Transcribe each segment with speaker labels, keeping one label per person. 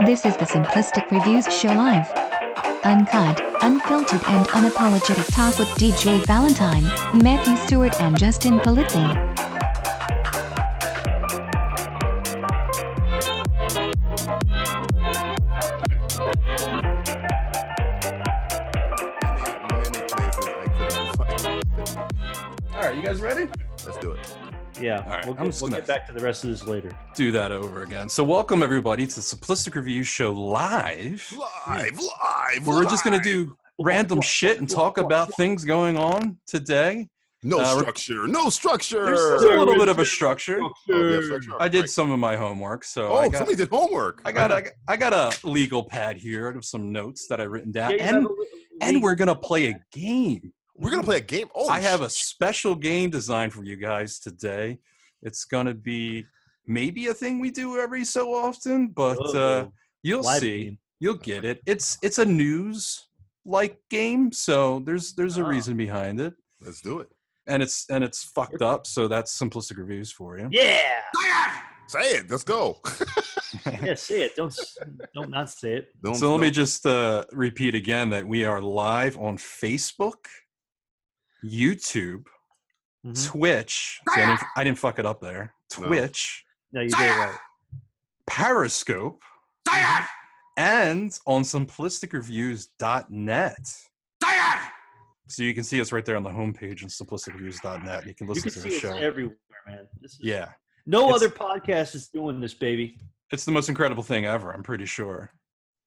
Speaker 1: This is the Simplistic Reviews Show Live. Uncut, unfiltered, and unapologetic talk with DJ Valentine, Matthew Stewart, and Justin Polizzi.
Speaker 2: All right, you guys ready?
Speaker 3: Let's do it.
Speaker 4: Yeah,
Speaker 2: right,
Speaker 4: we'll,
Speaker 2: I'm
Speaker 4: get,
Speaker 2: just
Speaker 4: we'll
Speaker 2: gonna-
Speaker 4: get back to the rest of this later.
Speaker 2: Do that over again. So, welcome everybody to the Simplistic Review Show live.
Speaker 3: Live, live.
Speaker 2: We're just going to do random shit and talk about things going on today.
Speaker 3: no
Speaker 2: uh,
Speaker 3: structure. No structure.
Speaker 2: There's still a little bit of a structure.
Speaker 3: Oh, we have structure.
Speaker 2: I did
Speaker 3: Right.
Speaker 2: some of my homework, so
Speaker 3: Oh,
Speaker 2: I got
Speaker 3: somebody did homework.
Speaker 2: I got, a, I got a legal pad here of some notes that I've written down,
Speaker 4: Yeah, you have
Speaker 2: and
Speaker 4: a li-
Speaker 2: and
Speaker 4: leak.
Speaker 2: we're gonna play a game.
Speaker 3: We're gonna play a game. Oh,
Speaker 2: I have a special game designed for you guys today. It's gonna be maybe a thing we do every so often, but uh,
Speaker 4: Whoa,
Speaker 2: you'll
Speaker 4: live
Speaker 2: see.
Speaker 4: feed.
Speaker 2: You'll get it. It's it's a news like game, so there's there's a
Speaker 4: Ah.
Speaker 2: reason behind it,
Speaker 3: Let's do it.
Speaker 2: and it's and it's fucked up. So that's simplistic reviews for you.
Speaker 4: Yeah,
Speaker 3: Say it. Let's go.
Speaker 4: yeah. Say it. Don't s- don't not say it.
Speaker 3: Don't-
Speaker 2: So let me
Speaker 3: don't-
Speaker 2: just uh, repeat again that we are live on Facebook, YouTube,
Speaker 4: Mhm.
Speaker 2: Twitch. See, I, didn't, I didn't fuck it up there.
Speaker 3: No.
Speaker 2: Twitch,
Speaker 4: No, you did it Oh. right.
Speaker 2: Periscope, and on simplisticreviews.net. So you can see us right there on the homepage on simplisticreviews.net. You can
Speaker 4: You
Speaker 2: listen
Speaker 4: can
Speaker 2: to the
Speaker 4: see
Speaker 2: show.
Speaker 4: us everywhere, man. This is,
Speaker 2: yeah.
Speaker 4: No
Speaker 2: It's-
Speaker 4: other podcast is doing this, baby.
Speaker 2: It's the most incredible thing ever, I'm pretty sure.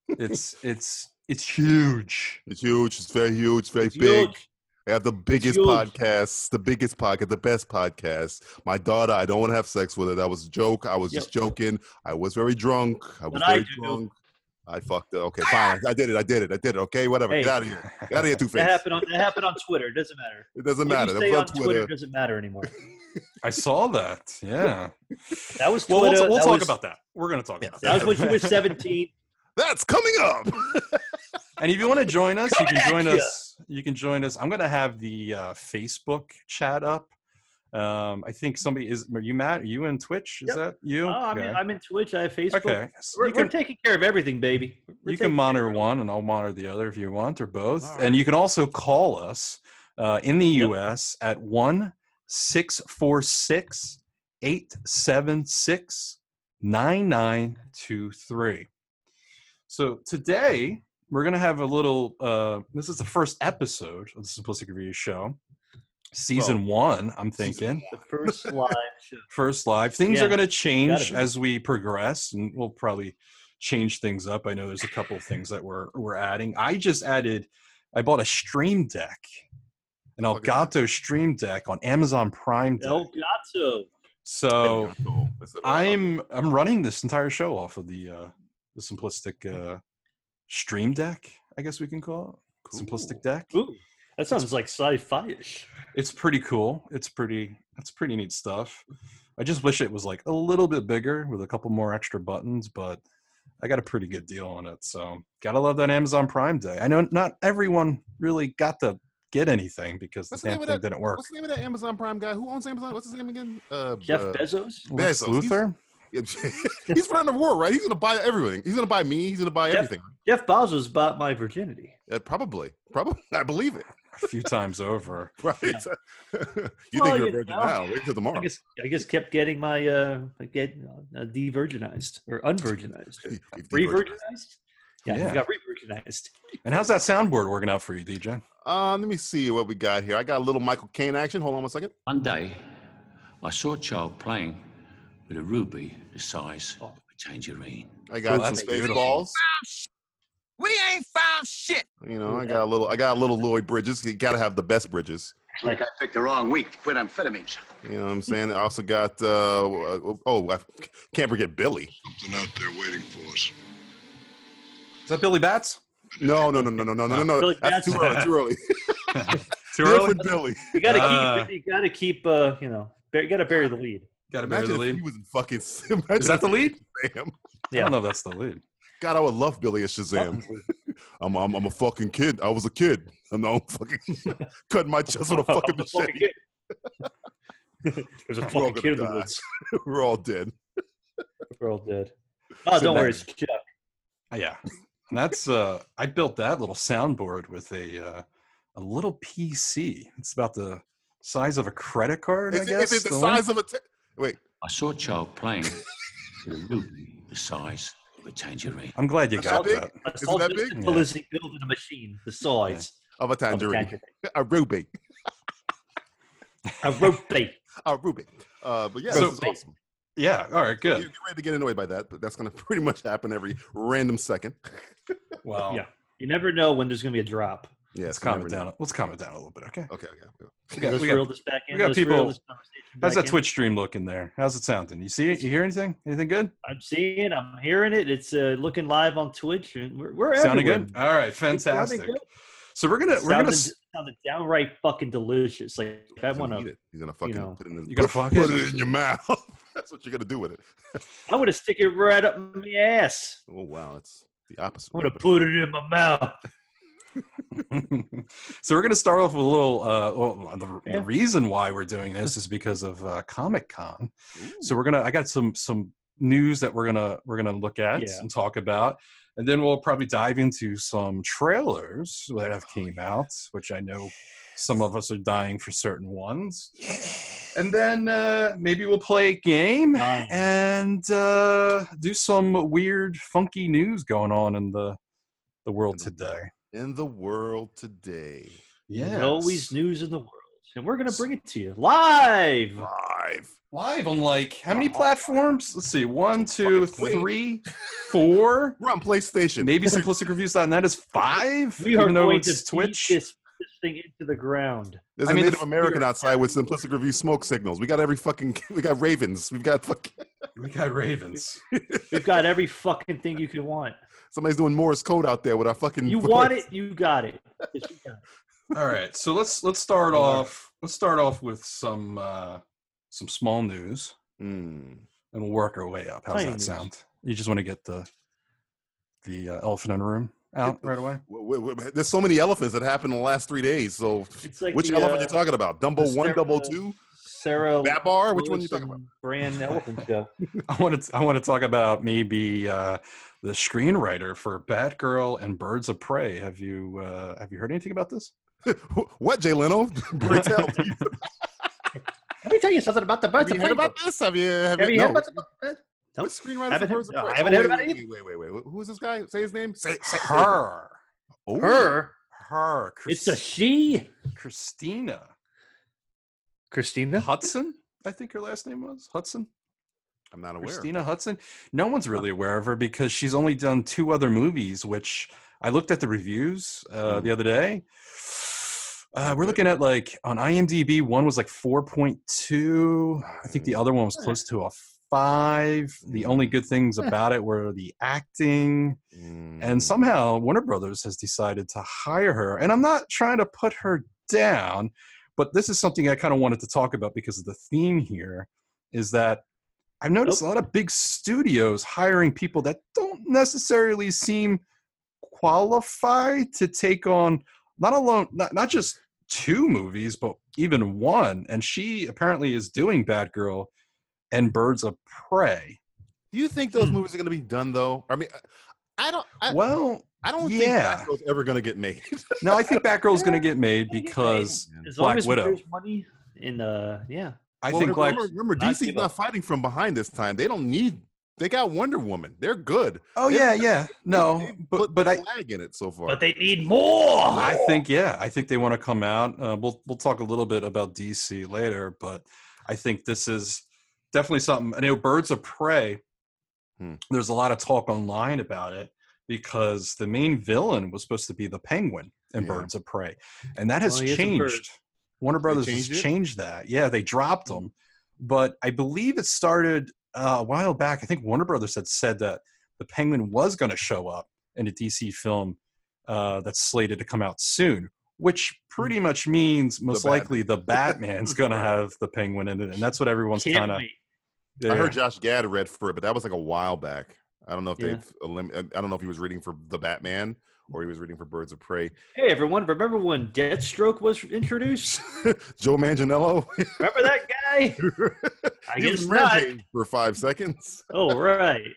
Speaker 2: It's it's it's huge.
Speaker 3: It's huge. It's very huge. It's very
Speaker 4: It's
Speaker 3: big.
Speaker 4: huge.
Speaker 3: I have the biggest
Speaker 4: huge.
Speaker 3: podcast, the biggest podcast, the best podcast. My daughter, I don't want to have sex with her. That was a joke. I was
Speaker 4: Yep.
Speaker 3: just joking. I was very drunk. I was
Speaker 4: But I
Speaker 3: very
Speaker 4: do.
Speaker 3: drunk. I fucked it. Okay, fine. I did it. I did it. I did it. Okay, whatever.
Speaker 4: Hey.
Speaker 3: Get out of here. Get out of here, Two
Speaker 4: That
Speaker 3: Face.
Speaker 4: happened on that happened on Twitter. It doesn't matter.
Speaker 3: It doesn't
Speaker 4: What you
Speaker 3: matter. That
Speaker 4: say
Speaker 3: was
Speaker 4: on Twitter doesn't matter anymore.
Speaker 2: I saw that. Yeah.
Speaker 4: That was
Speaker 2: Well,
Speaker 4: Twitter.
Speaker 2: we'll, t- we'll
Speaker 4: that
Speaker 2: talk
Speaker 4: was-
Speaker 2: about that. We're going to talk about
Speaker 4: That
Speaker 2: that.
Speaker 4: was when you were 17.
Speaker 3: That's coming up.
Speaker 2: and if you want to join us, you
Speaker 4: Coming
Speaker 2: can
Speaker 4: at
Speaker 2: join
Speaker 4: ya.
Speaker 2: us. You can join us. I'm going to have the uh, Facebook chat up. Um, I think somebody is. Are you Matt? Are you in Twitch? Is
Speaker 4: Yep.
Speaker 2: that you?
Speaker 4: Oh, I'm,
Speaker 2: okay.
Speaker 4: in, I'm in Twitch. I have Facebook.
Speaker 2: okay. So
Speaker 4: We're,
Speaker 2: you
Speaker 4: we're
Speaker 2: can,
Speaker 4: taking care of everything, baby. We're
Speaker 2: you can
Speaker 4: taking-
Speaker 2: monitor one, and I'll monitor the other if you want, or both.
Speaker 4: All
Speaker 2: And you can also call us uh, in the
Speaker 4: Yep.
Speaker 2: U.S. at one six four six eight seven six nine nine two three. So today we're gonna have a little. Uh, this is the first episode of the Simplistic Review Show, season one. I'm thinking
Speaker 4: the first live show.
Speaker 2: first live. Things
Speaker 4: Yeah,
Speaker 2: are going to change
Speaker 4: be.
Speaker 2: as we progress, and we'll probably change things up. I know there's a couple of things that we're we're adding. I just added. I bought a Stream Deck, an
Speaker 3: Look at that.
Speaker 2: Elgato Stream Deck on Amazon Prime. Deck.
Speaker 4: El Gato.
Speaker 2: So
Speaker 3: Cool. That's it.
Speaker 2: I'm I'm running this entire show off of the uh, the simplistic uh, Stream Deck. I guess we can call it simplistic deck.
Speaker 4: Ooh, that sounds like sci-fi-ish.
Speaker 2: It's pretty cool. It's pretty. It's pretty neat stuff. I just wish it was like a little bit bigger with a couple more extra buttons, but I got a pretty good deal on it. So gotta love that Amazon Prime Day. I know not everyone really got to get anything because
Speaker 3: What's the
Speaker 2: the damn
Speaker 3: name of
Speaker 2: thing
Speaker 3: that-
Speaker 2: didn't work.
Speaker 3: What's the name of that Amazon Prime guy? Who owns Amazon? What's his name again? Uh,
Speaker 4: Jeff
Speaker 3: uh,
Speaker 4: Bezos.
Speaker 2: Lex
Speaker 3: Bezos, he's-
Speaker 2: Luthor.
Speaker 3: he's running the war, right? He's gonna buy everything. He's gonna buy me. He's gonna buy
Speaker 4: Jeff-
Speaker 3: everything.
Speaker 4: Jeff Bezos bought my virginity.
Speaker 3: Uh, probably, probably. I believe it.
Speaker 2: a few times over.
Speaker 3: Right? you
Speaker 4: Well,
Speaker 3: think you're a
Speaker 4: you
Speaker 3: virgin
Speaker 4: know.
Speaker 3: now? Wait till tomorrow.
Speaker 4: I guess I guess kept getting my uh get uh, de-virginized or unvirginized,
Speaker 3: You think you're a virgin.
Speaker 4: re-virginized. Yeah,
Speaker 2: Yeah.
Speaker 4: I got re-virginized.
Speaker 2: And how's that soundboard working out for you, DJ?
Speaker 3: Um, let me see what we got here. I got a little Michael Caine action. Hold on one second.
Speaker 5: One day, I saw a child playing with a ruby the size of a tangerine.
Speaker 3: I got
Speaker 2: that's
Speaker 3: some space
Speaker 2: beautiful.
Speaker 3: balls.
Speaker 6: We ain't found shit.
Speaker 3: You know, I got a little. I got a little Lloyd Bridges. You gotta have the best Bridges.
Speaker 6: Like I picked the wrong week to quit amphetamines.
Speaker 3: You know what I'm saying? I also got. Uh, oh, I can't forget Billy.
Speaker 7: Something out there waiting for us.
Speaker 2: Is that Billy Bats?
Speaker 3: No, no, no, no, no, no, no, no, no.
Speaker 4: Billy
Speaker 3: That's too early.
Speaker 2: Batson.
Speaker 3: Too early.
Speaker 2: Too
Speaker 3: Different Billy.
Speaker 4: You gotta
Speaker 2: Ah.
Speaker 4: keep. You gotta keep. Uh, you know, bur- you gotta bury the lead.
Speaker 2: Got to bury
Speaker 3: Imagine
Speaker 2: the
Speaker 3: if
Speaker 2: lead.
Speaker 3: he was in fucking.
Speaker 2: Is that the lead?
Speaker 3: Shazam.
Speaker 2: I
Speaker 4: Yeah.
Speaker 2: don't know if that's the lead.
Speaker 3: God, I would love Billy as Shazam. I'm, I'm, I'm a fucking kid. I was a kid. I'm now I'm fucking cutting my chest with a fucking
Speaker 4: I'm a fucking
Speaker 3: machete.
Speaker 4: kid. There's a
Speaker 3: all
Speaker 4: fucking
Speaker 3: gonna
Speaker 4: kid in the
Speaker 3: die.
Speaker 4: woods.
Speaker 3: We're all dead.
Speaker 4: girl did. Oh,
Speaker 2: So
Speaker 4: don't worry,
Speaker 2: next-
Speaker 4: it's Chuck.
Speaker 2: Uh, Yeah, and that's uh, I built that little soundboard with a uh, a little PC. It's about the size of a credit card,
Speaker 3: Is
Speaker 2: I
Speaker 3: it,
Speaker 2: guess.
Speaker 3: is it the
Speaker 2: the length?
Speaker 3: size of a? ta- Wait,
Speaker 5: I saw a child playing with a ruby the size of a tangerine.
Speaker 2: I'm glad you
Speaker 3: Is that
Speaker 2: got
Speaker 3: big?
Speaker 2: that.
Speaker 3: Isn't
Speaker 4: A
Speaker 3: that
Speaker 4: soldier
Speaker 3: big?
Speaker 4: simple as he building a machine the size
Speaker 3: of a
Speaker 4: of a
Speaker 3: tangerine,
Speaker 4: tangerine.
Speaker 3: a ruby,
Speaker 4: A rope bait.
Speaker 3: a ruby. Uh, but yeah,
Speaker 2: So-
Speaker 3: this is awesome.
Speaker 2: Yeah. All right.
Speaker 3: You- You're
Speaker 2: Good.
Speaker 3: ready to get annoyed by that, but that's going to pretty much happen every random second.
Speaker 2: Wow.
Speaker 4: Yeah. You never know when there's going to be a drop.
Speaker 3: Yeah,
Speaker 2: Let's
Speaker 3: so you
Speaker 2: calm it
Speaker 3: never know.
Speaker 2: down. Let's calm it down a little bit. Okay.
Speaker 3: Okay, okay. okay.
Speaker 2: We got,
Speaker 4: Let's
Speaker 2: we
Speaker 4: reel
Speaker 2: got,
Speaker 4: this back in.
Speaker 2: we got
Speaker 4: Let's reel
Speaker 2: people-
Speaker 4: this conversation
Speaker 2: how's
Speaker 4: back
Speaker 2: that
Speaker 4: in.
Speaker 2: Twitch stream looking there? How's it sounding? You see it? You hear anything? Anything good?
Speaker 4: I'm seeing, I'm hearing it. It's uh, looking live on Twitch, and we're, we're
Speaker 2: Sounding
Speaker 4: everywhere.
Speaker 2: good. All right.
Speaker 4: It's sounding
Speaker 2: Fantastic.
Speaker 4: good.
Speaker 2: So we're gonna we're
Speaker 4: sounded,
Speaker 2: gonna s-
Speaker 4: sounded downright fucking delicious. Like I
Speaker 3: He's
Speaker 4: want
Speaker 3: gonna eat
Speaker 4: to,
Speaker 3: it. He's gonna fucking
Speaker 4: know.
Speaker 3: put it in his
Speaker 2: You gonna fuck
Speaker 3: put,
Speaker 2: it?
Speaker 3: it in your mouth. That's what you're gonna do with it.
Speaker 4: I want to stick it right up my ass.
Speaker 3: Oh wow, it's the opposite.
Speaker 4: I want to put it in my mouth.
Speaker 2: so we're going to start off with a little. Uh, well, the,
Speaker 4: Yeah.
Speaker 2: the reason why we're doing this is because of uh, Comic Con. So we're gonna. I got some some news that we're gonna we're gonna look at
Speaker 4: Yeah.
Speaker 2: and talk about, and then we'll probably dive into some trailers that have
Speaker 4: Oh,
Speaker 2: came out, which I know some of us are dying for certain ones. And then uh, maybe we'll play a game
Speaker 4: Nice.
Speaker 2: and uh, do some weird, funky news going on in the the world
Speaker 3: In the-
Speaker 2: today.
Speaker 3: in the world today.
Speaker 4: There's always
Speaker 2: Yes.
Speaker 4: news in the world, and we're gonna bring it to you live.
Speaker 3: Five.
Speaker 2: live on like how many platforms? Let's see, one, two,
Speaker 3: Fucking wait.
Speaker 2: three, four.
Speaker 3: We're on PlayStation.
Speaker 2: Maybe simplisticreviews.net is five.
Speaker 4: We are
Speaker 2: even though
Speaker 4: going
Speaker 2: it's
Speaker 4: to
Speaker 2: Twitch.
Speaker 4: beat this, this thing into the ground.
Speaker 3: There's
Speaker 2: I
Speaker 3: a
Speaker 2: mean, the
Speaker 3: Native American
Speaker 2: fear-
Speaker 3: outside with simplistic review smoke signals. We got every fucking. We got ravens. We've got fucking.
Speaker 2: We got Ravens.
Speaker 4: We've got every fucking thing you can want.
Speaker 3: Somebody's doing Morse code out there with our fucking.
Speaker 4: You want it, you got it. Yes, you got it.
Speaker 2: All right, so let's let's start off. Let's start off with some uh, some small news,
Speaker 3: Mm.
Speaker 2: and we'll work our way up. How's
Speaker 4: Tiny
Speaker 2: that
Speaker 4: news.
Speaker 2: sound? You just want to get the the uh, elephant in the room out right away.
Speaker 3: Wait, wait, wait, There's so many elephants that happened in the last three days. So,
Speaker 4: It's like
Speaker 3: which
Speaker 4: the,
Speaker 3: elephant
Speaker 4: uh,
Speaker 3: you talking about? Dumbo
Speaker 4: the
Speaker 3: one,
Speaker 4: Sarah-
Speaker 3: Dumbo two,
Speaker 4: Sarah.
Speaker 3: Babar. Which one you
Speaker 4: Lewis
Speaker 3: talking about?
Speaker 4: and Brand Elephant Show.
Speaker 2: I want to I want to talk about maybe uh, the screenwriter for Batgirl and Birds of Prey. Have you uh, have you heard anything about this?
Speaker 3: What, Jay Leno? Bertel, have you
Speaker 4: Let me tell you something about the birds
Speaker 3: heard about this? Have you? Have,
Speaker 4: Have you
Speaker 3: no.
Speaker 4: heard about the birds?
Speaker 3: What screenwriter for
Speaker 4: Haven't
Speaker 3: Birds of
Speaker 4: heard- no,
Speaker 3: Prey?
Speaker 4: I haven't
Speaker 3: Oh,
Speaker 4: heard
Speaker 3: wait,
Speaker 4: about
Speaker 3: wait,
Speaker 4: any-
Speaker 3: Wait, wait, wait, wait. Who is this guy? Say his name. Say, say say his name.
Speaker 2: Her,
Speaker 3: Oh,
Speaker 4: Her.
Speaker 2: her.
Speaker 4: It's a she.
Speaker 2: Christina
Speaker 4: Christina.
Speaker 2: Hudson. I think her last name was Hudson.
Speaker 3: I'm not aware.
Speaker 2: Christina Hudson. No one's really aware of her because she's only done two other movies, which I looked at the reviews uh,
Speaker 3: Hmm.
Speaker 2: the other day. Uh, we're
Speaker 3: Okay.
Speaker 2: looking at like on IMDb, one was like 4.2. I think the
Speaker 3: Hmm.
Speaker 2: other one was close to a five. The only good things about it were the acting.
Speaker 3: Mm. Mm-hmm.
Speaker 2: And somehow Warner Brothers has decided to hire her. And I'm not trying to put her down, but this is something I kind of wanted to talk about because of the theme here is that I've noticed a lot of big studios hiring people that don't necessarily seem qualified to take on not alone not, not just two movies but even one and she apparently is doing Batgirl and Birds of Prey.
Speaker 3: do you think those movies are going to be done though? I mean, I- I don't. I,
Speaker 2: well,
Speaker 3: I don't
Speaker 2: yeah.
Speaker 3: think Batgirl's ever going to get made.
Speaker 2: no, I think Batgirl's going to get made because
Speaker 4: As
Speaker 2: Black
Speaker 4: long as
Speaker 2: Widow.
Speaker 4: there's money in uh yeah.
Speaker 2: I
Speaker 3: Well,
Speaker 2: think
Speaker 3: remember,
Speaker 2: Black
Speaker 3: remember,
Speaker 4: not
Speaker 3: DC's
Speaker 4: give
Speaker 3: not
Speaker 4: up.
Speaker 3: fighting from behind this time. They don't need. They got Wonder Woman. They're good.
Speaker 2: Oh
Speaker 3: They-
Speaker 2: yeah, yeah. No,
Speaker 3: They
Speaker 2: but
Speaker 3: put
Speaker 2: but
Speaker 3: the
Speaker 2: I
Speaker 3: flag in it so far.
Speaker 4: But they need more.
Speaker 2: I think yeah, I think they want to come out. Uh, we'll we'll talk a little bit about DC later, but I think this is definitely something. I know Birds of Prey.
Speaker 3: Hmm.
Speaker 2: There's a lot of talk online about it because the main villain was supposed to be the Penguin in
Speaker 3: Yeah.
Speaker 2: Birds of Prey, and that has
Speaker 4: Well, he is a bird.
Speaker 2: changed. Warner Brothers
Speaker 3: changed
Speaker 2: has
Speaker 3: it?
Speaker 2: changed that. Yeah, they dropped him, but I believe it started uh, a while back. I think Warner Brothers had said that the Penguin was going to show up in a DC film uh, that's slated to come out soon, which pretty much means most
Speaker 3: Batman.
Speaker 2: likely the Batman's going to have the Penguin in it, and that's what everyone's
Speaker 4: Can't
Speaker 2: kind of.
Speaker 4: wait.
Speaker 3: I heard Josh Gad read for it, but that was like a while back. I don't know if
Speaker 4: Yeah.
Speaker 3: they've elim- I don't know if he was reading for The Batman or he was reading for Birds of Prey.
Speaker 4: Hey everyone, remember when Deathstroke was introduced?
Speaker 3: Joe Manganiello.
Speaker 4: remember that guy? I
Speaker 3: he was
Speaker 4: guess not.
Speaker 3: rampaged for five seconds.
Speaker 4: Oh, right.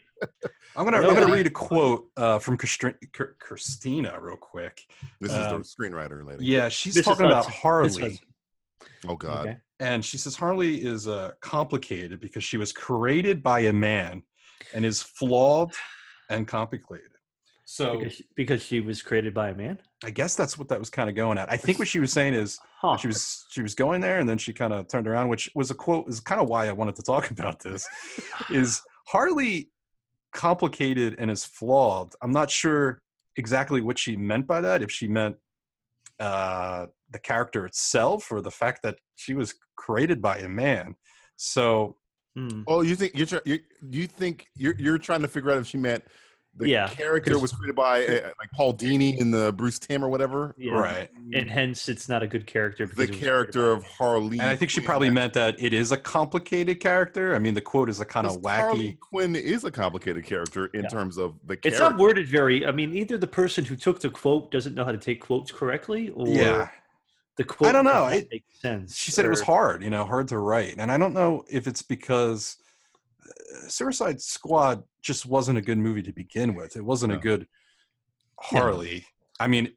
Speaker 2: I'm gonna
Speaker 4: No,
Speaker 2: I'm gonna
Speaker 4: but-
Speaker 2: read a quote uh, from Christri- Chr- Christina real quick.
Speaker 3: This is
Speaker 4: Uh,
Speaker 2: Um,
Speaker 3: the screenwriter lady.
Speaker 2: Yeah, she's
Speaker 4: This is
Speaker 2: talking about
Speaker 4: us.
Speaker 2: Harley.
Speaker 4: us.
Speaker 3: Oh God.
Speaker 4: Okay.
Speaker 2: and she says Harley is uh, complicated because she was created by a man and is flawed and complicated. So
Speaker 4: Because, because she was created by a man?
Speaker 2: I guess that's what that was kind of going at. I think what she was saying is
Speaker 4: Huh.
Speaker 2: she was she was going there and then she kind of turned around, which was a quote is kind of why I wanted to talk about this. is Harley complicated and is flawed? I'm not sure exactly what she meant by that. If she meant uh, the character itself or the fact that she was created by a man. So
Speaker 4: Hmm.
Speaker 3: Oh, you think you're, try- you you think you're you're trying to figure out if she meant the
Speaker 4: Yeah,
Speaker 3: character
Speaker 4: 'cause-
Speaker 3: was created by uh, like Paul Dini in the Bruce Tim or whatever.
Speaker 4: Yeah.
Speaker 2: Right.
Speaker 4: And hence, it's not a good character. because
Speaker 3: The
Speaker 4: it was
Speaker 3: character of Harley.
Speaker 2: And I think she
Speaker 3: Quinn.
Speaker 2: probably meant that it is a complicated character. I mean, the quote is a kind of
Speaker 3: 'Cause
Speaker 2: wacky.
Speaker 3: Harley Quinn is a complicated character in
Speaker 4: Yeah.
Speaker 3: terms of the
Speaker 4: It's
Speaker 3: character.
Speaker 4: not worded very. I mean, either the person who took the quote doesn't know how to take quotes correctly, or
Speaker 2: yeah.
Speaker 4: the quote
Speaker 2: don't know.
Speaker 4: doesn't
Speaker 2: It-
Speaker 4: make sense.
Speaker 2: She said it was
Speaker 4: or-
Speaker 2: hard, you know, hard to write. And I don't know if it's because uh, Suicide Squad just wasn't a good movie to begin with. It wasn't a
Speaker 3: No.
Speaker 2: good Harley. I mean,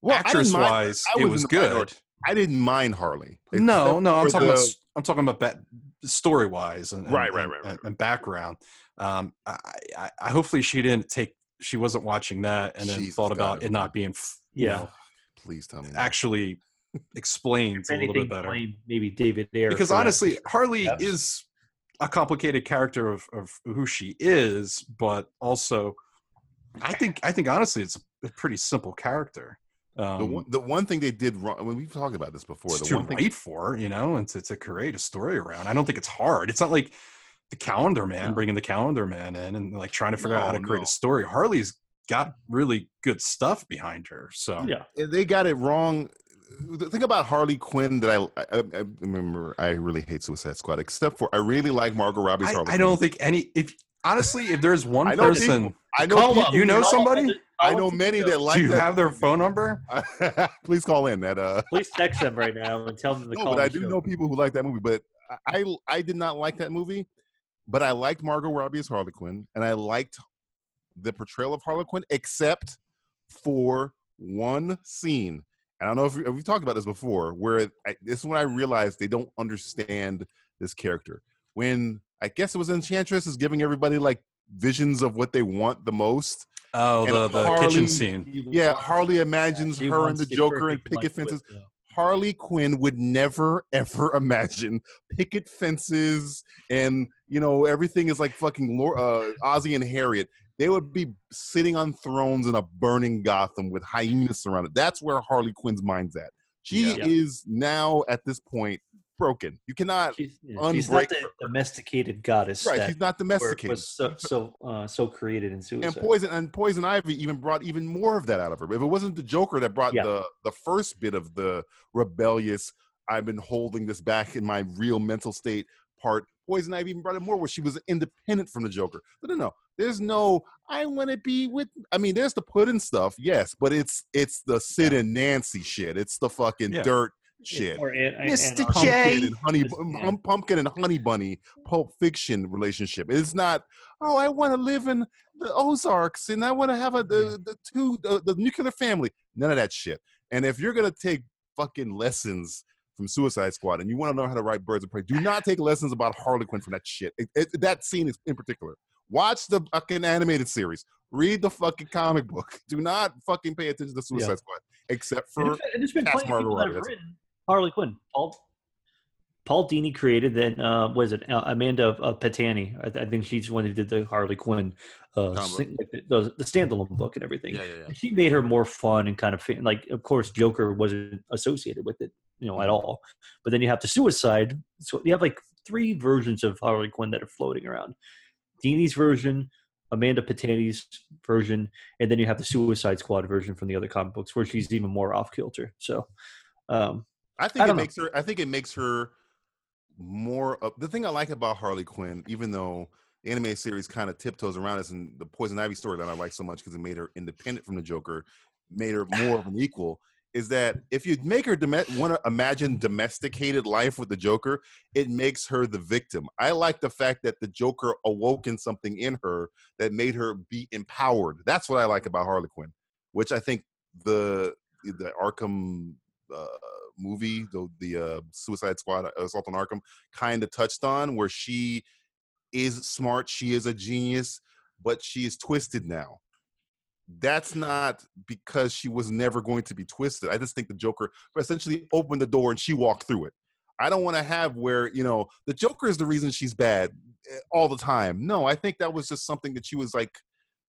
Speaker 3: Well, I didn't
Speaker 2: actress
Speaker 3: mind-
Speaker 2: wise,
Speaker 3: I
Speaker 2: it
Speaker 3: was
Speaker 2: was
Speaker 3: in the
Speaker 2: good.
Speaker 3: minority. I didn't mind Harley.
Speaker 2: no,
Speaker 3: except
Speaker 2: no, I'm
Speaker 3: for
Speaker 2: talking
Speaker 3: the-
Speaker 2: about I'm talking about ba- story wise and, and-
Speaker 3: Right, right,
Speaker 2: and-
Speaker 3: right, right,
Speaker 2: and,
Speaker 3: right.
Speaker 2: and background. Um, I, I, I hopefully she didn't take she wasn't watching that and then
Speaker 3: Jesus
Speaker 2: thought about
Speaker 3: God.
Speaker 2: it not being f- you
Speaker 4: Yeah.
Speaker 2: know,
Speaker 3: Please tell me. that.
Speaker 2: actually explained
Speaker 4: If
Speaker 2: a little bit
Speaker 4: anything,
Speaker 2: better.
Speaker 4: blame maybe David Ayer.
Speaker 2: Because
Speaker 4: for that.
Speaker 2: honestly, Harley
Speaker 4: Yes.
Speaker 2: is a complicated character of, of who she is, but also, I think I think honestly, it's a pretty simple character. Um,
Speaker 3: the one, the one thing they did wrong when we've talked about this before.
Speaker 2: it's
Speaker 3: The
Speaker 2: to
Speaker 3: one thing
Speaker 2: write for, you know, and to, to create a story around. I don't think it's hard. It's not like the Calendar Man
Speaker 4: No.
Speaker 2: bringing the Calendar Man in and like trying to figure out how to
Speaker 3: No,
Speaker 2: create
Speaker 3: no.
Speaker 2: a story. Harley's got really good stuff behind her, so
Speaker 4: yeah,
Speaker 3: and they got it wrong. The thing about Harley Quinn that I, I, I remember, I really hate Suicide Squad, except for I really like Margot Robbie's
Speaker 2: I,
Speaker 3: Harley.
Speaker 2: I don't
Speaker 3: Quinn.
Speaker 2: think any. If honestly, if there's one
Speaker 3: I don't think-
Speaker 2: person,
Speaker 3: I know.
Speaker 2: you,
Speaker 3: people-
Speaker 2: you know somebody.
Speaker 3: I know many that like.
Speaker 2: Do you
Speaker 3: that-
Speaker 2: have their phone number?
Speaker 3: Please call in. That uh,
Speaker 4: Please text them right now and tell them to
Speaker 3: no,
Speaker 4: call.
Speaker 3: but I
Speaker 4: the
Speaker 3: do
Speaker 4: show.
Speaker 3: know people who like that movie. But I, I, I did not like that movie, but I liked Margot Robbie as Harley Quinn, and I liked the portrayal of Harley Quinn, except for one scene. And I don't know if we- if we've talked about this before, where I, this is when I realized they don't understand this character. When I guess it was Enchantress is giving everybody like visions of what they want the most.
Speaker 2: Oh,
Speaker 3: And
Speaker 2: the, the
Speaker 3: Harley-
Speaker 2: kitchen scene.
Speaker 3: Yeah, Harley imagines
Speaker 4: She
Speaker 3: her and
Speaker 4: wants
Speaker 3: the
Speaker 4: to
Speaker 3: Joker and
Speaker 4: perfect
Speaker 3: picket
Speaker 4: life with
Speaker 3: fences.
Speaker 4: them.
Speaker 3: Harley Quinn would never ever imagine picket fences and you know everything is like fucking Lor- uh, Ozzy and Harriet. They would be sitting on thrones in a burning Gotham with hyenas surrounded. That's where Harley Quinn's mind's at. She
Speaker 4: Yeah.
Speaker 3: is now at this point broken. You cannot
Speaker 4: She's, yeah, she's not the
Speaker 3: unbreakable.
Speaker 4: domesticated goddess
Speaker 3: right.
Speaker 4: that
Speaker 3: She's not
Speaker 4: were-
Speaker 3: domesticated.
Speaker 4: was so so, uh, so created in
Speaker 3: and
Speaker 4: suicide.
Speaker 3: poison and poison ivy even brought even more of that out of her. If it wasn't the Joker that brought
Speaker 4: Yeah.
Speaker 3: the the first bit of the rebellious, I've been holding this back in my real mental state part. Poison Ivy even brought it more where she was independent from the Joker. No, no, no. There's no I want to be with. I mean, there's the pudding stuff, yes, but it's it's the Sid and Nancy shit. It's the fucking
Speaker 2: Yeah.
Speaker 3: dirt
Speaker 4: Yeah,
Speaker 3: shit.
Speaker 4: or An- An-
Speaker 2: Mr.
Speaker 4: Anarchy.
Speaker 3: Pumpkin and honey,
Speaker 4: Just-
Speaker 3: um,
Speaker 4: yeah.
Speaker 3: um, pumpkin and honey bunny, Pulp Fiction relationship. It's not. Oh, I want to live in the Ozarks and I want to have a the, the two the, the nuclear family. None of that shit. And if you're gonna take fucking lessons from Suicide Squad and you want to know how to write Birds of Prey, do not take lessons about Harley Quinn from that shit. It- it- that scene is in particular. Watch the fucking animated series. Read the fucking comic book. Do not fucking pay attention to Suicide
Speaker 4: Yeah.
Speaker 3: Squad, except
Speaker 4: And
Speaker 3: for
Speaker 4: there's- and there's been
Speaker 3: Cast
Speaker 4: plenty of people
Speaker 3: Margot
Speaker 4: that have
Speaker 3: Robbie,
Speaker 4: written Harley Quinn. Paul Paul Dini created then. Uh, was it uh, Amanda uh, Patani? I, th- I think she's the one who did the Harley Quinn, uh,
Speaker 3: Combo.
Speaker 4: sing, like the, the, the standalone book and everything.
Speaker 5: yeah, yeah.
Speaker 4: And She made her more fun and kind of fa- like. Of course, Joker wasn't associated with it, you know, at all. But then you have the Suicide. So you have like three versions of Harley Quinn that are floating around. Dini's version, Amanda Patani's version, and then you have the Suicide Squad version from the other comic books, where she's even more off kilter. So, um,
Speaker 3: I think it
Speaker 4: don't know.
Speaker 3: makes her. I think it makes her more. Up, the thing I like about Harley Quinn, even though the anime series kind of tiptoes around us, and the Poison Ivy storyline I like so much because it made her independent from the Joker, made her more of an equal. is that if you make her dome- want to imagine domesticated life with the Joker, it makes her the victim. I like the fact that the Joker awoken something in her that made her be empowered. That's what I like about Harley Quinn, which I think the the Arkham uh, movie, the the uh, Suicide Squad, uh, Assault on Arkham, kind of touched on, where she is smart, she is a genius, but she is twisted now that's not because she was never going to be twisted. I just think the Joker essentially opened the door and she walked through it. I don't want to have where, you know, the Joker is the reason she's bad eh, all the time. No, I think that was just something that she was like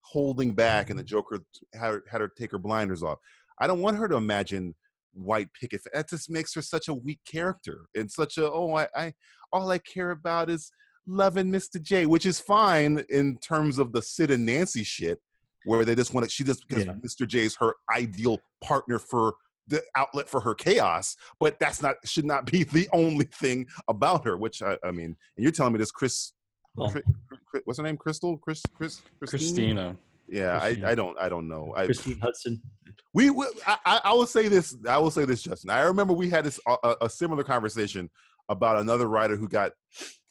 Speaker 3: holding back and the Joker had, had her take her blinders off. I don't want her to imagine white picket. That just makes her such a weak character and such a, oh, I, I all I care about is loving Mr. J, which is fine in terms of the Sid and Nancy shit where they just want to she just because
Speaker 4: Yeah.
Speaker 3: mr j is her ideal partner for the outlet for her chaos but that's not should not be the only thing about her which i, I mean and you're telling me this chris,
Speaker 4: Well.
Speaker 3: Chri- Chri- what's her name crystal chris chris christine,
Speaker 2: Christina.
Speaker 3: yeah
Speaker 4: Christina.
Speaker 3: I, I don't i don't know I,
Speaker 4: Christine Hudson.
Speaker 3: we, we I, I- I will say this. I will say this, Justin. I remember we had this a- a, a similar conversation about another writer who got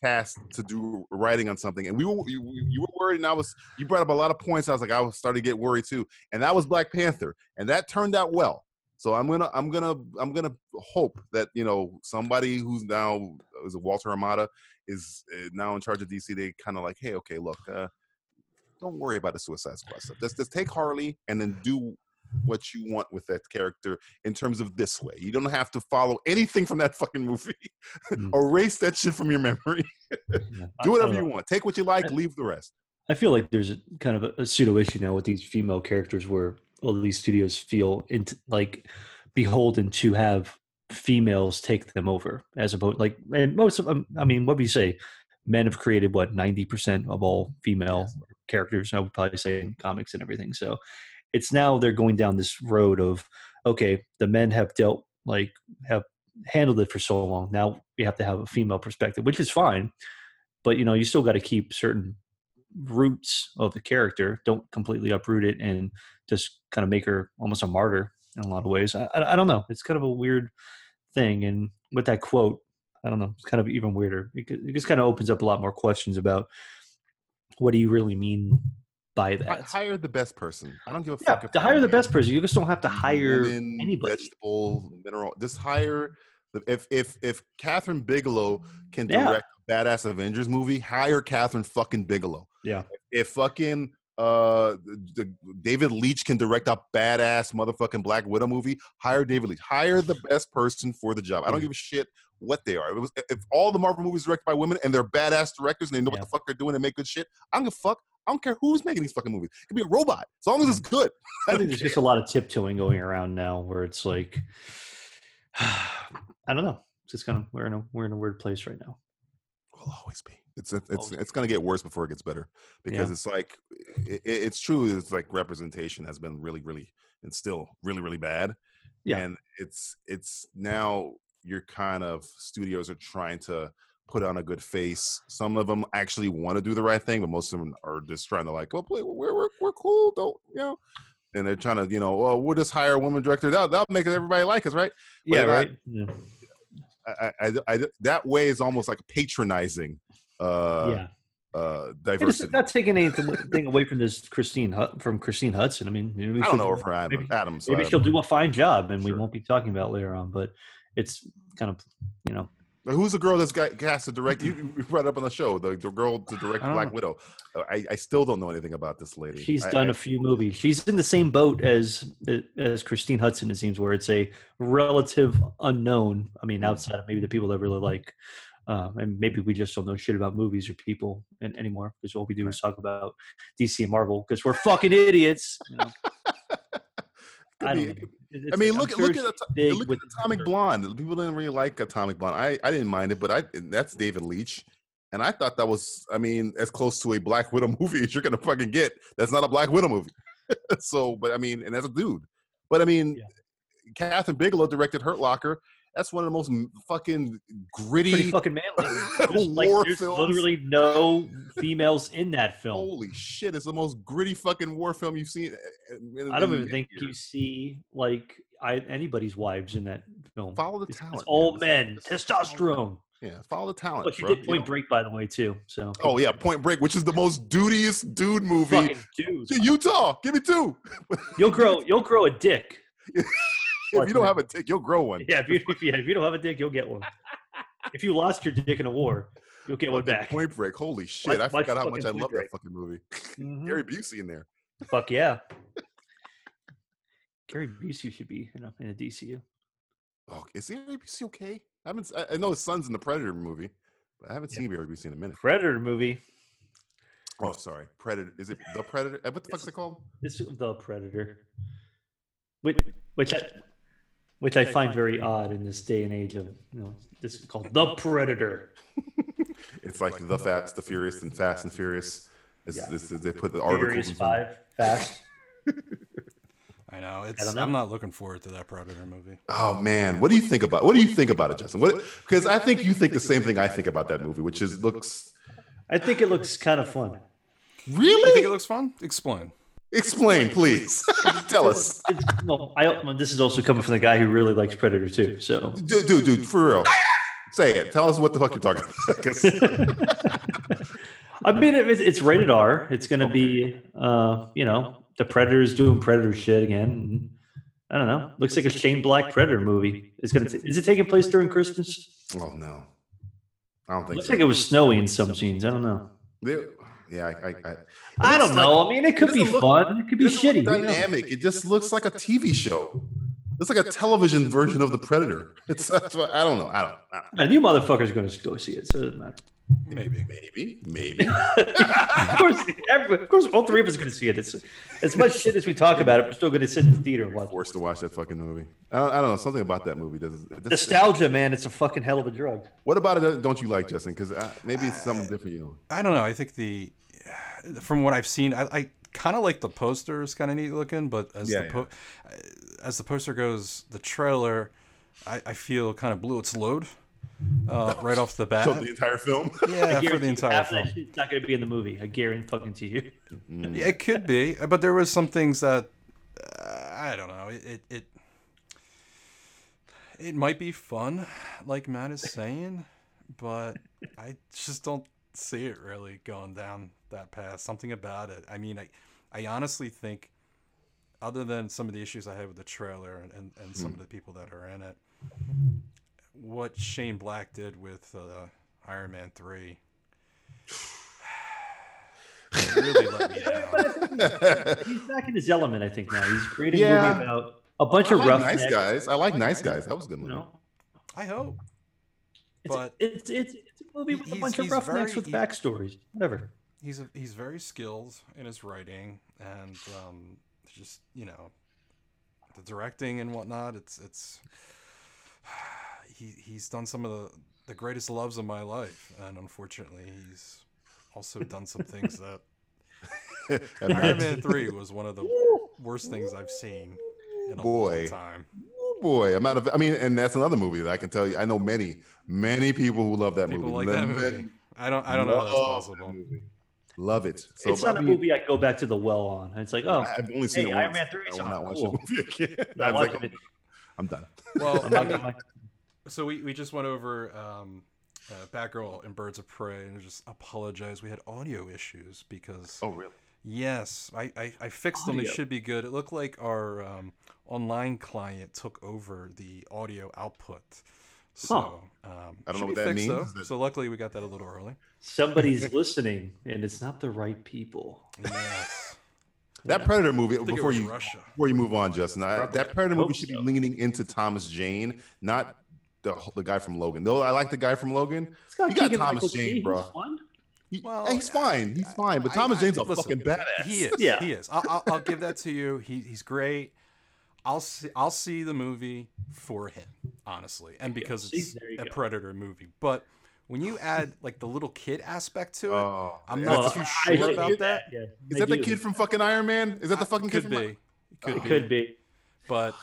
Speaker 3: tasked to do writing on something, and we were you, you were worried, and I was you brought up a lot of points. I was like, I was starting to get worried too, and that was Black Panther, and that turned out well. So I'm gonna I'm gonna I'm gonna hope that you know somebody who's now is it Walter Amada is uh, now in charge of DC. They kind of like, hey, okay, look. uh don't worry about the Suicide Squad stuff. Just, just take Harley and then do what you want with that character in terms of this way. You don't have to follow anything from that fucking movie.
Speaker 4: Mm.
Speaker 3: Erase that shit from your memory.
Speaker 4: I-
Speaker 3: Do
Speaker 4: I
Speaker 3: whatever
Speaker 4: don't
Speaker 3: you
Speaker 4: know.
Speaker 3: want. Take what you like, leave the rest.
Speaker 4: I feel like there's a kind of a, a pseudo issue now with these female characters where all these studios feel into, like beholden to have females take them over as opposed like and most of them I mean what would you say men have created what 90% of all female characters I would probably say in comics and everything so it's now they're going down this road of okay the men have dealt like have handled it for so long now we have to have a female perspective which is fine but you know you still got to keep certain roots of the character. Don't completely uproot it and just kind of make her almost a martyr in a lot of ways. I, I, I don't know. It's kind of a weird thing. And with that quote, I don't know. It's kind of even weirder. It, ju- it just kind of opens up a lot more questions about what do you really mean by
Speaker 3: Hi-
Speaker 4: that?
Speaker 3: Hire the best person. I don't give a
Speaker 4: yeah,
Speaker 3: fuck. if
Speaker 4: to hire the
Speaker 3: they're
Speaker 4: best person. You just don't have
Speaker 3: Mm,
Speaker 4: to hire
Speaker 3: women,
Speaker 4: anybody.
Speaker 3: Vegetable, mineral. Just hire. the- If if if Catherine Bigelow can
Speaker 4: Yeah.
Speaker 3: direct a badass Avengers movie, hire Catherine fucking Bigelow.
Speaker 4: Yeah.
Speaker 3: If fucking uh the, the- David Leach can direct a badass motherfucking Black Widow movie, hire David Leach. Hire the best person for the job. I don't
Speaker 4: Mm-hmm.
Speaker 3: give a shit what they are. If, it was, if all the Marvel movies directed by women and they're badass directors and they know what
Speaker 4: Yeah.
Speaker 3: the fuck they're doing and make good shit, I don't give a fuck. I don't care who's making these fucking movies. It could be a robot as long as it's good. I
Speaker 4: Mm-hmm. I think
Speaker 3: don't
Speaker 4: there's
Speaker 3: care.
Speaker 4: just a lot of tiptoeing going around now, where it's like, I don't know. It's just kind of we're in a we're in a weird place right now.
Speaker 3: will always be. It's it's it's,
Speaker 4: Always
Speaker 3: it's going to get worse before it gets better because it's like it, it's true. It's like representation has been really really and still really really bad.
Speaker 4: Yeah.
Speaker 3: and it's it's now your kind of studios are trying to put on a good face. Some of them actually want to do the right thing, but most of them are just trying to like, oh, play, we're we're we're cool, don't you know. And they're trying to, you know, well, we'll just hire a woman director. That'll, that'll make everybody like us, right?
Speaker 4: Yeah,
Speaker 3: if I-
Speaker 4: right. Yeah.
Speaker 3: I, I, I, I- that way is almost like patronizing uh,
Speaker 4: yeah.
Speaker 3: uh,
Speaker 4: Hey, listen,
Speaker 3: diversity.
Speaker 4: not taking anything away from this Christine Hud- from Christine Hudson. I mean, maybe
Speaker 3: I
Speaker 4: she'll
Speaker 3: don't know
Speaker 4: do-
Speaker 3: her from Adam,
Speaker 4: maybe-
Speaker 3: Adams. so I
Speaker 4: Maybe
Speaker 3: don't
Speaker 4: she'll
Speaker 3: know.
Speaker 4: do a fine job, and we
Speaker 3: Sure.
Speaker 4: won't be talking about it later on. But it's kind of you know,
Speaker 3: But who's the girl that's got cast to direct? You, you brought it up on the show the, the girl to direct
Speaker 2: I don't
Speaker 3: Black
Speaker 2: know.
Speaker 3: Widow. Uh, I, I still don't know anything about this lady.
Speaker 4: Oh. she's
Speaker 3: I-
Speaker 4: done
Speaker 3: I-
Speaker 4: a few movies. She's in the same boat as as Christine Hudson. It seems where it's a relative unknown. I
Speaker 3: Mm-hmm.
Speaker 4: mean, outside of maybe the people that really like. Uh, and maybe we just don't know shit about movies or people an anymore because all we do is talk about DC and Marvel because we're fucking idiots. you know?
Speaker 3: Could
Speaker 4: I,
Speaker 3: be-
Speaker 4: don't know.
Speaker 3: it could-
Speaker 4: It's-
Speaker 3: I mean,
Speaker 4: I'm
Speaker 3: look at
Speaker 4: sure
Speaker 3: look
Speaker 4: she
Speaker 3: at, Ato-
Speaker 4: big
Speaker 3: look at
Speaker 4: with
Speaker 3: Atomic
Speaker 4: her.
Speaker 3: Blonde. People didn't really like Atomic Blonde. I, I didn't mind it, but I that's David Leach, and I thought that was I mean as close to a Black Widow movie as you're gonna fucking get. That's not a Black Widow movie. so, but I mean, and that's a dude. But I mean,
Speaker 4: Yeah.
Speaker 3: Catherine Bigelow directed Hurt Locker. That's one of the most m- fucking
Speaker 4: pretty
Speaker 3: gritty.
Speaker 4: fucking manly. There's, like,
Speaker 3: War
Speaker 4: there's
Speaker 3: films.
Speaker 4: literally no females in that film.
Speaker 3: Holy uh, shit! It's the most gritty fucking war film you've seen.
Speaker 4: I don't even think you see like I, anybody's wives in that film.
Speaker 3: Follow the
Speaker 4: It's-
Speaker 3: talent.
Speaker 4: It's
Speaker 3: man.
Speaker 4: all
Speaker 3: It's-
Speaker 4: men,
Speaker 3: it's-
Speaker 4: testosterone.
Speaker 3: Yeah, follow the talent.
Speaker 4: But you
Speaker 3: bro.
Speaker 4: did Point
Speaker 3: know?
Speaker 4: Break, by the way, too. So
Speaker 3: Oh yeah, Point Break, which is the most dudiest dude movie.
Speaker 4: fucking dude,
Speaker 3: Dude, Utah, give me two.
Speaker 4: you'll grow, you'll grow a dick.
Speaker 3: If you don't have a tick, you'll grow one.
Speaker 4: Yeah, if you, if you, if you don't have a dick, you'll get one. if you lost your dick in a war, you'll get one
Speaker 3: Fucking
Speaker 4: back.
Speaker 3: Point Break. Holy shit! I
Speaker 4: Like- like
Speaker 3: forgot how
Speaker 4: fucking
Speaker 3: much I
Speaker 4: Point
Speaker 3: love
Speaker 4: Break. Mm-hmm.
Speaker 3: that fucking movie. Gary Busey in there.
Speaker 4: Fuck yeah. Gary Busey should be in a, in a DCU.
Speaker 3: Oh, is Gary Busey okay? I haven't. s- I, I know his son's in the Predator movie, but I haven't
Speaker 4: Yeah.
Speaker 3: seen Gary Busey in a minute.
Speaker 4: Predator movie.
Speaker 3: Oh, sorry, Predator. Is it the Predator? Uh, What the fuck's it called?
Speaker 4: This is the Predator, which which I, which I find very odd in this day and age of you know this is called the Predator.
Speaker 3: It's like the Fast, the Furious, and Fast and Furious. It's,
Speaker 4: Yeah.
Speaker 3: it's, they put the
Speaker 4: Furious
Speaker 3: articles. in-
Speaker 4: Five, Fast.
Speaker 2: I know. It's,
Speaker 4: don't know.
Speaker 2: I'm not looking forward to that Predator movie.
Speaker 3: Oh man, what do you think about? What do you think about it, Justin? What? Because I think you think the same thing I think about that movie, which is looks.
Speaker 4: I think it looks kind of fun.
Speaker 2: You think
Speaker 3: Really?
Speaker 2: it looks fun? Explain.
Speaker 3: Explain, please. Tell us.
Speaker 4: It's- No, I, well, this is also coming from the guy who really likes Predator too. So
Speaker 3: dude, dude, dude, for real. Say it. Tell us what the fuck you're talking about. 'Cause-
Speaker 4: I mean, it, it's rated R. It's going to be, uh, you know, the Predator's doing Predator shit again. I don't know. Looks like a Shane Black Predator movie. It's going to. Is it taking place during Christmas?
Speaker 3: oh no, I don't think
Speaker 4: Looks
Speaker 3: so.
Speaker 4: like it was snowy in some scenes. I don't know.
Speaker 3: They- yeah, I, I, I,
Speaker 4: I don't
Speaker 3: It's
Speaker 4: know. I mean, it could be
Speaker 3: doesn't look-
Speaker 4: fun. It could be
Speaker 3: It's not
Speaker 4: shitty. Who knows?
Speaker 3: Dynamic. It just looks like a TV show. It's like a television version of the Predator. It's that's what I don't know. I don't. I don't
Speaker 4: And you motherfuckers are going to go see it, so it doesn't matter.
Speaker 2: Maybe.
Speaker 3: maybe, maybe.
Speaker 4: of course, every, of course, all three of us are going to see it. It's as much shit as we talk about it. We're still going to sit in the theater and watch. it.
Speaker 3: Forced to watch that fucking movie. I don't, I don't know. Something about that movie does. it does-
Speaker 4: Nostalgia, man, it's a fucking hell of a drug.
Speaker 3: What about it? Don't you like Justin? Because maybe it's something different. You know.
Speaker 2: I don't know. I think the from what I've seen, I, I kind of like the poster is kind of neat looking, but as
Speaker 3: Yeah,
Speaker 2: the po- as the poster goes, the trailer, I, I feel kind of blew its load uh, right off the bat.
Speaker 3: So the entire film.
Speaker 2: yeah, for
Speaker 4: Guarantee
Speaker 2: the
Speaker 4: you,
Speaker 2: entire
Speaker 4: half that
Speaker 2: film.
Speaker 4: shit is not going to be in the movie. I guarantee fucking to you.
Speaker 2: Yeah, it could be, but there was some things that uh, I don't know. It, it it it might be fun, like Matt is saying, but I just don't see it really going down that path. Something about it. I mean, I I honestly think, other than some of the issues I had with the trailer and and, and some of the people that are in it, what Shane Black did with uh, Iron Man three. really let me down.
Speaker 4: He's back in his element, I think. Now he's creating a
Speaker 3: Yeah.
Speaker 4: movie about a bunch
Speaker 3: I
Speaker 4: of rough
Speaker 3: like nice guys. I like nice guys. That was a good
Speaker 4: You
Speaker 3: movie.
Speaker 4: know,
Speaker 2: I hope.
Speaker 4: it's,
Speaker 2: But-
Speaker 4: it's, it's it's a movie with a
Speaker 2: He's-
Speaker 4: bunch of
Speaker 2: he's
Speaker 4: roughnecks
Speaker 2: very-
Speaker 4: with
Speaker 2: he-
Speaker 4: backstories. Whatever.
Speaker 2: He's a, he's very skilled in his writing and um, just you know the directing and whatnot. It's it's he he's done some of the the greatest loves of my life, and unfortunately, he's also done some things that
Speaker 3: That man-
Speaker 2: Iron Man Three was one of the worst things I've seen in a
Speaker 3: Boy.
Speaker 2: long time.
Speaker 3: Oh boy, I'm out of. I mean, and that's another movie that I can tell you. I know many, many people who love that
Speaker 2: People
Speaker 3: movie.
Speaker 2: like that
Speaker 3: Many-
Speaker 2: movie. I don't I don't know how that's
Speaker 3: love that
Speaker 2: possible.
Speaker 3: movie. Love it. So,
Speaker 4: it's not
Speaker 3: I
Speaker 4: a
Speaker 3: mean,
Speaker 4: movie I go back to the well on. It's like, oh,
Speaker 3: I've only seen
Speaker 4: Hey,
Speaker 3: it
Speaker 4: Iron
Speaker 3: once.
Speaker 4: Man 3 is
Speaker 3: I will not watch
Speaker 4: cool.
Speaker 3: that movie again.
Speaker 4: Not
Speaker 3: I was like,
Speaker 4: watching it.
Speaker 3: I'm done.
Speaker 2: Well,
Speaker 4: I'm
Speaker 2: I
Speaker 4: not
Speaker 2: mean,
Speaker 4: gonna lie.
Speaker 2: So we, we just went over um, uh, Batgirl and Birds of Prey and just apologize. We had audio issues because
Speaker 3: Oh really?
Speaker 2: yes, I, I, I fixed them. They
Speaker 4: Audio.
Speaker 2: should be good. It looked like our um, online client took over the audio output. So um,
Speaker 3: I don't know
Speaker 2: should
Speaker 3: what
Speaker 2: be
Speaker 3: that
Speaker 2: fixed,
Speaker 3: means.
Speaker 2: though.
Speaker 3: Is that-
Speaker 2: So luckily we got that a little early.
Speaker 4: somebody's listening, and it's not the right people.
Speaker 2: Yes.
Speaker 3: That Predator movie.
Speaker 2: I think
Speaker 3: Before
Speaker 2: it was
Speaker 3: you,
Speaker 2: Russia.
Speaker 3: before you move on, Justin, I, that Predator movie
Speaker 4: Hope
Speaker 3: should be
Speaker 4: so.
Speaker 3: leaning into Thomas Jane, not the the guy from Logan. Though I like the guy from Logan.
Speaker 4: It's got
Speaker 3: You got
Speaker 4: Keegan-Michael
Speaker 3: Thomas Jane,
Speaker 4: He's
Speaker 3: bro.
Speaker 4: fun.
Speaker 3: He-
Speaker 2: Well,
Speaker 3: he's fine. He's fine. But
Speaker 2: I-
Speaker 3: Thomas
Speaker 2: I-
Speaker 3: Jane's a
Speaker 2: listen,
Speaker 3: fucking badass.
Speaker 2: He is.
Speaker 4: Yeah.
Speaker 2: He is. I'll, I'll, I'll give that to you. He, he's great. I'll see. I'll see the movie for him, honestly, and because
Speaker 4: See,
Speaker 2: it's
Speaker 4: there you
Speaker 2: a
Speaker 4: go.
Speaker 2: predator movie. But when you add like the little kid aspect to it,
Speaker 3: Oh,
Speaker 2: I'm
Speaker 3: yeah.
Speaker 2: not
Speaker 3: Well,
Speaker 2: too
Speaker 3: I-
Speaker 2: sure
Speaker 4: I-
Speaker 2: about that. Uh,
Speaker 4: Yeah,
Speaker 3: Is
Speaker 4: they
Speaker 3: that the
Speaker 4: do.
Speaker 3: kid from fucking Iron Man? Is that the fucking kid from
Speaker 2: could be.
Speaker 3: Iron-
Speaker 2: It could
Speaker 4: It
Speaker 2: be.
Speaker 4: could be.
Speaker 2: But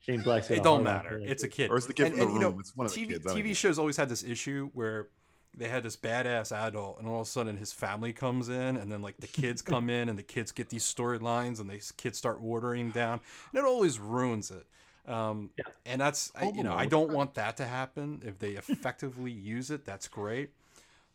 Speaker 4: Shane Black's. got
Speaker 2: it
Speaker 4: a
Speaker 2: don't
Speaker 4: hard on
Speaker 2: matter.
Speaker 4: for Oh, that
Speaker 2: It's a
Speaker 4: kid.
Speaker 2: kid.
Speaker 3: Or it's the kid
Speaker 2: and,
Speaker 3: from The
Speaker 2: and, you know,
Speaker 3: Room. It's one of the
Speaker 2: TV,
Speaker 3: kids. I don't know.
Speaker 2: TV shows always had this issue where they had this badass adult, and all of a sudden his family comes in, and then like the kids come in, and the kids get these storylines, and these kids start watering down, and it always ruins it. Um,
Speaker 4: Yeah.
Speaker 2: And that's I, you know I
Speaker 3: Overlord.
Speaker 2: don't want that to happen. If they effectively use it, that's great.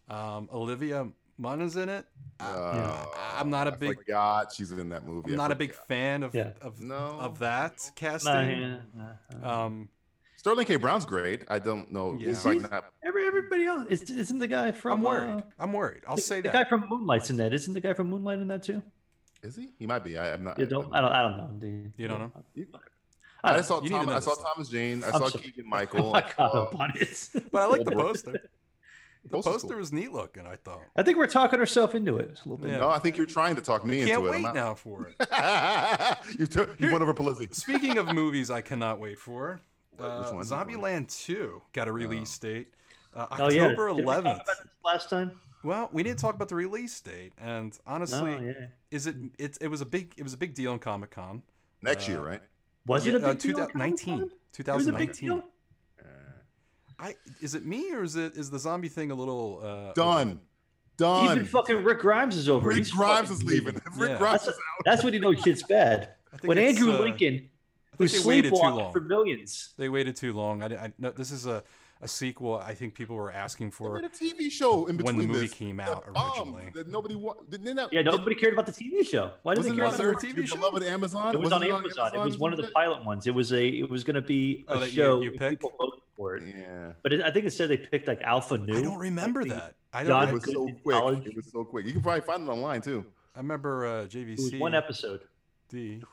Speaker 2: Um, Olivia Munn is in it. I- I'm not a
Speaker 3: I
Speaker 2: big-
Speaker 3: forgot she's in that movie.
Speaker 2: I'm
Speaker 3: I
Speaker 2: not a
Speaker 3: forgot.
Speaker 2: big fan of
Speaker 4: Yeah.
Speaker 2: of,
Speaker 3: No.
Speaker 2: of that casting.
Speaker 4: Nah, yeah, nah, nah.
Speaker 2: Um,
Speaker 3: Sterling K. Brown's great. I don't know.
Speaker 2: Yeah.
Speaker 3: He's like not.
Speaker 4: Every, everybody else is, isn't the guy from?
Speaker 2: I'm worried.
Speaker 4: uh,
Speaker 2: I'm worried. I'll
Speaker 4: the,
Speaker 2: say
Speaker 4: the
Speaker 2: that.
Speaker 4: guy from Moonlight's in that. Isn't the guy from Moonlight in that too?
Speaker 3: Is he? He might be. I, I'm not.
Speaker 4: You don't. I don't. I don't know. Dude.
Speaker 2: You don't know?
Speaker 4: I
Speaker 3: I
Speaker 4: don't know.
Speaker 3: saw.
Speaker 2: You need to
Speaker 3: Tom,
Speaker 2: know
Speaker 3: I
Speaker 2: this
Speaker 3: saw
Speaker 2: stuff.
Speaker 3: Thomas Jane. I
Speaker 4: I'm
Speaker 3: saw
Speaker 4: sorry. Oh
Speaker 3: Keegan Michael.
Speaker 4: I got up on it.
Speaker 2: but I like the
Speaker 3: Overlord.
Speaker 2: poster. The poster was neat looking. I thought.
Speaker 4: I think we're talking ourselves into it a little bit.
Speaker 2: Yeah.
Speaker 3: No, I think you're trying to talk me
Speaker 2: Can't
Speaker 3: into it.
Speaker 2: wait
Speaker 3: I'm
Speaker 2: now for it.
Speaker 3: not- you took. You
Speaker 2: Here-
Speaker 3: went over Polizzi.
Speaker 2: Speaking of movies, I cannot wait for. Uh,
Speaker 3: Which one?
Speaker 2: Zombieland Two got a release date, uh,
Speaker 4: Oh yeah.
Speaker 2: October
Speaker 4: Did we talk
Speaker 2: 11th.
Speaker 4: about this last time.
Speaker 2: Well, we didn't talk about the release date, and
Speaker 4: No.
Speaker 2: honestly,
Speaker 4: Oh, Yeah.
Speaker 2: is it, it it was a big it was a big deal in Uh, Comic Con.
Speaker 3: Next
Speaker 2: Uh,
Speaker 3: year, right?
Speaker 4: Was it a big deal?
Speaker 2: 2019?
Speaker 4: It was a big
Speaker 2: 2019.
Speaker 4: deal.
Speaker 2: I is it me or is it is the zombie thing a little uh,
Speaker 3: Done. Done.
Speaker 4: Even fucking Rick Grimes is over.
Speaker 3: Rick
Speaker 4: He's
Speaker 3: Grimes
Speaker 4: fucking
Speaker 3: is leaving. Rick
Speaker 2: Yeah.
Speaker 3: Grimes
Speaker 4: That's,
Speaker 3: is
Speaker 4: that's when you know shit's bad.
Speaker 2: I think
Speaker 4: When
Speaker 2: it's,
Speaker 4: Andrew
Speaker 2: uh,
Speaker 4: Lincoln,
Speaker 2: I
Speaker 4: who
Speaker 2: think they waited too
Speaker 4: sleepwalked
Speaker 2: long.
Speaker 4: for millions.
Speaker 2: They waited too long. I, di- I no, this is a a sequel. I think people were asking for
Speaker 3: They made a TV show in
Speaker 2: when
Speaker 3: between
Speaker 2: the movie
Speaker 3: this.
Speaker 2: came
Speaker 3: That
Speaker 2: out
Speaker 3: bombed,
Speaker 2: originally.
Speaker 3: That nobody wa- didn't that,
Speaker 4: Yeah, nobody cared about the TV show. Why did they
Speaker 3: Wasn't it
Speaker 4: care
Speaker 3: on
Speaker 4: about
Speaker 2: there
Speaker 3: your,
Speaker 2: a
Speaker 4: it?
Speaker 2: TV
Speaker 3: your
Speaker 2: show?
Speaker 3: beloved Amazon?
Speaker 4: It was on
Speaker 3: Wasn't
Speaker 4: Amazon. It was one of the
Speaker 3: or
Speaker 4: pilot ones. It was a. It was going to be a
Speaker 2: Oh, that you-
Speaker 4: show.
Speaker 2: you
Speaker 4: and
Speaker 2: picked?
Speaker 4: People voted for it.
Speaker 3: something? Yeah.
Speaker 4: But it, I think it said they picked like Alpha New.
Speaker 2: I don't remember that. I don't.
Speaker 4: God
Speaker 3: It
Speaker 2: I,
Speaker 3: was
Speaker 4: Good
Speaker 3: so
Speaker 4: in
Speaker 3: quick.
Speaker 4: college.
Speaker 3: It was so quick. You can probably find it online too.
Speaker 2: I remember uh,
Speaker 4: It was
Speaker 2: JVC.
Speaker 4: one episode.
Speaker 2: D.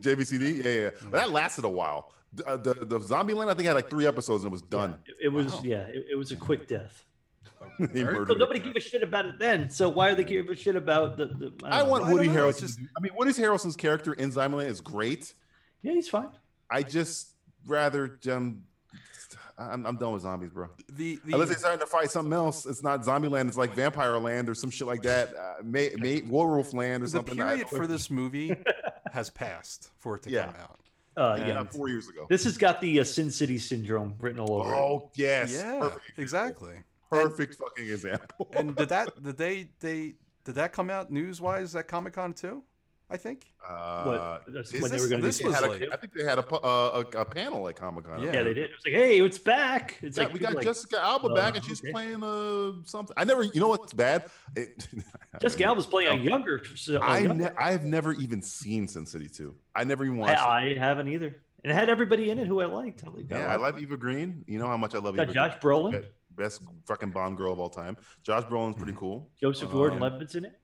Speaker 3: JVCD. Yeah, yeah. But that lasted a while. The, uh, the, the Zombie Land, I think, had like three episodes and it was done.
Speaker 4: It, it was
Speaker 2: Wow.
Speaker 4: yeah. It, it was a quick death.
Speaker 3: He
Speaker 2: Very-
Speaker 3: murdered
Speaker 4: So
Speaker 3: it.
Speaker 4: nobody gave a shit about it then. So why are they giving a shit about the? the don't
Speaker 3: I
Speaker 4: know.
Speaker 3: want
Speaker 2: I don't
Speaker 3: Woody
Speaker 2: know, it's
Speaker 3: Harrelson.
Speaker 2: just-
Speaker 3: I mean, Woody Harrelson's character in Zombie Land is great.
Speaker 4: Yeah, he's fine.
Speaker 3: I just rather um, I'm, I'm done with zombies, bro.
Speaker 2: The, the
Speaker 3: Unless they starting to fight something else, it's not zombie land. It's like vampire land or some shit like that. Uh, May, May, werewolf land or
Speaker 2: the
Speaker 3: something. I
Speaker 2: period
Speaker 3: don't-
Speaker 2: for this movie has passed for it to
Speaker 3: Yeah.
Speaker 2: come out.
Speaker 4: Uh,
Speaker 3: yeah,
Speaker 4: yeah.
Speaker 3: about four years ago.
Speaker 4: This has got the uh, Sin City syndrome written all over. it.
Speaker 3: Oh yes,
Speaker 2: yeah,
Speaker 3: perfect,
Speaker 2: exactly.
Speaker 3: perfect fucking example.
Speaker 2: And did that did they they did that come out news wise at Comic Con too? I think.
Speaker 3: Uh,
Speaker 4: What- that's
Speaker 3: this-
Speaker 4: when they
Speaker 2: this-
Speaker 4: were going to
Speaker 2: this
Speaker 4: do
Speaker 3: they
Speaker 2: was
Speaker 3: had a-
Speaker 4: Sin
Speaker 3: I
Speaker 4: City.
Speaker 2: like-
Speaker 3: think they had a, pu- uh, a, a panel at Comic Con.
Speaker 2: Yeah.
Speaker 4: yeah, they did. It was like, hey, it's back. It's
Speaker 3: Yeah,
Speaker 4: like
Speaker 3: we got
Speaker 4: like,
Speaker 3: Jessica Alba
Speaker 4: uh,
Speaker 3: back, and she's
Speaker 4: okay.
Speaker 3: playing uh something. I never, you know what's bad? It,
Speaker 4: Jessica Alba's playing a younger. so- a
Speaker 3: I
Speaker 4: younger-
Speaker 3: ne- I've never even seen Sin City Two. I never even watched. it.
Speaker 4: I, I haven't either. And it had everybody in it who I liked. I'm like,
Speaker 3: Yeah, I love Eva Green. You know how much I love
Speaker 4: Got
Speaker 3: Eva
Speaker 4: Josh
Speaker 3: Green.
Speaker 4: Brolin,
Speaker 3: Be- Best fucking Bond girl of all time. Josh Brolin's pretty cool.
Speaker 4: Joseph
Speaker 3: Uh,
Speaker 4: Gordon-Levitt's in it.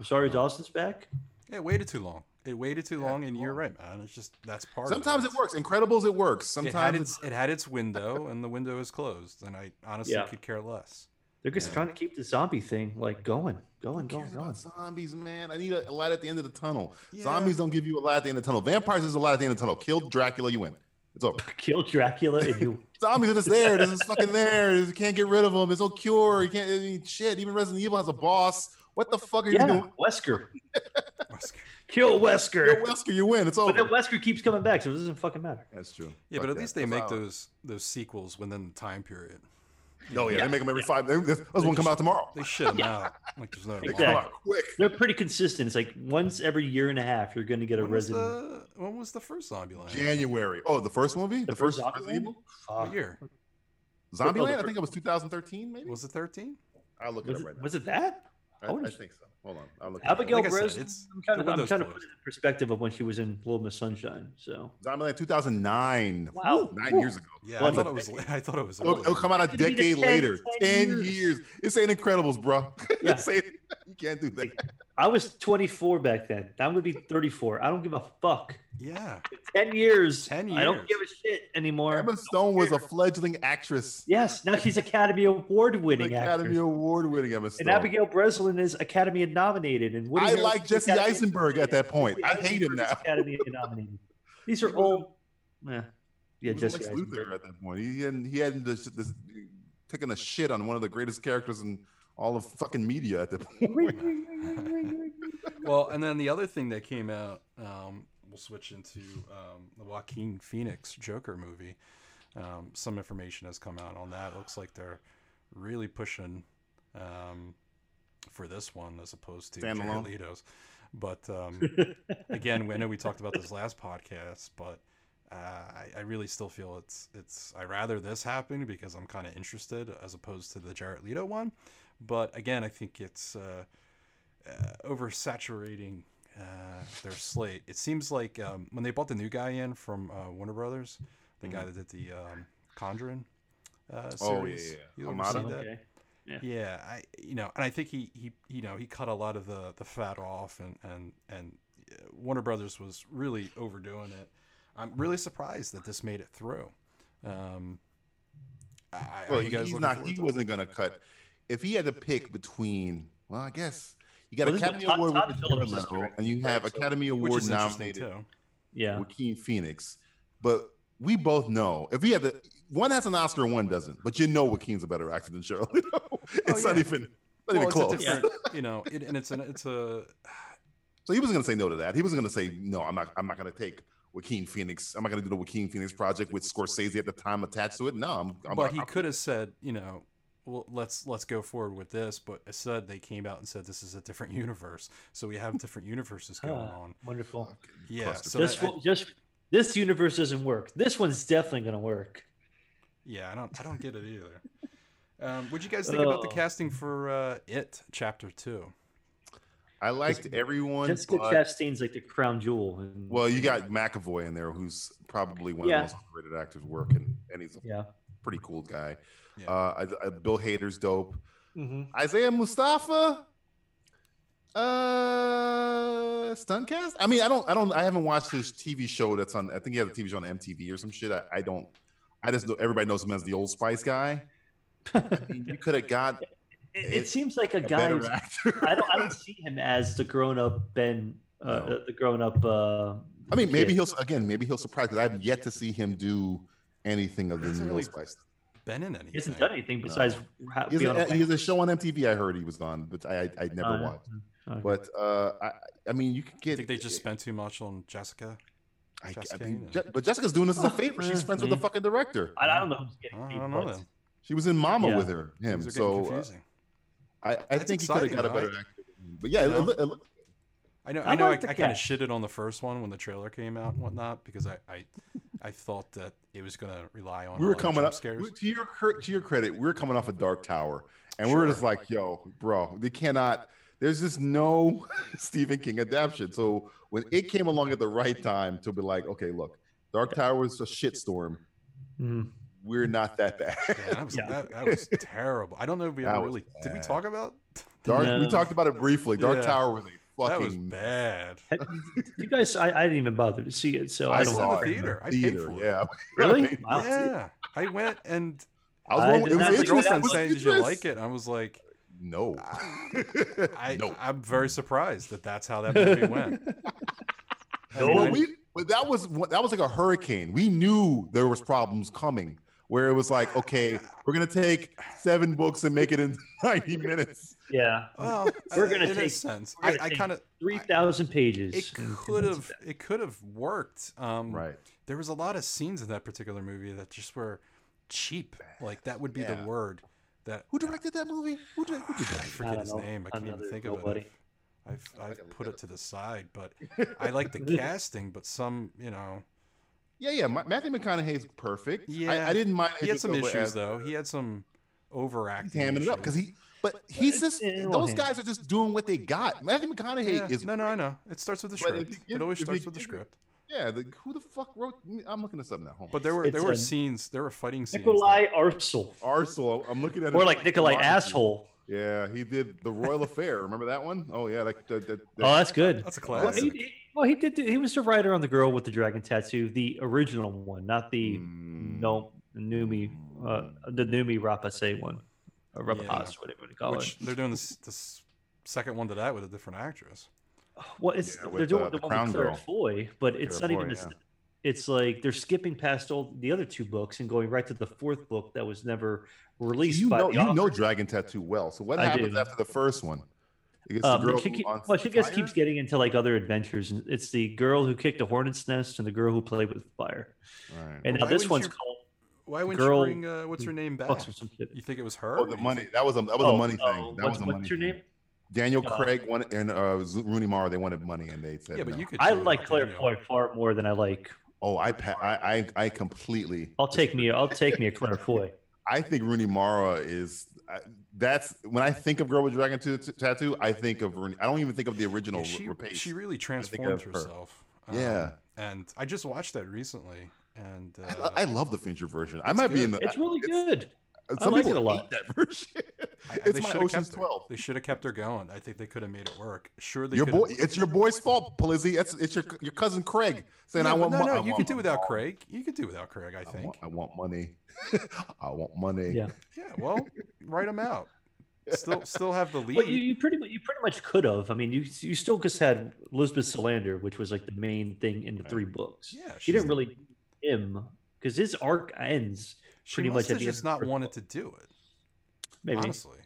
Speaker 4: I'm sorry, Dawson's back.
Speaker 2: It waited too long. It waited too
Speaker 3: Yeah,
Speaker 2: long, and
Speaker 3: too
Speaker 2: you're
Speaker 3: long.
Speaker 2: right, man. It's just that's part.
Speaker 3: Sometimes
Speaker 2: of
Speaker 3: it works. Incredibles, it works.
Speaker 2: It had
Speaker 3: Sometimes
Speaker 2: its it had its window, and the window is closed. And I honestly
Speaker 4: Yeah.
Speaker 2: could care less.
Speaker 4: They're just
Speaker 3: Yeah.
Speaker 4: trying to keep the zombie thing like going, going,
Speaker 3: Who
Speaker 4: going,
Speaker 3: cares about
Speaker 4: going.
Speaker 3: zombies, man. I need a, a light at the end of the tunnel.
Speaker 2: Yeah.
Speaker 3: Zombies don't give you a light at the end of the tunnel. Vampires is a light at the end of the tunnel. Kill Dracula, you win. It's over.
Speaker 4: Kill Dracula and you.
Speaker 3: Zombies are just there. This is fucking there. You can't get rid of them. There's no cure. You can't. I mean, shit. Even Resident Evil has a boss. What the fuck are you
Speaker 4: yeah,
Speaker 3: doing?
Speaker 4: Wesker.
Speaker 2: Wesker.
Speaker 4: Kill
Speaker 3: You're
Speaker 4: Wesker.
Speaker 3: Wesker. You win. It's
Speaker 4: But then
Speaker 3: over.
Speaker 4: Wesker keeps coming back, so it doesn't fucking matter.
Speaker 3: That's true.
Speaker 2: Yeah,
Speaker 3: Fuck
Speaker 2: but at
Speaker 3: that.
Speaker 2: least they
Speaker 3: That's
Speaker 2: make
Speaker 3: out.
Speaker 2: those those sequels within the time period.
Speaker 3: Oh yeah,
Speaker 4: Yeah.
Speaker 3: they make them every five. They, those one come out tomorrow.
Speaker 2: They shit them out like there's no
Speaker 3: They
Speaker 2: tomorrow.
Speaker 4: Exactly.
Speaker 3: come out quick.
Speaker 4: They're pretty consistent. It's like once every year and a half, you're going to get a
Speaker 2: When was,
Speaker 4: Resident.
Speaker 2: the, when was the first Zombieland?
Speaker 3: January. Oh, the first movie, the, first
Speaker 4: zombie
Speaker 3: Resident Evil,
Speaker 2: What year?
Speaker 3: Zombie
Speaker 4: Oh, the
Speaker 3: Land. I
Speaker 4: first-
Speaker 3: think it was 2013, maybe.
Speaker 2: Was it 13?
Speaker 3: I'll look it
Speaker 4: Was
Speaker 3: up
Speaker 4: it,
Speaker 3: right now.
Speaker 4: was it that?
Speaker 3: I,
Speaker 4: I wouldn't-
Speaker 3: I think so. Hold on, I'll look.
Speaker 4: Abigail
Speaker 2: Like I said,
Speaker 4: Breslin.
Speaker 2: it's-
Speaker 4: I'm trying,
Speaker 2: the
Speaker 4: to, I'm
Speaker 2: window's
Speaker 4: trying to put
Speaker 2: closed.
Speaker 4: it in perspective of when she was in Little Miss Sunshine. So
Speaker 3: Zombie Land 2009.
Speaker 4: Wow.
Speaker 3: nine years ago.
Speaker 2: Yeah, I
Speaker 4: Well,
Speaker 2: thought
Speaker 4: the-
Speaker 2: it was. la- I thought it was.
Speaker 3: It'll,
Speaker 2: earlier.
Speaker 3: it'll come out a
Speaker 4: It'll be the
Speaker 3: decade
Speaker 4: 10,
Speaker 3: later.
Speaker 4: 10
Speaker 3: Ten
Speaker 4: years.
Speaker 3: years. It's ain't Incredibles, bro.
Speaker 4: Yeah.
Speaker 3: This ain't- you can't do that.
Speaker 4: I was 24 back then. I'm gonna be 34. I don't give a fuck.
Speaker 2: Yeah,
Speaker 4: Ten years.
Speaker 2: 10
Speaker 4: I don't
Speaker 2: years.
Speaker 4: give a shit anymore.
Speaker 3: Emma Stone was a fledgling actress.
Speaker 4: yes. Now she's Academy Award winning actress.
Speaker 3: Academy Award winning Emma Stone.
Speaker 4: and Abigail Breslin is Academy nominated. And Woody
Speaker 3: I
Speaker 4: Harrelson
Speaker 3: like
Speaker 4: is
Speaker 3: Jesse
Speaker 4: Academy
Speaker 3: Eisenberg at that point. I hate him
Speaker 4: Eisenberg is
Speaker 3: now.
Speaker 4: Academy nominated. These are all. Eh. Yeah,
Speaker 3: He was
Speaker 4: Jesse
Speaker 3: Lex
Speaker 4: Eisenberg.
Speaker 3: Luthor at that point. He hadn't, he hadn't just, just taken a shit on one of the greatest characters in all of fucking media at that point.
Speaker 2: well, and then the other thing that came out, um, we'll switch into um, the Joaquin Phoenix Joker movie. Um, some information has come out on that. It looks like they're really pushing um, for this one as opposed to
Speaker 3: Standalone.
Speaker 2: Jared
Speaker 4: Oh,
Speaker 2: Leto's. But um, again, I know we talked about this last podcast, but uh, I, I really still feel it's it's I rather this happen because I'm kind of interested as opposed to the Jared Leto one. But again, I think it's uh, uh, oversaturating uh, their slate. It seems like um, when they bought the new guy in from uh, Warner Brothers, the guy that did the um, Conjuring. Uh,
Speaker 3: Mm-hmm. Oh, yeah,
Speaker 2: series.
Speaker 3: yeah, yeah.
Speaker 2: You ever
Speaker 3: Hamada?
Speaker 2: seen that?
Speaker 4: Okay.
Speaker 2: yeah i you know and i think he he you know he cut a lot of the the fat off and and and uh, warner brothers was really overdoing it i'm really surprised that this made it through um I,
Speaker 3: Well,
Speaker 2: are you guys
Speaker 3: he's
Speaker 2: looking
Speaker 3: not.
Speaker 2: forward
Speaker 3: He
Speaker 2: to it?
Speaker 3: wasn't going to cut. If he had to pick between, well, I guess you got
Speaker 4: Well, this is
Speaker 3: Academy
Speaker 4: Todd-
Speaker 3: Award
Speaker 4: Todd
Speaker 3: winner
Speaker 4: Phillips
Speaker 3: Jared
Speaker 4: is
Speaker 3: Leto,
Speaker 4: directing,
Speaker 3: and you have Academy
Speaker 2: which
Speaker 3: Award
Speaker 2: is interesting
Speaker 3: nominated
Speaker 2: too
Speaker 4: Yeah.
Speaker 3: Joaquin Phoenix. But we both know if he had the one has an Oscar, and one doesn't. But you know Joaquin's a better actor than Cheryl. it's not
Speaker 2: Oh, yeah.
Speaker 3: even not
Speaker 2: well,
Speaker 3: even
Speaker 2: it's
Speaker 3: close.
Speaker 2: a different, you know it, and it's an it's a
Speaker 3: So he wasn't going to say no to that. He wasn't going to say no. I'm not. I'm not going to take Joaquin Phoenix. I'm not going to do the Joaquin Phoenix project with Scorsese at the time attached to it. No, I'm. I'm
Speaker 2: but he
Speaker 3: I'm-
Speaker 2: could have said you know well let's let's go forward with this but instead they came out and said this is a different universe so we have different universes going
Speaker 4: Ah,
Speaker 2: on
Speaker 4: wonderful.
Speaker 2: yeah
Speaker 3: cluster.
Speaker 2: so
Speaker 4: this
Speaker 2: that- I-
Speaker 4: one- just this universe doesn't work. This one's definitely gonna work.
Speaker 2: Yeah, I don't I don't get it either. Um, what'd you guys think about the
Speaker 4: Oh.
Speaker 2: casting for uh, It Chapter Two?
Speaker 3: I liked everyone.
Speaker 4: Jessica
Speaker 3: but-
Speaker 4: Chastain's like the crown jewel. And,
Speaker 3: Well, you got McAvoy in there, who's probably one
Speaker 4: Yeah.
Speaker 3: of the most underrated actors working, and he's a
Speaker 4: yeah.
Speaker 3: pretty cool guy.
Speaker 2: Yeah.
Speaker 3: Uh, I, I, Bill Hader's dope. Isaiah Mustafa, uh, stunt cast. I mean, I don't, I don't, I haven't watched his TV show that's on. I think he has a TV show on MTV or some shit. I, I don't. I just know everybody knows him as the Old Spice guy. I mean, you could have got
Speaker 4: It,
Speaker 3: It-
Speaker 4: it seems like a
Speaker 3: a
Speaker 4: guy.
Speaker 3: better
Speaker 4: who's-
Speaker 3: actor.
Speaker 4: I don't. I don't see him as the grown up Ben. Uh,
Speaker 3: No.
Speaker 4: the- The grown up. Uh,
Speaker 3: I mean, maybe
Speaker 4: kid.
Speaker 3: he'll again. Maybe he'll surprise because I've yet to see him do anything of
Speaker 2: That's
Speaker 3: the
Speaker 2: really-
Speaker 3: Old Spice.
Speaker 2: Ben in
Speaker 4: He hasn't
Speaker 2: anything?
Speaker 4: done anything besides ha-
Speaker 3: He
Speaker 4: be on
Speaker 3: has, a,
Speaker 4: a
Speaker 3: he has a show on MTV. I heard he was on, but I I, I never
Speaker 4: Uh,
Speaker 3: watched.
Speaker 4: uh,
Speaker 3: But uh, I I mean, you could
Speaker 2: I
Speaker 3: get.
Speaker 2: think they just spent too much on Jessica.
Speaker 3: I, I
Speaker 2: Jessica
Speaker 3: think-
Speaker 2: Hayden.
Speaker 3: Je- but Jessica's doing this as a favor. She's
Speaker 4: Mm,
Speaker 3: friends with the
Speaker 4: maybe.
Speaker 3: fucking director.
Speaker 4: I, I don't know who's getting
Speaker 2: I
Speaker 4: paid.
Speaker 2: don't know
Speaker 4: but-
Speaker 2: then.
Speaker 3: She was in Mama
Speaker 4: Yeah.
Speaker 3: with her him.
Speaker 2: Things are
Speaker 3: So
Speaker 2: getting
Speaker 3: uh,
Speaker 2: confusing.
Speaker 3: I I
Speaker 2: That's
Speaker 3: think he could have
Speaker 2: exciting,
Speaker 3: got a
Speaker 2: though.
Speaker 3: better actor. But yeah, it
Speaker 2: You know?
Speaker 3: look- it look-
Speaker 2: I know.
Speaker 4: I
Speaker 2: I know. I, I
Speaker 4: like the
Speaker 2: kind of
Speaker 4: cast.
Speaker 2: shitted on the first one when the trailer came out and whatnot because I I, I thought that it was gonna rely
Speaker 3: we
Speaker 2: on. a
Speaker 3: were
Speaker 2: lot of
Speaker 3: coming
Speaker 2: jump
Speaker 3: up
Speaker 2: scares.
Speaker 3: to your cur- to your credit. We were coming off a Dark Tower, and we were just like, "Yo, bro, they cannot." There's just no Stephen King adaptation. So when it came along at the right time to be like, "Okay, look, Dark Tower was a shitstorm.
Speaker 4: Mhm.
Speaker 3: We're not that bad."
Speaker 2: Yeah, that was,
Speaker 4: Yeah.
Speaker 2: That, that was terrible. I don't know if we
Speaker 3: That
Speaker 2: ever
Speaker 3: was
Speaker 2: really did. We
Speaker 3: bad.
Speaker 2: talk about
Speaker 3: Dark. We
Speaker 4: No.
Speaker 3: talked about it briefly. Dark
Speaker 2: Yeah.
Speaker 3: Tower was a
Speaker 2: that was
Speaker 3: fucking
Speaker 2: bad.
Speaker 4: You guys, I, I didn't even bother to see it, so I,
Speaker 2: I
Speaker 4: don't
Speaker 2: saw
Speaker 4: know.
Speaker 2: it. theater. I paid for it.
Speaker 3: yeah.
Speaker 4: Really? Wow.
Speaker 2: Yeah, I went and
Speaker 3: I was
Speaker 4: I
Speaker 3: wrong-
Speaker 4: did
Speaker 3: it
Speaker 4: not
Speaker 3: was
Speaker 4: think
Speaker 3: interesting.
Speaker 2: my
Speaker 4: Interesting.
Speaker 2: girlfriend
Speaker 3: Was
Speaker 2: saying, "Did you
Speaker 3: interest-
Speaker 2: like it?" I was like,
Speaker 3: No.
Speaker 2: I,
Speaker 3: no.
Speaker 2: I'm very surprised that that's how that movie went. I mean,
Speaker 3: Well,
Speaker 2: I-
Speaker 3: we, but that was one- that was like a hurricane. We knew there was problems coming. Where it was like, okay, we're gonna take seven books and make it in ninety minutes.
Speaker 4: Yeah.
Speaker 2: well,
Speaker 4: We're gonna
Speaker 2: in a
Speaker 4: take-
Speaker 2: sense.
Speaker 4: we're
Speaker 2: I,
Speaker 4: gonna
Speaker 2: I
Speaker 4: take-
Speaker 2: kind of
Speaker 4: Three thousand pages.
Speaker 2: it
Speaker 4: And-
Speaker 2: could have it could have worked. Um,
Speaker 3: Right.
Speaker 2: There was a lot of scenes in that particular movie that just were cheap. Like that would be
Speaker 3: Yeah.
Speaker 2: the word that
Speaker 3: Who directed that movie? Who did? Who did
Speaker 2: I
Speaker 3: that?
Speaker 2: forget
Speaker 4: don't
Speaker 2: his
Speaker 4: know.
Speaker 2: name. I can't even
Speaker 4: Another
Speaker 2: think of
Speaker 4: nobody.
Speaker 2: it. I've
Speaker 3: I can
Speaker 2: I've
Speaker 3: look
Speaker 2: put
Speaker 3: it
Speaker 2: it to the side, but I like the casting. But some, you know,
Speaker 3: Yeah, yeah. Ma- Matthew McConaughey's perfect. I, I
Speaker 2: Yeah.
Speaker 3: didn't mind.
Speaker 2: he had some
Speaker 3: Idris Elba
Speaker 2: issues
Speaker 3: as-
Speaker 2: though. He had some
Speaker 3: He's
Speaker 2: overacting.
Speaker 3: hamming it up because
Speaker 2: issues.
Speaker 3: he. But he's just.
Speaker 4: Yeah, well,
Speaker 3: Those
Speaker 4: him.
Speaker 3: guys are just doing what they got. Matthew McConaughey
Speaker 2: Yeah.
Speaker 3: is
Speaker 2: no, no, I know. It starts with the
Speaker 3: But if
Speaker 2: script.
Speaker 3: you
Speaker 2: It
Speaker 3: give-
Speaker 2: always
Speaker 3: if you
Speaker 2: starts with the
Speaker 3: give it-
Speaker 2: script.
Speaker 3: Yeah, the, who the fuck wrote? I'm looking this up now. Hold on.
Speaker 2: But there were
Speaker 4: It's
Speaker 2: there were
Speaker 4: a-
Speaker 2: scenes, there were fighting scenes.
Speaker 4: Nikolai Arcel,
Speaker 3: Arsenal. I'm looking at
Speaker 4: or
Speaker 3: his-
Speaker 4: like Nikolai Asshole.
Speaker 3: Yeah, he did the Royal Affair. Remember that one? Oh yeah, that, that, that, that-
Speaker 4: Oh, that's good.
Speaker 2: That's a
Speaker 3: Well,
Speaker 4: Well,
Speaker 2: classic.
Speaker 4: he, he- well, he did. do- He was the writer on the girl with the dragon tattoo, the original one, not the
Speaker 3: Mm,
Speaker 4: no Numi, uh, the Numi Rapase one, or Rapaz,
Speaker 2: Yeah.
Speaker 4: whatever you call
Speaker 2: Which
Speaker 4: it.
Speaker 2: they're doing this this second one to that with a different actress.
Speaker 4: Well, it's
Speaker 3: Yeah,
Speaker 4: they're
Speaker 3: with,
Speaker 4: doing
Speaker 3: uh,
Speaker 4: the,
Speaker 3: the
Speaker 4: one
Speaker 3: Crown
Speaker 4: with Claire
Speaker 3: Girl.
Speaker 4: Foy, but it's
Speaker 3: Claire
Speaker 4: not even.
Speaker 3: Foy,
Speaker 4: this- It's like they're skipping past all the other two books and going right to the fourth book that was never released.
Speaker 3: You
Speaker 4: by
Speaker 3: know,
Speaker 4: the
Speaker 3: you know
Speaker 4: author.
Speaker 3: Dragon Tattoo well. So what
Speaker 4: I
Speaker 3: happens
Speaker 4: do.
Speaker 3: after the first one? It gets the
Speaker 4: Um,
Speaker 3: girl
Speaker 4: she keep,
Speaker 3: on
Speaker 4: well, she just
Speaker 3: fire?
Speaker 4: keeps getting into like other adventures. and It's the girl who kicked a hornet's nest and the girl who played with fire.
Speaker 3: Right.
Speaker 4: And
Speaker 2: Why
Speaker 4: now this
Speaker 2: wouldn't
Speaker 4: one's
Speaker 2: you-
Speaker 4: called
Speaker 2: Why wouldn't
Speaker 4: girl
Speaker 2: you bring uh, what's her name back?
Speaker 4: Bucks or some shit.
Speaker 2: You think it was her?
Speaker 3: oh, the money. That was a that was a money thing. That
Speaker 4: Oh, what's,
Speaker 3: was a
Speaker 4: what's
Speaker 3: money
Speaker 4: your
Speaker 3: thing.
Speaker 4: name?
Speaker 3: Daniel
Speaker 4: Uh,
Speaker 3: Craig wanted, and uh, Rooney Mara. They wanted money, and they said
Speaker 2: Yeah, but
Speaker 3: no.
Speaker 2: you could.
Speaker 4: I
Speaker 2: do it
Speaker 4: like
Speaker 2: with
Speaker 4: Claire
Speaker 2: Daniel.
Speaker 4: Foy far more than I like
Speaker 3: Oh, I pa- I I, I completely.
Speaker 4: I'll take me. I'll take me a Claire Foy.
Speaker 3: I think Rooney Mara is I- that's when I think of Girl with Dragon T- t- Tattoo. I think of Rooney. I don't even think of the original
Speaker 2: Yeah, she,
Speaker 3: Rapace.
Speaker 2: she uh, really transformed
Speaker 3: of her.
Speaker 2: herself. Um,
Speaker 3: Yeah.
Speaker 2: And I just watched that recently. And
Speaker 3: I,
Speaker 2: uh,
Speaker 3: I love the future version. I might be in the.
Speaker 4: It's really good.
Speaker 3: some
Speaker 4: like
Speaker 3: people
Speaker 4: it a lot.
Speaker 3: hate That version.
Speaker 2: I- I- they
Speaker 3: it's my
Speaker 2: shoulda
Speaker 3: Ocean's
Speaker 2: kept her.
Speaker 3: Twelve.
Speaker 2: They should have kept her going. I think they could have made it work. Sure, they
Speaker 3: Your
Speaker 2: coulda-
Speaker 3: boy, it's your boy's fault, Polizzi. It's it's your your cousin Craig saying,
Speaker 2: no,
Speaker 3: "I
Speaker 2: but
Speaker 3: want
Speaker 2: no,
Speaker 3: mo-
Speaker 2: no,
Speaker 3: I
Speaker 2: you
Speaker 3: want
Speaker 2: could do without
Speaker 3: mo-
Speaker 2: Craig. You could do without Craig. I
Speaker 3: I
Speaker 2: think.
Speaker 3: want, I want money. I want money.
Speaker 4: Yeah.
Speaker 2: Yeah. Well, write him out. Still, still have the lead.
Speaker 4: But you, you pretty much you pretty much could have. I mean, you you still just had Elizabeth Solander, which was like the main thing in the three books.
Speaker 2: yeah.
Speaker 4: She
Speaker 2: she's-
Speaker 4: didn't really him because his arc ends
Speaker 2: She
Speaker 4: pretty much
Speaker 2: must
Speaker 4: at
Speaker 2: have
Speaker 4: the end
Speaker 2: just
Speaker 4: of the
Speaker 2: not
Speaker 4: first
Speaker 2: wanted
Speaker 4: book.
Speaker 2: to do it.
Speaker 4: maybe.
Speaker 2: Honestly.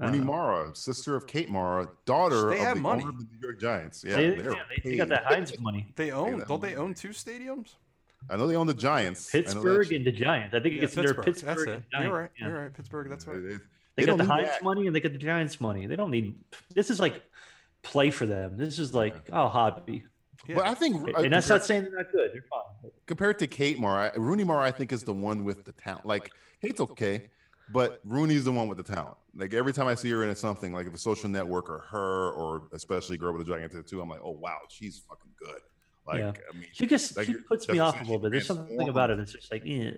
Speaker 4: I don't
Speaker 3: Rooney
Speaker 4: know.
Speaker 3: Mara, sister of Kate Mara, daughter
Speaker 2: They
Speaker 3: of
Speaker 2: have
Speaker 3: the
Speaker 2: money.
Speaker 3: owner of the New York Giants. Yeah,
Speaker 4: they,
Speaker 3: they're
Speaker 4: yeah, they, they got
Speaker 3: paid.
Speaker 4: that Heinz money.
Speaker 2: They own.
Speaker 3: that
Speaker 2: Don't they
Speaker 3: money.
Speaker 2: own two stadiums?
Speaker 3: I know they own the Giants. I know that
Speaker 4: Pittsburgh
Speaker 3: shit.
Speaker 4: and the Giants. I think it
Speaker 2: Yeah,
Speaker 4: gets under
Speaker 2: Pittsburgh.
Speaker 4: Pittsburgh.
Speaker 2: That's it.
Speaker 4: and Giants,
Speaker 2: You're right.
Speaker 4: yeah.
Speaker 2: You're right. Pittsburgh. That's right.
Speaker 3: They,
Speaker 4: They,
Speaker 3: don't
Speaker 4: got the
Speaker 3: need
Speaker 4: Heinz
Speaker 3: that.
Speaker 4: money and they got the Giants money. They don't need. This is like play for them. This is like oh hobby.
Speaker 2: Yeah.
Speaker 3: But I think, uh,
Speaker 4: and that's
Speaker 3: compared,
Speaker 4: not saying they're not good. They're fine.
Speaker 3: compared to Kate Mara, Rooney Mara, I think is the one with the talent. Like Kate's okay, but Rooney's the one with the talent. Like every time I see her in something, like if a social network or her or especially Girl with a Dragon Tattoo, I'm like, oh wow, she's fucking good. Like
Speaker 4: Yeah.
Speaker 3: I mean,
Speaker 4: She just
Speaker 3: Like
Speaker 4: she
Speaker 3: you're-
Speaker 4: puts
Speaker 3: that's
Speaker 4: me
Speaker 3: what
Speaker 4: off
Speaker 3: I'm
Speaker 4: a
Speaker 3: saying,
Speaker 4: little bit. There's
Speaker 3: she
Speaker 4: something about it that's just like, yeah.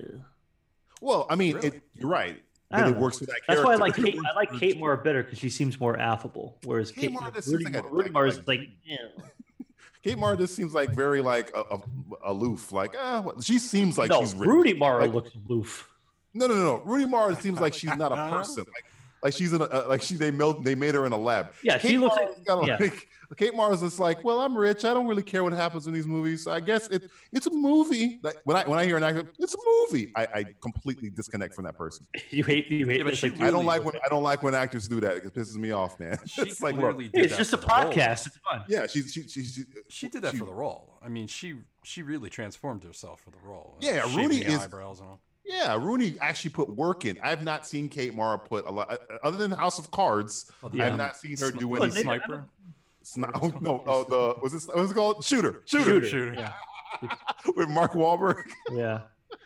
Speaker 3: well, I mean,
Speaker 2: Really?
Speaker 3: it, you're right. But
Speaker 4: I don't
Speaker 3: it
Speaker 4: know.
Speaker 3: works for that
Speaker 4: That's why I like
Speaker 3: character.
Speaker 4: Kate. I like Kate Moore better because she seems more affable, whereas
Speaker 3: Kate
Speaker 4: Kate,
Speaker 3: Mara
Speaker 4: Moore,
Speaker 3: just
Speaker 4: Rudy
Speaker 3: seems
Speaker 4: Moore,
Speaker 3: like a-
Speaker 4: Rudy
Speaker 3: like-
Speaker 4: Moore is
Speaker 3: like-
Speaker 4: like, yeah.
Speaker 3: Kate Mara just seems like very like a, a, aloof. Like ah, what- she seems like
Speaker 4: no,
Speaker 3: she's rich.
Speaker 4: Rudy Mara
Speaker 3: Like-
Speaker 4: looks aloof.
Speaker 3: No, no, no. no. Rooney Mara seems like she's not a person. Like, like she's in a, uh, like she they melt they made her in a lab.
Speaker 4: Yeah, she looks like-
Speaker 3: Mara's kinda
Speaker 4: yeah.
Speaker 3: like Kate Mara's just like, well, I'm rich. I don't really care what happens in these movies. So I guess it it's a movie. Like, when I when I hear an actor, it's a movie. I, I completely disconnect from that person.
Speaker 4: you hate you hate.
Speaker 2: but
Speaker 4: it's
Speaker 2: she
Speaker 4: like,
Speaker 3: I don't
Speaker 2: Really?
Speaker 3: like when I don't like when actors do that. It pisses me off, man.
Speaker 2: She
Speaker 3: it's like, look,
Speaker 2: clearly did
Speaker 4: "Hey, it's
Speaker 2: that
Speaker 4: just a
Speaker 2: for the role.
Speaker 4: podcast. It's fun.
Speaker 3: yeah, she she she, she,
Speaker 2: She did that
Speaker 3: she-
Speaker 2: for the role. I mean, she she really transformed herself for the role. uh,
Speaker 3: Yeah,
Speaker 2: shaving
Speaker 3: Rooney
Speaker 2: the
Speaker 3: is-
Speaker 2: eyebrows and all.
Speaker 3: Yeah, Rooney actually put work in. I've not seen Kate Mara put a lot, uh, other than House of Cards.
Speaker 2: Well,
Speaker 4: Yeah.
Speaker 3: I've not seen her do
Speaker 4: Well,
Speaker 2: Sni-
Speaker 3: any.
Speaker 4: they-
Speaker 3: Sniper.
Speaker 2: sniper
Speaker 3: oh, no, oh, the was this what was it called Shooter? Shooter,
Speaker 4: Shooter.
Speaker 2: Yeah.
Speaker 3: with Mark Wahlberg.
Speaker 4: Yeah.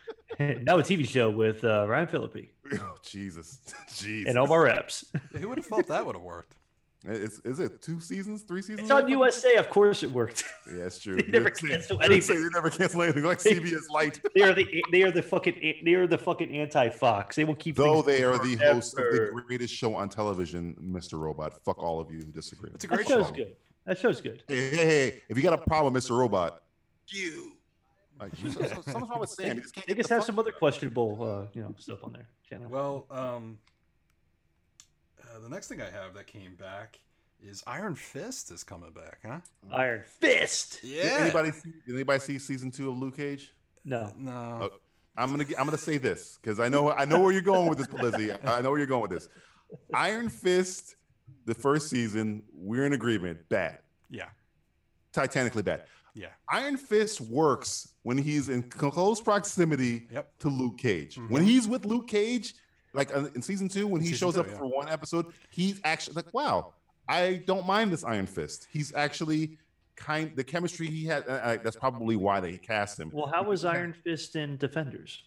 Speaker 4: now a TV show with uh, Ryan Phillippe
Speaker 3: Oh, Jesus, Jesus.
Speaker 4: and Omar Epps.
Speaker 2: Who would have thought that would have worked?
Speaker 3: Is, is it two seasons, three seasons?
Speaker 4: It's on USA. Of course, it worked.
Speaker 3: Yeah, it's true.
Speaker 4: They
Speaker 3: You're
Speaker 4: never
Speaker 3: saying-
Speaker 4: cancel
Speaker 3: you're saying
Speaker 4: anything.
Speaker 3: They never cancel anything. Like CBS Light,
Speaker 4: They are the they are the fucking they are the fucking anti Fox. They will keep
Speaker 3: though
Speaker 4: things
Speaker 3: they are the
Speaker 4: forever.
Speaker 3: host of the greatest show on television, Mr. Robot. Fuck all of you who disagree.
Speaker 2: It's a
Speaker 4: That
Speaker 2: great
Speaker 4: show's
Speaker 2: show.
Speaker 4: good. That show's good.
Speaker 3: Hey, hey, hey, if you got a problem, Mr. Robot,
Speaker 7: You.
Speaker 3: like, something's wrong with Sam. You just can't
Speaker 4: They
Speaker 3: get
Speaker 4: just
Speaker 3: the
Speaker 4: have
Speaker 3: fuck-
Speaker 4: some other questionable, uh, you know, stuff on their channel.
Speaker 2: Well, um, uh, the next thing I have that came back is Iron Fist is coming back, huh?
Speaker 4: Iron Fist.
Speaker 3: Did Anybody see, did anybody see season two of Luke Cage?
Speaker 4: No,
Speaker 2: No.
Speaker 3: Oh. I'm gonna get- I'm gonna say this because I know I know where you're going with this, Lizzie. I know where you're going with this. Iron Fist, the first season, we're in agreement. Bad,
Speaker 2: Yeah.
Speaker 3: titanically bad.
Speaker 2: Yeah.
Speaker 3: Iron Fist works when he's in close proximity
Speaker 2: Yep.
Speaker 3: to Luke Cage.
Speaker 2: Mhm.
Speaker 3: When he's with Luke Cage, like uh, in season two, when he
Speaker 2: Season
Speaker 3: shows
Speaker 2: two,
Speaker 3: up
Speaker 2: yeah.
Speaker 3: for one episode, he's actually like, wow, I don't mind this Iron Fist. He's actually kind. The chemistry he had. Uh, uh, that's probably why they cast him.
Speaker 4: Well, how was Iron Fist in Defenders?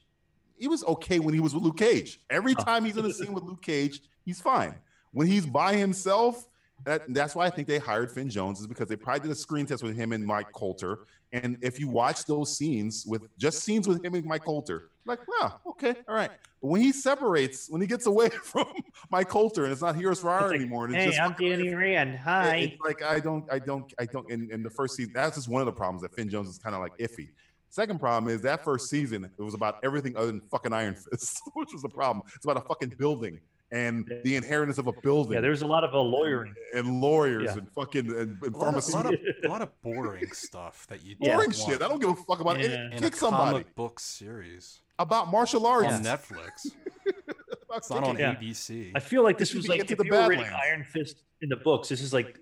Speaker 3: he was okay when he was with Luke Cage. Every
Speaker 4: Oh.
Speaker 3: time he's in a scene with Luke Cage, he's fine. When he's by himself, that, that's why I think they hired Finn Jones is because they probably did a screen test with him and Mike Coulter. And if you watch those scenes with just scenes with him and Mike Coulter, like, wow, okay, all right. But when he separates, when he gets away from Mike Coulter and it's not Heroes for Hire
Speaker 4: like,
Speaker 3: anymore, and it's
Speaker 4: Hey,
Speaker 3: just
Speaker 4: I'm Danny Rand.
Speaker 3: it-
Speaker 4: Hi.
Speaker 3: It's like I don't, I don't, I don't. In, in the first season, that's just one of the problems that Finn Jones is kind of like iffy. Second problem is that first season it was about everything other than fucking Iron Fist, which was the problem. It's about a fucking building and the inheritance of a building.
Speaker 4: Yeah, there's a lot of a lawyering.
Speaker 3: and lawyers
Speaker 4: Yeah.
Speaker 3: and fucking and, and
Speaker 2: A lot, of, a, lot
Speaker 3: pharmaceutical
Speaker 2: of, a lot of boring stuff that you don't
Speaker 3: boring
Speaker 2: want
Speaker 3: shit. I don't give a fuck about
Speaker 4: Yeah.
Speaker 3: it.
Speaker 2: in
Speaker 3: Kick
Speaker 2: a
Speaker 3: somebody
Speaker 2: comic book series
Speaker 3: about martial arts.
Speaker 2: on Netflix.
Speaker 3: About
Speaker 2: It's not on
Speaker 3: kicking.
Speaker 4: Yeah.
Speaker 2: ABC.
Speaker 4: I feel like this
Speaker 3: This
Speaker 4: was
Speaker 3: is
Speaker 4: like
Speaker 3: Get to
Speaker 4: if
Speaker 3: the
Speaker 4: you were reading
Speaker 3: Badlands.
Speaker 4: Iron Fist in the books. This is like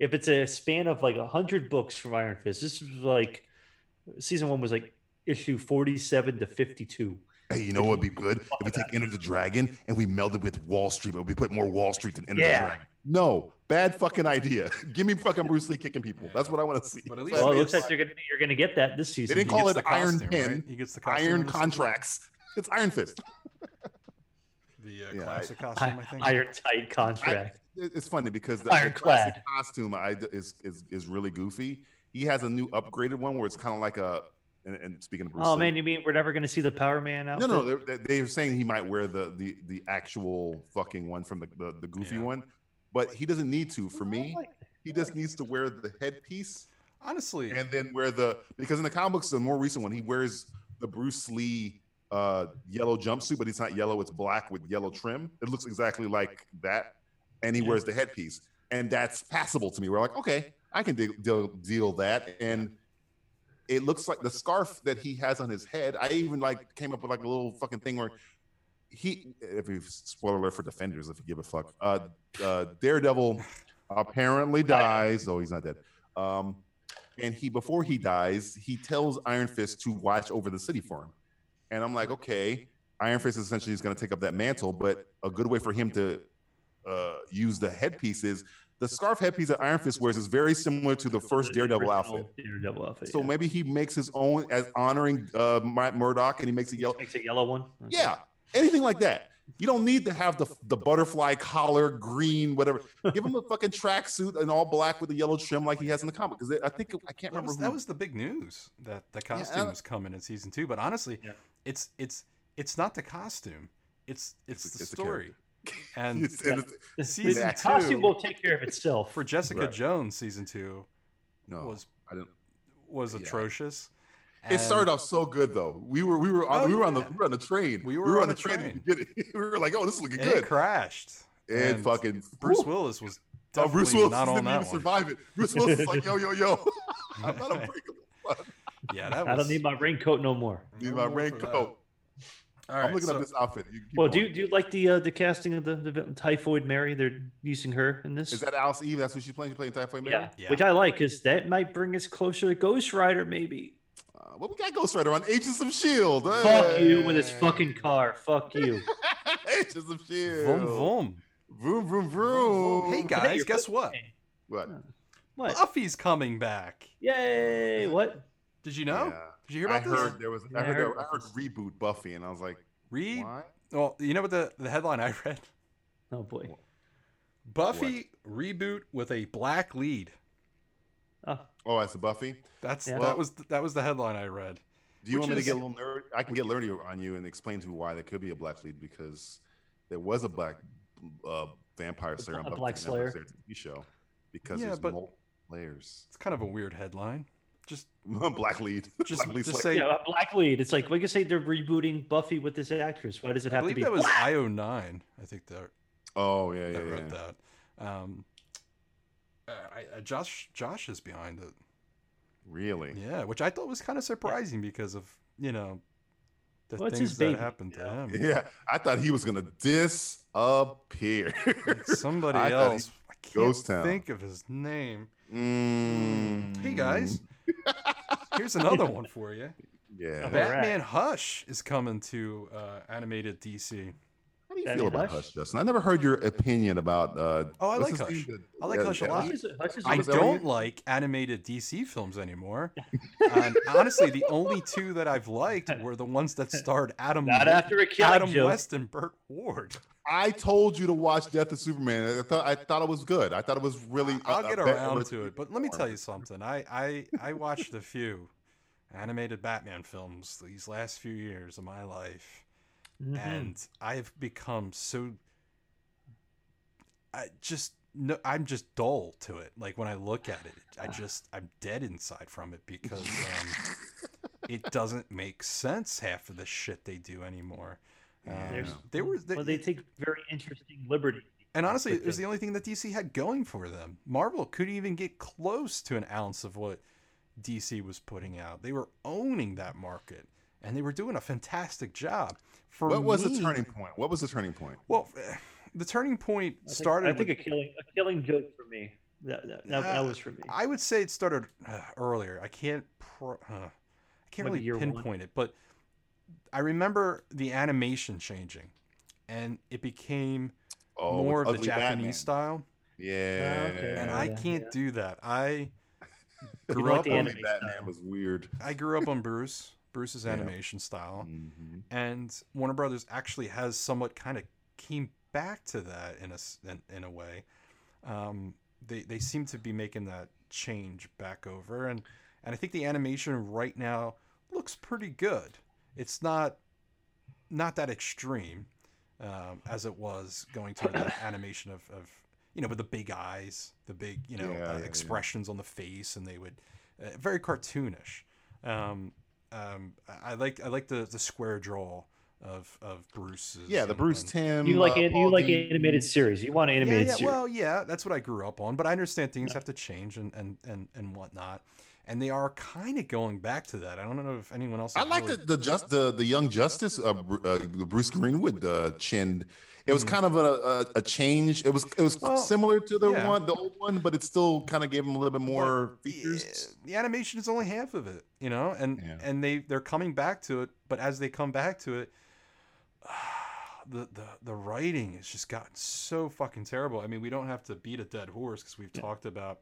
Speaker 4: if it's a span of like hundred books from Iron Fist. This was like season one was like issue forty-seven to fifty-two.
Speaker 3: Hey, you know what would be good if we take Enter the Dragon and we meld it with Wall Street, but we put more Wall Street than Enter
Speaker 4: Yeah.
Speaker 3: the Dragon. No, bad fucking idea. Give me fucking Bruce Lee kicking people. That's what I want to see.
Speaker 2: But at least-
Speaker 4: Well, it
Speaker 2: Batman
Speaker 4: looks like
Speaker 2: is-
Speaker 4: you're gonna you're gonna get that this season.
Speaker 3: They didn't call
Speaker 2: gets
Speaker 3: it
Speaker 2: the
Speaker 3: Iron
Speaker 2: costume,
Speaker 3: Pin,
Speaker 2: right? He gets the costume
Speaker 3: Iron
Speaker 2: and the suit.
Speaker 3: contracts. It's Iron Fist.
Speaker 2: The uh,
Speaker 3: Yeah, I-
Speaker 2: classic costume, I
Speaker 4: I-
Speaker 2: think.
Speaker 4: iron tight contract.
Speaker 3: It- It's funny because the, the
Speaker 4: Ironclad.
Speaker 3: classic costume I, is, is is really goofy. He has a new upgraded one where it's kind of like a. And, and speaking of Bruce
Speaker 4: oh
Speaker 3: Lee,
Speaker 4: man, you mean we're never gonna see the Power Man out?
Speaker 3: No, no, they're- they're, they're saying he might wear the the the actual fucking one from the the, the goofy
Speaker 2: Yeah.
Speaker 3: one, but he doesn't need to. For me, he just needs to wear the headpiece
Speaker 2: Honestly,
Speaker 3: and then wear the because in the comics, the more recent one, he wears the Bruce Lee uh yellow jumpsuit, but it's not yellow; it's black with yellow trim. It looks exactly like that, and he wears the headpiece, and that's passable to me. We're like, okay, I can deal deal, deal that, and. It looks like the scarf that he has on his head. I even like came up with like a little fucking thing where he if you spoiler alert for defenders if you give a fuck uh, uh daredevil apparently dies oh he's not dead um and he before he dies he tells iron fist to watch over the city for him and i'm like okay iron fist essentially is going to take up that mantle but a good way for him to uh use the headpiece is the scarf headpiece that iron fist wears is very similar to the first daredevil
Speaker 4: Original
Speaker 3: outfit
Speaker 4: Daredevil outfit.
Speaker 3: so
Speaker 4: yeah.
Speaker 3: maybe he makes his own as honoring uh Mur- murdoch and he makes it yellow
Speaker 4: makes a yellow one. Okay.
Speaker 3: yeah, anything like that. You don't need to have the the butterfly collar, green, whatever. Give him a fucking tracksuit and all black with a yellow trim like he has in the comic. Because I think I can't
Speaker 2: that
Speaker 3: remember
Speaker 2: was,
Speaker 3: who. Uh,
Speaker 2: that was the big news that the
Speaker 3: I
Speaker 2: costume
Speaker 3: don't-
Speaker 2: was coming in season two. But honestly,
Speaker 4: Yeah.
Speaker 2: it's it's it's not the costume. It's it's,
Speaker 3: It's a-
Speaker 2: the
Speaker 3: it's a
Speaker 2: story. And
Speaker 3: It's- and it's-
Speaker 4: The-
Speaker 2: Season
Speaker 4: the
Speaker 2: two.
Speaker 4: costume will take care of itself.
Speaker 2: for Jessica
Speaker 3: Right.
Speaker 2: Jones, season two
Speaker 3: no,
Speaker 2: was
Speaker 3: I didn't.
Speaker 2: was
Speaker 3: Yeah.
Speaker 2: atrocious.
Speaker 3: It started
Speaker 2: And-
Speaker 3: off so good though. We were we were on
Speaker 2: Oh,
Speaker 3: we were on the
Speaker 2: yeah.
Speaker 3: we were on the train.
Speaker 2: We were on
Speaker 3: on the
Speaker 2: the
Speaker 3: train. at the beginning. we were like, oh, this is looking
Speaker 2: and It
Speaker 3: good.
Speaker 2: crashed.
Speaker 3: And
Speaker 2: and
Speaker 3: fucking
Speaker 2: Bruce
Speaker 3: whew.
Speaker 2: Willis was
Speaker 3: Oh,
Speaker 2: definitely
Speaker 3: Bruce Willis
Speaker 2: not on
Speaker 3: didn't
Speaker 2: that
Speaker 3: even
Speaker 2: one.
Speaker 3: survive it. Bruce Willis is like, yo, yo, yo, I'm not unbreakable.
Speaker 2: yeah, that was.
Speaker 4: I don't need my raincoat no more.
Speaker 3: Need my
Speaker 2: no more for that.
Speaker 3: raincoat.
Speaker 2: All
Speaker 3: I'm
Speaker 2: right,
Speaker 3: looking
Speaker 2: so-
Speaker 3: up this outfit. You keep
Speaker 4: Well, do
Speaker 3: going.
Speaker 4: you, do you like the uh, the casting of the, the villain, Typhoid Mary? They're using her in this.
Speaker 3: is that Alice Eve? That's who she's playing. She's playing Typhoid Mary.
Speaker 4: yeah.
Speaker 2: Yeah.
Speaker 4: which I like because that might bring us closer to Ghost Rider, maybe.
Speaker 3: Uh, well, we got Ghost Rider on Agents of Shield.
Speaker 4: Fuck you with this
Speaker 3: E Hey.
Speaker 4: fucking car. Fuck you.
Speaker 3: Agents of Shield.
Speaker 2: Vroom, vroom.
Speaker 3: E Vroom, vroom, vroom.
Speaker 2: Hey
Speaker 4: Hey,
Speaker 2: guys,
Speaker 4: you're
Speaker 2: guess what?
Speaker 3: What?
Speaker 4: What?
Speaker 2: Buffy's coming back.
Speaker 4: Yay! What?
Speaker 2: Did you know?
Speaker 3: Yeah.
Speaker 2: Did you hear
Speaker 3: I
Speaker 2: about this?
Speaker 3: heard there was.
Speaker 4: Yeah,
Speaker 3: I
Speaker 4: I
Speaker 3: heard.
Speaker 4: heard
Speaker 3: there- I
Speaker 4: about
Speaker 3: heard
Speaker 4: this.
Speaker 3: reboot Buffy, and I was like,
Speaker 2: Read.
Speaker 3: why?
Speaker 2: Well, you know what the, the headline I read?
Speaker 4: Oh boy.
Speaker 2: Buffy reboot with a black lead.
Speaker 4: Oh,
Speaker 3: Oh, that's a Buffy.
Speaker 2: That's
Speaker 4: Yeah.
Speaker 2: that was that was the headline I read.
Speaker 3: Do you
Speaker 2: Which
Speaker 3: want me
Speaker 2: is-
Speaker 3: to get a little nerd? I can get nerdy on you and explain to you why there could be a black lead because there was a black uh, vampire slayer on
Speaker 4: A
Speaker 3: Buffy
Speaker 4: black
Speaker 3: Netflix,
Speaker 4: slayer.
Speaker 3: their TV show because
Speaker 2: Yeah,
Speaker 3: there's
Speaker 2: but-
Speaker 3: multiple layers.
Speaker 2: It's kind of a weird headline. Just
Speaker 3: black lead.
Speaker 2: just
Speaker 3: Black lead
Speaker 2: just
Speaker 3: slayer.
Speaker 2: say.
Speaker 4: yeah, Black Lead. It's like we could say they're rebooting Buffy with this actress. Why does it
Speaker 2: I
Speaker 4: have to
Speaker 2: believe
Speaker 4: be?
Speaker 2: that was
Speaker 4: black?
Speaker 2: IO9. I think that
Speaker 3: Oh yeah, yeah,
Speaker 2: that
Speaker 3: yeah.
Speaker 2: wrote that. Um, uh, I, I, Josh Josh is behind it.
Speaker 3: Really?
Speaker 2: Yeah, which I thought was kind of surprising because of you know the
Speaker 4: Well, it's
Speaker 2: things
Speaker 4: his
Speaker 2: that
Speaker 4: baby,
Speaker 2: happened to
Speaker 4: yeah.
Speaker 2: him.
Speaker 3: Yeah, I thought he was gonna disappear.
Speaker 2: Somebody
Speaker 3: I thought he-
Speaker 2: else. I can't
Speaker 3: Ghost Town.
Speaker 2: think of his name.
Speaker 3: Mm.
Speaker 2: Hey guys, here's another one for you.
Speaker 3: Yeah.
Speaker 4: Alright.
Speaker 2: Batman Hush is coming to uh, animated DC.
Speaker 3: How do you
Speaker 4: Batman
Speaker 3: feel about
Speaker 4: Hush?
Speaker 3: Hush, Justin? I never heard your opinion about. Uh,
Speaker 2: Oh, I
Speaker 3: what's
Speaker 2: like
Speaker 3: his
Speaker 2: Hush.
Speaker 3: name?
Speaker 2: I like
Speaker 3: Yeah,
Speaker 2: Hush a
Speaker 3: yeah.
Speaker 2: lot.
Speaker 4: Hush is- Hush is
Speaker 2: I
Speaker 4: on
Speaker 3: was
Speaker 4: the-
Speaker 3: telling
Speaker 2: don't
Speaker 3: you-
Speaker 2: like animated DC films anymore. and honestly, the only two that I've liked were the ones that starred Adam
Speaker 4: Not
Speaker 2: Wi-
Speaker 4: after a killing
Speaker 2: Adam
Speaker 4: joke.
Speaker 2: West and Burt Ward.
Speaker 3: I told you to watch Death of Superman. I thought I thought it was good. I thought it was really.
Speaker 2: I'll
Speaker 3: uh,
Speaker 2: get
Speaker 3: uh,
Speaker 2: around
Speaker 3: better-
Speaker 2: to it, but let me tell you something. I I I watched a few animated Batman films these last few years of my life,
Speaker 4: Mhm.
Speaker 2: and I've become so I just no, I'm just dull to it. Like when I look at it, I just I'm dead inside from it because um, it doesn't make sense half of the shit they do anymore. Um,
Speaker 3: Yeah.
Speaker 2: they were they,
Speaker 4: well, they take very interesting liberty.
Speaker 2: and honestly,
Speaker 4: That's
Speaker 2: it
Speaker 4: the
Speaker 2: was
Speaker 4: thing.
Speaker 2: the only thing that DC had going for them. Marvel couldn't even get close to an ounce of what DC was putting out. They were owning that market, and they were doing a fantastic job. For
Speaker 3: What was
Speaker 2: me-
Speaker 3: the turning point? What was the turning point?
Speaker 2: Well, the turning point
Speaker 4: I think,
Speaker 2: started.
Speaker 4: I think
Speaker 2: with-
Speaker 4: a killing a killing joke for me. That that, that, that
Speaker 2: Uh,
Speaker 4: was for me.
Speaker 2: I would say it started uh, earlier. I can't. Pro- uh, I can't
Speaker 4: Like
Speaker 2: really
Speaker 4: year one.
Speaker 2: pinpoint it, but I remember the animation changing, and it became
Speaker 3: Oh,
Speaker 2: more of
Speaker 3: with
Speaker 2: the
Speaker 3: Ugly
Speaker 2: Japanese
Speaker 3: Batman.
Speaker 2: style.
Speaker 3: Yeah.
Speaker 2: and
Speaker 4: Yeah,
Speaker 2: I
Speaker 4: yeah,
Speaker 2: can't
Speaker 4: yeah.
Speaker 2: do that. I
Speaker 4: You
Speaker 2: grew
Speaker 4: like
Speaker 2: up
Speaker 4: the
Speaker 2: on
Speaker 4: anime
Speaker 3: Batman
Speaker 4: style.
Speaker 3: was weird.
Speaker 2: I grew up on Bruce, Bruce's
Speaker 3: Yeah.
Speaker 2: animation style,
Speaker 3: Mhm.
Speaker 2: and Warner Brothers actually has somewhat kind of came back to that in a s- in, in a way. Um, they they seem to be making that change back over, and and I think the animation right now looks pretty good. It's not not that extreme um, as it was going toward the animation of, of you know, with the big eyes, the big you know
Speaker 3: Yeah,
Speaker 2: uh,
Speaker 3: yeah, yeah.
Speaker 2: expressions on the face, and they would uh, very cartoonish. Um, um, I I like I like the the square draw of of Bruce's.
Speaker 3: Yeah, the
Speaker 2: and-
Speaker 3: Bruce
Speaker 2: and-
Speaker 3: Tim.
Speaker 4: You like
Speaker 3: uh,
Speaker 4: it, you
Speaker 3: Paul
Speaker 4: like
Speaker 3: Dini.
Speaker 4: animated series. You want
Speaker 2: yeah,
Speaker 4: animated
Speaker 2: yeah.
Speaker 4: series.
Speaker 2: Well, yeah, that's what I grew up on. But I understand things have to change and and and, and whatnot. And they are kind of going back to that. I don't know if anyone else.
Speaker 3: I
Speaker 2: has
Speaker 3: like the,
Speaker 2: really-
Speaker 3: the just the the Young Justice, uh, Bru- uh, Bruce Greenwood uh, chin. It
Speaker 4: Mm-hmm.
Speaker 3: was kind of a, a, a change. It was it was
Speaker 2: Well,
Speaker 3: similar to the
Speaker 2: yeah.
Speaker 3: one the old one, but it still kind of gave him a little bit more
Speaker 2: Yeah,
Speaker 3: features.
Speaker 2: the animation is only half of it, you know, and
Speaker 3: Yeah.
Speaker 2: and they they're coming back to it, but as they come back to it, the the the writing has just gotten so fucking terrible. I mean, we don't have to beat a dead horse because we've talked about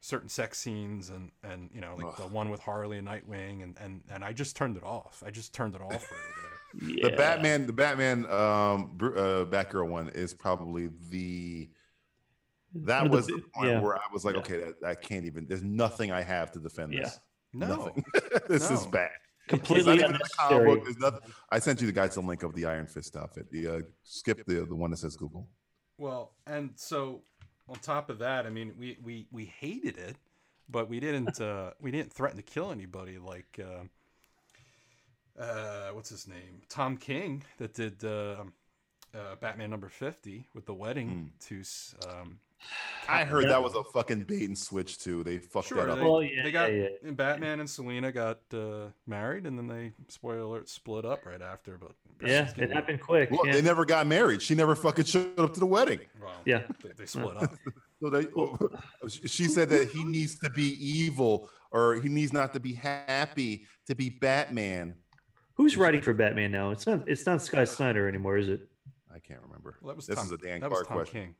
Speaker 2: certain sex scenes and and you know like
Speaker 3: Ugh.
Speaker 2: the one with Harley and Nightwing and and and I just turned it off. I just turned it off for a little bit.
Speaker 4: Yeah.
Speaker 3: The Batman, the Batman, um, Bru- uh, Batgirl one is probably the that
Speaker 4: One of the
Speaker 3: was the
Speaker 4: bi-
Speaker 3: point
Speaker 4: yeah.
Speaker 3: where I was like,
Speaker 4: Yeah.
Speaker 3: okay, that, I can't even. There's nothing I have to defend
Speaker 4: Yeah.
Speaker 3: this.
Speaker 2: No,
Speaker 3: Nothing. this is
Speaker 2: No.
Speaker 3: bad. It's
Speaker 4: completely
Speaker 3: not even in the comic
Speaker 4: unnecessary.
Speaker 3: book. There's nothing. I sent you the guys the link of the Iron Fist outfit. The, uh, skip the the one that says Google.
Speaker 2: Well, and so on top of that, I mean, we we we hated it, but we didn't uh, we didn't threaten to kill anybody like uh, uh, what's his name, Tom King, that did uh, uh, Batman number fifty with the wedding
Speaker 3: Hmm.
Speaker 2: to. s- Um,
Speaker 3: I heard
Speaker 4: Yeah.
Speaker 3: that was a fucking bait and switch too. They fucked
Speaker 2: Sure,
Speaker 3: that up.
Speaker 2: they-
Speaker 4: Well, yeah,
Speaker 2: they got
Speaker 4: yeah,
Speaker 2: and Batman and Selena got uh, married, and then they spoiler alert split up right after. But
Speaker 4: yeah. yeah, it happened quick.
Speaker 3: Look,
Speaker 4: yeah.
Speaker 3: they never got married. She never fucking showed up to the wedding.
Speaker 2: Well,
Speaker 4: Yeah.
Speaker 2: they, they split up.
Speaker 3: So they, she said that he needs to be evil or he needs not to be happy to be Batman.
Speaker 4: Who's writing for Batman now? It's not. It's not Scott Snyder anymore, is it?
Speaker 3: I can't remember.
Speaker 2: Well, that was
Speaker 3: this
Speaker 2: Tom,
Speaker 3: is a Dan
Speaker 2: that
Speaker 3: Clark
Speaker 2: was Tom
Speaker 3: question.
Speaker 2: King.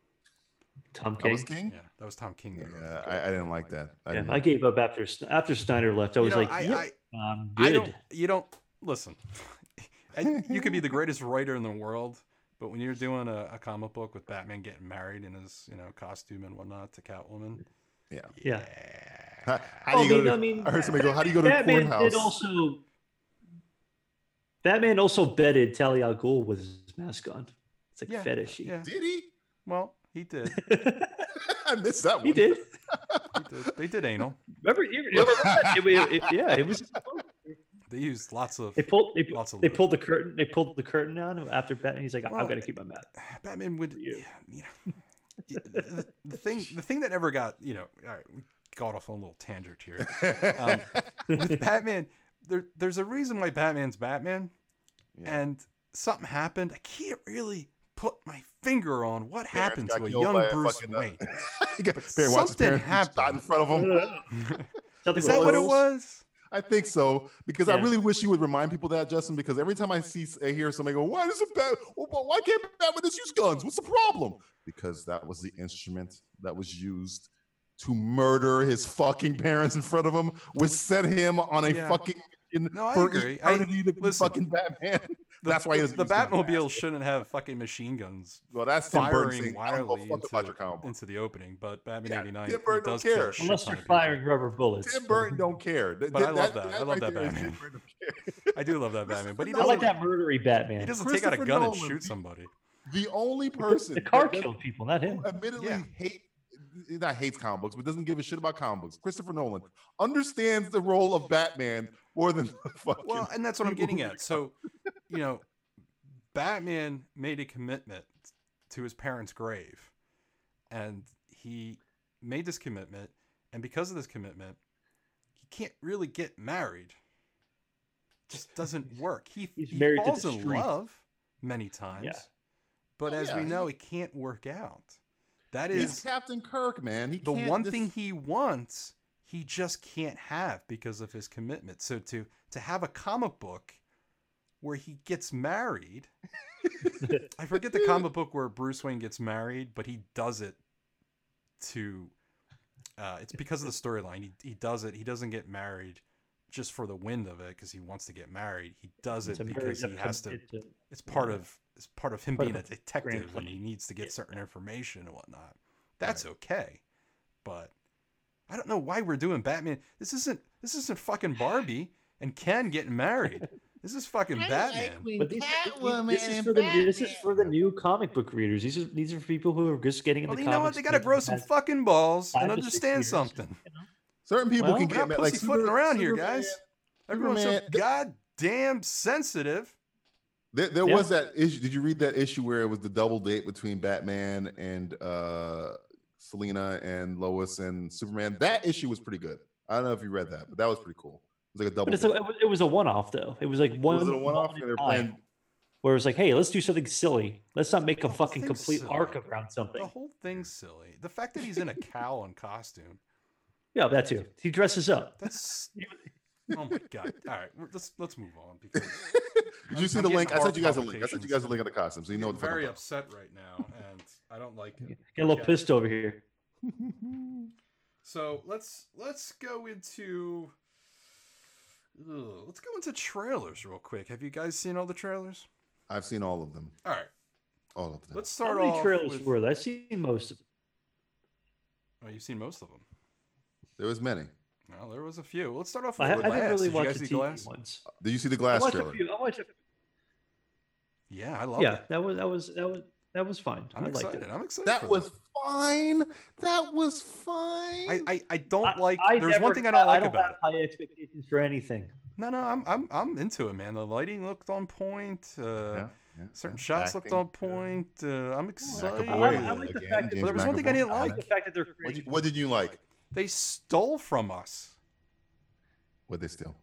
Speaker 4: Tom
Speaker 3: That was
Speaker 4: King.
Speaker 3: King.
Speaker 2: Yeah, that was Tom King.
Speaker 3: Yeah,
Speaker 2: that wrote it.
Speaker 3: I, I didn't like that. I
Speaker 4: Yeah,
Speaker 3: didn't
Speaker 4: I
Speaker 3: like-
Speaker 4: gave up after Sn- after Snyder left. I
Speaker 2: You
Speaker 4: was
Speaker 2: know,
Speaker 4: like,
Speaker 2: I-
Speaker 4: yep,
Speaker 2: I-
Speaker 4: I'm
Speaker 2: I
Speaker 4: good.
Speaker 2: don't. You don't listen. I- you could be the greatest writer in the world, but when you're doing a, a comic book with Batman getting married in his you know costume and whatnot to Catwoman,
Speaker 3: Yeah.
Speaker 4: Yeah.
Speaker 3: How, how
Speaker 4: Well,
Speaker 3: do you
Speaker 4: I
Speaker 3: go?
Speaker 4: mean, Oh, I mean,
Speaker 3: to, I heard somebody go. How do you go to the
Speaker 4: Batman
Speaker 3: courthouse?
Speaker 4: did also. Batman also bedded Talia al Ghul with his mask on. It's like
Speaker 2: Yeah,
Speaker 4: fetishy.
Speaker 2: yeah.
Speaker 3: Did he?
Speaker 2: Well, he did.
Speaker 3: I missed that one.
Speaker 4: he did.
Speaker 2: He did. They did anal.
Speaker 4: Remember? You remember that? It, it- it- yeah, it was.
Speaker 2: They used lots of
Speaker 4: They pulled. They,
Speaker 2: lots of.
Speaker 4: they
Speaker 2: lube.
Speaker 4: pulled the curtain. They pulled the curtain down after Batman. He's like,
Speaker 2: Well,
Speaker 4: I've got to keep my mask.
Speaker 2: Batman would.
Speaker 4: you.
Speaker 2: Yeah, you know, yeah, the, the thing, the thing that never got you know. All right, we got off on a little tangent here. Um, with Batman, there, there's a reason why Batman's Batman,
Speaker 3: Yeah.
Speaker 2: and something happened. I can't really put my finger on what
Speaker 3: Parents
Speaker 2: happened
Speaker 3: got
Speaker 2: to a
Speaker 3: killed
Speaker 2: young
Speaker 3: by a
Speaker 2: Bruce
Speaker 3: fucking, uh,
Speaker 2: Wayne.
Speaker 3: He got-
Speaker 2: But
Speaker 3: Barry Watson's
Speaker 2: something
Speaker 3: parents got shot in front of him.
Speaker 4: Something
Speaker 2: Is that
Speaker 4: with
Speaker 2: what it
Speaker 4: those.
Speaker 2: was?
Speaker 3: I think so because I
Speaker 4: Yeah.
Speaker 3: really wish you would remind people that Justin. Because every time I see I hear somebody go, "Why does it bat? Why can't Batman just use guns? What's the problem?" Because that was the instrument that was used to murder his fucking parents in front of him, which set him on a
Speaker 2: Yeah.
Speaker 3: fucking mission
Speaker 2: No, I
Speaker 3: for
Speaker 2: agree. I-
Speaker 3: eternity to be
Speaker 2: listen.
Speaker 3: fucking Batman.
Speaker 2: The,
Speaker 3: That's why he doesn't
Speaker 2: the
Speaker 3: use guns.
Speaker 2: Batmobile shouldn't have fucking machine guns
Speaker 3: Well, that's Tim Burton
Speaker 2: firing
Speaker 3: saying, "I don't
Speaker 2: wildly
Speaker 3: give a fuck about
Speaker 2: into,
Speaker 3: your comic book."
Speaker 2: into the opening. But Batman
Speaker 3: Yeah,
Speaker 2: '89
Speaker 3: Tim Burton
Speaker 2: does
Speaker 3: don't
Speaker 2: kill a
Speaker 3: care.
Speaker 2: shit
Speaker 4: Unless
Speaker 2: ton
Speaker 4: they're
Speaker 2: of people.
Speaker 4: firing rubber bullets.
Speaker 3: Tim Burton don't care. Th-
Speaker 2: But I
Speaker 3: th-
Speaker 2: love that. I love that
Speaker 3: there is
Speaker 2: Batman.
Speaker 3: Tim Burton don't care.
Speaker 2: I do love that Batman, but he
Speaker 4: I
Speaker 2: doesn't.
Speaker 4: like that murdery Batman.
Speaker 2: He doesn't take out a
Speaker 3: Christopher
Speaker 2: gun and
Speaker 3: Nolan.
Speaker 2: shoot somebody.
Speaker 3: The only person
Speaker 4: the car
Speaker 3: that-
Speaker 4: killed people, not him.
Speaker 3: who admittedly
Speaker 2: Yeah.
Speaker 3: hate not hates comic books, but doesn't give a shit about comic books. Christopher Nolan understands the role of Batman more than the fucking.
Speaker 2: Well, and that's what I'm
Speaker 3: people
Speaker 2: getting
Speaker 3: who
Speaker 2: at. So, you know, Batman made a commitment to his parents' grave, and he made this commitment, and because of this commitment, he can't really get married. Just doesn't work. He
Speaker 4: He's
Speaker 2: he
Speaker 4: married to
Speaker 2: falls
Speaker 4: the
Speaker 2: in
Speaker 4: street.
Speaker 2: love many times, but
Speaker 3: Oh,
Speaker 2: as
Speaker 3: yeah,
Speaker 2: we
Speaker 3: he-
Speaker 2: know, it can't work out. That
Speaker 3: he's
Speaker 2: is
Speaker 3: Captain Kirk, man. He
Speaker 2: the
Speaker 3: can't
Speaker 2: one
Speaker 3: just-
Speaker 2: thing he wants he just can't have because of his commitment so to to have a comic book where he gets married i forget the comic book where bruce wayne gets married but he does it to. Uh, it's because of the storyline. He, he does it. He doesn't get married just for the wind of it because he wants to get married. He does it
Speaker 4: It's a very-
Speaker 2: because he
Speaker 4: it's a-
Speaker 2: has to.
Speaker 4: it's a-
Speaker 2: It's part of it's part of him
Speaker 4: Part of
Speaker 2: being a
Speaker 4: the
Speaker 2: detective and
Speaker 4: plan.
Speaker 2: he needs to
Speaker 4: Yeah.
Speaker 2: get certain information and whatnot. That's okay, but I don't know why we're doing Batman. This isn't this isn't fucking Barbie and Ken getting married. This is fucking Batman.
Speaker 4: But these, this, is for the, this is for the new comic book readers. These are these are people who are just getting into
Speaker 2: Well, you
Speaker 4: comics.
Speaker 2: know what? They got to grow some fucking balls and
Speaker 4: five to six
Speaker 2: understand
Speaker 4: years.
Speaker 2: something.
Speaker 3: Certain people
Speaker 4: Well,
Speaker 3: can
Speaker 2: We're
Speaker 3: get
Speaker 2: not
Speaker 3: mad, like
Speaker 2: pussyfooting
Speaker 3: Super-
Speaker 2: around here,
Speaker 3: Superman-
Speaker 2: guys. Everyone's so
Speaker 3: Superman-
Speaker 2: goddamn sensitive.
Speaker 3: There, there
Speaker 4: Yeah.
Speaker 3: was that issue. Did you read that issue where it was the double date between Batman and uh, Selena and Lois and Superman? That issue was pretty good. I don't know if you read that, but that was pretty cool. It was like a double.
Speaker 4: But it's
Speaker 3: date.
Speaker 4: a, it was- it was a one-off though. It was like one.
Speaker 3: was it a one-off?
Speaker 4: in
Speaker 3: They were
Speaker 4: time,
Speaker 3: playing.
Speaker 4: Where it was like, hey, let's do something silly. Let's not make a
Speaker 2: whole
Speaker 4: fucking
Speaker 2: thing's
Speaker 4: complete
Speaker 2: silly.
Speaker 4: arc around something.
Speaker 2: The whole thing's silly. The fact that he's in a cow in costume.
Speaker 4: Yeah, that too. He dresses up.
Speaker 2: That's oh my god. All right, we're- let's let's move on because
Speaker 3: Did you see
Speaker 2: I'm
Speaker 3: the
Speaker 2: getting
Speaker 3: link? I
Speaker 2: horror
Speaker 3: sent you guys a link. I sent you
Speaker 2: palpitations.
Speaker 3: guys a link on the costume, so you know
Speaker 2: I'm
Speaker 3: what the fuck. I'm
Speaker 2: very
Speaker 3: talking
Speaker 2: upset right now, and I don't like it.
Speaker 4: Get a little
Speaker 2: Okay.
Speaker 4: pissed over here.
Speaker 2: So let's let's go into Ugh, let's go into trailers real quick. Have you guys seen all the trailers?
Speaker 3: about. I've seen all of them.
Speaker 2: All right,
Speaker 3: All of them.
Speaker 2: let's
Speaker 4: How
Speaker 2: start
Speaker 4: many
Speaker 2: off.
Speaker 4: trailers
Speaker 2: with-
Speaker 4: were there? I've seen most of them.
Speaker 2: Oh, you've seen most of them.
Speaker 3: there was many.
Speaker 2: Well, there was a few. Well, let's start off
Speaker 4: I,
Speaker 2: with
Speaker 4: ha- I
Speaker 2: Glass.
Speaker 4: haven't really
Speaker 2: Did you guys
Speaker 4: watched the
Speaker 2: see
Speaker 4: TV
Speaker 2: Glass?
Speaker 4: ones.
Speaker 3: Did you see the
Speaker 4: I
Speaker 3: glass
Speaker 4: watched a
Speaker 3: trailer?
Speaker 4: few. I watched a
Speaker 2: Yeah, I love
Speaker 4: Yeah,
Speaker 2: it.
Speaker 4: that was that was that was that was fine.
Speaker 2: I'm
Speaker 4: I
Speaker 2: excited.
Speaker 4: liked it.
Speaker 2: I'm excited. for
Speaker 3: That was
Speaker 2: this.
Speaker 3: fine. That was fine.
Speaker 2: I, I, I don't like. there's
Speaker 4: never-
Speaker 2: one thing I don't like
Speaker 4: I don't
Speaker 2: about it.
Speaker 4: have high expectations for anything.
Speaker 2: No, no, I'm I'm I'm into it, man. The lighting looked on point. Uh,
Speaker 3: Yeah,
Speaker 2: Certain
Speaker 3: yeah.
Speaker 2: shots
Speaker 3: Acting,
Speaker 2: looked on
Speaker 3: yeah.
Speaker 2: point. Uh, I'm excited.
Speaker 4: I like- I like the fact that-
Speaker 3: James
Speaker 2: But there was one thing I
Speaker 3: McAvoy.
Speaker 2: didn't
Speaker 4: I
Speaker 2: like.
Speaker 4: like the fact that they're
Speaker 3: What,
Speaker 4: creating.
Speaker 3: what did you like?
Speaker 2: They stole from us.
Speaker 3: What they steal?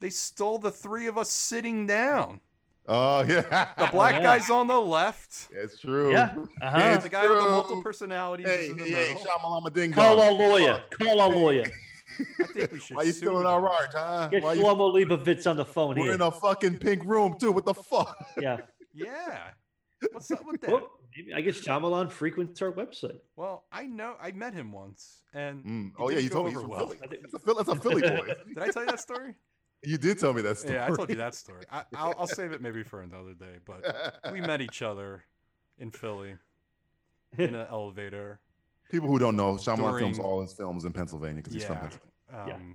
Speaker 2: They stole the three of us sitting down.
Speaker 3: Oh yeah,
Speaker 2: The black
Speaker 4: yeah.
Speaker 2: guy's on the left.
Speaker 3: It's true.
Speaker 4: Yeah.
Speaker 3: Yeah,
Speaker 4: Uh-huh.
Speaker 3: it's
Speaker 2: The guy with the multiple
Speaker 3: true.
Speaker 2: personalities
Speaker 3: Hey,
Speaker 2: is in the
Speaker 3: hey,
Speaker 2: middle.
Speaker 3: Shyamalama Ding
Speaker 4: Call
Speaker 3: Dong.
Speaker 4: a lawyer. Call a lawyer.
Speaker 2: I think we should.
Speaker 3: Why you
Speaker 2: sue
Speaker 3: feeling
Speaker 2: them.
Speaker 3: all right, huh?
Speaker 4: Get
Speaker 3: Why you,
Speaker 4: Shlomo Leibovitz on the phone
Speaker 3: we're
Speaker 4: here.
Speaker 3: in a fucking pink room too. What the fuck?
Speaker 4: yeah.
Speaker 2: Yeah. What's up with that?
Speaker 4: Oh, maybe I guess Shyamalan frequents our website.
Speaker 2: Well, I know I met him once, and
Speaker 3: Mm.
Speaker 2: It
Speaker 3: Oh yeah,
Speaker 2: didn't
Speaker 3: you
Speaker 2: go
Speaker 3: told me he's
Speaker 2: over
Speaker 3: from
Speaker 2: well.
Speaker 3: Philly.
Speaker 4: I think-
Speaker 3: That's a Philly, that's a Philly boy.
Speaker 2: did I tell you that story?
Speaker 3: You did tell me that story.
Speaker 2: Yeah, I told you that story. I, I'll, I'll save it maybe for another day. But we met each other in Philly in an elevator.
Speaker 3: People who don't know, Shyamalan films
Speaker 2: During-
Speaker 3: all his films in Pennsylvania because he's from
Speaker 2: Yeah.
Speaker 3: Pennsylvania.
Speaker 2: Um,
Speaker 4: Yeah.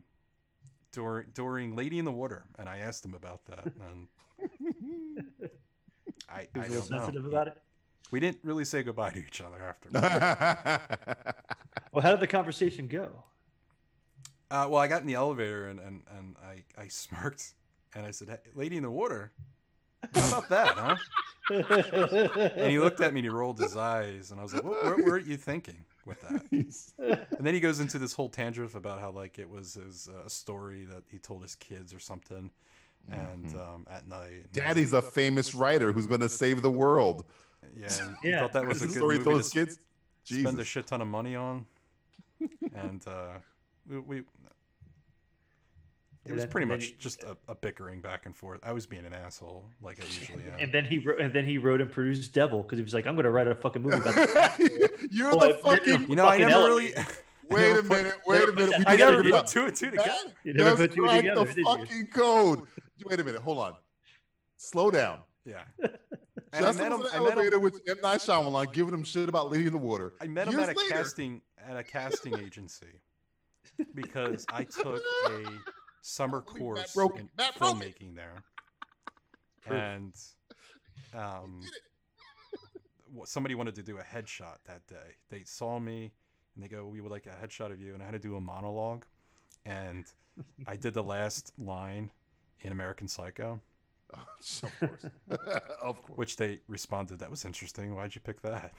Speaker 2: During during Lady in the Water, and I asked him about that, and I, I
Speaker 4: He was a little
Speaker 2: don't know.
Speaker 4: sensitive about it.
Speaker 2: We didn't really say goodbye to each other after. uh,
Speaker 3: yeah,
Speaker 4: Well, how did the conversation go?
Speaker 2: Uh, well, I got in the elevator and and, and I, I smirked and I said, hey, "Lady in the Water, how about that, huh?" And he looked at me and he rolled his eyes, and I was like, "What, what were you thinking with that?" And then he goes into this whole tangent about how like it was his uh, story that he told his kids or something, and
Speaker 4: Mm-hmm.
Speaker 2: um, at night. and I was
Speaker 3: Daddy's a famous writer who's going to save the world.
Speaker 2: like, yeah, and
Speaker 4: Yeah.
Speaker 2: Thought that was
Speaker 3: That's the
Speaker 2: a good
Speaker 3: story he
Speaker 2: movie
Speaker 3: told
Speaker 2: to
Speaker 3: his kids.
Speaker 2: spend a
Speaker 3: Jesus.
Speaker 2: shit ton of money on, and uh, we. we it
Speaker 4: And
Speaker 2: was
Speaker 4: then-
Speaker 2: pretty
Speaker 4: and then
Speaker 2: much
Speaker 4: he-
Speaker 2: just a, a bickering back and forth. I was being an asshole, like I usually am.
Speaker 4: And then he wrote, and then he wrote and produced Devil because he was like, "I'm going to write a fucking movie about this."
Speaker 3: You're
Speaker 4: Oh,
Speaker 3: the
Speaker 4: I-
Speaker 3: fucking.
Speaker 2: You know, I
Speaker 4: Fucking
Speaker 2: never
Speaker 4: hell.
Speaker 2: really,
Speaker 3: Wait
Speaker 2: never
Speaker 3: a
Speaker 2: put-
Speaker 3: minute. Wait a minute. We
Speaker 2: I never
Speaker 3: never
Speaker 2: really two and two together.
Speaker 4: You never put
Speaker 3: That's
Speaker 4: two
Speaker 3: right,
Speaker 4: together,
Speaker 3: the
Speaker 4: did you?
Speaker 3: fucking code. Wait a minute. Hold on. Slow down.
Speaker 2: Yeah. And I
Speaker 3: Justin
Speaker 2: met him.
Speaker 3: was in
Speaker 2: I
Speaker 3: an
Speaker 2: met him
Speaker 3: elevator with M. Night Shyamalan giving him shit about Lady in the Water.
Speaker 2: I met him
Speaker 3: Years
Speaker 2: at a
Speaker 3: later.
Speaker 2: casting at a casting agency because I took a summer
Speaker 3: Matt
Speaker 2: course
Speaker 3: Broken-
Speaker 2: in
Speaker 3: Matt Broken.
Speaker 2: filmmaking there,
Speaker 4: Proof.
Speaker 2: and um, wh- somebody wanted to do a headshot that day. They saw me and they go, "We would like a headshot of you," and I had to do a monologue, and I did the last line in American Psycho,
Speaker 3: of course. of course.
Speaker 2: which they responded, "That was interesting. Why'd you pick that?"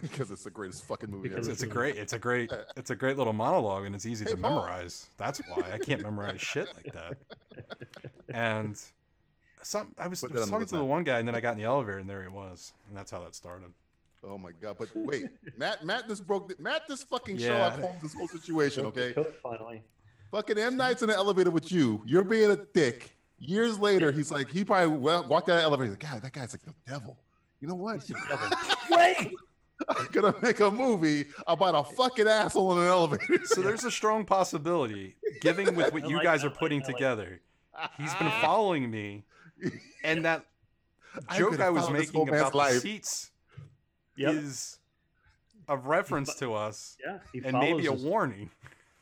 Speaker 3: Because it's the greatest fucking movie
Speaker 4: Because
Speaker 3: ever.
Speaker 2: It's a great, it's a great, it's a great little monologue, and it's easy
Speaker 3: Uh, Hey,
Speaker 2: to
Speaker 3: Paul.
Speaker 2: memorize. That's why I can't memorize shit like that. And some, I was,
Speaker 3: Put
Speaker 2: I
Speaker 3: that
Speaker 2: was
Speaker 3: on the
Speaker 2: talking to the
Speaker 3: roadmap.
Speaker 2: one guy, and then I got in the elevator, and there he was, and that's how that started.
Speaker 3: Oh my god! But wait, Matt, Matt, this broke. The, Matt, this fucking
Speaker 2: Yeah.
Speaker 3: Sherlock Holmes, this whole situation. Okay,
Speaker 4: Code finally.
Speaker 3: fucking M Night's in the elevator with you. You're being a dick. Years later, he's like, he probably well, walked out of the elevator. he's like, God, that guy's like the devil. You know what?
Speaker 4: Wait,
Speaker 3: gonna make a movie about a fucking asshole in an elevator.
Speaker 2: So there's a strong possibility, given with what
Speaker 4: I
Speaker 2: you
Speaker 4: like
Speaker 2: guys
Speaker 4: that
Speaker 2: are
Speaker 4: one.
Speaker 2: putting
Speaker 4: I like that.
Speaker 2: together, he's been following me, and that joke
Speaker 3: been
Speaker 2: I was
Speaker 3: following this
Speaker 2: making
Speaker 3: whole man's
Speaker 2: about the
Speaker 3: life.
Speaker 2: seats
Speaker 4: Yep.
Speaker 2: is a reference to us
Speaker 4: yeah. He
Speaker 2: and maybe a
Speaker 4: follows us.
Speaker 2: warning.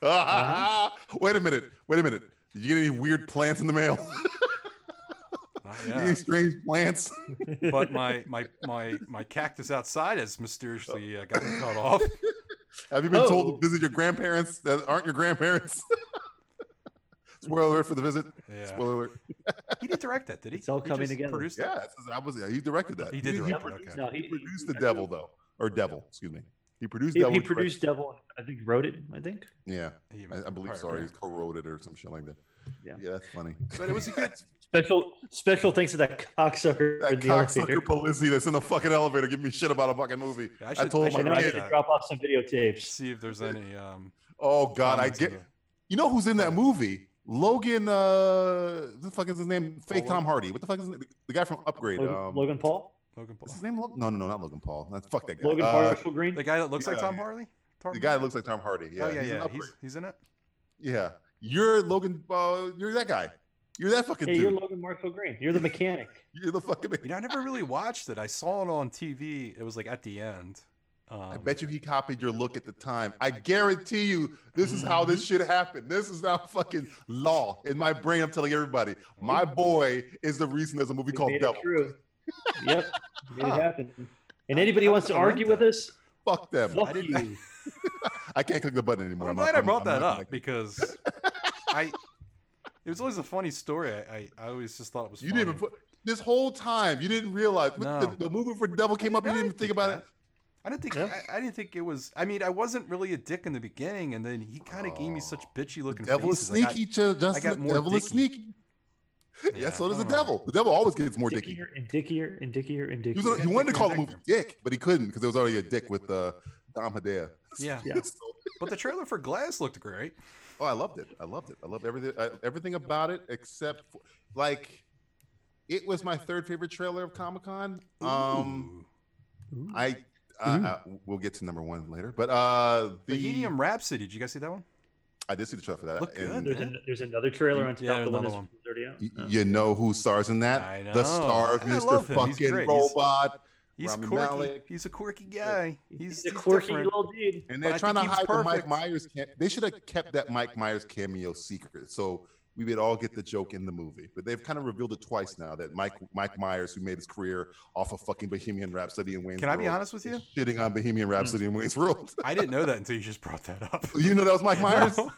Speaker 3: Uh-huh. Wait a minute. Wait a minute. Did you get any weird plants in the mail?
Speaker 2: Not
Speaker 3: any
Speaker 2: yet.
Speaker 3: strange plants?
Speaker 2: but my my my my cactus outside has mysteriously uh, gotten cut off.
Speaker 3: Have you been
Speaker 4: Oh.
Speaker 3: told to visit your grandparents that aren't your grandparents? Spoiler alert for the visit.
Speaker 2: Yeah.
Speaker 3: Spoiler alert.
Speaker 2: He did direct that, did he?
Speaker 4: It's all
Speaker 2: He
Speaker 4: coming
Speaker 2: just
Speaker 4: together.
Speaker 2: Produced
Speaker 3: Yeah,
Speaker 2: that?
Speaker 3: this is- I was. He directed that.
Speaker 2: He did direct it,
Speaker 3: produced,
Speaker 2: okay.
Speaker 4: No, he,
Speaker 3: he produced the devil though, or devil. Excuse me. He produced.
Speaker 4: Oh, He,
Speaker 3: devil,
Speaker 4: he
Speaker 3: directed-
Speaker 4: produced Devil. and I think wrote it. I think.
Speaker 3: Yeah,
Speaker 2: He-
Speaker 3: I, I believe.
Speaker 2: right,
Speaker 3: Sorry,
Speaker 2: right.
Speaker 3: he co-wrote it or some shit like that.
Speaker 4: Yeah.
Speaker 3: yeah, that's funny.
Speaker 2: But it was a good.
Speaker 4: Special special thanks to that cocksucker.
Speaker 3: That
Speaker 4: in the
Speaker 3: cocksucker
Speaker 4: elevator.
Speaker 3: Polizzi that's in the fucking elevator giving me shit about a fucking movie.
Speaker 2: I
Speaker 3: I,
Speaker 2: should-
Speaker 3: told
Speaker 2: I
Speaker 4: I
Speaker 3: my
Speaker 4: know I
Speaker 2: write
Speaker 3: kid,
Speaker 4: should
Speaker 2: that.
Speaker 4: drop off some videotapes.
Speaker 2: See if there's any. Um,
Speaker 3: oh god, I
Speaker 2: comments in
Speaker 3: get.
Speaker 2: here.
Speaker 3: You know who's in that movie? Logan. Uh, what the fuck is his name? Fake
Speaker 4: Oh,
Speaker 2: Logan
Speaker 3: Tom Hardy. What the fuck is his name? the guy from Upgrade?
Speaker 4: Logan,
Speaker 3: um,
Speaker 4: Logan Paul,
Speaker 2: Logan Paul.
Speaker 3: Is his name Logan? No, no, no, not Logan Paul. That's fuck that guy.
Speaker 4: Logan
Speaker 3: Uh,
Speaker 4: Marshall Green.
Speaker 2: The guy that looks like
Speaker 3: yeah,
Speaker 2: Tom
Speaker 3: yeah.
Speaker 2: Hardy.
Speaker 3: the guy that looks like Tom Hardy. Yeah,
Speaker 2: oh yeah,
Speaker 3: he's in
Speaker 2: yeah.
Speaker 3: Upgrade.
Speaker 2: He's, he's in it.
Speaker 3: yeah. You're Logan. Uh, you're that guy. You're that fucking
Speaker 4: hey,
Speaker 3: dude.
Speaker 4: you're
Speaker 3: You're,
Speaker 4: Logan Marshall Green. You're the mechanic.
Speaker 3: the fucking.
Speaker 2: You know, I never really watched it. I saw it on TV. It was like at the end. Um,
Speaker 3: I bet you he copied your look at the time. I guarantee you, this is how this shit happened. This is now fucking law in my brain. I'm telling everybody, my boy is the reason there's a movie
Speaker 4: We
Speaker 3: called
Speaker 4: made
Speaker 3: Devil.
Speaker 4: it true. Yep, made
Speaker 2: Huh.
Speaker 4: it happen. And
Speaker 2: I-
Speaker 4: anybody
Speaker 2: I
Speaker 4: wants to
Speaker 2: remember
Speaker 4: argue with us?
Speaker 3: Fuck them.
Speaker 4: Fuck
Speaker 2: didn't-
Speaker 4: you.
Speaker 3: I can't click the button anymore.
Speaker 2: I'm
Speaker 3: not-
Speaker 2: glad I
Speaker 3: I'm-
Speaker 2: brought
Speaker 3: I'm
Speaker 2: that
Speaker 3: not
Speaker 2: up
Speaker 3: gonna-
Speaker 2: because I. It was always a funny story. I, I, I always just thought it was.
Speaker 3: You didn't even
Speaker 2: funny.
Speaker 3: put this whole time. You didn't realize
Speaker 2: No.
Speaker 3: the, the movie for Devil came up. You
Speaker 2: I
Speaker 3: didn't even think about it.
Speaker 2: I didn't think
Speaker 4: Yeah.
Speaker 2: I, I didn't think it was. I mean, I wasn't really a dick in the beginning, and then he kind of gave me such bitchy
Speaker 3: The
Speaker 2: l looking.
Speaker 3: Oh. devil is
Speaker 2: faces. I got-
Speaker 3: sneaky, Ju- Justin.
Speaker 2: got
Speaker 3: The
Speaker 2: more
Speaker 3: devil is
Speaker 2: dicky.
Speaker 3: sneaky. Yeah,
Speaker 2: Yeah,
Speaker 3: so
Speaker 2: I
Speaker 3: does the
Speaker 2: don't know.
Speaker 3: devil. The devil always gets more dicky.
Speaker 4: Dickier and dickier and dickier and
Speaker 3: He,
Speaker 4: dickier.
Speaker 3: was, on- he wanted to call the movie
Speaker 2: Dicker.
Speaker 3: Dick, but he couldn't because there was already a Dick with uh, Dom Hedaya.
Speaker 2: Yeah.
Speaker 4: Yeah.
Speaker 3: So-
Speaker 2: But the trailer for Glass looked great.
Speaker 3: Oh, I loved it. I loved it. I loved everything. Uh, everything about it except for, like it was my third favorite trailer of Comic Con. Um,
Speaker 2: Ooh.
Speaker 3: I. Uh, uh, we'll get to number one later, but uh, the
Speaker 2: Bohemian Rhapsody. Did you guys see that one?
Speaker 3: I did see the trailer for that.
Speaker 2: Looked
Speaker 3: and
Speaker 4: There's, an, there's another trailer on top.
Speaker 2: Yeah,
Speaker 4: the one
Speaker 2: another
Speaker 4: that's
Speaker 2: one.
Speaker 4: already out.
Speaker 3: y-
Speaker 4: Uh,
Speaker 3: You know who stars in that?
Speaker 2: I know.
Speaker 3: The star of
Speaker 2: I love
Speaker 3: Mr.
Speaker 2: him. He's
Speaker 3: Fucking
Speaker 2: great. He's-
Speaker 3: Robot,
Speaker 2: He's
Speaker 3: Rami
Speaker 2: quirky.
Speaker 3: Malek.
Speaker 2: He's a quirky guy. He's,
Speaker 4: He's, a quirky
Speaker 2: different.
Speaker 4: little dude.
Speaker 3: and
Speaker 2: but
Speaker 3: they're
Speaker 2: I
Speaker 3: trying to
Speaker 2: think he
Speaker 3: hide
Speaker 2: was
Speaker 3: the Mike
Speaker 2: perfect.
Speaker 3: Myers. Cam- they should have kept that Mike Myers cameo secret, so we would all get the joke in the movie. But they've kind of revealed it twice now that Mike Mike Myers, who made his career off of fucking Bohemian Rhapsody and Wayne's
Speaker 2: Can I be
Speaker 3: World,
Speaker 2: honest with you? Hmm.
Speaker 3: shitting on Bohemian Rhapsody and Wayne's World.
Speaker 2: I didn't know that until you just brought that up.
Speaker 3: you know that was Mike Myers.
Speaker 2: Oh,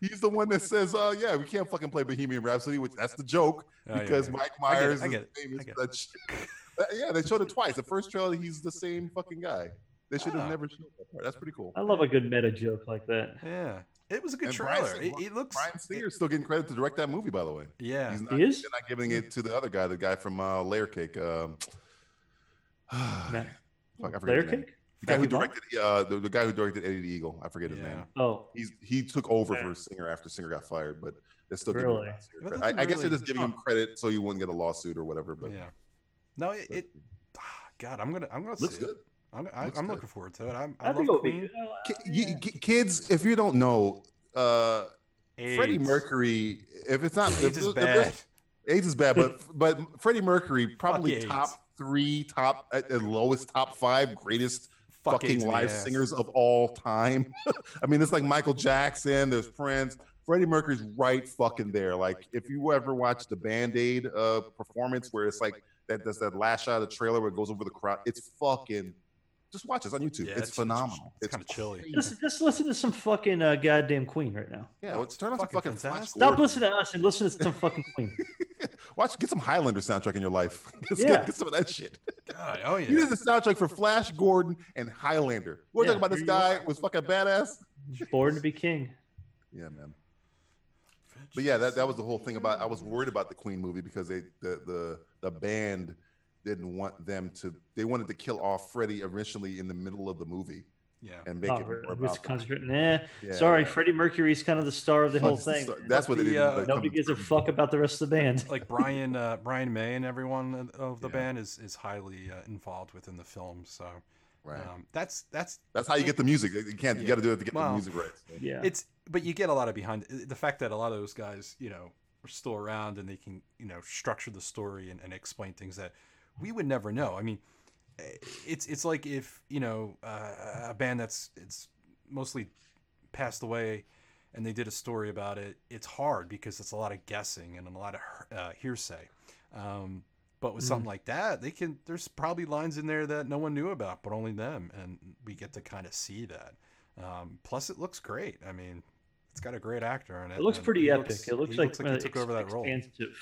Speaker 3: He's the one that says, "Oh yeah, we can't fucking play Bohemian Rhapsody," which that's the joke
Speaker 2: Oh, yeah,
Speaker 3: because
Speaker 2: yeah.
Speaker 3: Mike
Speaker 2: I get it,
Speaker 3: Myers
Speaker 2: I get
Speaker 3: is
Speaker 2: it, I
Speaker 3: famous.
Speaker 2: get
Speaker 3: for that shit. Uh, yeah, they showed it twice. The first trailer, he's the same fucking guy. They should have
Speaker 2: Ah.
Speaker 3: never showed that part. That's pretty cool.
Speaker 4: I love a good meta joke like that.
Speaker 2: yeah. It was a good
Speaker 3: And Bryan
Speaker 2: trailer. It,
Speaker 3: Singer-
Speaker 2: it looks.
Speaker 3: Brian Singer's still getting credit to direct that movie, by the way.
Speaker 2: yeah.
Speaker 3: He's not,
Speaker 4: He is?
Speaker 3: they're not giving it to the other guy, the guy from uh, Layer Cake. Um,
Speaker 4: Matt-
Speaker 3: Fuck, I forget
Speaker 4: Layer
Speaker 3: his name.
Speaker 4: cake?
Speaker 3: the guy who
Speaker 4: Fat Lip?
Speaker 3: directed uh, the, the guy who directed Eddie the Eagle. I forget his
Speaker 2: Yeah.
Speaker 3: name.
Speaker 4: Oh,
Speaker 3: He's he took over
Speaker 4: Yeah.
Speaker 3: for Singer after Singer got fired, but they're still giving
Speaker 4: Really?
Speaker 3: Bryan Singer
Speaker 2: But
Speaker 3: credit.
Speaker 2: that's
Speaker 3: I, I guess they're
Speaker 2: really-
Speaker 3: just giving him credit so you wouldn't get a lawsuit or whatever. But
Speaker 2: Yeah. No, it.
Speaker 3: but-
Speaker 2: it ah, God, I'm gonna. I'm gonna
Speaker 3: looks
Speaker 2: see it.
Speaker 3: good.
Speaker 2: I'm, I,
Speaker 3: Looks
Speaker 2: I'm
Speaker 3: good.
Speaker 2: looking forward to it. I'm, I,
Speaker 4: I, think
Speaker 2: love
Speaker 4: it'll be
Speaker 2: Queen.
Speaker 4: good. Oh,
Speaker 3: Ki-
Speaker 4: uh,
Speaker 3: you-
Speaker 4: yeah.
Speaker 3: ki- kids, if you don't know, uh, Freddie
Speaker 2: AIDS.
Speaker 3: Mercury, if it's not,
Speaker 2: AIDS
Speaker 3: if,
Speaker 2: is
Speaker 3: if-
Speaker 2: bad.
Speaker 3: AIDS is bad, but but Freddie Mercury probably
Speaker 2: AIDS.
Speaker 3: top three, top at, at lowest top five greatest
Speaker 2: Fuck AIDS
Speaker 3: fucking
Speaker 2: in the
Speaker 3: live
Speaker 2: ass.
Speaker 3: singers of all time. I mean, it's like Michael Jackson, there's Prince, Freddie Mercury's right fucking there. Like if you ever watch the Band Aid uh, performance where it's like that does that last shot of the trailer where it goes over the crowd, it's fucking. Just watch it. it's on YouTube.
Speaker 2: Yeah,
Speaker 3: it's,
Speaker 2: it's-
Speaker 3: phenomenal.
Speaker 2: it's kinda chilly.
Speaker 3: crazy.
Speaker 4: Just, just listen to some fucking uh, goddamn Queen right now.
Speaker 3: Yeah, let's turn off the
Speaker 2: Fucking
Speaker 3: fucking Flash
Speaker 2: fantastic.
Speaker 4: Stop
Speaker 3: Gordon.
Speaker 4: listening to us and listen to some fucking Queen.
Speaker 3: Watch, get some Highlander soundtrack in your life. Get-
Speaker 4: Yeah.
Speaker 3: get some of that shit.
Speaker 2: God, oh
Speaker 3: He
Speaker 2: yeah.
Speaker 3: did the soundtrack for Flash Gordon and Highlander. We're
Speaker 4: Yeah,
Speaker 3: talking about this
Speaker 4: here you
Speaker 3: guy was fucking badass.
Speaker 4: Born to be king.
Speaker 3: Yeah, man. But yeah, that, that was the whole thing about. I was worried about the Queen movie because they the the the band didn't want them to. They wanted to kill off Freddie originally in the middle of the movie
Speaker 2: Yeah.
Speaker 3: and make
Speaker 4: Oh,
Speaker 3: it more
Speaker 4: it was
Speaker 3: about.
Speaker 4: concentrating. Nah,
Speaker 3: Yeah,
Speaker 4: sorry,
Speaker 3: yeah.
Speaker 4: Freddie Mercury's kind of the star of the whole
Speaker 3: That's the
Speaker 4: thing.
Speaker 3: star- That's what they
Speaker 2: The,
Speaker 3: did.
Speaker 2: uh,
Speaker 4: Nobody gives a fuck about the rest of the band.
Speaker 2: like Brian uh, Brian May and everyone of the
Speaker 3: Yeah.
Speaker 2: band is is highly uh, involved within the film. So
Speaker 3: Right.
Speaker 2: Um, that's that's
Speaker 3: That's how you get the music. You can't. You
Speaker 2: Yeah.
Speaker 3: got to do it to get
Speaker 2: Well,
Speaker 3: the music rights.
Speaker 4: Yeah.
Speaker 2: it's but you get a lot of behind uh, the fact that a lot of those guys you know are still around and they can you know structure the story and, and explain things that we would never know i mean eh, it's it's like if you know uh, a band that's it's mostly passed away and they did a story about it it's hard because it's a lot of guessing and a lot of uh, hearsay um, but with something like that they can there's probably lines in there that no one knew about but only them and we get to kind of see that um, plus it looks great i mean it's got a great actor in it
Speaker 4: It looks
Speaker 2: and
Speaker 4: pretty
Speaker 2: he
Speaker 4: epic. it looks
Speaker 2: he
Speaker 4: like,
Speaker 2: he
Speaker 4: uh,
Speaker 2: took over that
Speaker 4: ex-
Speaker 2: role
Speaker 4: expansive.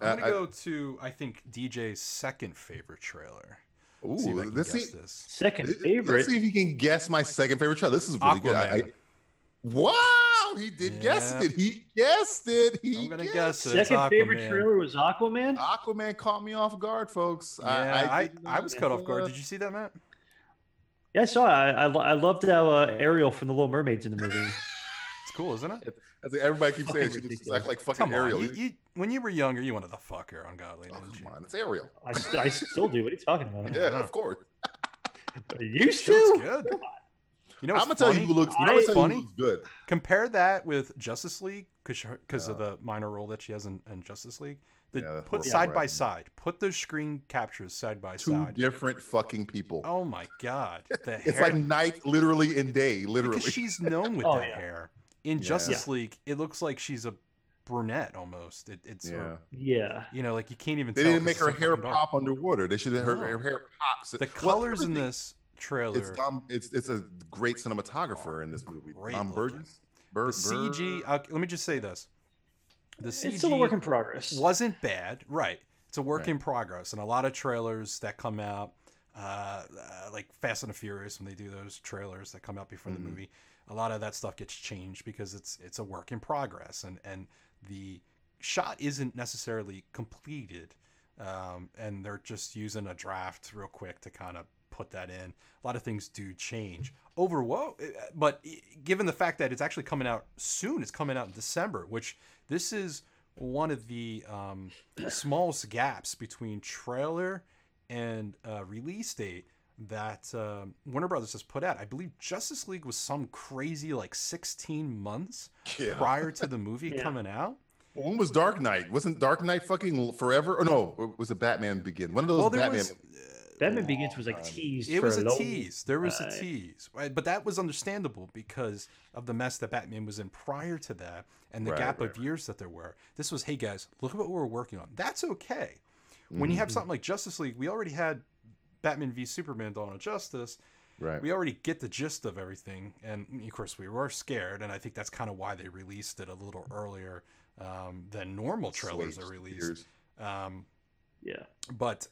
Speaker 2: i'm
Speaker 3: Uh, I-
Speaker 2: gonna go to i think dj's second favorite trailer see if I
Speaker 3: Ooh, e
Speaker 2: can
Speaker 3: let's
Speaker 2: guess
Speaker 3: see.
Speaker 2: this
Speaker 4: Second
Speaker 3: Let's
Speaker 4: favorite.
Speaker 3: see if you can guess my second favorite trailer. This is really good. I, I,
Speaker 2: Aquaman.
Speaker 3: wow, he did guess
Speaker 2: Yeah.
Speaker 3: it. He guessed it. He
Speaker 2: i'm gonna
Speaker 3: guessed
Speaker 2: guess it's
Speaker 4: Second favorite
Speaker 2: Aquaman.
Speaker 4: trailer was Aquaman.
Speaker 3: Ah. Aquaman caught me off guard, folks.
Speaker 2: yeah, I, I,
Speaker 3: didn't
Speaker 2: was
Speaker 3: know
Speaker 2: cut
Speaker 3: that.
Speaker 2: off guard. Did you see that, Matt?
Speaker 4: Yeah, I saw. it. I I, lo- I loved how uh, Ariel from the Little Mermaid's in the movie.
Speaker 2: It's cool, isn't it?
Speaker 3: I think everybody keeps saying
Speaker 4: Fucking
Speaker 3: she just
Speaker 4: ridiculous.
Speaker 3: act like fucking
Speaker 2: Come on,
Speaker 3: Ariel.
Speaker 2: you, you- when you were younger, you wanted to fuck her ungodly.
Speaker 3: oh,
Speaker 2: didn't you?
Speaker 3: come on, it's Ariel.
Speaker 4: I, st- I still do. What are you talking about?
Speaker 3: Yeah, of course.
Speaker 4: Are you
Speaker 2: She looks
Speaker 4: still?
Speaker 2: good. You know,
Speaker 3: I'm
Speaker 2: what's
Speaker 3: gonna tell you
Speaker 2: funny?
Speaker 3: who looks.
Speaker 2: You know what's
Speaker 3: I'm gonna tell you
Speaker 2: funny?
Speaker 3: who looks good.
Speaker 2: Compare that with Justice League because of the minor role that she has in, in Justice League. The,
Speaker 3: Yeah, that's
Speaker 2: put
Speaker 3: horrible,
Speaker 2: side by
Speaker 3: right?
Speaker 2: side. Put those screen captures side by
Speaker 3: Two
Speaker 2: side.
Speaker 3: different fucking people.
Speaker 2: Oh my god, the
Speaker 3: it's
Speaker 2: hair.
Speaker 3: like night, literally, and day, literally.
Speaker 2: because she's known with
Speaker 4: Oh,
Speaker 2: that
Speaker 4: yeah.
Speaker 2: hair. In
Speaker 3: Yeah.
Speaker 2: Justice League, it looks like she's a brunette almost. It, it's her-
Speaker 3: yeah.
Speaker 4: Yeah.
Speaker 2: you know like you can't even.
Speaker 3: They
Speaker 2: tell
Speaker 3: didn't
Speaker 2: 'cause
Speaker 3: make
Speaker 2: it's
Speaker 3: her
Speaker 2: so
Speaker 3: hair
Speaker 2: fucking dark.
Speaker 3: pop underwater. They should have her,
Speaker 2: No.
Speaker 3: her hair pops.
Speaker 2: The
Speaker 3: Well,
Speaker 2: colors in
Speaker 3: everything-
Speaker 2: this trailer.
Speaker 3: It's Tom. It's it's a great cinematographer in this movie.
Speaker 2: Great
Speaker 3: Tom
Speaker 2: looking.
Speaker 3: Burgess.
Speaker 2: the
Speaker 3: Bur-
Speaker 2: CG.
Speaker 3: Bur-
Speaker 2: Uh, let me just say this: the CG
Speaker 4: It's still a work in progress.
Speaker 2: wasn't bad. Right. It's a work
Speaker 3: Right.
Speaker 2: in progress, and a lot of trailers that come out, uh, uh, like Fast and the Furious, when they do those trailers that come out before
Speaker 3: Mhm.
Speaker 2: the movie, a lot of that stuff gets changed because it's it's a work in progress, and and the shot isn't necessarily completed, um, and they're just using a draft real quick to kind of put that in. A lot of things do change over whoa, but eh, given the fact that it's actually coming out soon, it's coming out in December, which this is one of the um, smallest gaps between trailer and uh, release date that um, Warner Brothers has put out. I believe Justice League was some crazy like 16 months
Speaker 3: Yeah.
Speaker 2: prior to the movie
Speaker 4: Yeah.
Speaker 2: coming out.
Speaker 3: When was Dark Knight? Wasn't Dark Knight fucking forever? Or no, or was it Batman Begin? One of those
Speaker 2: Well, there
Speaker 3: Batman.
Speaker 2: was
Speaker 4: Batman Begins was like
Speaker 3: time.
Speaker 4: teased.
Speaker 2: it
Speaker 4: for
Speaker 2: was a
Speaker 4: long-
Speaker 2: tease. There was a
Speaker 4: time.
Speaker 2: tease, right? But that was understandable because of the mess that Batman was in prior to that and the
Speaker 3: Right,
Speaker 2: gap
Speaker 3: right,
Speaker 2: of years that there were. This was, hey guys, look at what we're working on. That's okay. When
Speaker 3: Mm,
Speaker 2: you have
Speaker 3: Mm-hmm.
Speaker 2: something like Justice League, we already had Batman v Superman: Dawn of Justice.
Speaker 3: right.
Speaker 2: We already get the gist of everything, and of course, we were scared, and I think that's kind of why they released it a little earlier um, than normal trailers
Speaker 3: Slaves,
Speaker 2: are released.
Speaker 3: tears.
Speaker 2: Um,
Speaker 4: Yeah.
Speaker 2: but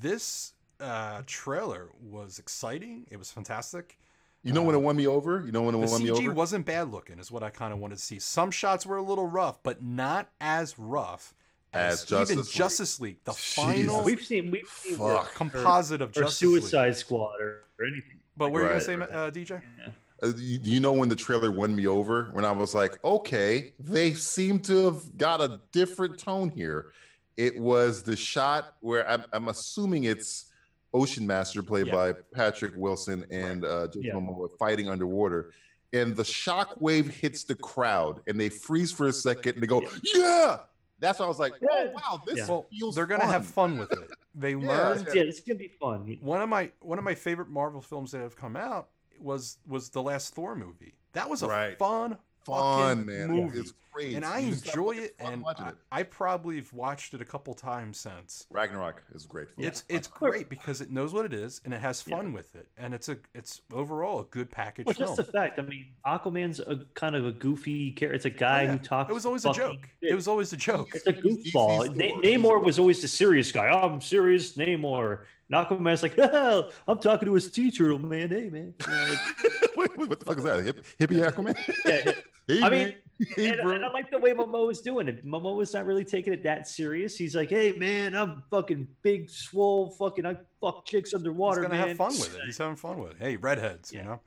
Speaker 2: this uh, trailer was exciting. It was fantastic.
Speaker 3: You know when it won me over? You know when it
Speaker 2: uh, The
Speaker 3: won me
Speaker 2: CG
Speaker 3: over?
Speaker 2: wasn't bad looking, is what I kind of wanted to see. Some shots were a little rough, but not as rough
Speaker 3: As Justice
Speaker 2: even
Speaker 3: League.
Speaker 2: Justice League. The
Speaker 3: Jesus.
Speaker 2: final
Speaker 4: We've seen. We've seen the-
Speaker 3: Fuck.
Speaker 2: composite of
Speaker 4: or
Speaker 2: Justice League.
Speaker 4: Suicide Squad or, or anything.
Speaker 2: But what were
Speaker 3: Right.
Speaker 2: you gonna say, uh, DJ?
Speaker 3: Uh, you, you know when the trailer won me over? When I was like, okay, they seem to have got a different tone here. It was the shot where I'm, I'm assuming it's Ocean Master, played
Speaker 2: Yeah.
Speaker 3: by Patrick Wilson and uh, Jason
Speaker 4: Yeah.
Speaker 3: Momoa, fighting underwater. And the shockwave hits the crowd, and they freeze for a second, and they go, "Yeah!" That's why I was like, "Oh wow, this
Speaker 4: Yeah.
Speaker 2: Well,
Speaker 3: feels."
Speaker 2: they're gonna have fun with it. They learned
Speaker 4: Yeah, it's gonna be fun.
Speaker 2: one of my one of my favorite Marvel films that have come out was was the last Thor movie. That was a
Speaker 3: Right.
Speaker 2: fun,
Speaker 3: fun,
Speaker 2: fucking
Speaker 3: man.
Speaker 2: movie.
Speaker 3: It's great,
Speaker 2: and I
Speaker 3: You just gotta
Speaker 2: enjoy
Speaker 3: have
Speaker 2: it,
Speaker 3: fun
Speaker 2: and
Speaker 3: watching
Speaker 2: I, I probably have watched it a couple times since.
Speaker 3: Ragnarok is great. folks.
Speaker 2: It's it's great because it knows what it is and it has fun with it, and it's a it's overall a good package
Speaker 4: Well,
Speaker 2: film.
Speaker 4: just the fact. I mean, Aquaman's a kind of a goofy character. It's a guy
Speaker 2: Oh, Yeah.
Speaker 4: who talks.
Speaker 2: It was always a
Speaker 4: fucking
Speaker 2: joke.
Speaker 4: shit.
Speaker 2: It was always a joke.
Speaker 4: It's a goofball.
Speaker 3: DC's
Speaker 4: Na-
Speaker 3: Thor.
Speaker 4: Namor was always the serious guy. Oh, I'm serious, Namor. And Aquaman's like, "Oh, I'm talking to his sea turtle, man. Hey, man. You know, like,
Speaker 3: Wait, wait, what the fuck is that? Hip, hippie Aquaman?
Speaker 4: yeah.
Speaker 3: Hey, man.
Speaker 4: I mean,
Speaker 3: Hey,
Speaker 4: and,
Speaker 3: bro.
Speaker 4: and I like the way Momoa's doing it. Momoa's not really taking it that serious. He's like, hey, man, I'm fucking big, swole, fucking, I fuck chicks
Speaker 2: He's
Speaker 4: underwater,
Speaker 2: gonna
Speaker 4: man.
Speaker 2: have fun with it. He's having fun with it. Hey, redheads, you
Speaker 4: Yeah.
Speaker 2: know.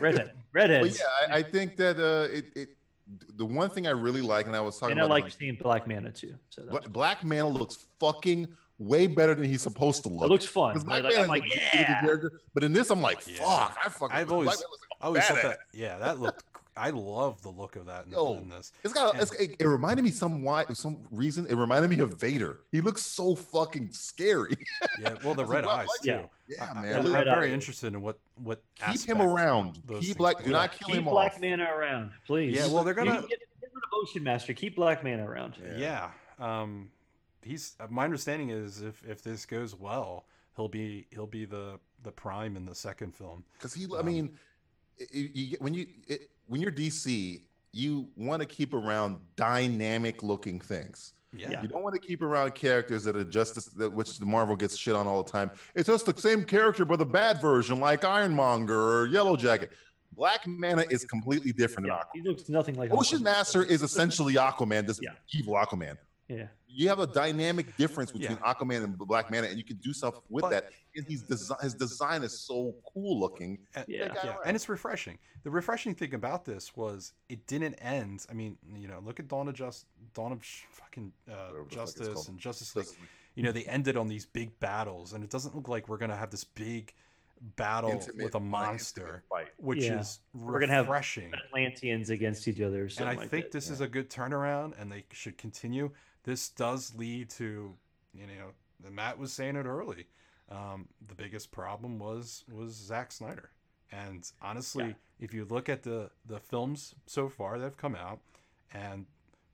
Speaker 4: Redhead.
Speaker 3: but
Speaker 4: Redheads.
Speaker 3: yeah, I, I think that uh, it, it the one thing I really like, and I was talking
Speaker 4: and I
Speaker 3: about
Speaker 4: like
Speaker 3: like,
Speaker 4: seeing Black Manta, too. So that's
Speaker 3: Bla- Black Manta looks fucking way better than he's supposed to
Speaker 4: It
Speaker 3: look.
Speaker 4: looks fun.
Speaker 3: Because Black
Speaker 4: Like,
Speaker 3: Panther's
Speaker 4: I'm like,
Speaker 3: a big
Speaker 4: yeah.
Speaker 3: character, but in this, I'm like,
Speaker 2: Yeah.
Speaker 3: fuck. I fucking.
Speaker 2: I've
Speaker 3: Black
Speaker 2: always-
Speaker 3: Panther looks-
Speaker 2: I always thought
Speaker 3: Badass.
Speaker 2: that. Yeah, that looked. I love the look of that in,
Speaker 3: Yo.
Speaker 2: in this.
Speaker 3: It's got. It's, it, it reminded me some why some reason. It reminded me of Vader. He looks so fucking scary.
Speaker 2: Yeah, well, the
Speaker 3: I was like,
Speaker 2: red
Speaker 3: wow, I
Speaker 2: eyes
Speaker 3: like
Speaker 2: too.
Speaker 4: that.
Speaker 3: Yeah,
Speaker 2: I,
Speaker 3: man.
Speaker 2: am
Speaker 3: Look-
Speaker 4: red
Speaker 2: very
Speaker 4: eyes.
Speaker 2: interested in what what.
Speaker 3: Keep him
Speaker 2: aspect
Speaker 3: around.
Speaker 2: those
Speaker 3: Keep
Speaker 2: things
Speaker 3: Black. Do
Speaker 2: were.
Speaker 3: not kill
Speaker 4: Keep
Speaker 3: him
Speaker 4: Black
Speaker 3: off.
Speaker 4: Man around, please.
Speaker 2: Yeah, well, they're
Speaker 4: You
Speaker 2: gonna.
Speaker 4: can get, get rid of Ocean Master. Keep Black Man around.
Speaker 2: Yeah. Um, he's uh, my understanding is if if this goes well, he'll be he'll be the the prime in the second film.
Speaker 3: because he. I
Speaker 2: Um,
Speaker 3: mean, i- i- you get- when you it, when you're DC, you want to keep around dynamic looking things.
Speaker 2: Yeah.
Speaker 4: Yeah.
Speaker 3: You don't want to keep around characters that are just that which the Marvel gets shit on all the time. It's just the same character but the bad version, like Ironmonger or Yellow Jacket. Black Mana is completely different than
Speaker 4: Yeah,
Speaker 3: Aquaman.
Speaker 4: he looks nothing like
Speaker 3: Ocean
Speaker 4: Aquaman.
Speaker 3: Master is essentially Aquaman, this
Speaker 4: Yeah.
Speaker 3: evil Aquaman.
Speaker 4: Yeah,
Speaker 3: You have a dynamic difference between
Speaker 2: Yeah.
Speaker 3: Aquaman and Black Mana, and you can do something with
Speaker 2: But-
Speaker 3: that. And he's desi- his design is so cool looking.
Speaker 2: And-
Speaker 4: Yeah.
Speaker 3: That guy
Speaker 2: yeah,
Speaker 3: around.
Speaker 2: and it's refreshing. The refreshing thing about this was it didn't end. I mean, you know, look at Dawn of Just Dawn of Sh- fucking uh,
Speaker 3: Whatever the fuck it's
Speaker 2: Justice
Speaker 3: called.
Speaker 2: and Justice League. You know, they ended on these big battles, and it doesn't look like we're gonna have this big battle
Speaker 3: Intimate
Speaker 2: with a
Speaker 3: fight,
Speaker 2: monster,
Speaker 3: intimate fight.
Speaker 2: which
Speaker 4: Yeah.
Speaker 2: is
Speaker 4: We're gonna have
Speaker 2: refreshing.
Speaker 4: Atlanteans against each other. Or
Speaker 2: and
Speaker 4: something
Speaker 2: I
Speaker 4: like
Speaker 2: think
Speaker 4: that.
Speaker 2: this is a good turnaround, and they should continue. This does lead to, you know, the Matt was saying it early. Um, the biggest problem was was Zack Snyder, and honestly,
Speaker 4: Yeah.
Speaker 2: if you look at the the films so far that have come out, and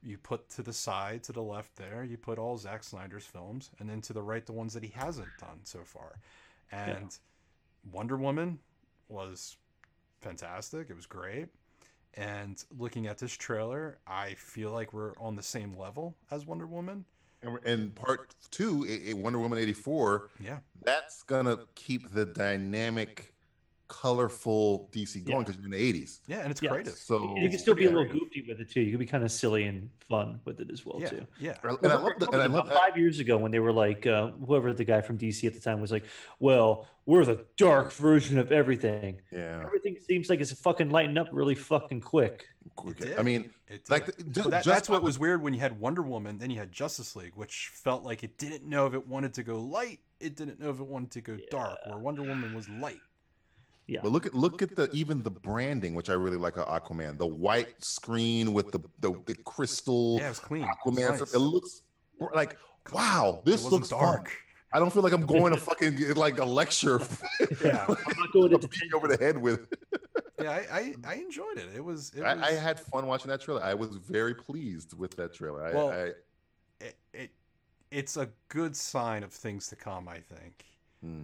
Speaker 2: you put to the side to the left there, you put all Zack Snyder's films, and then to the right the ones that he hasn't done so far, and Wonder Woman was fantastic. It was great. And looking at this trailer, I feel like we're on the same level as Wonder Woman.
Speaker 3: And, and part two, i- i- Wonder Woman 84,
Speaker 2: Yeah.
Speaker 3: that's gonna keep the dynamic, colorful DC going
Speaker 4: Yeah.
Speaker 3: because you're in the 80s.
Speaker 2: Yeah, and it's
Speaker 4: Yeah.
Speaker 2: creative.
Speaker 3: So
Speaker 4: You can still be a little
Speaker 2: creative.
Speaker 4: goofy with it too. You can be kind of silly and fun with it as well
Speaker 2: yeah,
Speaker 4: too.
Speaker 2: yeah.
Speaker 3: and I love the, and I love
Speaker 4: About five years ago when they were like uh, whoever the guy from DC at the time was like, "Well, we're the dark version of everything.
Speaker 3: yeah.
Speaker 4: Everything seems like it's fucking lighting up really fucking quick."
Speaker 3: quick-
Speaker 2: did.
Speaker 3: I mean,
Speaker 2: It did.
Speaker 3: like the- ju-
Speaker 2: that,
Speaker 3: just
Speaker 2: that's what
Speaker 3: like-
Speaker 2: was weird when you had Wonder Woman, then you had Justice League, which felt like it didn't know if it wanted to go light, it didn't know if it wanted to go dark, where Wonder Woman was light.
Speaker 4: Yeah,
Speaker 3: But look at look at the even the branding, which I really like. of Aquaman, the white screen with the the, the crystal
Speaker 2: Yeah, it was clean. It, was
Speaker 3: Aquaman. stuff.
Speaker 2: nice.
Speaker 3: It looks like wow, this
Speaker 2: wasn't
Speaker 3: looks dark.
Speaker 2: dark.
Speaker 3: I don't feel like I'm going to fucking like a lecture.
Speaker 2: Yeah.
Speaker 4: I'm not going to
Speaker 3: beat
Speaker 4: detention.
Speaker 3: over the head with.
Speaker 2: Yeah, I, I, I enjoyed it. It was, it was
Speaker 3: I, I had fun watching that trailer. I was very pleased with that trailer. I,
Speaker 2: Well,
Speaker 3: I,
Speaker 2: it, it it's a good sign of things to come, I think.
Speaker 3: Hmm.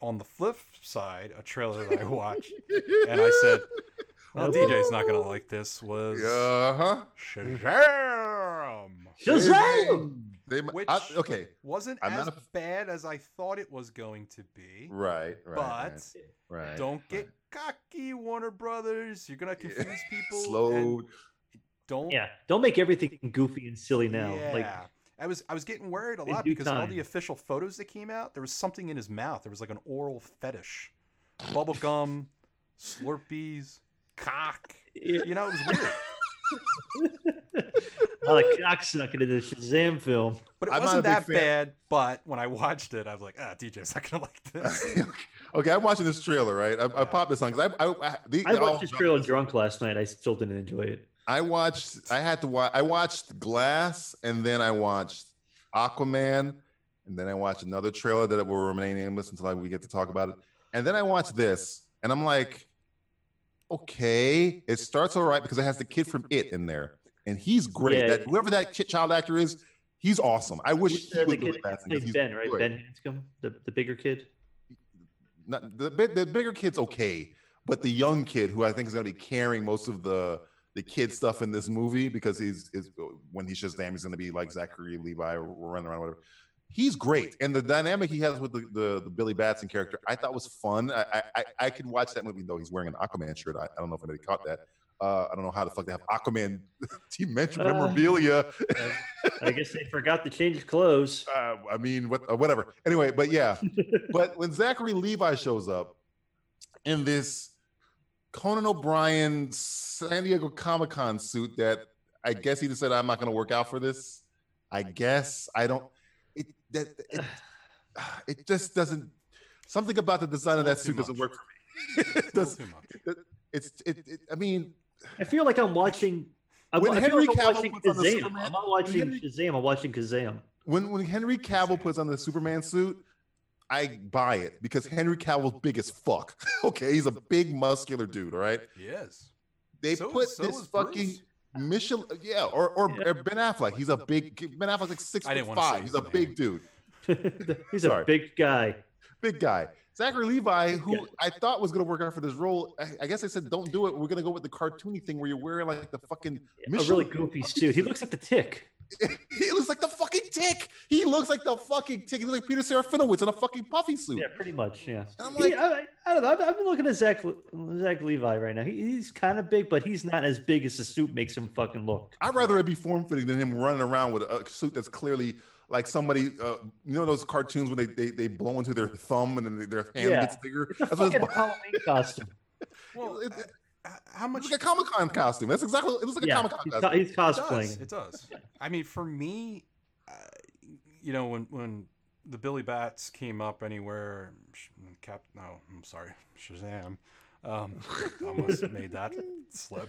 Speaker 2: On the flip side, a trailer that I watched and I said, well, DJ's not gonna like this was
Speaker 3: Uh huh.
Speaker 2: Shazam.
Speaker 4: Shazam!
Speaker 3: They, mi-
Speaker 2: Which-
Speaker 3: I, okay,
Speaker 2: Wasn't
Speaker 3: I'm
Speaker 2: as
Speaker 3: not a-
Speaker 2: bad as I thought it was going to be,
Speaker 3: right, right, right,
Speaker 2: but
Speaker 3: right.
Speaker 2: don't get cocky, Warner Brothers. You're gonna
Speaker 3: Yeah.
Speaker 2: confuse people.
Speaker 3: slow.
Speaker 2: and Don't
Speaker 4: Yeah, don't make everything goofy and silly now. Like,
Speaker 2: I was I was getting worried a
Speaker 4: In
Speaker 2: lot
Speaker 4: due
Speaker 2: because all the
Speaker 4: time.
Speaker 2: official photos that came out, there was something in his mouth. There was like an oral fetish, bubble gum, Slurpees, cock.
Speaker 4: yeah,
Speaker 2: You know, it was weird.
Speaker 4: a lot of cocksucking in the Shazam film.
Speaker 2: But it
Speaker 3: I'm not a
Speaker 2: wasn't
Speaker 3: big
Speaker 2: that
Speaker 3: fan.
Speaker 2: bad. But when I watched it, I was like, ah, DJ's not gonna like this.
Speaker 3: okay, I'm watching this trailer. Right, I, I popped this on because I, I, I, the,
Speaker 4: I
Speaker 3: I'll
Speaker 4: watched this
Speaker 3: jump-
Speaker 4: trailer drunk last night. I still didn't enjoy it.
Speaker 3: I watched. I had to watch. I watched Glass, and then I watched Aquaman, and then I watched another trailer that will remain nameless until I, we get to talk about it. And then I watched this, and I'm like, okay, it starts all right because it has the kid from It in there, and he's great.
Speaker 4: Yeah.
Speaker 3: that, whoever that kid, child actor is, he's awesome. I wish
Speaker 4: Which uh,
Speaker 3: he
Speaker 4: the
Speaker 3: would do
Speaker 4: kid
Speaker 3: the passing.
Speaker 4: plays
Speaker 3: he's
Speaker 4: Ben, right?
Speaker 3: great.
Speaker 4: Ben Hanscom, the, the bigger kid.
Speaker 3: Not, the, big- the bigger kid's okay, but the young kid who I think is going to be carrying most of the the kid stuff in this movie because he's is when he's Shazam, he's going to be like Zachary Levi or running around, whatever. He's great, and the dynamic he has with the, the, the Billy Batson character, I thought was fun. I, I- I I could watch that movie though. He's wearing an Aquaman shirt. I, I don't know if anybody caught that. Uh, I don't know how the fuck they have Aquaman team memorabilia.
Speaker 4: I guess they forgot to change his clothes.
Speaker 3: Uh, I mean, what, uh, whatever. Anyway, but yeah, but when Zachary Levi shows up in this Conan O'Brien San Diego Comic Con suit that I guess he just said, I'm not going to work out for this. I guess I don't. It, that it, it just doesn't. Something about the design of that suit doesn't work for me. it doesn't, it's it, it. I mean,
Speaker 4: I feel like I'm watching. I'm,
Speaker 3: When
Speaker 4: I feel
Speaker 3: Henry
Speaker 4: like I'm
Speaker 3: Cavill
Speaker 4: watching
Speaker 3: puts on the
Speaker 4: Kazam.
Speaker 3: Superman-
Speaker 4: I'm not watching
Speaker 3: Henry-
Speaker 4: Shazam. I'm watching Kazam.
Speaker 3: when when Henry Cavill puts on the Superman suit, I buy it because Henry Cavill's big as fuck. okay, he's a big muscular dude. All right,
Speaker 2: Yes.
Speaker 3: they
Speaker 2: So-
Speaker 3: put
Speaker 2: so
Speaker 3: this
Speaker 2: is
Speaker 3: fucking
Speaker 2: Bruce.
Speaker 3: Michel, yeah, or or, or Ben Affleck. He's a big Ben Affleck's like six
Speaker 2: I didn't
Speaker 3: foot
Speaker 2: wanna say
Speaker 3: five. He's
Speaker 2: his
Speaker 3: a
Speaker 2: name.
Speaker 3: big dude,
Speaker 4: He's
Speaker 3: Sorry.
Speaker 4: a big guy.
Speaker 3: big guy. Zachary Levi, who
Speaker 4: Yeah.
Speaker 3: I thought was gonna work out for this role, I, I guess I said don't do it. We're gonna go with the cartoony thing where you're wearing like the fucking
Speaker 4: A really
Speaker 3: Michelin-
Speaker 4: goofy suit. He looks like the Tick.
Speaker 3: he looks like the fucking tick. He looks like the fucking tick. He looks like Peter Serafinowicz in a fucking puffy suit.
Speaker 4: Yeah, pretty much. Yeah.
Speaker 3: And I'm
Speaker 4: He-
Speaker 3: like,
Speaker 4: I, I don't know. I've, I've been looking at Zach Le- Zach Levi right now. He, he's kind of big, but he's not as big as the suit makes him fucking look.
Speaker 3: I'd rather it be form fitting than him running around with a suit that's clearly like somebody, uh, you know, those cartoons when they, they, they blow into their thumb and then their hand
Speaker 4: Yeah.
Speaker 3: gets bigger.
Speaker 4: It's a
Speaker 3: That's what
Speaker 4: fucking
Speaker 3: it's,
Speaker 4: Halloween costume.
Speaker 2: Well,
Speaker 3: it-
Speaker 2: h- h- how much?
Speaker 3: it's like a Comic Con costume. That's exactly. It looks like a
Speaker 4: yeah,
Speaker 3: Comic Con
Speaker 4: he's,
Speaker 3: costume.
Speaker 4: co- he's
Speaker 2: It does.
Speaker 4: cosplaying.
Speaker 2: It does. I mean, for me, uh, you know, when when the Billy Bats came up anywhere, Sh- Cap. No, I'm sorry, Shazam. Um, almost made that slip.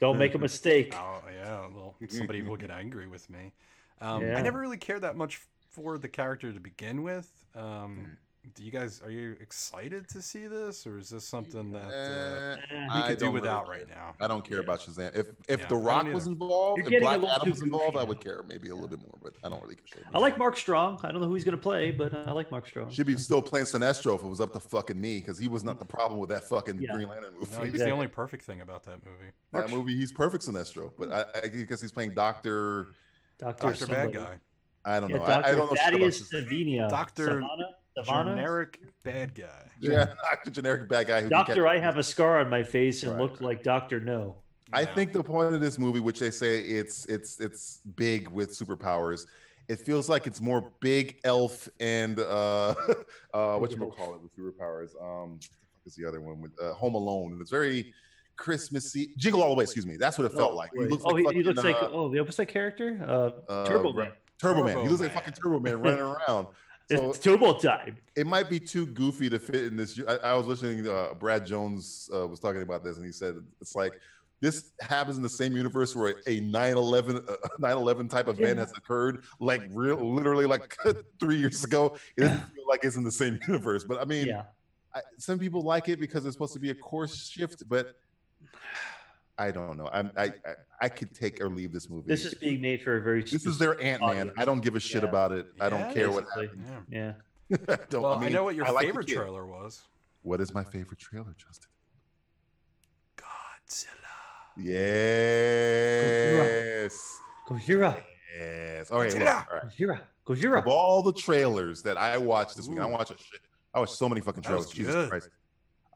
Speaker 4: Don't make a mistake.
Speaker 2: Oh yeah, well, somebody will get angry with me. Um,
Speaker 4: Yeah.
Speaker 2: I never really cared that much for the character to begin with. Um,
Speaker 4: Hmm.
Speaker 2: do you guys are you excited to see this, or is this something that
Speaker 3: Eh,
Speaker 2: uh,
Speaker 4: Eh,
Speaker 2: we
Speaker 3: I
Speaker 2: could do
Speaker 3: don't really
Speaker 2: without
Speaker 3: care.
Speaker 2: right now?
Speaker 3: I don't care about Shazam. If if
Speaker 2: Yeah,
Speaker 3: The
Speaker 2: I don't
Speaker 3: Rock was
Speaker 2: either.
Speaker 3: involved,
Speaker 4: You're
Speaker 3: if
Speaker 4: getting a
Speaker 3: Black
Speaker 4: little
Speaker 3: Adam
Speaker 4: too
Speaker 3: was involved, I
Speaker 4: goofy.
Speaker 3: would care maybe a little bit more, but I don't really care.
Speaker 4: I like Mark Strong. I don't know who he's gonna play, but uh, I like Mark Strong.
Speaker 3: Should be still playing Sinestro if it was up to fucking me because he was not the problem with that fucking
Speaker 4: Yeah.
Speaker 3: Green Lantern movie.
Speaker 2: No, he's the
Speaker 4: Exactly.
Speaker 2: only perfect thing about that movie.
Speaker 3: that movie, he's perfect Sinestro, but I, I guess he's playing Doctor.
Speaker 4: Doctor
Speaker 2: Doctor Bad
Speaker 4: somebody.
Speaker 2: Guy.
Speaker 3: I don't
Speaker 4: Yeah,
Speaker 3: know. I, I
Speaker 4: Dr.
Speaker 3: don't know. shit about
Speaker 4: Thaddeus
Speaker 3: this-
Speaker 4: Savinia.
Speaker 2: Dr.
Speaker 4: Savannah? Savannah?
Speaker 2: generic bad guy.
Speaker 3: yeah, Doctor Generic bad guy. Who can
Speaker 4: Doctor,
Speaker 3: catch-
Speaker 4: I have a scar on my face and
Speaker 3: Right,
Speaker 4: looked like Doctor No.
Speaker 3: I
Speaker 2: Yeah.
Speaker 3: think the point of this movie, which they say it's it's it's big with superpowers, it feels like it's more big elf and uh uh what you call it with superpowers. Um, what the fuck is the other one with uh, Home Alone, and it's very Christmassy. Jingle all the way, excuse me. That's what it felt like. He looks
Speaker 4: Oh,
Speaker 3: like
Speaker 4: he,
Speaker 3: fucking,
Speaker 4: he looks like
Speaker 3: uh,
Speaker 4: oh, the opposite character, uh,
Speaker 3: uh,
Speaker 4: Turbo Man.
Speaker 3: Turbo Man. He
Speaker 2: Turbo
Speaker 3: looks like
Speaker 2: Man.
Speaker 3: fucking Turbo Man running around. So
Speaker 4: it's Turbo time.
Speaker 3: it might be too goofy to fit in this. I, I was listening. to, Uh, Brad Jones uh, was talking about this, and he said it's like this happens in the same universe where a 9/11 uh, 9/11 type event has occurred, like real, literally like three years ago. It doesn't feel like it's in the same universe. But I mean,
Speaker 4: Yeah,
Speaker 3: I, some people like it because it's supposed to be a course shift, but. I don't know. I'm, I, I I could take or leave this movie.
Speaker 4: this is being made for a very.
Speaker 3: This is their Ant Man.
Speaker 4: audience.
Speaker 3: I don't give a shit
Speaker 4: Yeah.
Speaker 3: about it. I don't
Speaker 2: Yeah,
Speaker 3: care what
Speaker 4: basically.
Speaker 3: happens.
Speaker 2: Yeah.
Speaker 4: Yeah,
Speaker 3: I don't-
Speaker 2: Well, I,
Speaker 3: mean,
Speaker 2: know what your
Speaker 3: I like the
Speaker 2: favorite
Speaker 3: kid.
Speaker 2: trailer was.
Speaker 3: What is my favorite trailer, Justin?
Speaker 2: Godzilla.
Speaker 3: Yes.
Speaker 4: Gojira,
Speaker 3: Yes. All right, look, all right.
Speaker 4: Gojira,
Speaker 3: Of
Speaker 4: Gojira.
Speaker 3: all the trailers that I watched this week, I
Speaker 2: Ooh.
Speaker 3: watched a shit. I watched so many fucking
Speaker 2: That was
Speaker 3: trailers. Jesus
Speaker 2: good.
Speaker 3: Christ.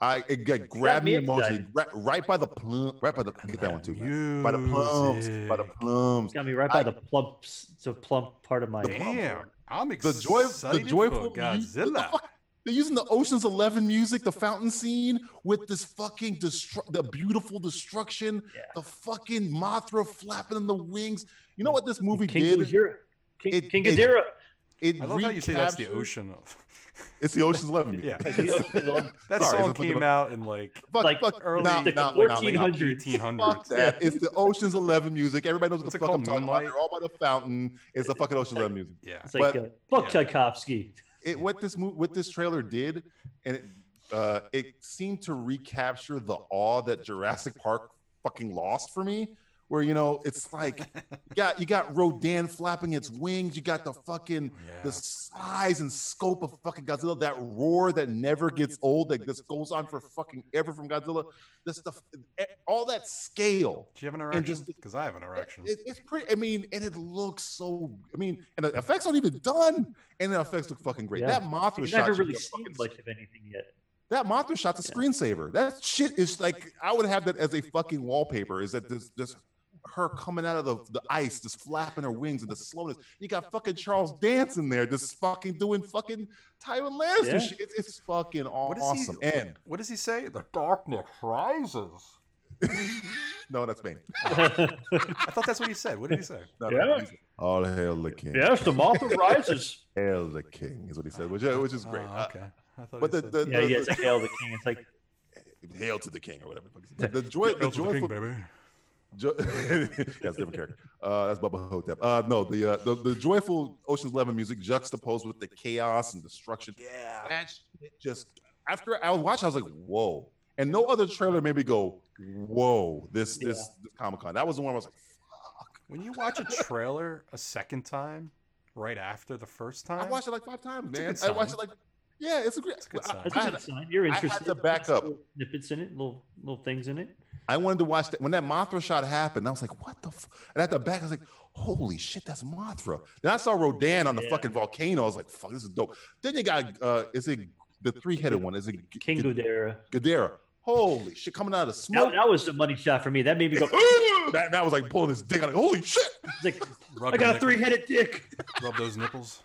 Speaker 3: I it, got- grabbed me
Speaker 4: me
Speaker 3: emotionally
Speaker 4: excited.
Speaker 3: right, right by the plum, right by the get that one too. man. By the plums, by the
Speaker 2: Music.
Speaker 3: plums.
Speaker 4: Got me right by
Speaker 3: I-
Speaker 4: the plumps. It's a plump part of my.
Speaker 2: Damn, I'm
Speaker 3: The
Speaker 2: excited
Speaker 3: joy, the joyful
Speaker 2: for
Speaker 3: music- what the
Speaker 2: Godzilla.
Speaker 3: fuck? They're using the Ocean's Eleven music, the fountain scene, with this fucking destru- the beautiful destruction,
Speaker 4: Yeah.
Speaker 3: the fucking Mothra flapping in the wings. You know what this movie
Speaker 4: King
Speaker 3: did?
Speaker 4: Gojira, King,
Speaker 3: It-
Speaker 4: King
Speaker 3: it-
Speaker 4: Ghidorah.
Speaker 3: It
Speaker 2: I love how you say that's the
Speaker 3: recaptured-
Speaker 2: ocean of.
Speaker 3: It's the Ocean's Eleven.
Speaker 2: Yeah.
Speaker 3: It's- Sorry,
Speaker 2: That song
Speaker 3: it's a fucking-
Speaker 2: came out in like
Speaker 3: Fuck,
Speaker 4: Like,
Speaker 3: fuck,
Speaker 2: early-
Speaker 3: nah,
Speaker 4: the
Speaker 3: nah, nah, nah.
Speaker 4: 1400s.
Speaker 2: 1800s.
Speaker 3: Fuck that. It's the Ocean's Eleven music. Everybody knows what
Speaker 2: What's
Speaker 3: the
Speaker 2: it
Speaker 3: fuck I'm
Speaker 2: called?
Speaker 3: talking about.
Speaker 2: Moonlight?
Speaker 3: They're all by the fountain. It's the fucking Ocean's Eleven music.
Speaker 2: Yeah.
Speaker 4: It's like
Speaker 3: But-
Speaker 4: uh, fuck
Speaker 2: yeah.
Speaker 4: Tchaikovsky.
Speaker 3: It, what this movie, what this trailer did, and it, uh, it seemed to recapture the awe that Jurassic Park fucking lost for me. Where you know it's like you got you got Rodan flapping its wings. You got the fucking
Speaker 2: Yeah.
Speaker 3: the size and scope of fucking Godzilla, that roar that never gets old, that just goes on for fucking ever from Godzilla, the stuff, eh, all that scale.
Speaker 2: Do you have an
Speaker 3: and
Speaker 2: erection?
Speaker 3: just-
Speaker 2: Because I have an erection.
Speaker 3: It, it's pretty. I mean, and it looks so. I mean, and the effects aren't even done, and the effects look fucking great.
Speaker 4: Yeah.
Speaker 3: That Mothra
Speaker 4: I've
Speaker 3: shot.
Speaker 4: never
Speaker 3: should be
Speaker 4: really
Speaker 3: a
Speaker 4: seen
Speaker 3: fucking-
Speaker 4: much of anything yet.
Speaker 3: That Mothra shot's a screensaver. That shit is like I would have that as a fucking wallpaper. Is that this this her coming out of the, the ice, just flapping her wings and the slowness. You got fucking Charles Dance in there, just fucking doing fucking Tywin Lannister
Speaker 4: Yeah.
Speaker 3: shit. It's, it's fucking
Speaker 2: What is he-
Speaker 3: awesome. And
Speaker 2: What does he say? The darkness rises.
Speaker 3: no, that's me.
Speaker 2: I thought that's what he said. What did he say?
Speaker 3: No,
Speaker 4: Yeah.
Speaker 3: he's- All hail the king.
Speaker 4: yes, the moth rises.
Speaker 3: Hail the king is what he said, which, uh, which is great.
Speaker 2: Oh,
Speaker 3: Uh,
Speaker 2: okay. I thought
Speaker 3: but
Speaker 2: he
Speaker 3: the,
Speaker 2: said-
Speaker 3: the,
Speaker 4: Yeah,
Speaker 3: the-
Speaker 4: yeah, it's like hail the king. It's like
Speaker 3: hail to the king or whatever. the fuck he said. The, joy, the
Speaker 2: Hail to the king,
Speaker 3: joyful
Speaker 2: baby.
Speaker 3: Jo- that's a different character. Uh, that's Bubba Hotep. Uh, no, the, uh, the the joyful Ocean's Eleven music juxtaposed with the chaos and destruction. Yeah, that's just after I was watching, I was like, whoa. And no other trailer made me go, whoa. This this, this Comic Con. That was the one I was like,
Speaker 2: When you watch a trailer a second time, right after the first time,
Speaker 3: I watched it like five times,
Speaker 2: a
Speaker 3: man.
Speaker 2: good
Speaker 3: I watched it
Speaker 2: sign.
Speaker 3: like, yeah, it's a great.
Speaker 2: a good
Speaker 3: I,
Speaker 2: sign.
Speaker 4: that's
Speaker 3: I
Speaker 4: a
Speaker 3: had,
Speaker 4: good sign. You're
Speaker 3: I had
Speaker 4: interested.
Speaker 3: to back up.
Speaker 4: Little Snippets in it, little little things in it.
Speaker 3: I wanted to watch that when that Mothra shot happened. I was like, what the? F-? And at the back, I was like, holy shit, that's Mothra. Then I saw Rodan on the
Speaker 4: Yeah.
Speaker 3: fucking volcano. I was like, fuck, this is dope. Then you got, uh, is it the three headed one? Is it G-
Speaker 4: King
Speaker 3: G-
Speaker 4: Ghidorah.
Speaker 3: Ghidorah? Holy shit, coming out of the
Speaker 4: uh, That,
Speaker 3: smoke.
Speaker 4: that was the money shot for me. That made me go.
Speaker 3: That, that was like pulling his dick out. Like, holy shit.
Speaker 4: it's like,
Speaker 2: Rub
Speaker 4: I
Speaker 2: your
Speaker 4: got a
Speaker 2: nipples-
Speaker 4: three-headed dick.
Speaker 2: Rub those nipples.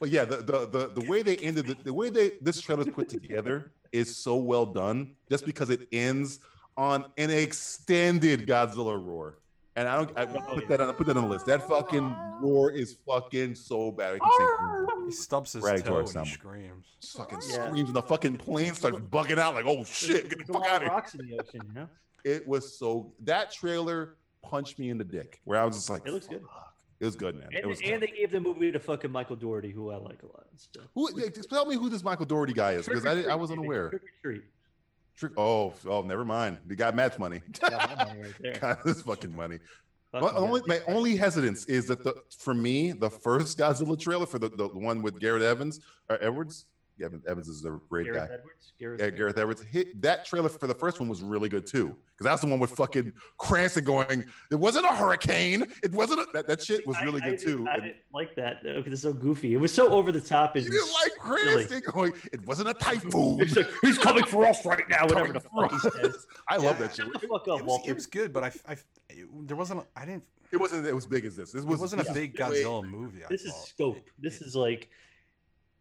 Speaker 3: but yeah, the, the the the way they ended the, the way they this trailer's put together is so well done, just because it ends on an extended Godzilla roar. And I don't I put that on I put that on the list. That fucking roar is fucking so bad. I keep saying,
Speaker 2: He stubs his
Speaker 3: Ragdoll
Speaker 2: toe and
Speaker 3: example.
Speaker 2: he screams.
Speaker 3: just fucking
Speaker 4: Yeah.
Speaker 3: screams and the fucking plane starts bugging out like, oh shit, get the fuck out of here.
Speaker 4: Rocks in the ocean, you know?
Speaker 3: It was so that trailer punched me in the dick where I was just like,
Speaker 4: It looks good.
Speaker 3: fuck. It was good, man.
Speaker 4: And,
Speaker 3: it was
Speaker 4: and they gave the movie to fucking Michael Doherty, who I like a lot. So.
Speaker 3: who, yeah, just tell me who this Michael Doherty guy is because I, didn't- I was unaware.
Speaker 4: Trick or treat.
Speaker 3: Trick. Oh, oh, never mind. They got match money.
Speaker 4: Got my money right there.
Speaker 3: got this fucking money.
Speaker 4: Fuck
Speaker 3: My
Speaker 4: yeah.
Speaker 3: only, my only hesitance is that the for me the first Godzilla trailer for the, the one with Garrett Evans or Edwards. Yeah, Evan- Evans is a great
Speaker 4: Gareth
Speaker 3: guy.
Speaker 4: Edwards. Gareth
Speaker 3: Yeah, Gareth Edwards hit that trailer for the first one was really good too because that's the one with fucking Cranston going. It wasn't a hurricane. It wasn't a, that. That shit was
Speaker 4: I-
Speaker 3: really
Speaker 4: I
Speaker 3: good
Speaker 4: didn't-
Speaker 3: too.
Speaker 4: I
Speaker 3: And
Speaker 4: didn't like that though, because it's so goofy. It was so over the top. And
Speaker 3: you didn't like Cranston going. It wasn't a typhoon.
Speaker 4: He's like, he's coming for us right now. Whatever the
Speaker 3: Coming
Speaker 4: fuck he says.
Speaker 3: I love that shit.
Speaker 4: Shut the fuck up,
Speaker 2: It was,
Speaker 4: Walter.
Speaker 2: it was good, but I, I it- there wasn't. I didn't.
Speaker 3: It wasn't. It was big as this. This
Speaker 2: It
Speaker 3: was,
Speaker 2: wasn't a
Speaker 3: this
Speaker 2: big
Speaker 3: way-
Speaker 2: Godzilla movie. I
Speaker 4: This is
Speaker 2: thought.
Speaker 4: scope. This is like,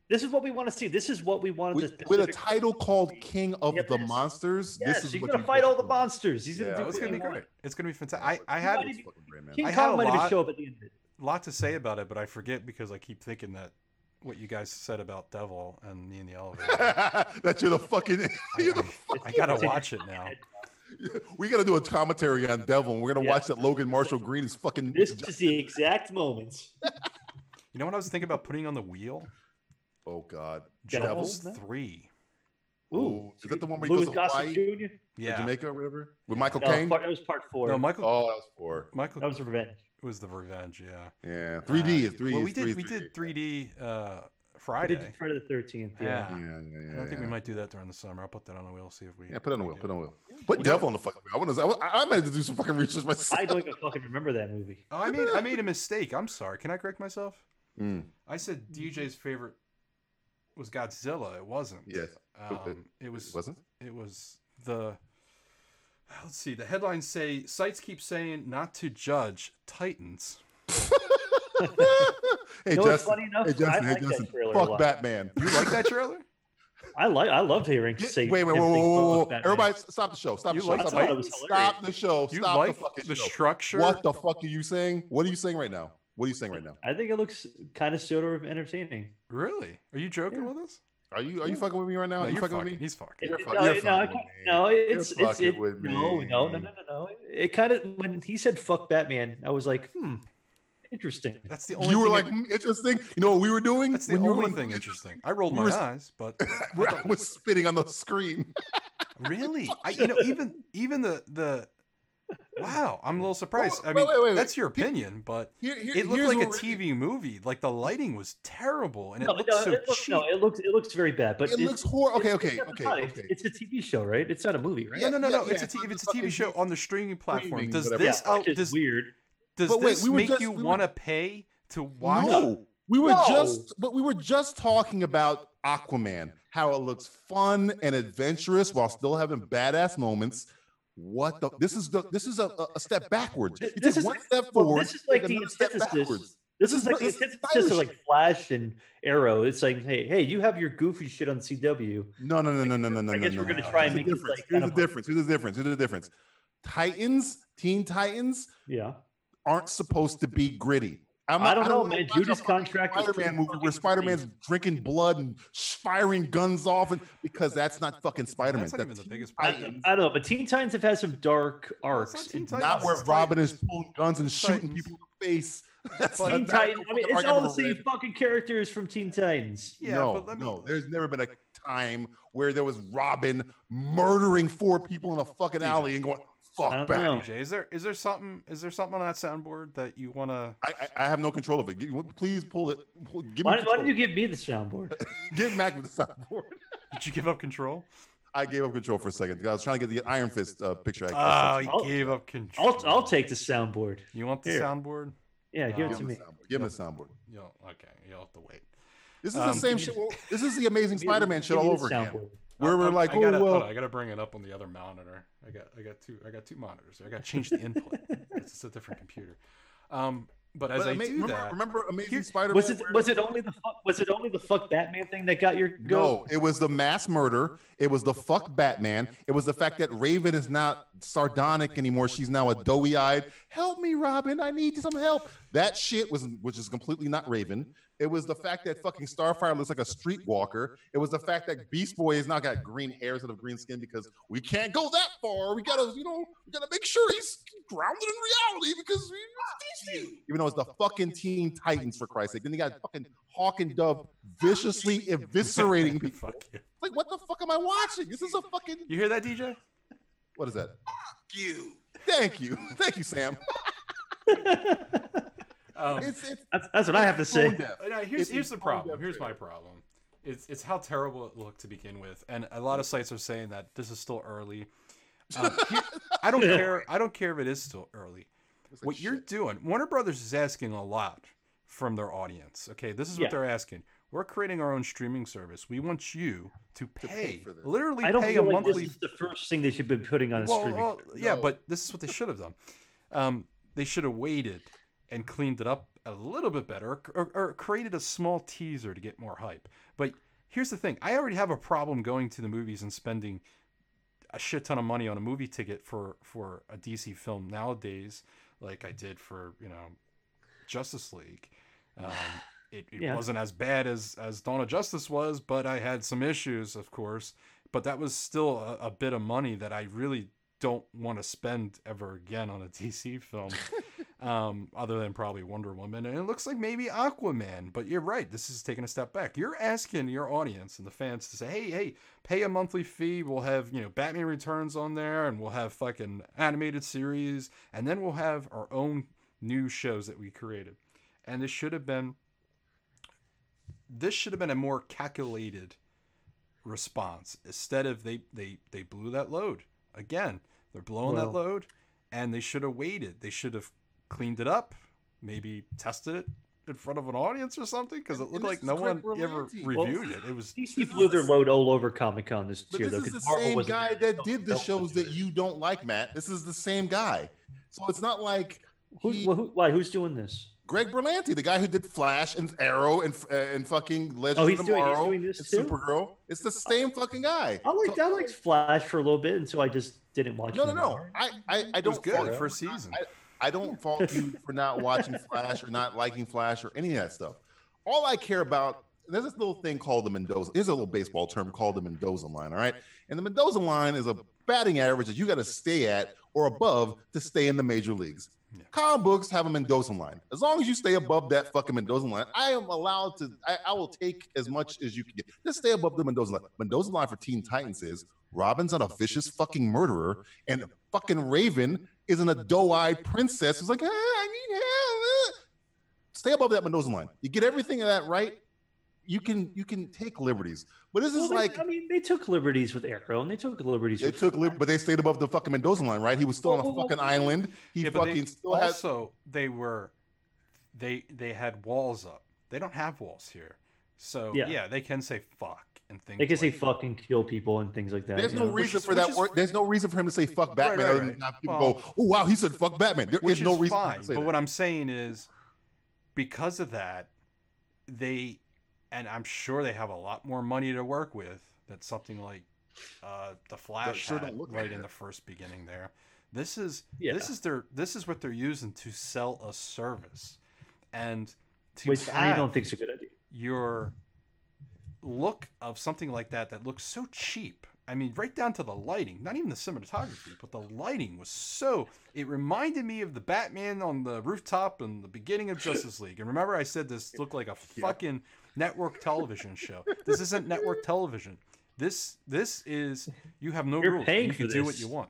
Speaker 4: this is what we want to see. This is what we wanted
Speaker 3: with,
Speaker 4: to.
Speaker 3: with a title called King of
Speaker 4: Yes.
Speaker 3: the Monsters.
Speaker 4: Yes,
Speaker 3: this is
Speaker 4: he's
Speaker 3: what
Speaker 4: gonna
Speaker 3: you
Speaker 4: fight all the
Speaker 3: want.
Speaker 4: monsters. He's gonna
Speaker 3: Yeah,
Speaker 4: do
Speaker 3: it's
Speaker 2: It's
Speaker 4: what
Speaker 2: gonna
Speaker 4: he
Speaker 2: be
Speaker 4: wants.
Speaker 2: great. It's gonna be fantastic. I, I had
Speaker 4: Everybody-
Speaker 3: Fucking great, man.
Speaker 4: King
Speaker 2: I had a
Speaker 4: Kong might even
Speaker 2: lot-
Speaker 4: show up at the end of it.
Speaker 2: a lot to say about it, but I forget because I keep thinking that what you guys said about Devil and me in the elevator.
Speaker 3: that you're the fucking. you're the-
Speaker 2: I gotta watch it now.
Speaker 3: we gotta do a commentary on Devil, and we're gonna
Speaker 4: Yeah.
Speaker 3: watch that Logan Marshall Green is fucking.
Speaker 4: This is the exact moment.
Speaker 2: You know what I was thinking about putting on the wheel?
Speaker 3: oh God,
Speaker 4: Devil?
Speaker 2: Jaws three.
Speaker 3: Ooh, is that the one where he
Speaker 4: Louis
Speaker 3: goes to
Speaker 4: Gossett
Speaker 3: Hawaii, or
Speaker 4: Jr.
Speaker 2: Yeah.
Speaker 3: Jamaica, or whatever, with Michael
Speaker 4: No,
Speaker 3: Caine?
Speaker 4: part- that was part four.
Speaker 2: No, Michael.
Speaker 3: Oh, that was four.
Speaker 2: Michael
Speaker 4: that was revenge.
Speaker 2: was the revenge. Yeah.
Speaker 3: Yeah, 3D
Speaker 2: Uh,
Speaker 3: is three.
Speaker 2: Well,
Speaker 3: is
Speaker 2: we did
Speaker 3: three,
Speaker 2: we
Speaker 3: three.
Speaker 2: did 3D uh,
Speaker 4: I
Speaker 2: Friday.
Speaker 4: did Friday the Thirteenth. Yeah.
Speaker 2: Yeah.
Speaker 3: Yeah, yeah, yeah.
Speaker 2: I think we
Speaker 3: yeah.
Speaker 2: might do that during the summer. I'll put that on the wheel. See if we.
Speaker 3: Yeah, put it on the wheel. Put it on the wheel.
Speaker 4: You
Speaker 3: Put
Speaker 4: know-
Speaker 3: Devil on the fucking wheel. I want to. I, I might have to do some fucking research myself.
Speaker 4: I don't even fucking remember that movie.
Speaker 2: Oh, I made I made a mistake. I'm sorry. Can I correct myself?
Speaker 3: Mm,
Speaker 2: I said DJ's favorite was Godzilla. It wasn't.
Speaker 3: yes,
Speaker 2: Um, it was.
Speaker 3: wasn't.
Speaker 2: it was the let's see the headlines say sites keep saying not to judge titans
Speaker 3: hey,
Speaker 4: you know what's
Speaker 3: Justin.
Speaker 4: funny enough?
Speaker 3: Hey Justin,
Speaker 4: I
Speaker 3: hey
Speaker 4: like
Speaker 3: Justin,
Speaker 4: that trailer a
Speaker 3: fuck
Speaker 4: lot.
Speaker 3: Batman. You like
Speaker 2: like that trailer
Speaker 4: I like. I loved hearing.
Speaker 3: Get-
Speaker 4: say
Speaker 3: wait, wait, whoa,
Speaker 4: everything
Speaker 3: whoa, whoa, whoa, whoa.
Speaker 4: fuck Batman.
Speaker 3: Everybody, stop the show. Stop
Speaker 2: You
Speaker 3: the show.
Speaker 2: like
Speaker 3: stop,
Speaker 4: that?
Speaker 3: the
Speaker 4: That was
Speaker 3: show. stop the show.
Speaker 2: you
Speaker 3: Stop
Speaker 2: like
Speaker 3: the fucking
Speaker 2: the
Speaker 3: show.
Speaker 2: structure
Speaker 3: What the fuck are you saying? What are you saying right now? What are you saying right now?
Speaker 4: I think it looks kind of sort of entertaining.
Speaker 2: really are you joking with us
Speaker 3: Are you are you fucking with me right now?
Speaker 2: no,
Speaker 3: are you
Speaker 2: you're
Speaker 3: fucking, with me?
Speaker 2: fucking- he's fucking
Speaker 4: It-
Speaker 3: You're
Speaker 4: it-
Speaker 3: fuck-
Speaker 4: no,
Speaker 3: you're
Speaker 4: it-
Speaker 3: fucking
Speaker 4: no, I
Speaker 3: with me.
Speaker 4: can't- no, it's
Speaker 3: You're
Speaker 4: it's it,
Speaker 3: fucking with
Speaker 4: no,
Speaker 3: me.
Speaker 4: no, no, no, no, no. It kind of when he said "fuck Batman," I was like, hmm, interesting.
Speaker 2: that's the only
Speaker 3: You were
Speaker 2: thing
Speaker 3: like
Speaker 2: that-
Speaker 3: "Mm, interesting. You know what we were doing?
Speaker 2: that's the
Speaker 3: When you were
Speaker 2: only
Speaker 3: like,
Speaker 2: thing interesting i rolled
Speaker 3: we
Speaker 2: my
Speaker 3: were-
Speaker 2: eyes but
Speaker 3: I was spitting on the screen.
Speaker 2: really i you know even even the the wow i'm a little surprised i
Speaker 3: wait,
Speaker 2: mean
Speaker 3: wait, wait, wait.
Speaker 2: that's your opinion but
Speaker 3: Here, here,
Speaker 2: it looked
Speaker 3: here's
Speaker 2: like a
Speaker 3: what we're-
Speaker 2: tv movie like the lighting was terrible and it
Speaker 4: No,
Speaker 2: looked
Speaker 4: no,
Speaker 2: so
Speaker 4: it looks,
Speaker 2: cheap
Speaker 4: no, it looks it looks very bad. But
Speaker 3: It
Speaker 4: it's-
Speaker 3: looks horrible. Okay,
Speaker 4: it's-
Speaker 3: okay,
Speaker 4: it's
Speaker 3: okay,
Speaker 4: not- it's-
Speaker 3: okay.
Speaker 4: It's a TV show, right? It's not a movie, right?
Speaker 3: Yeah,
Speaker 2: no, no, no,
Speaker 3: yeah,
Speaker 2: no.
Speaker 3: yeah,
Speaker 2: it's a
Speaker 3: it's
Speaker 2: t-
Speaker 3: on
Speaker 2: if
Speaker 3: the
Speaker 2: it's a TV
Speaker 3: fucking
Speaker 2: show on the streaming platform,
Speaker 3: streaming,
Speaker 2: does
Speaker 3: whatever.
Speaker 2: this
Speaker 4: yeah,
Speaker 2: out?
Speaker 4: which is
Speaker 2: Does,
Speaker 4: weird.
Speaker 2: does
Speaker 3: But wait,
Speaker 2: this
Speaker 3: we were
Speaker 2: make
Speaker 3: just-
Speaker 2: you
Speaker 3: we were-
Speaker 2: want to pay to watch?
Speaker 3: No, we were
Speaker 4: No.
Speaker 3: just, but we were just talking about Aquaman, how it looks fun and adventurous while still having badass moments. What the? This is the. This is a, a- a step backwards. You
Speaker 4: This
Speaker 3: take
Speaker 4: is-
Speaker 3: one step
Speaker 4: Well,
Speaker 3: forward.
Speaker 4: this is like
Speaker 3: take
Speaker 4: the
Speaker 3: another step
Speaker 4: antithesis.
Speaker 3: backwards.
Speaker 4: This is
Speaker 3: This-
Speaker 4: like
Speaker 3: this
Speaker 4: it's,
Speaker 3: is
Speaker 4: it's just
Speaker 3: stylish.
Speaker 4: like Flash and Arrow. It's like, hey, hey, you have your goofy shit on CW.
Speaker 3: No, no, no, no, no, no, no.
Speaker 4: I guess
Speaker 3: no,
Speaker 4: we're
Speaker 3: no.
Speaker 4: gonna try
Speaker 3: Here's
Speaker 4: and make
Speaker 3: the
Speaker 4: this,
Speaker 3: difference.
Speaker 4: like,
Speaker 3: Here's the
Speaker 4: kind of-
Speaker 3: difference. Here's the difference. Here's the difference. Titans, Teen Titans
Speaker 4: Yeah,
Speaker 3: aren't supposed to be gritty. I'm
Speaker 4: I don't know,
Speaker 3: wanna
Speaker 4: man.
Speaker 3: watch a
Speaker 4: Judas
Speaker 3: fucking
Speaker 4: contract was
Speaker 3: Spider-Man
Speaker 4: pretty
Speaker 3: movie
Speaker 4: fucking
Speaker 3: where Spider-Man's
Speaker 4: insane.
Speaker 3: drinking blood and sh- firing guns off, and because that's not fucking Spider-Man.
Speaker 2: That's not even
Speaker 3: That's
Speaker 2: the biggest
Speaker 4: I,
Speaker 2: problem.
Speaker 4: I don't know, but Teen Titans have had some dark arcs.
Speaker 2: not Teen
Speaker 4: and
Speaker 2: Titans.
Speaker 3: not where
Speaker 2: Titans.
Speaker 3: Robin is pulling guns and shooting
Speaker 2: Titans.
Speaker 3: people in the face. That's
Speaker 4: Teen
Speaker 3: not- that's
Speaker 4: Titans. I mean,
Speaker 3: fucking
Speaker 4: it's all the
Speaker 3: argument
Speaker 4: same
Speaker 3: over
Speaker 4: fucking characters from Teen Titans.
Speaker 2: Yeah,
Speaker 3: no,
Speaker 2: but let me-
Speaker 3: no. There's never been a time where there was Robin murdering four people in a fucking alley and going
Speaker 4: I
Speaker 3: fuck
Speaker 4: don't
Speaker 3: back.
Speaker 4: know.
Speaker 2: DJ, is there is there something is there something on that soundboard that you want to
Speaker 3: I, I- I have no control of it. Give- Please pull it. Pull- Give me
Speaker 4: Why, why
Speaker 3: control.
Speaker 4: did you give me the soundboard?
Speaker 3: Get Mac with the soundboard.
Speaker 2: did you give up control?
Speaker 3: I gave up control for a second. 'cause I was trying to get the Iron Fist uh, picture. I- I,
Speaker 2: Oh, you
Speaker 4: I'll-
Speaker 2: gave up control.
Speaker 4: I'll, I'll take the soundboard.
Speaker 2: You want the
Speaker 4: Here.
Speaker 2: soundboard?
Speaker 4: Yeah, give
Speaker 2: No.
Speaker 3: give
Speaker 4: it to
Speaker 3: him the
Speaker 4: me.
Speaker 3: soundboard. Give him the soundboard.
Speaker 2: You don't- okay, you'll have to wait.
Speaker 3: This is the
Speaker 2: Um,
Speaker 3: same shit. well, This is the Amazing Spider-Man shit
Speaker 4: Give me
Speaker 3: all
Speaker 4: the
Speaker 3: over again.
Speaker 4: soundboard.
Speaker 3: Where
Speaker 2: Oh,
Speaker 3: we're
Speaker 2: I'm-
Speaker 3: like,
Speaker 2: I gotta,
Speaker 3: oh
Speaker 2: hold
Speaker 3: well,
Speaker 2: on, I gotta bring it up on the other monitor. I got, I got two, I got two monitors. I gotta change the input. it's just a different computer. Um, but as
Speaker 3: But
Speaker 2: I
Speaker 3: ama-
Speaker 2: do
Speaker 3: remember,
Speaker 2: that,
Speaker 3: remember Amazing
Speaker 2: Here-
Speaker 3: Spider-Man?
Speaker 4: Was it
Speaker 3: where-
Speaker 4: was it only the fuck, was it only the fuck Batman thing that got your
Speaker 3: No,
Speaker 4: go?
Speaker 3: it was the mass murder. It was the fuck Batman. It was the fact that Raven is not sardonic anymore. She's now a doughy eyed. Help me, Robin. I need some help. That shit was, which is completely not Raven. It was the fact that fucking Starfire looks like a streetwalker. It was the fact that Beast Boy has now got green hair instead of green skin because we can't go that far. We gotta, you know, we gotta make sure he's grounded in reality because we- it's DC. Even though it's the fucking Teen Titans for Christ's sake. Then you got fucking Hawk and Dove viciously eviscerating people.
Speaker 2: Fuck you.
Speaker 3: Like, what the fuck am I watching? This is a fucking.
Speaker 2: You hear that, DJ?
Speaker 3: What is that?
Speaker 7: You.
Speaker 3: Thank you, thank you, Sam.
Speaker 2: Um,
Speaker 3: It's, it's
Speaker 4: That's, that's what I have to
Speaker 3: tone
Speaker 4: say.
Speaker 3: deaf.
Speaker 2: Uh, no, here's
Speaker 3: It's
Speaker 2: here's the
Speaker 3: tone
Speaker 2: problem.
Speaker 3: deaf
Speaker 2: Here's my
Speaker 3: trailer.
Speaker 2: problem. It's it's how terrible it looked to begin with, and a
Speaker 3: Mm.
Speaker 2: lot of sites are saying that this is still early. Um, here- I don't care. I don't care if it is still early.
Speaker 3: It's like,
Speaker 2: What you're
Speaker 3: shit.
Speaker 2: doing, Warner Brothers is asking a lot from their audience. Okay, this is
Speaker 4: Yeah.
Speaker 2: what they're asking. We're creating our own streaming service. We we want you to pay,
Speaker 3: for this.
Speaker 2: literally
Speaker 4: I don't
Speaker 2: pay a
Speaker 4: feel like
Speaker 2: monthly
Speaker 4: this is the first thing they should be putting on a
Speaker 2: well,
Speaker 3: uh,
Speaker 4: streaming.
Speaker 2: well, yeah,
Speaker 3: No.
Speaker 2: but this is what they should have done. Um, they should have waited and cleaned it up a little bit better, or, or, or created a small teaser to get more hype. But here's the thing: I already have a problem going to the movies and spending a shit ton of money on a movie ticket for for a DC film nowadays, like I did for you know Justice League. Um, it it
Speaker 4: Yeah.
Speaker 2: wasn't as bad as as Dawn of Justice was, but I had some issues, of course. But that was still a, a bit of money that I really don't want to spend ever again on a DC film, um, other than probably Wonder Woman. And it looks like maybe Aquaman. But you're right, this is taking a step back. You're asking your audience and the fans to say, hey, hey, pay a monthly fee. We'll have, you know, Batman Returns on there, and we'll have fucking animated series, and then we'll have our own new shows that we created. And this should have been this should have been a more calculated response instead of they they they blew that load again they're blowing that
Speaker 4: Well-
Speaker 2: load and they should have waited they should have cleaned it up maybe tested it in front of an audience or something because it
Speaker 3: And
Speaker 2: looked
Speaker 3: this
Speaker 2: like
Speaker 3: is
Speaker 2: no one
Speaker 3: Craig
Speaker 2: ever
Speaker 3: Berlanti.
Speaker 4: Well-
Speaker 2: reviewed it it was
Speaker 4: DC blew their load all over Comic Con this
Speaker 3: But
Speaker 4: year,
Speaker 3: this
Speaker 4: though.
Speaker 3: is the
Speaker 4: 'cause Marvel
Speaker 3: same
Speaker 4: wasn't
Speaker 3: guy
Speaker 4: doing
Speaker 3: that
Speaker 4: something
Speaker 3: did the
Speaker 4: else
Speaker 3: shows
Speaker 4: this
Speaker 3: that
Speaker 4: year.
Speaker 3: you don't like, Matt. This is the same guy. So it's not like he-
Speaker 4: Who, who, why? Who's doing this?
Speaker 3: Greg Berlanti, the guy who did Flash and Arrow and uh, and fucking Legends
Speaker 4: Oh, he's
Speaker 3: of
Speaker 4: doing- he's
Speaker 3: Tomorrow
Speaker 4: doing this
Speaker 3: and
Speaker 4: too?
Speaker 3: Supergirl. It's the same fucking guy.
Speaker 4: I liked I liked Flash for a little bit, and so I just didn't watch.
Speaker 3: No,
Speaker 4: it
Speaker 3: no, no.
Speaker 4: anymore.
Speaker 3: I I, I
Speaker 2: it was
Speaker 3: don't fault
Speaker 2: good
Speaker 3: you.
Speaker 2: for a season
Speaker 3: I don't fault you for not watching Flash or not liking Flash or any of that stuff. All I care about there's this little thing called the Mendoza. There's a little baseball term called the Mendoza line. All right, and the Mendoza line is a batting average that you got to stay at or above to stay in the major leagues.
Speaker 2: Yeah.
Speaker 3: Comic books have a Mendoza line. As long as you stay above that fucking Mendoza line, I am allowed to. I, I will take as much as you can get. Just stay above the Mendoza line. Mendoza line for Teen Titans is Robin's not a vicious fucking murderer, and fucking Raven isn't a doe-eyed princess who's like, ah, I need help. ah." Stay above that Mendoza line. You get everything of that right. You can you can take liberties, but this
Speaker 4: Well,
Speaker 3: is
Speaker 4: they-
Speaker 3: like
Speaker 4: I mean, they took liberties with Arrow, and they took liberties.
Speaker 3: they
Speaker 4: with
Speaker 3: took, lib- but they stayed above the fucking Mendoza line, right? He was still on
Speaker 4: Well,
Speaker 3: a
Speaker 4: well,
Speaker 3: fucking
Speaker 4: well,
Speaker 3: island. He
Speaker 2: yeah, but
Speaker 3: fucking
Speaker 2: they
Speaker 3: still has.
Speaker 2: also they were they they had walls up. They don't have walls here, so yeah,
Speaker 4: Yeah.
Speaker 2: they can say fuck and things.
Speaker 4: They can say
Speaker 2: like-
Speaker 4: fuck and kill people and things like that.
Speaker 3: There's
Speaker 4: you
Speaker 3: no
Speaker 4: know?
Speaker 3: reason
Speaker 2: is-
Speaker 3: for
Speaker 2: which
Speaker 3: that
Speaker 2: is-
Speaker 3: word. There's no reason for him to say fuck Batman.
Speaker 2: right,
Speaker 3: other
Speaker 2: right.
Speaker 3: than not people
Speaker 2: Well-
Speaker 3: go, oh wow, he said fuck Batman. There
Speaker 2: which
Speaker 3: is no
Speaker 2: is
Speaker 3: reason. for him to
Speaker 2: fine.
Speaker 3: say
Speaker 2: But
Speaker 3: that.
Speaker 2: what I'm saying is, because of that, they, and I'm sure they have a lot more money to work with. That's something like uh, the Flash
Speaker 3: sure
Speaker 2: had
Speaker 3: don't look like
Speaker 2: right in
Speaker 3: it.
Speaker 2: the first beginning there. This is
Speaker 4: Yeah.
Speaker 2: this is their this is what they're using to sell a service, and to
Speaker 4: Which I
Speaker 2: have-
Speaker 4: don't think is a good idea.
Speaker 2: your look of something like that that looks so cheap. I mean, right down to the lighting, not even the cinematography, but the lighting was so. It reminded me of the Batman on the rooftop in the beginning of Justice League. And remember, I said this looked like a fucking network television show. This isn't network television. This this is you have no
Speaker 4: You're
Speaker 2: rules.
Speaker 4: paying
Speaker 2: you
Speaker 4: for
Speaker 2: can do what
Speaker 4: this.
Speaker 2: you want.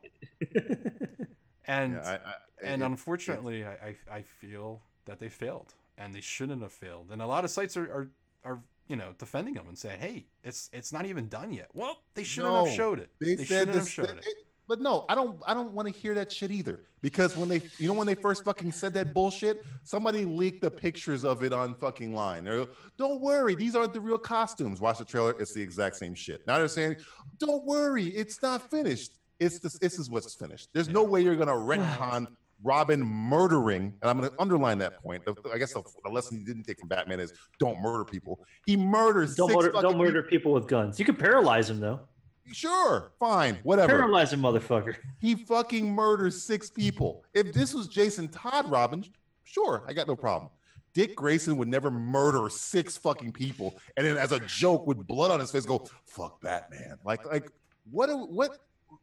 Speaker 2: And
Speaker 3: Yeah, I, I,
Speaker 2: and
Speaker 3: it-
Speaker 2: unfortunately, I, I I feel that they failed, and they shouldn't have failed. And a lot of sites are are, are you know defending them and saying, "Hey, it's it's not even done yet." Well, they shouldn't
Speaker 3: No,
Speaker 2: have showed it.
Speaker 3: They,
Speaker 2: They,
Speaker 3: said
Speaker 2: shouldn't have
Speaker 3: this,
Speaker 2: showed
Speaker 3: that-
Speaker 2: it.
Speaker 3: it- But no, I don't. I don't want to hear that shit either. Because when they, you know, when they first fucking said that bullshit, somebody leaked the pictures of it on fucking line. They're, don't worry, these aren't the real costumes. Watch the trailer; it's the exact same shit. Now they're saying, "Don't worry, it's not finished. It's this. This is what's finished. There's no way you're gonna retcon Robin murdering." And I'm gonna underline that point. The- I guess the, the lesson you didn't take from Batman is don't murder people. He murders.
Speaker 4: Don't
Speaker 3: six
Speaker 4: murder,
Speaker 3: fucking
Speaker 4: don't murder people with guns. You can paralyze them though.
Speaker 3: people. Sure, fine, whatever.
Speaker 4: Paralyze them, motherfucker.
Speaker 3: He fucking murders six people. If this was Jason Todd Robbins, sure, I got no problem. Dick Grayson would never murder six fucking people, and then as a joke, with blood on his face, go fuck Batman. Like, like what? do- What?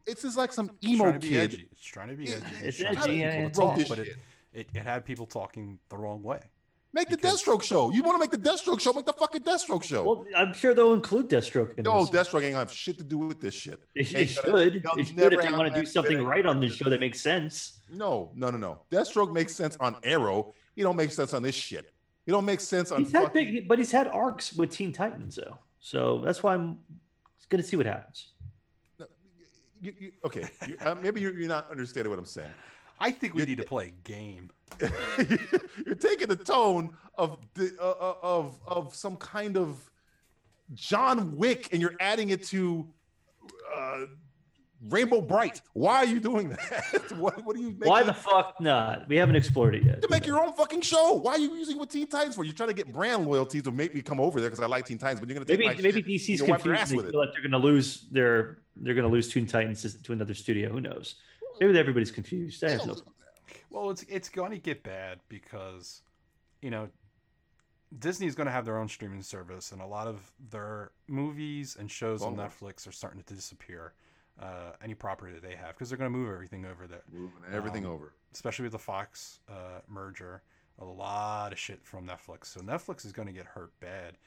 Speaker 3: It's just like some
Speaker 2: It's trying
Speaker 3: emo
Speaker 2: to be
Speaker 3: kid.
Speaker 2: edgy. It's trying to be
Speaker 3: Yeah,
Speaker 2: edgy.
Speaker 4: it's
Speaker 2: trying to
Speaker 4: edgy,
Speaker 2: get
Speaker 4: yeah,
Speaker 2: people
Speaker 4: it's
Speaker 2: to talk,
Speaker 3: edgy.
Speaker 2: but it, it, it had people talking the wrong way.
Speaker 3: Make the
Speaker 2: Because-
Speaker 3: Deathstroke show. You want to make the Deathstroke show? Make the fucking Deathstroke show.
Speaker 4: Well, I'm sure they'll include Deathstroke in
Speaker 3: no,
Speaker 4: this.
Speaker 3: Deathstroke ain't gonna have shit to do with this shit.
Speaker 4: It,
Speaker 3: Ain't
Speaker 4: should.
Speaker 3: gonna-
Speaker 4: It
Speaker 3: they'll
Speaker 4: should if
Speaker 3: never
Speaker 4: they
Speaker 3: have
Speaker 4: want to do
Speaker 3: that
Speaker 4: something
Speaker 3: shit.
Speaker 4: right on this show that makes sense.
Speaker 3: No, no, no, no. Deathstroke makes sense on Arrow. He don't make sense on this shit. He don't make sense on
Speaker 4: He's had
Speaker 3: fucking-
Speaker 4: big, but he's had arcs with Teen Titans though, so that's why I'm going to see what happens.
Speaker 3: you, you, okay, you, uh, maybe you're, you're not understanding what I'm saying.
Speaker 2: I think we
Speaker 3: You're-
Speaker 2: need to play a game.
Speaker 3: you're taking the tone of the, uh, uh, of of some kind of John Wick, and you're adding it to uh, Rainbow Bright. Why are you doing that? what, what are you making?
Speaker 4: Why the fuck not? We haven't explored it yet.
Speaker 3: to make your own fucking show. Why are you using what Teen Titans for? You're trying to get brand loyalties to make me come over there because I like Teen Titans, but you're gonna take
Speaker 4: Maybe
Speaker 3: my
Speaker 4: maybe
Speaker 3: shit
Speaker 4: DC's
Speaker 3: and wipe their
Speaker 4: confused.
Speaker 3: ass
Speaker 4: and
Speaker 3: with
Speaker 4: They
Speaker 3: it.
Speaker 4: feel like they're going to lose their they're going to lose Teen Titans to- to another studio. Who knows? Maybe everybody's confused. I have no.
Speaker 2: Well, it's it's going to get bad because, you know, Disney's going to have their own streaming service, and a lot of their movies and shows on
Speaker 3: Long-
Speaker 2: Netflix are starting to disappear. Uh, any property that they have, because they're going to move everything over there,
Speaker 3: Moving everything
Speaker 4: Oh.
Speaker 2: Um,
Speaker 3: over.
Speaker 2: especially with the Fox uh, merger. A lot of shit from Netflix, so Netflix is going to get hurt bad.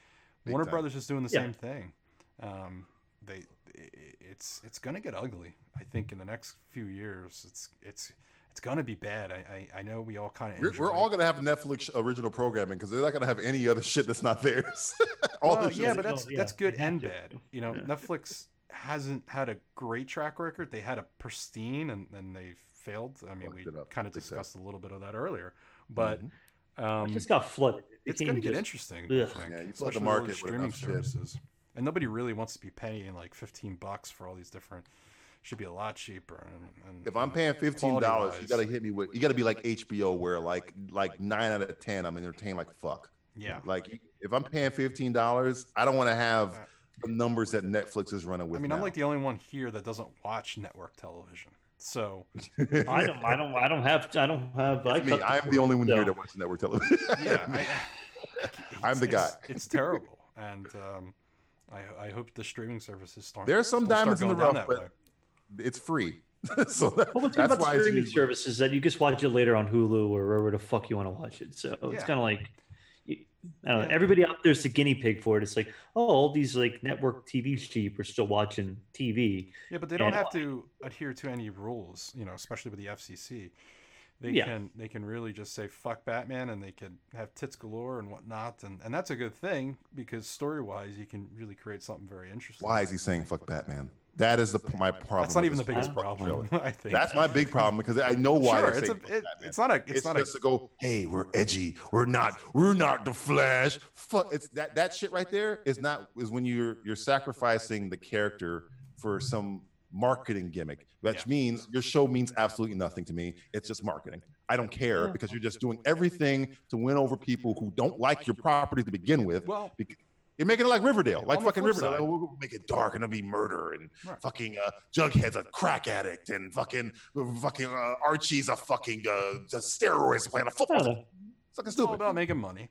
Speaker 3: Big
Speaker 2: Warner
Speaker 3: time.
Speaker 2: Brothers is doing the
Speaker 4: Yeah.
Speaker 2: same thing. Um, they, i- i- it's it's going to get ugly. I think in the next few years, it's it's it's going to be bad. I, I I know we all kind of
Speaker 3: We're, we're all gonna have Netflix original programming because they're not gonna have any other shit that's not theirs. all
Speaker 2: Well,
Speaker 3: the
Speaker 2: yeah,
Speaker 3: shows-
Speaker 2: but that's
Speaker 4: Oh, yeah.
Speaker 2: that's good
Speaker 4: They have
Speaker 2: and
Speaker 4: to.
Speaker 2: bad. You know,
Speaker 4: Yeah.
Speaker 2: Netflix hasn't had a great track record. They had a pristine, and and they failed. I mean, we
Speaker 3: Fucked it up,
Speaker 2: kind of
Speaker 3: they said.
Speaker 2: discussed a little bit of that earlier, but
Speaker 3: Mhm.
Speaker 2: um,
Speaker 4: It just got flooded. They
Speaker 2: it's going to
Speaker 4: can't
Speaker 2: get
Speaker 4: just-
Speaker 2: interesting. I
Speaker 4: Yeah.
Speaker 2: think,
Speaker 3: Yeah, you flood the
Speaker 2: especially with all
Speaker 3: market
Speaker 2: these
Speaker 3: with
Speaker 2: streaming
Speaker 3: enough shit.
Speaker 2: services, and nobody really wants to be paying like fifteen bucks for all these different. Should be a lot cheaper. And, and uh,
Speaker 3: if I'm paying fifteen dollars, you
Speaker 2: Quality-wise.
Speaker 3: gotta hit me with. You gotta be like HBO, where like like nine out of ten, I'm entertained like fuck.
Speaker 2: yeah,
Speaker 3: Like if I'm paying fifteen dollars, I don't want to have the numbers that Netflix is running
Speaker 2: I
Speaker 3: with.
Speaker 2: mean, I'm
Speaker 3: now.
Speaker 2: like the only one here that doesn't watch network television. So
Speaker 4: I don't. I don't. I don't have. I don't have. I
Speaker 3: It's me.
Speaker 4: cut
Speaker 3: I'm the only one
Speaker 4: so-
Speaker 3: here that watches network television.
Speaker 2: yeah, I,
Speaker 3: I'm
Speaker 2: it's-
Speaker 3: the guy.
Speaker 2: It's, it's terrible, and um, I, I hope the streaming services start.
Speaker 3: There are some
Speaker 2: don't start
Speaker 3: diamonds in the
Speaker 2: going down
Speaker 3: rough,
Speaker 2: that
Speaker 3: but
Speaker 2: way.
Speaker 3: it's free. so that,
Speaker 4: Well, what's good
Speaker 3: that's
Speaker 4: about
Speaker 3: why
Speaker 4: the
Speaker 3: it's
Speaker 4: streaming
Speaker 3: used-
Speaker 4: services that you just watch it later on Hulu or wherever the fuck you want to watch it. So
Speaker 2: Yeah.
Speaker 4: it's kind of like, you- I don't know.
Speaker 2: Yeah.
Speaker 4: Everybody out there's the guinea pig for it. It's like, oh, all these like network TV sheep are still watching TV.
Speaker 2: yeah, but they don't
Speaker 4: and-
Speaker 2: have to adhere to any rules, you know, especially with the FCC. They
Speaker 4: Yeah.
Speaker 2: can they can really just say fuck Batman, and they can have tits galore and whatnot, and and that's a good thing because story wise, you can really create something very interesting.
Speaker 3: Why is he saying fuck Batman? That is the my problem.
Speaker 2: That's not
Speaker 3: with
Speaker 2: even the
Speaker 3: this
Speaker 2: biggest
Speaker 3: fucking trailer.
Speaker 2: problem. I think
Speaker 3: That's my big problem because I know why.
Speaker 2: sure,
Speaker 3: they're
Speaker 2: it's a
Speaker 3: saying fuck
Speaker 2: it,
Speaker 3: Batman.
Speaker 2: it's not a it's,
Speaker 3: It's,
Speaker 2: not a
Speaker 3: just to go. Hey, we're edgy. We're not. We're not the Flash. Fuck. It's that that shit right there is not is when you're you're sacrificing the character for some marketing gimmick, which means your show means absolutely nothing to me. It's just marketing. I don't care because you're just doing everything to win over people who don't like your property to begin with.
Speaker 2: Well,
Speaker 3: Bec- You're making it like Riverdale, like
Speaker 2: On the
Speaker 3: fucking
Speaker 2: flip
Speaker 3: Riverdale.
Speaker 2: side-
Speaker 3: Like, we'll we'll make it dark and it'll be murder and
Speaker 2: Right.
Speaker 3: fucking uh, Jughead's a crack addict and fucking fucking uh, Archie's a fucking uh, just steroids playing a
Speaker 4: I don't
Speaker 3: football.
Speaker 4: know.
Speaker 3: It's fucking
Speaker 2: it's all
Speaker 3: stupid.
Speaker 2: about making money.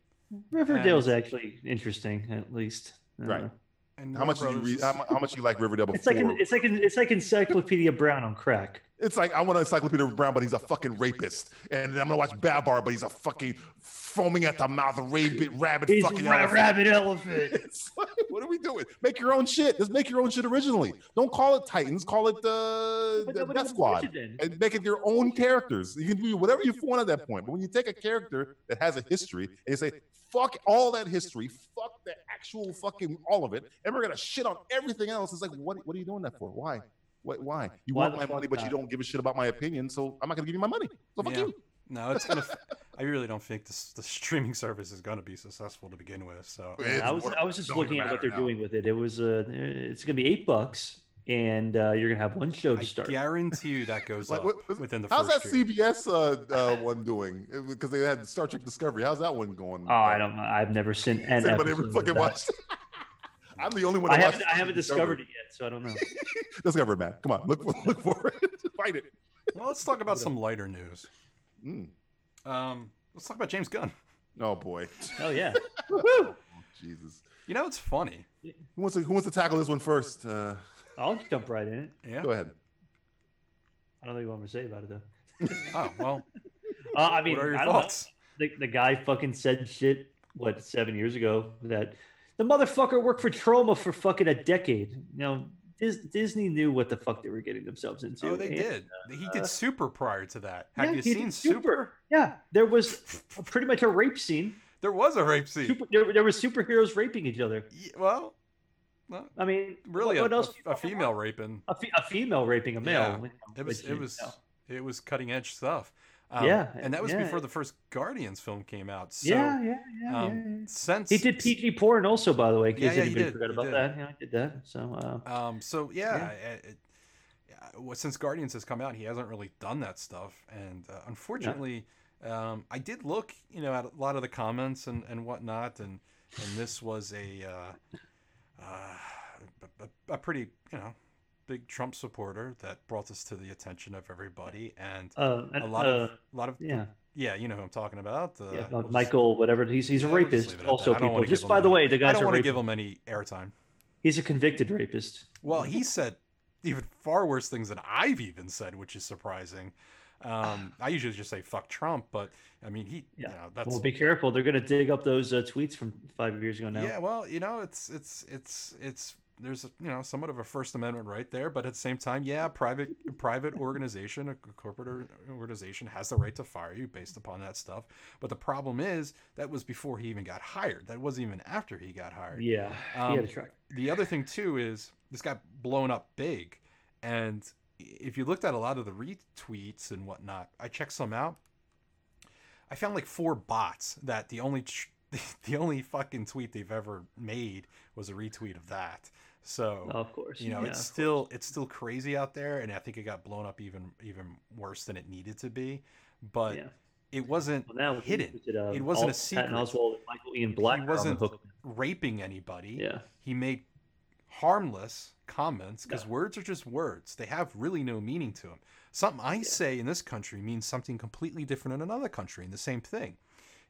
Speaker 4: Riverdale's actually interesting, at least. Uh, I don't
Speaker 3: Right.
Speaker 4: know.
Speaker 2: And
Speaker 3: How
Speaker 2: Warner
Speaker 3: much you
Speaker 2: Brothers
Speaker 3: read,
Speaker 2: is-
Speaker 3: how, mu- how much you like Riverdale before?
Speaker 4: It's like an, it's like an, it's like Encyclopedia Brown on crack.
Speaker 3: It's like I want to Encyclopedia Brown, but he's a fucking rapist, and I'm gonna watch Babar, but he's a fucking foaming at the mouth, rabid, rabid
Speaker 4: He's
Speaker 3: fucking
Speaker 4: a ra-
Speaker 3: elephant.
Speaker 4: rabbit elephant.
Speaker 3: It's like, what are we doing? Make your own shit. Just make your own shit originally. Don't call it Titans. Call it uh,
Speaker 4: But
Speaker 3: the
Speaker 4: nobody
Speaker 3: Death
Speaker 4: would
Speaker 3: Squad.
Speaker 4: watch it then.
Speaker 3: and make it your own characters. You can do whatever you want at that point. But when you take a character that has a history and you say, fuck all that history, fuck the actual fucking all of it, and we're gonna shit on everything else. It's like, what what are you doing that for? Why? What why? You
Speaker 4: Why
Speaker 3: want
Speaker 4: the
Speaker 3: my
Speaker 4: fuck
Speaker 3: money, but you
Speaker 4: not?
Speaker 3: don't give a shit about my opinion, so I'm not gonna give you my money. So fuck
Speaker 2: Yeah.
Speaker 3: you.
Speaker 2: No, it's gonna. f- I really don't think this the streaming service is gonna be successful to begin with. So
Speaker 3: It's
Speaker 4: I was
Speaker 3: more-
Speaker 4: I was just
Speaker 3: don't
Speaker 4: looking
Speaker 3: even
Speaker 4: at what
Speaker 3: matter
Speaker 4: they're
Speaker 3: now.
Speaker 4: doing with it. It was uh, it's gonna be eight bucks, and uh, you're gonna have one show
Speaker 2: I
Speaker 4: to start.
Speaker 2: guarantee you that goes
Speaker 3: Like,
Speaker 2: up
Speaker 3: what-
Speaker 2: within the
Speaker 3: How's that
Speaker 2: first year.
Speaker 3: CBS uh, uh, one doing? Because they had Star Trek Discovery. How's that one going?
Speaker 4: Oh, I don't. I've never seen an
Speaker 3: Has anybody
Speaker 4: episode
Speaker 3: ever
Speaker 4: of
Speaker 3: fucking
Speaker 4: that.
Speaker 3: watched it? I'm the only one.
Speaker 4: I
Speaker 3: that watched
Speaker 4: haven't. I
Speaker 3: Star
Speaker 4: haven't
Speaker 3: Trek
Speaker 4: discovered it yet, so I don't know.
Speaker 3: Discover it, man. Come on, look for, look for it. Find it.
Speaker 2: Well, let's talk about some lighter news.
Speaker 3: Mm.
Speaker 2: Um, let's talk about James Gunn.
Speaker 3: Oh boy,
Speaker 4: Oh yeah,
Speaker 3: Jesus.
Speaker 2: You know, it's funny.
Speaker 3: Who wants to Who wants to tackle this one first? Uh,
Speaker 4: I'll jump right in. it.
Speaker 2: Yeah.
Speaker 3: Go ahead.
Speaker 4: I don't know what I'm gonna say about it though.
Speaker 2: Oh well.
Speaker 4: Uh, I mean,
Speaker 2: what are your
Speaker 4: I don't know.
Speaker 2: thoughts?
Speaker 4: The, the guy fucking said shit. What seven years ago that the motherfucker worked for Trauma for fucking a decade. You know, Dis- Disney knew what the fuck they were getting themselves into.
Speaker 2: Oh, they
Speaker 4: and-
Speaker 2: did. He did Super prior to that.
Speaker 4: uh, Yeah,
Speaker 2: Have
Speaker 4: he
Speaker 2: you
Speaker 4: did
Speaker 2: seen
Speaker 4: Super.
Speaker 2: Super?
Speaker 4: Yeah, there was a- pretty much a rape scene.
Speaker 2: There was a rape scene.
Speaker 4: Super, there, there were superheroes raping each other.
Speaker 2: Ye- Well, well,
Speaker 4: I mean,
Speaker 2: really,
Speaker 4: what,
Speaker 2: a,
Speaker 4: what else?
Speaker 2: a, a female raping.
Speaker 4: a, fe- a female raping a male.
Speaker 2: Yeah,
Speaker 4: you know,
Speaker 2: It was
Speaker 4: which
Speaker 2: it
Speaker 4: is-
Speaker 2: was
Speaker 4: no.
Speaker 2: it was cutting edge stuff. Um,
Speaker 4: Yeah,
Speaker 2: and that was
Speaker 4: yeah.
Speaker 2: before the first Guardians film came out. So,
Speaker 4: yeah, yeah, yeah,
Speaker 2: um,
Speaker 4: yeah, yeah.
Speaker 2: Since
Speaker 4: He did PG porn also, by the way. In
Speaker 2: Yeah,
Speaker 4: case
Speaker 2: yeah, he
Speaker 4: anybody
Speaker 2: did,
Speaker 4: forgot
Speaker 2: he
Speaker 4: about
Speaker 2: did.
Speaker 4: that, yeah, I did that. So, uh,
Speaker 2: Um, so yeah, It, it, yeah, well, since Guardians has come out, he hasn't really done that stuff, and uh, unfortunately, um, I did look, you know, at a lot of the comments and, and whatnot, and and this was a, uh, uh, a a pretty you know big Trump supporter that brought this to the attention of everybody, and
Speaker 4: uh, and,
Speaker 2: a lot
Speaker 4: uh,
Speaker 2: of a lot of
Speaker 4: yeah,
Speaker 2: yeah, you know who I'm talking about. Uh,
Speaker 4: yeah,
Speaker 2: we'll
Speaker 4: uh,
Speaker 2: just-
Speaker 4: Michael, whatever. He's he's a
Speaker 2: yeah, we'll just
Speaker 4: rapist.
Speaker 2: leave it at that.
Speaker 4: Also,
Speaker 2: I don't wanna
Speaker 4: people.
Speaker 2: give
Speaker 4: Just
Speaker 2: him
Speaker 4: by the
Speaker 2: any-
Speaker 4: way, the
Speaker 2: I
Speaker 4: guys
Speaker 2: don't
Speaker 4: are
Speaker 2: want to
Speaker 4: raping.
Speaker 2: give him any airtime.
Speaker 4: He's a convicted rapist.
Speaker 2: Well, he said even far worse things than I've even said, which is surprising. Um, I usually just say fuck Trump, but I mean he,
Speaker 4: Yeah.
Speaker 2: you know, that's
Speaker 4: Well, be careful. They're gonna dig up those uh, tweets from five years ago now.
Speaker 2: yeah. Well, you know, it's it's it's it's there's a, you know somewhat of a First Amendment right there, but at the same time, yeah, private private organization, a corporate or- organization has the right to fire you based upon that stuff. But the problem is that was before he even got hired. That wasn't even after he got hired.
Speaker 4: yeah. he had
Speaker 2: Um,
Speaker 4: a track.
Speaker 2: the other thing too is this got blown up big and if you looked at a lot of the retweets and whatnot i checked some out i found like four bots that the only tr- the only fucking tweet they've ever made was a retweet of that so
Speaker 4: Oh, of course.
Speaker 2: you know
Speaker 4: yeah.
Speaker 2: it's still it's still crazy out there and i think it got blown up even even worse than it needed to be but
Speaker 4: Yeah.
Speaker 2: it wasn't
Speaker 4: Well, now we
Speaker 2: uh, hidden
Speaker 4: looked at, uh,
Speaker 2: It wasn't a
Speaker 4: Alt- Patton
Speaker 2: secret.
Speaker 4: Oswald and Michael Ian Black. are on the
Speaker 2: wasn't-
Speaker 4: hook.
Speaker 2: raping anybody
Speaker 4: Yeah.
Speaker 2: he made harmless comments because
Speaker 4: Yeah.
Speaker 2: words are just words they have really no meaning to them something i say in this country means something completely different in another country and the same thing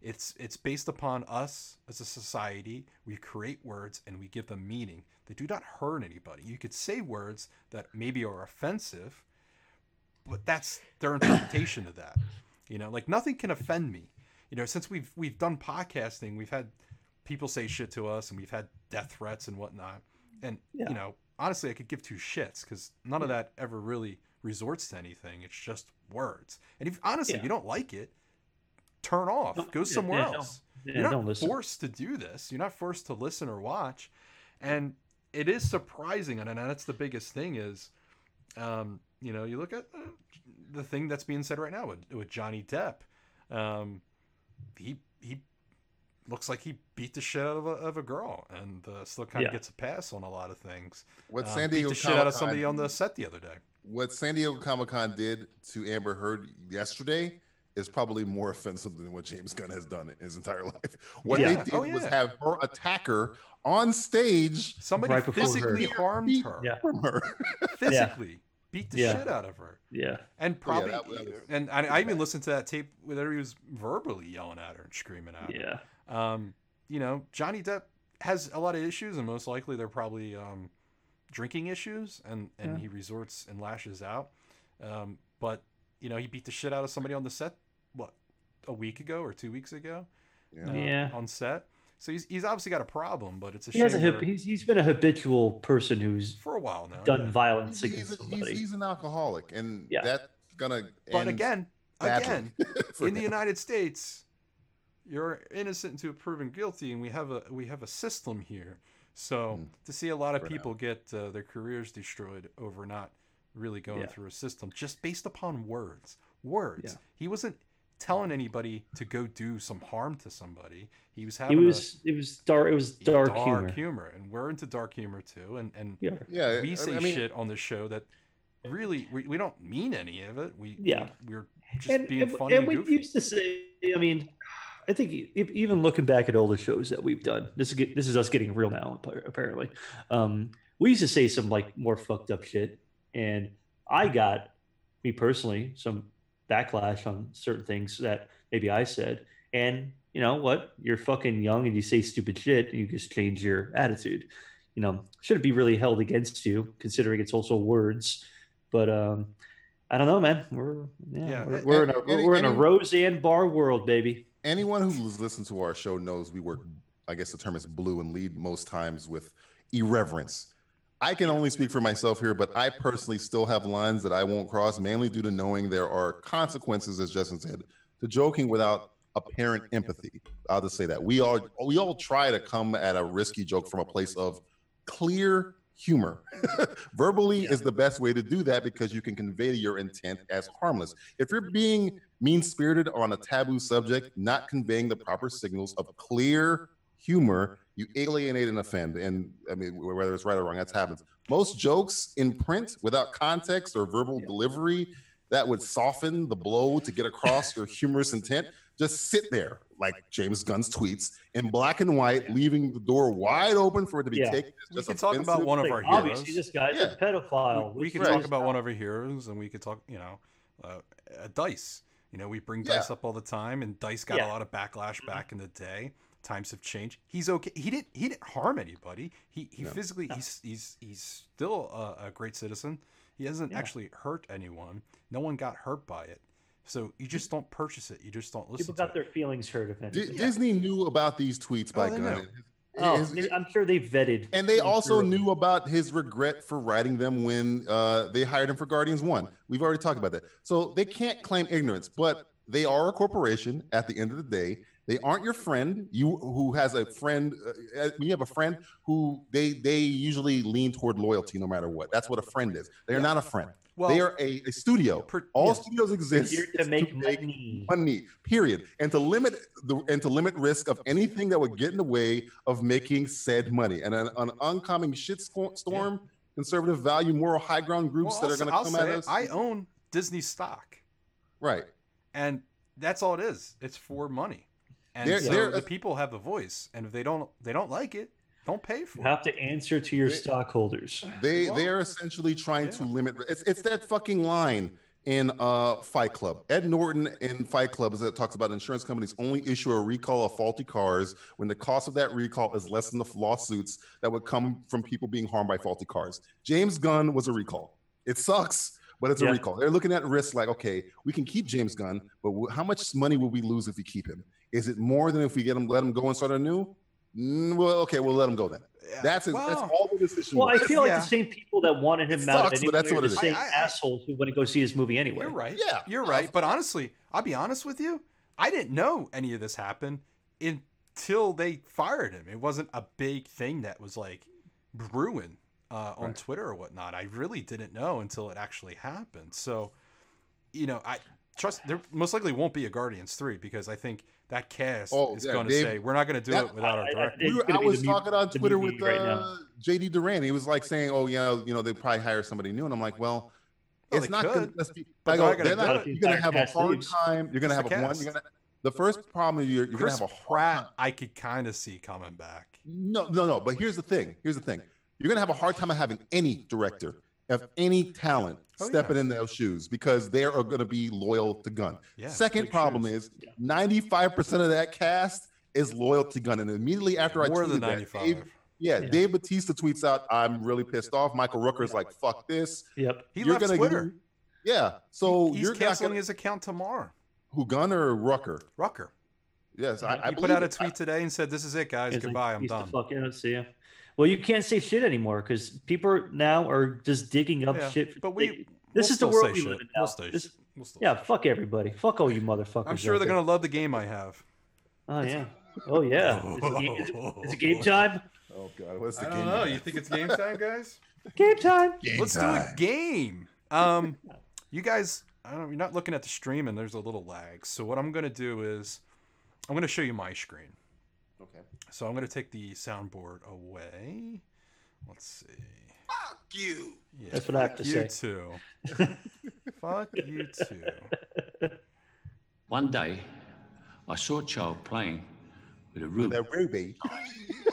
Speaker 2: it's it's based upon us as a society we create words and we give them meaning they do not hurt anybody you could say words that maybe are offensive but that's their interpretation of that you know like nothing can offend me you know since we've we've done podcasting we've had people say shit to us and we've had death threats and whatnot and
Speaker 4: Yeah.
Speaker 2: you know honestly i could give two shits because none of that ever really resorts to anything it's just words and if honestly if
Speaker 4: Yeah.
Speaker 2: you don't like it turn off
Speaker 4: Don't
Speaker 2: go
Speaker 4: read it.
Speaker 2: somewhere
Speaker 4: Yeah, don't-
Speaker 2: else
Speaker 4: Yeah,
Speaker 2: you're not
Speaker 4: don't listen.
Speaker 2: forced to do this. You're not forced to listen or watch, and it is surprising. And, and that's the biggest thing is, um, you know, you look at uh, the thing that's being said right now with, with Johnny Depp. Um, he he looks like he beat the shit out of a, of a girl and uh, still kind of
Speaker 4: Yeah.
Speaker 2: gets a pass on a lot of things.
Speaker 3: What
Speaker 2: Um,
Speaker 3: San
Speaker 2: beat
Speaker 3: Diego
Speaker 2: the shit out
Speaker 3: Comic
Speaker 2: of somebody
Speaker 3: Con,
Speaker 2: on the set the other day.
Speaker 3: what San Diego Comic Con did to Amber Heard yesterday is probably more offensive than what James Gunn has done in his entire life. What
Speaker 4: Yeah.
Speaker 3: they did
Speaker 2: Oh,
Speaker 3: was
Speaker 2: yeah.
Speaker 3: have her attacker on stage
Speaker 2: Somebody
Speaker 4: Right before her.
Speaker 2: physically harmed
Speaker 3: Beat
Speaker 2: her.
Speaker 4: Yeah.
Speaker 3: from her.
Speaker 2: Physically beat the
Speaker 4: Yeah.
Speaker 2: shit out of her.
Speaker 4: Yeah.
Speaker 3: Oh,
Speaker 2: And
Speaker 3: yeah,
Speaker 2: probably,
Speaker 3: that- that was-
Speaker 2: and I, I even listened to that tape where he was verbally yelling at her and screaming at her.
Speaker 4: Yeah.
Speaker 2: um, you know, Johnny Depp has a lot of issues, and most likely they're probably um, drinking issues, and, and
Speaker 4: Yeah.
Speaker 2: he resorts and lashes out. Um, but you know, he beat the shit out of somebody on the set what a week ago or two weeks ago. Uh,
Speaker 3: Yeah.
Speaker 4: Yeah.
Speaker 2: on set. So he's he's obviously got a problem, but it's a
Speaker 4: He has a
Speaker 2: shame
Speaker 4: hip,
Speaker 2: where-
Speaker 4: he's, he's been a habitual person who's
Speaker 2: for a while now. Oh, yeah.
Speaker 4: done violence
Speaker 3: He's,
Speaker 4: against
Speaker 3: he's a- he's-
Speaker 4: somebody.
Speaker 3: he's an alcoholic, and
Speaker 4: Yeah.
Speaker 3: that's gonna.
Speaker 2: But
Speaker 3: end
Speaker 2: again,
Speaker 3: badly
Speaker 2: again,
Speaker 3: for
Speaker 2: in the
Speaker 3: him.
Speaker 2: United States, you're innocent until proven guilty, and we have a we have a system here. So
Speaker 4: Hmm.
Speaker 3: Mm.
Speaker 2: to see a lot of
Speaker 3: For now.
Speaker 2: people get uh, their careers destroyed over not really going
Speaker 4: Yeah.
Speaker 2: through a system just based upon words, words.
Speaker 4: Yeah.
Speaker 2: He wasn't telling anybody to go do some harm to somebody. He was
Speaker 4: it
Speaker 2: having
Speaker 4: was it was dark it was
Speaker 2: a
Speaker 4: dark, humor.
Speaker 2: and we're into dark humor too. And and
Speaker 4: Yeah.
Speaker 3: yeah, I-
Speaker 2: we say
Speaker 3: I mean,
Speaker 2: shit on this show that really we, we don't mean any of it. We
Speaker 4: Yeah.
Speaker 2: we, are just
Speaker 4: and,
Speaker 2: being
Speaker 4: and,
Speaker 2: funny and,
Speaker 4: and we
Speaker 2: goofy.
Speaker 4: used to say i mean i think e- if, even looking back at all the shows that we've done this is get, this is us getting real now appa- apparently um, we used to say some like more fucked up shit and i got me personally some backlash on certain things that maybe i said and you know what you're fucking young and you say stupid shit and you just change your attitude you know shouldn't be really held against you considering it's also words but um i don't know man we're yeah,
Speaker 2: Yeah,
Speaker 4: we're,
Speaker 2: a-
Speaker 4: we're in a
Speaker 3: any-
Speaker 4: we're in a
Speaker 3: any-
Speaker 4: roseanne bar world baby
Speaker 3: anyone who's listened to our show knows we work. I guess the term is blue and lead most times with irreverence. I can only speak for myself here, but I personally still have lines that I won't cross, mainly due to knowing there are consequences, as Justin said, to joking without apparent empathy. I'll just say that we all we all try to come at a risky joke from a place of clear humor. Verbally is the best way to do that because you can convey your intent as harmless. If you're being mean spirited on a taboo subject, not conveying the proper signals of clear humor, you alienate and offend. And I mean, wh- whether it's right or wrong, that's happens. Most jokes in print without context or verbal delivery that would soften the blow to get across your humorous intent just sit there, like James Gunn's tweets, in black and white, leaving the door wide open for it to be
Speaker 4: Yeah.
Speaker 3: taken. as
Speaker 2: We
Speaker 3: just
Speaker 2: can talk about
Speaker 3: offensive.
Speaker 2: one of
Speaker 4: Like,
Speaker 2: our heroes.
Speaker 4: obviously this guy's
Speaker 3: Yeah.
Speaker 4: a pedophile
Speaker 2: we, we
Speaker 4: This
Speaker 2: could
Speaker 4: guy's
Speaker 2: talk about
Speaker 4: not-
Speaker 2: one of our heroes, and we could talk, you know, uh, uh, Dice. You know, we bring
Speaker 3: Yeah.
Speaker 2: Dice up all the time, and Dice got
Speaker 4: Yeah. Mm-hmm.
Speaker 2: a lot of backlash back in the day. Times have changed. He's okay. He didn't. He didn't harm anybody. He he
Speaker 3: No.
Speaker 2: physically.
Speaker 4: No.
Speaker 2: He's he's he's still a, a great citizen. He hasn't
Speaker 4: Yeah.
Speaker 2: actually hurt anyone. No one got hurt by it. So you just don't purchase it. You just don't listen.
Speaker 4: people
Speaker 2: to
Speaker 4: got their feelings hurt if
Speaker 3: Di-
Speaker 4: anything.
Speaker 3: Disney knew about these tweets by
Speaker 2: Oh, they
Speaker 3: Gunn.
Speaker 2: knew.
Speaker 4: oh,
Speaker 3: His-
Speaker 4: they- i'm sure they vetted
Speaker 3: and they
Speaker 4: him
Speaker 3: also
Speaker 4: thoroughly.
Speaker 3: knew about his regret for writing them when uh, they hired him for Guardians 1. We've already talked about that. So they can't claim ignorance, but they are a corporation at the end of the day. They aren't your friend. You who has a friend, uh, we have a friend who they they usually lean toward loyalty no matter what. That's what a friend is. They are not a friend.
Speaker 2: it. Well,
Speaker 3: they are a, a studio.
Speaker 2: per-
Speaker 3: All
Speaker 2: yeah.
Speaker 3: studios exist
Speaker 4: Here to
Speaker 3: is
Speaker 4: make money.
Speaker 3: money period and to limit the and to limit risk of anything that would get in the way of making said money and an, an oncoming shit sco- storm conservative value moral high ground groups
Speaker 2: Well,
Speaker 3: that are going
Speaker 2: I'll
Speaker 3: to come
Speaker 2: say
Speaker 3: at
Speaker 2: it.
Speaker 3: us
Speaker 2: I own Disney stock.
Speaker 3: right
Speaker 2: and that's all it is. It's for money, and
Speaker 3: They're-
Speaker 2: so
Speaker 3: they're-
Speaker 2: the people have a voice, and if they don't, they don't like it, don't pay for
Speaker 4: you
Speaker 2: it.
Speaker 4: have to answer to your stockholders
Speaker 3: they
Speaker 2: Well,
Speaker 3: they are essentially trying to
Speaker 2: yeah.
Speaker 3: limit it's, it's that fucking line in uh fight club ed norton in fight club is that talks about insurance companies only issue a recall of faulty cars when the cost of that recall is less than the lawsuits that would come from people being harmed by faulty cars james gunn was a recall it sucks but it's
Speaker 4: Yeah.
Speaker 3: a recall they're looking at risk like okay we can keep james gunn but w- how much money will we lose if we keep him is it more than if we get him let him go and start anew Mm, well okay we'll let him go then
Speaker 2: Yeah.
Speaker 3: that's it that's
Speaker 2: Well,
Speaker 3: all the decision
Speaker 4: well, I
Speaker 3: was.
Speaker 4: feel like
Speaker 2: Yeah.
Speaker 4: the same people that wanted him
Speaker 3: It
Speaker 4: out
Speaker 3: sucks,
Speaker 4: of
Speaker 3: but that's what
Speaker 4: anywhere are
Speaker 3: it
Speaker 4: the
Speaker 3: is.
Speaker 4: same
Speaker 2: I- I-
Speaker 4: assholes who wouldn't go see his movie anyway.
Speaker 2: You're right.
Speaker 3: Yeah, Uh,
Speaker 2: you're
Speaker 3: I-
Speaker 2: right. But honestly, I'll be honest with you. I didn't know any of this happened until they fired him. It wasn't a big thing that was like brewing uh, on
Speaker 3: Right.
Speaker 2: Twitter or whatnot. I really didn't know until it actually happened. So, you know, I trust there most likely won't be a Guardians three because I think that cast
Speaker 3: Oh,
Speaker 2: is
Speaker 3: yeah,
Speaker 2: going to
Speaker 3: they've-
Speaker 2: say we're not going to do
Speaker 3: that-
Speaker 2: it without our
Speaker 4: I- I-
Speaker 2: director.
Speaker 4: it's
Speaker 3: We were-
Speaker 4: gonna
Speaker 3: I
Speaker 4: be the
Speaker 3: was
Speaker 4: mu-
Speaker 3: talking on
Speaker 4: the
Speaker 3: Twitter
Speaker 4: movie
Speaker 3: with
Speaker 4: right now.
Speaker 3: uh, JD Duran. He was like saying, "Oh, yeah, you know, they probably hire somebody new,and I'm like, "Well."
Speaker 2: Well,
Speaker 3: it's
Speaker 2: Oh, they
Speaker 3: not
Speaker 2: could,
Speaker 3: good. Let's be,
Speaker 2: but
Speaker 3: I
Speaker 2: they're
Speaker 3: go,
Speaker 2: not gonna
Speaker 3: they're
Speaker 2: do
Speaker 3: not,
Speaker 4: it.
Speaker 3: you're gonna have a
Speaker 4: Cast
Speaker 3: hard
Speaker 4: leaves.
Speaker 3: time. You're gonna
Speaker 2: It's
Speaker 3: have
Speaker 2: the
Speaker 3: a one.
Speaker 2: cast.
Speaker 3: You're gonna the first problem. You're, you're gonna
Speaker 2: Chris
Speaker 3: have a hard time.
Speaker 2: Pratt, I could kind of see coming back.
Speaker 3: No, no, no. But here's the thing. Here's the thing. You're gonna have a hard time of having any director of any talent
Speaker 2: Oh, yeah.
Speaker 3: stepping in those shoes because they are gonna be loyal to Gun.
Speaker 2: Yeah,
Speaker 3: Second
Speaker 2: big
Speaker 3: problem
Speaker 2: shoes.
Speaker 3: is 95 percent of that cast is loyal to Gun, and immediately after I
Speaker 2: more
Speaker 3: tweeted
Speaker 2: than
Speaker 3: that,
Speaker 2: ninety
Speaker 3: Dave-
Speaker 2: five.
Speaker 3: yeah,
Speaker 4: Yeah.
Speaker 3: Dave Batista tweets out, "I'm really pissed off." Michael Rooker's like, "Fuck this."
Speaker 4: Yep.
Speaker 2: He
Speaker 3: You're
Speaker 2: left
Speaker 3: gonna-
Speaker 2: Twitter.
Speaker 3: Yeah, so
Speaker 2: He's
Speaker 3: you're not
Speaker 2: canceling
Speaker 3: gonna-
Speaker 2: his account tomorrow.
Speaker 3: who Gun or Rucker?
Speaker 2: Rucker.
Speaker 3: Yes, I, I
Speaker 2: Uh, He put
Speaker 3: believe
Speaker 2: out a
Speaker 3: it.
Speaker 2: tweet today and said, "This is it, guys.
Speaker 4: It's like,
Speaker 2: Goodbye. I'm
Speaker 4: he's the
Speaker 2: done."
Speaker 4: Fuck out, see ya. Well, you can't say shit anymore because people are- now are just digging up
Speaker 2: Yeah,
Speaker 4: shit.
Speaker 2: but
Speaker 4: They-
Speaker 2: we-
Speaker 4: this
Speaker 2: we'll
Speaker 4: is the
Speaker 2: still
Speaker 4: world
Speaker 2: say
Speaker 4: we
Speaker 2: shit.
Speaker 4: live in now.
Speaker 2: We'll stay
Speaker 4: This-
Speaker 2: shit. We'll still-
Speaker 4: yeah, fuck everybody. Fuck all you motherfuckers.
Speaker 2: I'm sure
Speaker 4: out
Speaker 2: they're
Speaker 4: there.
Speaker 2: gonna love the game I have.
Speaker 4: Oh yeah. Oh yeah. Is it, game, is it- is it game time?
Speaker 3: Oh God, what's the
Speaker 2: I
Speaker 3: game?
Speaker 2: don't know. You think it's game time, guys?
Speaker 4: Game time.
Speaker 2: Let's do a game. Um, you guys, I don't. You're not looking at the stream, and there's a little lag. So what I'm gonna do is, I'm gonna show you my screen.
Speaker 3: Okay.
Speaker 2: So I'm gonna take the soundboard away. Let's see.
Speaker 6: Fuck you.
Speaker 2: Yeah,
Speaker 4: That's what I have to
Speaker 2: you
Speaker 4: say.
Speaker 2: too. Fuck you too.
Speaker 5: One day, I saw a child playing with a ruby.
Speaker 3: A ruby,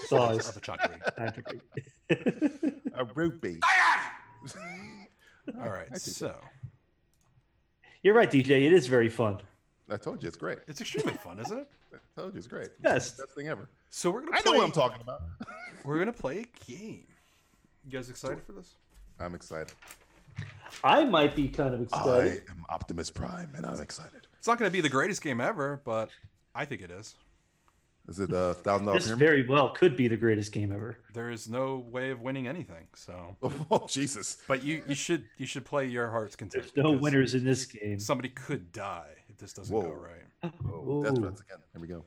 Speaker 4: Size.
Speaker 2: Other chocolate.
Speaker 3: a ruby.
Speaker 2: All right. So
Speaker 4: You're right, DJ. It is very fun.
Speaker 3: I told you it's great.
Speaker 2: it's extremely fun, isn't it?
Speaker 3: I told you it's great.
Speaker 4: Yes.
Speaker 3: best thing ever.
Speaker 2: So we're gonna.
Speaker 3: I know
Speaker 2: Play,
Speaker 3: what I'm talking about.
Speaker 2: We're gonna play a game. You guys excited for this?
Speaker 3: I'm excited.
Speaker 4: I might be kind of excited.
Speaker 3: I am Optimus Prime, and I'm excited.
Speaker 2: It's not gonna be the greatest game ever, but I think it is.
Speaker 3: Is it a thousand dollar
Speaker 4: this
Speaker 3: pyramid?
Speaker 4: very well could be the greatest game ever.
Speaker 2: There is no way of winning anything. So,
Speaker 3: Oh Jesus!
Speaker 2: but you you should you should play your heart's content.
Speaker 4: There's no
Speaker 2: because
Speaker 4: winners in this game.
Speaker 2: Somebody could die if this doesn't go
Speaker 3: Whoa.
Speaker 2: right.
Speaker 3: Oh, death
Speaker 4: Ooh.
Speaker 3: threats again. Here we go.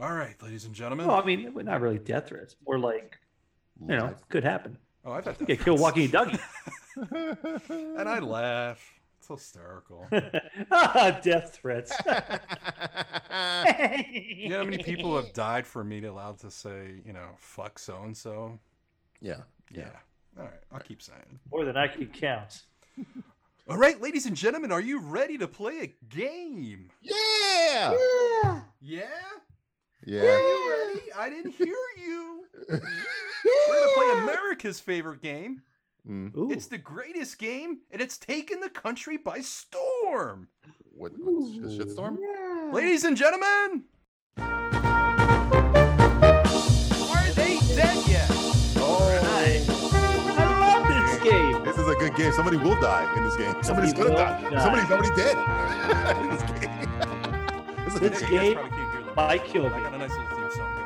Speaker 2: All right, ladies and gentlemen.
Speaker 4: Well, I mean, it would not really death threats. More like, you know,
Speaker 3: Live.
Speaker 4: could happen.
Speaker 2: oh, I've had
Speaker 4: You
Speaker 2: that.
Speaker 4: could kill Walking Dougie.
Speaker 2: And I laugh. It's hysterical.
Speaker 4: ah, death threats.
Speaker 2: You know how many people have died for me to allowed to say, you know, fuck so and so?
Speaker 3: yeah.
Speaker 2: Yeah. All right, I'll keep saying it.
Speaker 4: More than I can count.
Speaker 2: All right, ladies and gentlemen, are you ready to play a game?
Speaker 3: Yeah.
Speaker 2: Yeah? Are
Speaker 3: Yeah.
Speaker 2: you ready? I didn't hear you. We're going to play America's favorite game.
Speaker 3: Mm,
Speaker 4: Ooh.
Speaker 2: It's the greatest game, and it's taken the country by storm.
Speaker 3: what? what's- sh- Shitstorm. Hmm.
Speaker 2: Ladies and gentlemen, are they dead yet?
Speaker 4: I love this game.
Speaker 3: This is a good game. Somebody will die in this game. Somebody's gonna
Speaker 4: will
Speaker 3: die.
Speaker 4: die.
Speaker 3: Somebody's already dead. in this game. This is a good
Speaker 4: This
Speaker 3: game.
Speaker 4: game
Speaker 2: I
Speaker 4: might kill
Speaker 2: I
Speaker 4: me.
Speaker 2: got a nice little theme song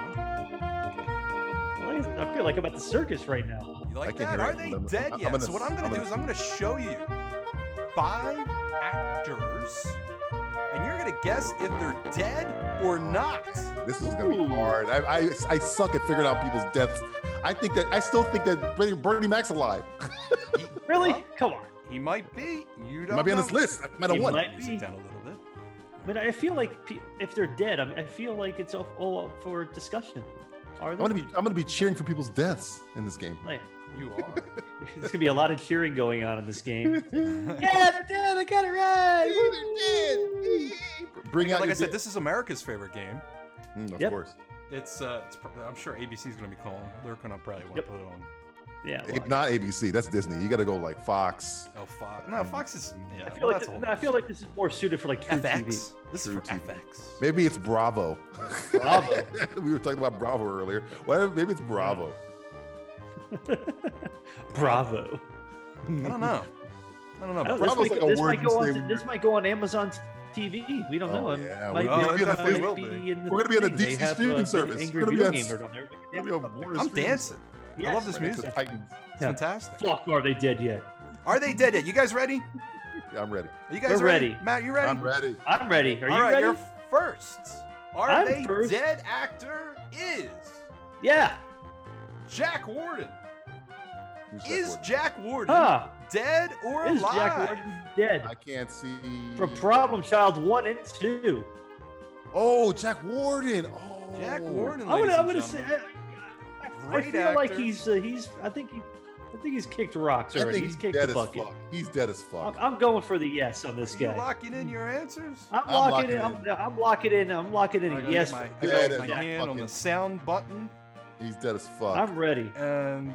Speaker 2: going.
Speaker 4: I feel like I'm at the circus right now.
Speaker 2: You
Speaker 3: I
Speaker 2: like
Speaker 3: can
Speaker 2: that?
Speaker 3: hear
Speaker 2: Are
Speaker 3: it.
Speaker 2: they
Speaker 3: I'm-
Speaker 2: dead
Speaker 3: I'm
Speaker 2: yet?
Speaker 3: gonna-
Speaker 2: so what I'm gonna
Speaker 3: I'm
Speaker 2: do
Speaker 3: gonna-
Speaker 2: is I'm gonna show you five actors, and you're gonna guess if they're dead or not.
Speaker 3: This is gonna be hard. I, I, I suck at figuring out people's deaths. I think that I still think that Bernie, Bernie Mac's alive.
Speaker 4: Really? Come on.
Speaker 2: He might be. You don't
Speaker 3: Might be on
Speaker 2: know.
Speaker 3: this list. I might have
Speaker 4: He
Speaker 3: won.
Speaker 4: might-
Speaker 2: Music down a little bit.
Speaker 4: But I feel like pe- if they're dead, I, mean, I feel like it's all, all up for discussion. Are
Speaker 3: I'm
Speaker 4: they?
Speaker 3: gonna be I'm gonna be cheering for people's deaths in this game.
Speaker 4: Like,
Speaker 2: You are.
Speaker 4: there's gonna be a lot of cheering going on in this game.
Speaker 3: Bring out
Speaker 2: like I
Speaker 3: your
Speaker 2: said,
Speaker 3: dead-
Speaker 2: this is America's favorite game.
Speaker 3: Mm, of
Speaker 4: Yep.
Speaker 3: course.
Speaker 2: It's, uh, it's pro- I'm sure ABC's gonna be calling. They're gonna probably want
Speaker 4: Yep.
Speaker 2: to put it on.
Speaker 4: Yeah.
Speaker 3: If not ABC, that's Disney. You gotta go like Fox.
Speaker 2: Oh, Fox. No, Fox is. Yeah,
Speaker 4: I feel, like
Speaker 2: that's
Speaker 4: th-
Speaker 2: a
Speaker 4: no,
Speaker 2: whole-
Speaker 4: I feel like this is more suited for like true TV.
Speaker 2: FX. This is
Speaker 3: True
Speaker 2: for
Speaker 3: TV.
Speaker 2: FX.
Speaker 3: Maybe it's Bravo.
Speaker 4: Bravo.
Speaker 3: we were talking about Bravo earlier. Whatever. Maybe it's Bravo.
Speaker 4: Bravo.
Speaker 2: I don't know. I don't know.
Speaker 4: I
Speaker 2: Bravo-
Speaker 4: don't know,
Speaker 3: Bravo's
Speaker 4: this,
Speaker 3: like
Speaker 4: might,
Speaker 3: a
Speaker 4: this,
Speaker 3: word
Speaker 4: might
Speaker 3: you
Speaker 4: go
Speaker 3: say
Speaker 4: on,
Speaker 3: when
Speaker 4: this might go on Amazon TV. We don't
Speaker 3: Oh,
Speaker 4: know.
Speaker 3: yeah, we're-
Speaker 4: Might be-
Speaker 2: oh, yeah,
Speaker 4: might
Speaker 2: we will
Speaker 4: be
Speaker 2: be.
Speaker 4: in the
Speaker 3: We're gonna be on the
Speaker 4: thing. They
Speaker 3: DC
Speaker 4: have,
Speaker 3: streaming
Speaker 4: uh, the
Speaker 3: service.
Speaker 4: Angry
Speaker 3: We're gonna be on
Speaker 4: Video Gamer
Speaker 3: s-
Speaker 4: down there. They
Speaker 3: Maybe
Speaker 4: have
Speaker 3: a
Speaker 4: something.
Speaker 3: Warner
Speaker 2: I'm
Speaker 3: Streams.
Speaker 2: dancing. I
Speaker 4: Yes,
Speaker 2: love this
Speaker 3: Right into
Speaker 2: music.
Speaker 3: Titans.
Speaker 2: It's
Speaker 4: Yeah.
Speaker 2: fantastic.
Speaker 4: Fuck, are they dead yet?
Speaker 2: Are they dead yet? You guys ready?
Speaker 3: Yeah, I'm ready.
Speaker 2: Are you guys
Speaker 4: We're
Speaker 2: ready?
Speaker 4: ready.
Speaker 2: Matt, you ready?
Speaker 3: I'm ready.
Speaker 4: I'm ready. Are
Speaker 2: All
Speaker 4: you
Speaker 2: right,
Speaker 4: ready?
Speaker 2: you're first. Are
Speaker 4: I'm
Speaker 2: they
Speaker 4: first.
Speaker 2: dead? Actor is
Speaker 4: Yeah.
Speaker 2: Jack Warden.
Speaker 3: Who's that
Speaker 2: Is
Speaker 3: word?
Speaker 2: Jack Warden
Speaker 4: Huh.
Speaker 2: dead or
Speaker 4: Is Jack
Speaker 2: alive?
Speaker 4: Warden dead?
Speaker 3: I can't see.
Speaker 4: For Problem Child one and two.
Speaker 3: Oh, Jack Warden. Oh,
Speaker 2: Jack Warden.
Speaker 4: I'm gonna,
Speaker 2: ladies
Speaker 4: I'm
Speaker 2: and
Speaker 4: gonna say.
Speaker 2: gentlemen.
Speaker 4: I, I, I
Speaker 2: Great
Speaker 4: feel like
Speaker 2: actor.
Speaker 4: he's uh, he's. I think he, I think he's kicked rocks
Speaker 3: I
Speaker 4: already.
Speaker 3: think
Speaker 4: He's
Speaker 3: he's
Speaker 4: kicked
Speaker 3: dead
Speaker 4: the
Speaker 3: as
Speaker 4: bucket.
Speaker 3: fuck. He's dead as
Speaker 4: I'm,
Speaker 3: fuck.
Speaker 4: I'm going for the yes on this
Speaker 2: You
Speaker 4: guy.
Speaker 2: locking in your answers?
Speaker 4: I'm
Speaker 3: I'm
Speaker 4: locking
Speaker 3: locking
Speaker 4: in.
Speaker 3: in.
Speaker 4: I'm, I'm locking in. I'm locking in.
Speaker 2: I
Speaker 4: a
Speaker 2: got
Speaker 4: Yes.
Speaker 2: my,
Speaker 4: for
Speaker 2: I
Speaker 3: Yeah,
Speaker 2: got
Speaker 3: that's
Speaker 2: my
Speaker 3: not
Speaker 2: hand on
Speaker 3: fucking-
Speaker 2: the sound button,
Speaker 3: he's dead as fuck.
Speaker 4: I'm ready.
Speaker 2: and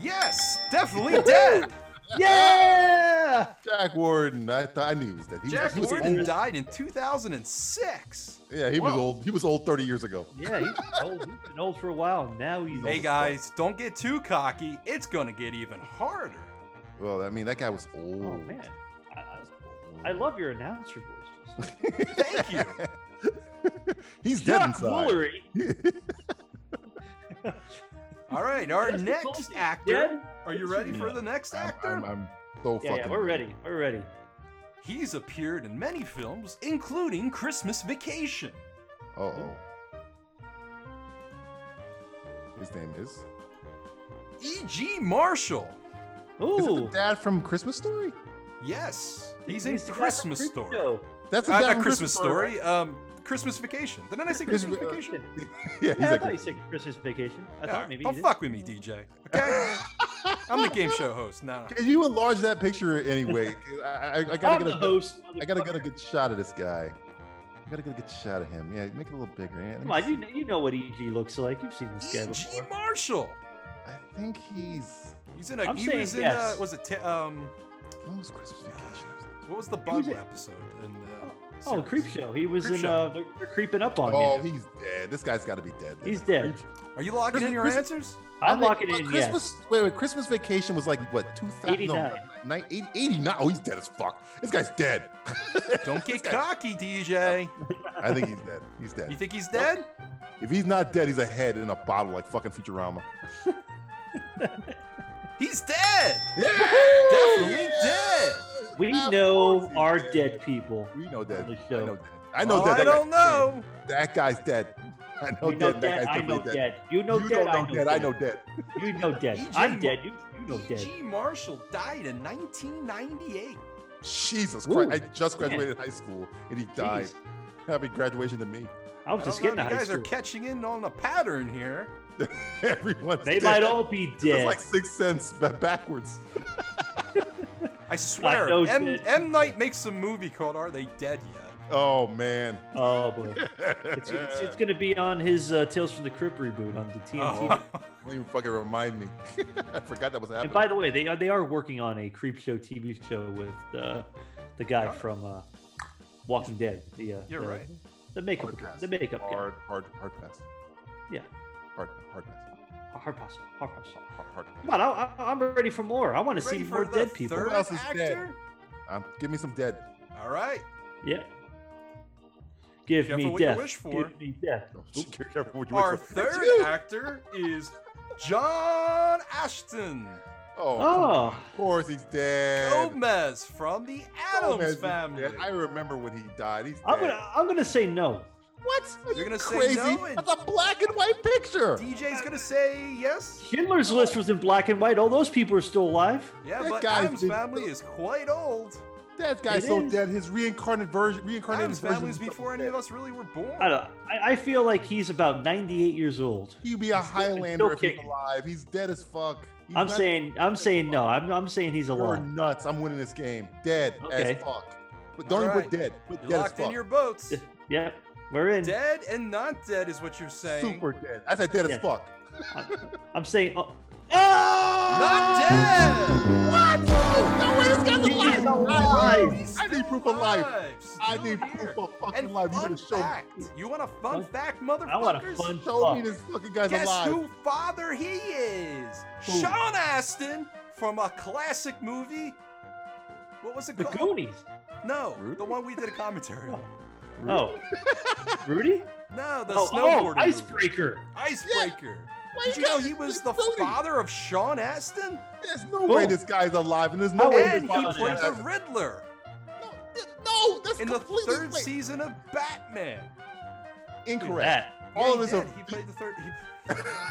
Speaker 2: yes, definitely dead.
Speaker 4: Yeah.
Speaker 3: Jack Warden. I thought I knew he was dead. He
Speaker 2: Jack
Speaker 3: was, he was
Speaker 2: Warden
Speaker 3: old.
Speaker 2: died in 2006.
Speaker 3: Yeah, he was
Speaker 2: Whoa.
Speaker 3: old. He was old 30 years ago.
Speaker 4: Yeah. He's old. He's been old for a while. Now he's.
Speaker 2: Hey
Speaker 4: old.
Speaker 2: guys, don't get too cocky. It's gonna get even harder.
Speaker 3: Well, I mean, that guy was old.
Speaker 4: Oh man. I, I- I love your announcer voice.
Speaker 2: Thank you.
Speaker 3: He's dead
Speaker 4: Chuck
Speaker 3: inside.
Speaker 4: Woolery.
Speaker 2: All right, our
Speaker 4: That's the
Speaker 2: next
Speaker 4: closest.
Speaker 2: actor.
Speaker 4: Dead?
Speaker 2: Are you ready for the next
Speaker 3: I'm,
Speaker 2: actor?
Speaker 3: I'm, I'm so
Speaker 4: Yeah,
Speaker 3: fucking.
Speaker 4: yeah, we're ready. We're ready.
Speaker 2: He's appeared in many films, including Christmas Vacation.
Speaker 3: Uh oh. His name is.
Speaker 2: E.G. E Marshall.
Speaker 3: Is it
Speaker 4: Ooh,
Speaker 3: the dad from Christmas Story?
Speaker 2: Yes, he's
Speaker 4: the
Speaker 2: in
Speaker 4: guy from
Speaker 2: Christmas
Speaker 4: Creepshow.
Speaker 2: Story.
Speaker 3: That's the
Speaker 2: Uh,
Speaker 3: dad
Speaker 2: not
Speaker 3: from
Speaker 2: Christmas Story.
Speaker 3: right?
Speaker 2: Um, Christmas Vacation. Didn't I say Christmas
Speaker 3: Christmas-
Speaker 2: Vacation?
Speaker 3: Yeah, he's
Speaker 4: Yeah, I
Speaker 3: like, oh,
Speaker 4: thought you said Christmas vacation. I
Speaker 2: All
Speaker 4: thought
Speaker 2: right,
Speaker 4: maybe. you
Speaker 2: Don't
Speaker 4: did.
Speaker 2: fuck with me, DJ. Okay. I'm the game show host. No, no.
Speaker 3: Can you enlarge that picture anyway? I, I, I
Speaker 4: I'm
Speaker 3: gotta
Speaker 4: the
Speaker 3: get a,
Speaker 4: host.
Speaker 3: I gotta
Speaker 4: motherfucker.
Speaker 3: get a good shot of this guy. I gotta get a good shot of him. Yeah, make it a little bigger. Yeah, let
Speaker 4: Come
Speaker 3: me
Speaker 4: on,
Speaker 3: see.
Speaker 4: you know, you know what EG looks like. You've seen this
Speaker 3: E
Speaker 4: guy
Speaker 2: E.G.
Speaker 4: before.
Speaker 2: Marshall.
Speaker 3: I think he's.
Speaker 2: He's in a.
Speaker 4: I'm
Speaker 2: he
Speaker 4: saying
Speaker 2: was in.
Speaker 4: yes.
Speaker 2: A, was it? T- um,
Speaker 3: When was Christmas Vacation?
Speaker 2: what was the
Speaker 4: was
Speaker 2: Bible
Speaker 4: in-
Speaker 2: episode? In uh, the
Speaker 4: Oh, creep
Speaker 2: series?
Speaker 4: show. He was in.
Speaker 2: Creepshow.
Speaker 4: Uh, they're, they're creeping up on
Speaker 3: Oh,
Speaker 4: him.
Speaker 3: he's dead. This guy's got to be dead. then.
Speaker 4: He's dead.
Speaker 2: Are you locking
Speaker 3: Christmas-
Speaker 2: in your
Speaker 3: Christmas-
Speaker 2: answers?
Speaker 4: I'm
Speaker 3: think-
Speaker 4: locking
Speaker 3: uh,
Speaker 4: in. Yes.
Speaker 3: Christmas. Wait, wait. Christmas Vacation was like what? 2000? No,
Speaker 4: 89.
Speaker 3: ni- 80 89. Oh, he's dead as fuck. This guy's dead.
Speaker 2: Don't
Speaker 3: This
Speaker 2: get
Speaker 3: guy-
Speaker 2: cocky, DJ.
Speaker 3: I think he's dead. He's
Speaker 2: You
Speaker 3: dead.
Speaker 2: think he's dead?
Speaker 3: If he's not dead, he's a head in a bottle like fucking Futurama.
Speaker 2: He's dead.
Speaker 3: Yeah!
Speaker 2: Definitely dead.
Speaker 4: We
Speaker 3: Of
Speaker 4: know
Speaker 3: course he's
Speaker 4: our dead people.
Speaker 3: We know dead.
Speaker 4: on the
Speaker 3: I
Speaker 4: show.
Speaker 3: know dead. I know
Speaker 2: Oh,
Speaker 3: dead.
Speaker 2: I
Speaker 3: That guy's dead.
Speaker 2: don't know.
Speaker 3: That guy's dead. I know
Speaker 4: We know
Speaker 3: dead. That
Speaker 4: dead.
Speaker 3: guy's
Speaker 4: I know
Speaker 3: definitely dead.
Speaker 4: dead. You know
Speaker 3: You
Speaker 4: dead.
Speaker 3: don't know dead. I know dead. E
Speaker 4: You know dead.
Speaker 2: EJ
Speaker 4: I'm
Speaker 2: Mar-
Speaker 4: dead. You you know dead.
Speaker 2: E.G. Marshall died in 1998.
Speaker 3: Jesus
Speaker 4: Ooh,
Speaker 3: Christ! I just
Speaker 4: man.
Speaker 3: graduated high school and he died.
Speaker 4: Jeez.
Speaker 3: Happy graduation to me.
Speaker 4: I was just
Speaker 2: I don't know,
Speaker 4: getting to
Speaker 2: you
Speaker 4: high
Speaker 2: guys are
Speaker 4: school.
Speaker 2: catching in on the pattern here.
Speaker 3: Everyone.
Speaker 4: They might all be
Speaker 3: It's
Speaker 4: dead.
Speaker 3: like six cents backwards.
Speaker 2: I swear,
Speaker 4: know
Speaker 2: M,
Speaker 4: shit.
Speaker 2: M Night makes some movie called "Are They Dead Yet?"
Speaker 3: Oh man.
Speaker 4: Oh boy. It's, it's, it's going to be on his uh, Tales from the Crypt reboot on the TNT.
Speaker 2: Oh.
Speaker 3: Don't even fucking remind me. I forgot that was happening.
Speaker 4: And by the way, they are they are working on a creep show TV show with uh, the guy from uh, Walking Dead. The uh,
Speaker 2: You're
Speaker 4: the,
Speaker 2: right.
Speaker 4: The makeup
Speaker 3: Hard
Speaker 4: guy.
Speaker 3: pass.
Speaker 4: The makeup guy.
Speaker 3: hard, hard, hard pass.
Speaker 4: Yeah.
Speaker 3: Hard, hard pass.
Speaker 4: Hard pass. Hard pass.
Speaker 3: Hard, hard pass.
Speaker 4: Come on, I, I, I'm ready for more. I want to see
Speaker 2: Ready
Speaker 4: more
Speaker 2: for
Speaker 4: dead
Speaker 2: the
Speaker 4: people.
Speaker 2: third
Speaker 3: Who else is
Speaker 2: actor?
Speaker 3: dead? Um, give me some dead.
Speaker 2: All right,
Speaker 4: Yeah. Give
Speaker 2: Careful
Speaker 4: me
Speaker 2: what you
Speaker 4: death.
Speaker 2: wish for.
Speaker 4: Give me death.
Speaker 3: Oh, shit, careful what you
Speaker 2: our
Speaker 3: wish for.
Speaker 2: third actor is John Ashton
Speaker 3: Oh,
Speaker 4: Oh.
Speaker 3: of course he's dead.
Speaker 2: Gomez from the Adams
Speaker 3: Gomez is
Speaker 2: Family.
Speaker 3: dead. I remember when he died. He's dead.
Speaker 4: I'm gonna I'm gonna say no.
Speaker 3: What? Are
Speaker 2: You're
Speaker 3: you
Speaker 2: gonna say
Speaker 3: crazy?
Speaker 2: no and-
Speaker 3: That's a black and white picture.
Speaker 2: DJ's gonna say yes.
Speaker 4: Schindler's List was in black and white. All those people are still alive.
Speaker 2: Yeah,
Speaker 3: That
Speaker 2: but
Speaker 3: guy's
Speaker 2: Adams
Speaker 3: been-
Speaker 2: Family is quite old.
Speaker 3: That guy's
Speaker 4: It
Speaker 3: so
Speaker 4: is.
Speaker 3: dead. His reincarnated version, reincarnated
Speaker 2: Adams
Speaker 3: version.
Speaker 2: Family's before any of us really were born.
Speaker 4: I don't. I, I feel like he's about 98 years old.
Speaker 3: He'd be a Highlander if he's
Speaker 4: kicking.
Speaker 3: alive. He's dead as fuck. He's
Speaker 4: I'm
Speaker 3: not-
Speaker 4: saying I'm saying no. I'm I'm saying he's
Speaker 3: You're
Speaker 4: alive.
Speaker 3: nuts. I'm winning this game. Dead
Speaker 4: Okay.
Speaker 3: as fuck. But don't even
Speaker 2: Alright.
Speaker 3: put dead. Put
Speaker 2: You're
Speaker 3: dead as
Speaker 2: locked in
Speaker 3: fuck.
Speaker 2: your boats.
Speaker 4: Yep, we're in.
Speaker 2: Dead and not dead is what you're saying.
Speaker 3: Super dead. I said dead
Speaker 4: Yeah.
Speaker 3: as fuck.
Speaker 4: I'm saying oh,
Speaker 2: Not dead.
Speaker 3: What? No way this guy's
Speaker 4: He's
Speaker 3: alive.
Speaker 4: alive.
Speaker 2: He's
Speaker 3: I need
Speaker 2: still
Speaker 3: proof of life.
Speaker 2: alive,
Speaker 3: I
Speaker 2: still
Speaker 3: need
Speaker 2: here.
Speaker 3: proof of fucking
Speaker 2: And
Speaker 3: life. You
Speaker 2: fun
Speaker 3: gotta show me.
Speaker 2: fact. You want a fun
Speaker 4: What?
Speaker 2: fact, motherfuckers?
Speaker 4: I want a fun
Speaker 3: Show me
Speaker 4: fuck.
Speaker 3: this fucking guy's
Speaker 2: Guess
Speaker 3: alive.
Speaker 2: who father he is?
Speaker 3: Who?
Speaker 2: Sean Astin from a classic movie. What was it
Speaker 4: The
Speaker 2: called?
Speaker 4: Goonies.
Speaker 2: No,
Speaker 3: Rudy?
Speaker 2: the one we did a commentary on.
Speaker 4: Oh, Rudy?
Speaker 2: No, the
Speaker 4: oh, oh,
Speaker 2: snowboarding. movie.
Speaker 4: Icebreaker.
Speaker 2: Icebreaker.
Speaker 3: Why
Speaker 2: Did you know
Speaker 3: gotta
Speaker 2: he was the
Speaker 3: Rudy?
Speaker 2: father of Sean Astin?
Speaker 3: There's no way
Speaker 4: Who?
Speaker 3: this guy's alive, and there's no
Speaker 4: Oh,
Speaker 3: way
Speaker 4: and
Speaker 3: this
Speaker 2: And
Speaker 4: Sean
Speaker 2: he
Speaker 3: guy's
Speaker 2: played the
Speaker 3: alive.
Speaker 2: Riddler
Speaker 3: No, th- no, that's
Speaker 2: in the
Speaker 3: completely
Speaker 2: third
Speaker 3: wait,
Speaker 2: season of Batman.
Speaker 3: incorrect.
Speaker 4: That.
Speaker 3: All
Speaker 2: Yeah,
Speaker 3: of us
Speaker 2: he
Speaker 3: are
Speaker 2: did. He played the third. He,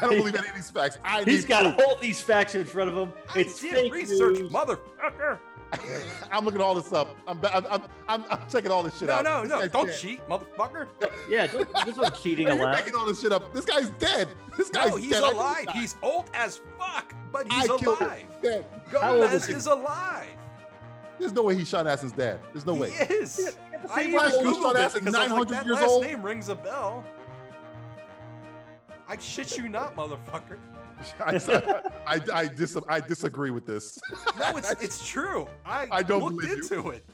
Speaker 3: I don't believe any of these facts. I
Speaker 4: He's
Speaker 3: need
Speaker 4: got all these facts in front of him.
Speaker 2: I
Speaker 4: It's
Speaker 2: did
Speaker 4: fake
Speaker 2: research,
Speaker 4: news.
Speaker 2: motherfucker.
Speaker 3: proof. I'm looking all this up. I'm ba- I'm, I'm, I'm, I'm checking all this shit
Speaker 2: No,
Speaker 3: out.
Speaker 2: no,
Speaker 3: This
Speaker 2: no.
Speaker 3: guy's
Speaker 2: Don't
Speaker 3: dead.
Speaker 2: cheat, motherfucker.
Speaker 4: Yeah, don't- this was cheating
Speaker 3: You're
Speaker 4: allowed.
Speaker 3: making all this shit up. This guy's dead. This guy's
Speaker 2: No, he's
Speaker 3: dead. I killed
Speaker 2: alive.
Speaker 3: this guy.
Speaker 2: He's old as fuck, but
Speaker 3: I
Speaker 2: he's
Speaker 3: killed him.
Speaker 2: alive.
Speaker 3: Dead.
Speaker 4: How old
Speaker 2: Gomez
Speaker 4: is he?
Speaker 2: is alive.
Speaker 3: There's no way he shot Assassin's dad. There's no way.
Speaker 2: He is. I
Speaker 3: same
Speaker 2: even
Speaker 3: way Google
Speaker 2: googled
Speaker 3: that's like
Speaker 2: it because I
Speaker 3: 900
Speaker 2: was like, that
Speaker 3: years
Speaker 2: last
Speaker 3: old.
Speaker 2: name rings a bell. I shit you not, motherfucker.
Speaker 3: I, I, I, dis- I disagree with this.
Speaker 2: No, it's it's true. I,
Speaker 3: I don't
Speaker 2: looked
Speaker 3: believe
Speaker 2: into it.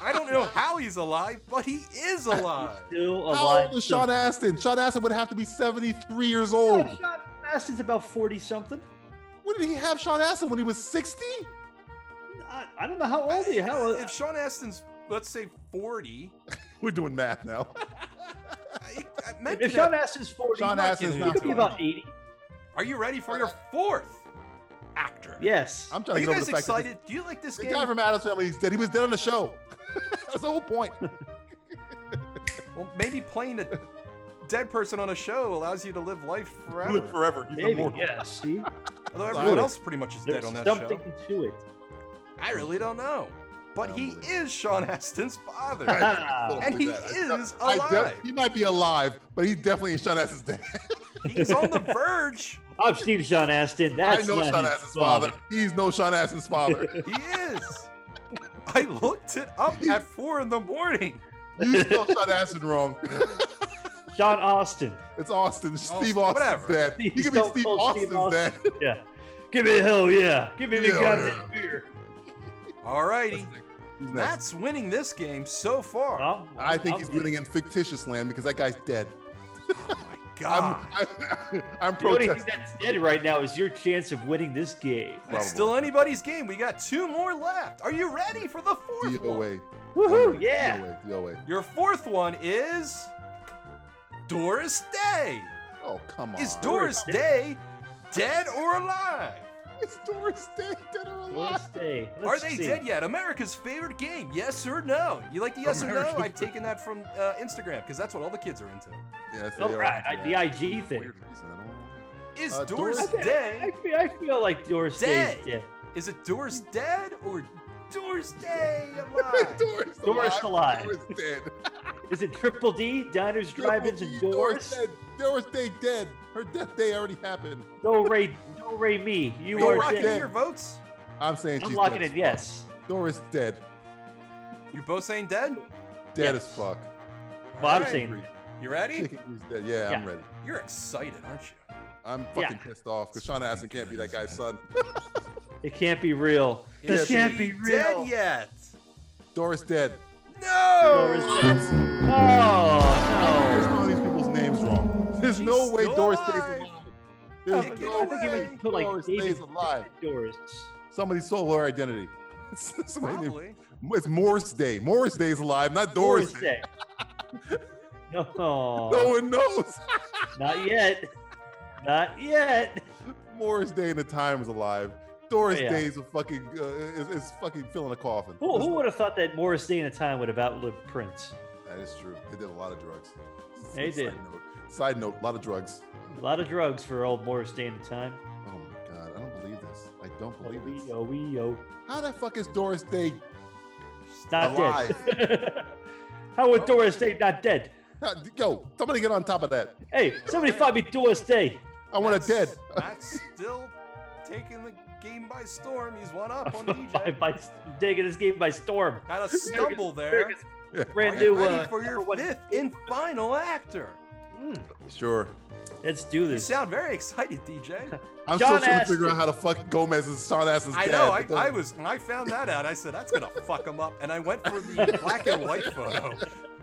Speaker 2: I don't know how he's alive, but he is alive.
Speaker 4: Still
Speaker 3: How
Speaker 4: alive.
Speaker 3: old is Sean Astin? Sean Astin would have to be 73 years old.
Speaker 4: Yeah, Sean Astin's about forty something.
Speaker 3: When did he have Sean Astin? When he was 60?
Speaker 4: I, I don't know how old he. How old?
Speaker 2: If Sean Astin's let's say forty,
Speaker 3: We're doing math now.
Speaker 2: I, I meant
Speaker 4: If
Speaker 2: to-
Speaker 4: Sean Astin's forty,
Speaker 3: Sean
Speaker 4: he might
Speaker 3: Astin's
Speaker 2: getting
Speaker 3: not.
Speaker 2: into
Speaker 4: be
Speaker 2: it.
Speaker 4: about eighty.
Speaker 2: Are you ready for your fourth actor?
Speaker 4: Yes.
Speaker 3: I'm
Speaker 2: Are
Speaker 3: trying to
Speaker 2: you
Speaker 3: get over
Speaker 2: guys
Speaker 3: the fact
Speaker 2: excited? Do you like this
Speaker 3: that the
Speaker 2: game?
Speaker 3: guy from Adam's family is dead. He was dead on the show. That's the whole point.
Speaker 2: Well, maybe playing a dead person on a show allows you to live life forever.
Speaker 3: Live forever. He's
Speaker 4: Maybe.
Speaker 3: immortal.
Speaker 4: Yeah. See,
Speaker 2: Although
Speaker 3: Wow.
Speaker 2: everyone else pretty much is dead
Speaker 4: there's
Speaker 2: on that
Speaker 4: something
Speaker 2: show.
Speaker 4: to it.
Speaker 2: I really don't know. But
Speaker 3: I don't
Speaker 2: he
Speaker 3: believe
Speaker 2: is Sean Astin's father.
Speaker 4: Ah,
Speaker 2: and he
Speaker 3: I don't-
Speaker 2: is
Speaker 3: I def-
Speaker 2: alive.
Speaker 3: he might be alive, but he definitely ain't Sean Astin's dad.
Speaker 2: He's on the verge.
Speaker 4: I'm Steve Sean Astin. That's
Speaker 3: I know
Speaker 4: not
Speaker 3: Sean
Speaker 4: his
Speaker 3: Astin's father. He's no Sean Astin's father.
Speaker 2: He is. I looked it up at four in the morning.
Speaker 3: you spelled Sean Astin wrong.
Speaker 4: Sean Austin.
Speaker 3: It's Austin. Steve Austin's
Speaker 2: whatever.
Speaker 3: dad. He
Speaker 4: He's
Speaker 3: could be
Speaker 4: so
Speaker 3: Steve
Speaker 4: close, Steve
Speaker 3: Austin's dad.
Speaker 4: Yeah. Give me hell yeah. Give me the
Speaker 3: Yeah.
Speaker 4: goddamn beer.
Speaker 2: Alrighty.
Speaker 3: Who's next?
Speaker 2: That's winning this game so far. Oh
Speaker 4: I'm-
Speaker 3: I think
Speaker 4: I'm-
Speaker 3: he's winning in fictitious land because that guy's dead.
Speaker 2: my
Speaker 3: I'm,
Speaker 4: Ah.
Speaker 2: god.
Speaker 3: I'm, I'm
Speaker 4: The only thing
Speaker 3: protesting.
Speaker 4: that's dead right now is your chance of winning this game.
Speaker 2: It's still anybody's game. We got two more left. Are you ready for the fourth one?
Speaker 3: DOA.
Speaker 4: Woohoo! Yeah.
Speaker 3: DOA. DOA.
Speaker 2: Your fourth one is Doris Day.
Speaker 3: Oh, come on.
Speaker 2: Is Doris Day dead or alive?
Speaker 3: Is Doris dead, dead or alive?
Speaker 4: Let's stay.
Speaker 2: Are
Speaker 4: Let's
Speaker 2: they
Speaker 4: see.
Speaker 2: dead yet? America's favorite game. Yes or no? You like the yes or no?
Speaker 3: America's
Speaker 2: I've taken that from uh, Instagram because that's what all the kids are into.
Speaker 3: Yes,
Speaker 4: All
Speaker 3: they are.
Speaker 4: Oh, right, I, the
Speaker 3: Yeah.
Speaker 4: IG thing.
Speaker 3: Weird reason, I don't know.
Speaker 2: Is
Speaker 3: Uh,
Speaker 2: Doris,
Speaker 4: I, think- I,
Speaker 2: Day?
Speaker 4: feel, I feel like Doris Day's
Speaker 2: Dead.
Speaker 4: dead.
Speaker 2: Is it Doris dead or Doris Day
Speaker 4: Ah.
Speaker 2: alive?
Speaker 3: Doris,
Speaker 4: Doris alive.
Speaker 3: Doris dead.
Speaker 4: Is it Triple D, Diners, Drive-Ins, and Doors?
Speaker 3: dead. Doris Day dead. Her death day already happened.
Speaker 4: No Ray, no Ray me. You
Speaker 2: are you
Speaker 4: are
Speaker 2: rocking
Speaker 4: dead.
Speaker 2: your votes?
Speaker 3: I'm saying
Speaker 4: I'm
Speaker 3: she's
Speaker 4: locking
Speaker 3: dead.
Speaker 4: it. Yes.
Speaker 3: Doris dead.
Speaker 2: You're both saying dead?
Speaker 3: Dead
Speaker 4: Yes.
Speaker 3: as fuck.
Speaker 4: Well, I'm
Speaker 2: Alright.
Speaker 4: saying
Speaker 2: You ready?
Speaker 3: Chicken who's dead. Yeah, I'm
Speaker 4: Yeah.
Speaker 3: ready.
Speaker 2: You're excited, aren't you?
Speaker 3: I'm
Speaker 4: Yeah.
Speaker 3: fucking pissed off because Sean Astin can't be that guy's son.
Speaker 4: it can't be real. This
Speaker 2: Is
Speaker 4: can't
Speaker 2: she
Speaker 4: be real.
Speaker 2: dead yet?
Speaker 3: Doris dead.
Speaker 2: No!
Speaker 4: Oh no!
Speaker 3: There's all these people's names wrong. There's no
Speaker 2: She's
Speaker 3: way
Speaker 2: still
Speaker 3: Doris stays
Speaker 2: alive.
Speaker 3: alive. There's
Speaker 2: Take it
Speaker 3: Oh, no
Speaker 2: away.
Speaker 3: way
Speaker 4: even put, like,
Speaker 3: Doris
Speaker 4: David-
Speaker 3: stays alive.
Speaker 4: Doris.
Speaker 3: Somebody stole her identity. It's
Speaker 2: Probably.
Speaker 3: Morris Day. Morris Day's alive, not Doris.
Speaker 4: Doris Day. No,
Speaker 3: No one knows.
Speaker 4: not yet. Not yet.
Speaker 3: Morris Day in the Times alive. Doris
Speaker 4: Yeah.
Speaker 3: Day's a fucking uh, is, is fucking filling a coffin.
Speaker 4: Who, who would have thought that Morris Day in a time would have outlived Prince?
Speaker 3: That is true. They did a lot of drugs.
Speaker 4: They did.
Speaker 3: Side note, Side note, a lot of drugs.
Speaker 4: A lot of drugs for old Morris Day in a time.
Speaker 3: Oh my god, I don't believe this. I don't
Speaker 4: Oh,
Speaker 3: believe this.
Speaker 4: yo, yo.
Speaker 3: How the fuck is Doris Day
Speaker 4: Not dead. How would Doris Day not dead?
Speaker 3: Uh, Yo, somebody get on top of that.
Speaker 4: Hey, somebody find me Doris Day.
Speaker 3: I want a dead.
Speaker 2: That's- That's still taking the game by storm. He's one up on
Speaker 4: by,
Speaker 2: DJ.
Speaker 4: by taking this game by storm.
Speaker 2: Had a stumble there.
Speaker 4: Brand
Speaker 2: Are you
Speaker 4: new. Uh,
Speaker 2: ready for your
Speaker 4: number one-
Speaker 2: fifth and final actor.
Speaker 3: Sure.
Speaker 4: Let's do
Speaker 2: You
Speaker 4: this.
Speaker 2: sound very excited, DJ.
Speaker 3: I'm still
Speaker 4: John
Speaker 3: trying to
Speaker 4: Astin.
Speaker 3: figure out how to fuck Gomez and Sean Astin's
Speaker 2: I
Speaker 3: dad.
Speaker 2: know. I,
Speaker 3: but
Speaker 2: I
Speaker 3: then-
Speaker 2: was. When I found that out, I said that's gonna fuck him up, and I went for the black and white photo.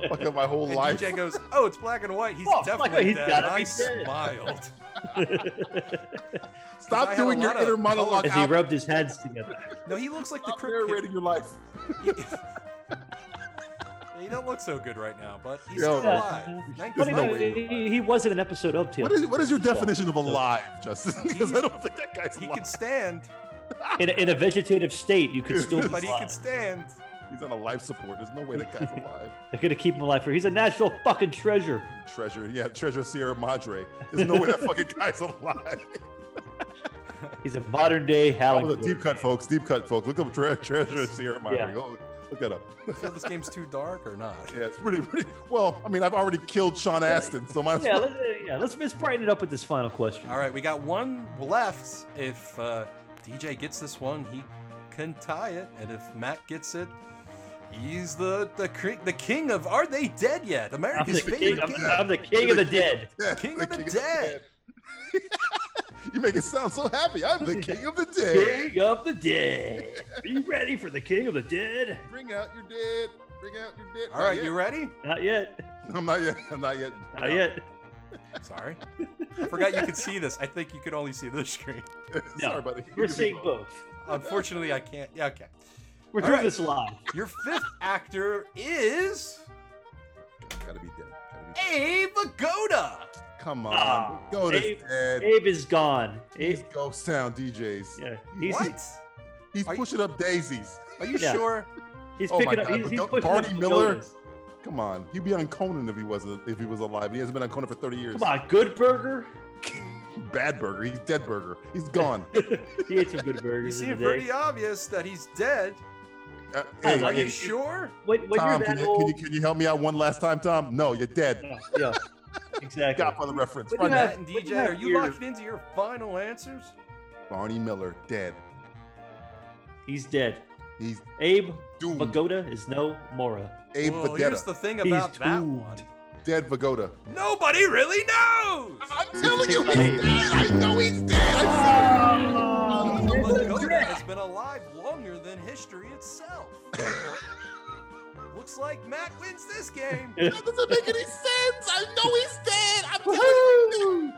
Speaker 3: fuck up my whole
Speaker 2: And
Speaker 3: life.
Speaker 2: DJ goes, "Oh, it's black and white. He's
Speaker 4: Oh, fuck,
Speaker 2: definitely
Speaker 4: he's
Speaker 2: dead."
Speaker 4: gotta
Speaker 2: And I
Speaker 4: be dead.
Speaker 2: smiled. I
Speaker 3: Stop
Speaker 2: had a
Speaker 3: doing your
Speaker 2: lot of
Speaker 3: inner monologue.
Speaker 4: As he
Speaker 3: out.
Speaker 4: rubbed his hands together.
Speaker 2: No, he looks like the
Speaker 3: Stop
Speaker 2: crypt. Kid.
Speaker 3: narrating your life.
Speaker 2: He don't look so good right now, but he's
Speaker 3: Yo.
Speaker 2: still alive.
Speaker 3: There's
Speaker 4: Funny,
Speaker 3: no
Speaker 2: 1990.
Speaker 3: way
Speaker 4: he, he- he was in an episode of Tales.
Speaker 3: What is what is your definition of alive, Justin? Because I don't think that guy's
Speaker 2: He
Speaker 3: alive.
Speaker 2: can stand,
Speaker 4: in, a, in a vegetative state, you could still be
Speaker 2: but he
Speaker 4: alive.
Speaker 2: can stand.
Speaker 3: He's on a life support. There's no way that guy's alive.
Speaker 4: They're gonna keep him alive for. He's a national fucking treasure.
Speaker 3: Treasure, yeah, Treasure Sierra Madre. There's no way that fucking guy's alive.
Speaker 4: He's a modern day
Speaker 3: That
Speaker 4: Howling.
Speaker 3: was a deep cut, folks. Deep cut, folks. Look up tre- Treasure Sierra Madre.
Speaker 4: Yeah.
Speaker 3: Go look that up.
Speaker 2: I feel this game's too dark or not.
Speaker 3: Yeah, it's pretty, pretty. Well, I mean, I've already killed Sean Astin, so might as
Speaker 4: Yeah,
Speaker 3: well.
Speaker 4: let's, uh, yeah, let's let's brighten it up with this final question.
Speaker 2: All right, we got one left. If uh, DJ gets this one, he can tie it, and if Matt gets it, he's the the cre- the king of Are They Dead Yet?
Speaker 4: I'm
Speaker 2: America's
Speaker 4: the king.
Speaker 2: favorite
Speaker 4: I'm,
Speaker 2: game.
Speaker 4: I'm the king of the dead.
Speaker 3: Yeah,
Speaker 2: King
Speaker 3: the
Speaker 2: of the Dead.
Speaker 3: Dead. you make it sound so happy. I'm the king of the dead.
Speaker 4: King of the dead. Are you ready for the king of the dead?
Speaker 3: Bring out your dead. Bring out your dead.
Speaker 2: All right, you ready?
Speaker 4: Not yet.
Speaker 3: I'm not yet. I'm not yet.
Speaker 4: Not yet.
Speaker 2: Sorry, I forgot you could see this. I think you could only see this screen.
Speaker 3: Sorry, buddy.
Speaker 4: We're seeing both.
Speaker 2: Unfortunately, I can't. Yeah, okay.
Speaker 4: We're
Speaker 2: All
Speaker 4: doing
Speaker 2: right.
Speaker 4: this live.
Speaker 2: Your fifth actor is
Speaker 3: Gotta be dead. Gotta
Speaker 2: Eh,
Speaker 3: be dead.
Speaker 2: Abe Agoda.
Speaker 3: Come on.
Speaker 4: Ah,
Speaker 3: go to
Speaker 4: Abe-
Speaker 3: dead.
Speaker 4: Abe is gone.
Speaker 3: These
Speaker 4: Abe,
Speaker 3: ghost sound DJs.
Speaker 4: yeah, he's,
Speaker 2: What?
Speaker 3: He's
Speaker 2: Are you-
Speaker 3: pushing up daisies.
Speaker 2: Are you
Speaker 4: Yeah.
Speaker 2: sure?
Speaker 4: he's
Speaker 3: Oh my
Speaker 4: picking up.
Speaker 3: God,
Speaker 4: He's,
Speaker 3: but
Speaker 4: he's
Speaker 3: don't-
Speaker 4: pushing
Speaker 3: Barney
Speaker 4: up the
Speaker 3: Miller?
Speaker 4: goats.
Speaker 3: Come on, he'd be on Conan if he wasn't if he was alive. He hasn't been on Conan for thirty years.
Speaker 4: Come on, Good Burger.
Speaker 3: Bad burger. He's dead burger. He's gone.
Speaker 4: he ate some good
Speaker 2: You
Speaker 4: burgers
Speaker 2: see,
Speaker 4: in the
Speaker 2: it
Speaker 4: day.
Speaker 2: pretty obvious that he's dead.
Speaker 3: Uh,
Speaker 4: I
Speaker 3: hey,
Speaker 2: Are
Speaker 4: like
Speaker 2: you
Speaker 3: hey,
Speaker 4: it.
Speaker 2: sure?
Speaker 4: When, when
Speaker 3: Tom,
Speaker 4: you're
Speaker 3: can
Speaker 4: that
Speaker 3: you, can, you,
Speaker 4: old,
Speaker 3: can you help me out one last time, Tom? No, you're dead.
Speaker 4: yeah, yeah, exactly.
Speaker 3: Godfather reference.
Speaker 4: What do
Speaker 3: Run
Speaker 4: you
Speaker 3: that.
Speaker 2: Matt
Speaker 4: have-
Speaker 2: and
Speaker 4: what do you
Speaker 2: DJ,
Speaker 4: have
Speaker 2: are you
Speaker 4: here?
Speaker 2: locked into your final answers?
Speaker 3: Barney Miller dead.
Speaker 4: He's dead.
Speaker 3: He's
Speaker 4: Abe
Speaker 3: doomed.
Speaker 4: Pagoda is no Mora.
Speaker 3: Abe
Speaker 2: well,
Speaker 3: Vigoda.
Speaker 2: here's the thing
Speaker 4: He's
Speaker 2: about that
Speaker 4: doomed.
Speaker 2: one.
Speaker 3: dead Vigoda.
Speaker 2: Nobody really knows.
Speaker 3: I'm telling you,
Speaker 4: you,
Speaker 3: he's
Speaker 4: he's
Speaker 3: dead.
Speaker 4: dead.
Speaker 3: I know he's dead.
Speaker 2: But Goda has been alive longer than history itself. Looks like Matt wins this game.
Speaker 3: That doesn't make any sense. I know he's dead. I'm telling you.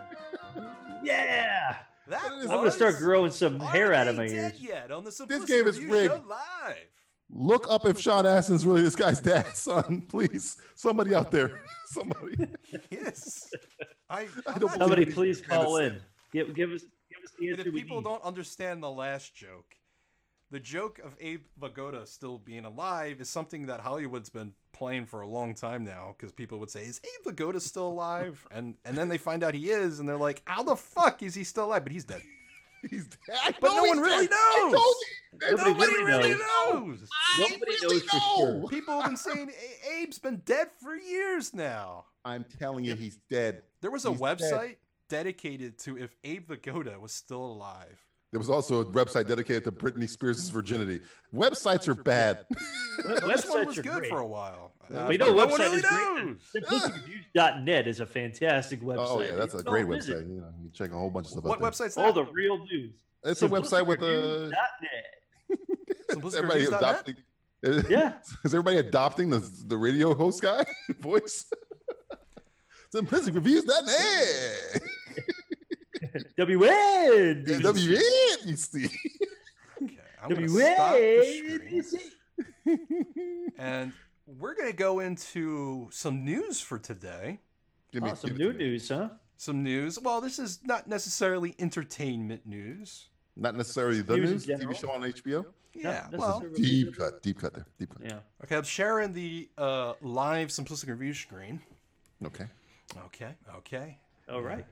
Speaker 4: Yeah,
Speaker 2: That
Speaker 3: I'm
Speaker 4: I'm
Speaker 2: was
Speaker 4: gonna start growing some
Speaker 2: Are
Speaker 4: hair out of
Speaker 2: They
Speaker 4: my
Speaker 2: Dead
Speaker 4: ears.
Speaker 2: Yet on the
Speaker 3: This game
Speaker 2: Simplistic
Speaker 3: is
Speaker 2: Review Show
Speaker 3: rigged.
Speaker 2: Live.
Speaker 3: Look up if Sean Astin's really this guy's dad, son. Please, somebody out there, somebody.
Speaker 2: Yes. I,
Speaker 3: I
Speaker 2: I'm
Speaker 3: don't believe
Speaker 2: not
Speaker 4: Somebody
Speaker 3: it.
Speaker 4: please call in.
Speaker 3: Innocent.
Speaker 4: Give, give us give us the
Speaker 2: And
Speaker 4: answer
Speaker 2: if
Speaker 4: we
Speaker 2: people
Speaker 4: need.
Speaker 2: don't understand the last joke, the joke of Abe Vigoda still being alive is something that Hollywood's been playing for a long time now because people would say, "Is Abe Vigoda still alive?" and and then they find out he is, and they're like, "How the fuck is he still alive?" But he's dead.
Speaker 3: He's dead. I
Speaker 2: But
Speaker 3: know
Speaker 2: no
Speaker 3: he's
Speaker 2: one really
Speaker 3: dead. I
Speaker 2: knows.
Speaker 3: told
Speaker 4: Nobody
Speaker 2: Nobody
Speaker 4: really
Speaker 2: really knows.
Speaker 3: you. I
Speaker 4: Nobody
Speaker 3: really
Speaker 4: knows for
Speaker 3: know.
Speaker 4: sure.
Speaker 2: People have been saying "A- Abe's been dead for years now.
Speaker 3: I'm telling you, he's dead.
Speaker 2: There was a
Speaker 3: He's dead.
Speaker 2: website dedicated to if Abe Vigoda was still alive.
Speaker 3: There was also a website dedicated to Britney Spears' virginity. Websites are bad.
Speaker 2: This one
Speaker 4: Websites
Speaker 2: was
Speaker 4: are
Speaker 2: good
Speaker 4: great.
Speaker 2: for a while. Uh,
Speaker 3: Yeah.
Speaker 4: We
Speaker 2: but
Speaker 4: know
Speaker 2: no
Speaker 4: website
Speaker 2: one really
Speaker 4: is great.
Speaker 2: knows.
Speaker 4: Simplicityreviews.net is a fantastic website.
Speaker 3: oh yeah, that's a
Speaker 4: Go
Speaker 3: great
Speaker 4: visit.
Speaker 3: website. You, know, you check a whole bunch of stuff.
Speaker 2: What
Speaker 3: out
Speaker 2: website's that?
Speaker 4: All the real news.
Speaker 3: there. It's a website with a.
Speaker 4: Simplicityreviews.net.
Speaker 3: Is
Speaker 2: Simplistic
Speaker 3: everybody
Speaker 2: Reviews dot net?
Speaker 3: adopting? Is,
Speaker 4: Yeah.
Speaker 3: is everybody adopting the the radio host guy voice? Simplistic reviews. That man.
Speaker 4: WN.
Speaker 3: Yeah, W N, you see.
Speaker 2: Okay, I'm gonna stop the
Speaker 4: WN.
Speaker 2: screen, and we're going to go into some news for today.
Speaker 3: Give
Speaker 4: Oh, some
Speaker 3: give it to
Speaker 4: new news, huh?
Speaker 2: Some news. Well, this is not necessarily entertainment news.
Speaker 3: Not necessarily the
Speaker 4: News in
Speaker 3: news. TV
Speaker 4: general.
Speaker 3: show on HBO.
Speaker 2: Yeah.
Speaker 4: Not
Speaker 2: Well,
Speaker 4: necessarily.
Speaker 3: Deep cut. Deep cut there. Deep cut.
Speaker 4: Yeah.
Speaker 2: okay. I'm sharing the uh, live simplistic review screen.
Speaker 3: Okay.
Speaker 2: Okay. Okay.
Speaker 4: All right.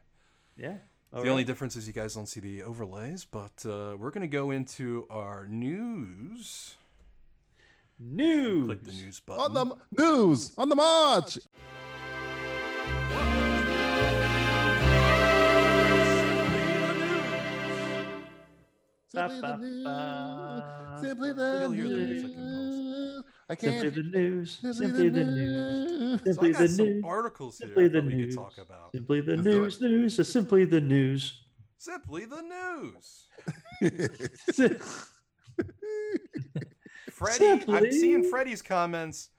Speaker 4: Yeah. All
Speaker 2: the only difference is you guys don't see the overlays, but uh, we're going to go into our news.
Speaker 4: news.
Speaker 2: Click the news button.
Speaker 3: On the m- news. On the march. Simply the
Speaker 4: Ba, ba,
Speaker 3: news.
Speaker 4: ba.
Speaker 3: Simply the
Speaker 2: You'll hear the music in
Speaker 3: news. I
Speaker 4: Simply
Speaker 3: can't.
Speaker 4: the news.
Speaker 3: Simply the
Speaker 4: Simply the news.
Speaker 3: news.
Speaker 2: So I
Speaker 4: Simply the
Speaker 2: got some
Speaker 4: news.
Speaker 2: articles here
Speaker 4: Simply the
Speaker 2: that we could
Speaker 4: news.
Speaker 2: talk about.
Speaker 4: Simply the
Speaker 3: Let's do
Speaker 4: news. News. is Simply the news.
Speaker 2: Simply the news.
Speaker 4: Simply
Speaker 2: Freddie, I'm
Speaker 4: Simply-
Speaker 2: seeing Freddie's comments.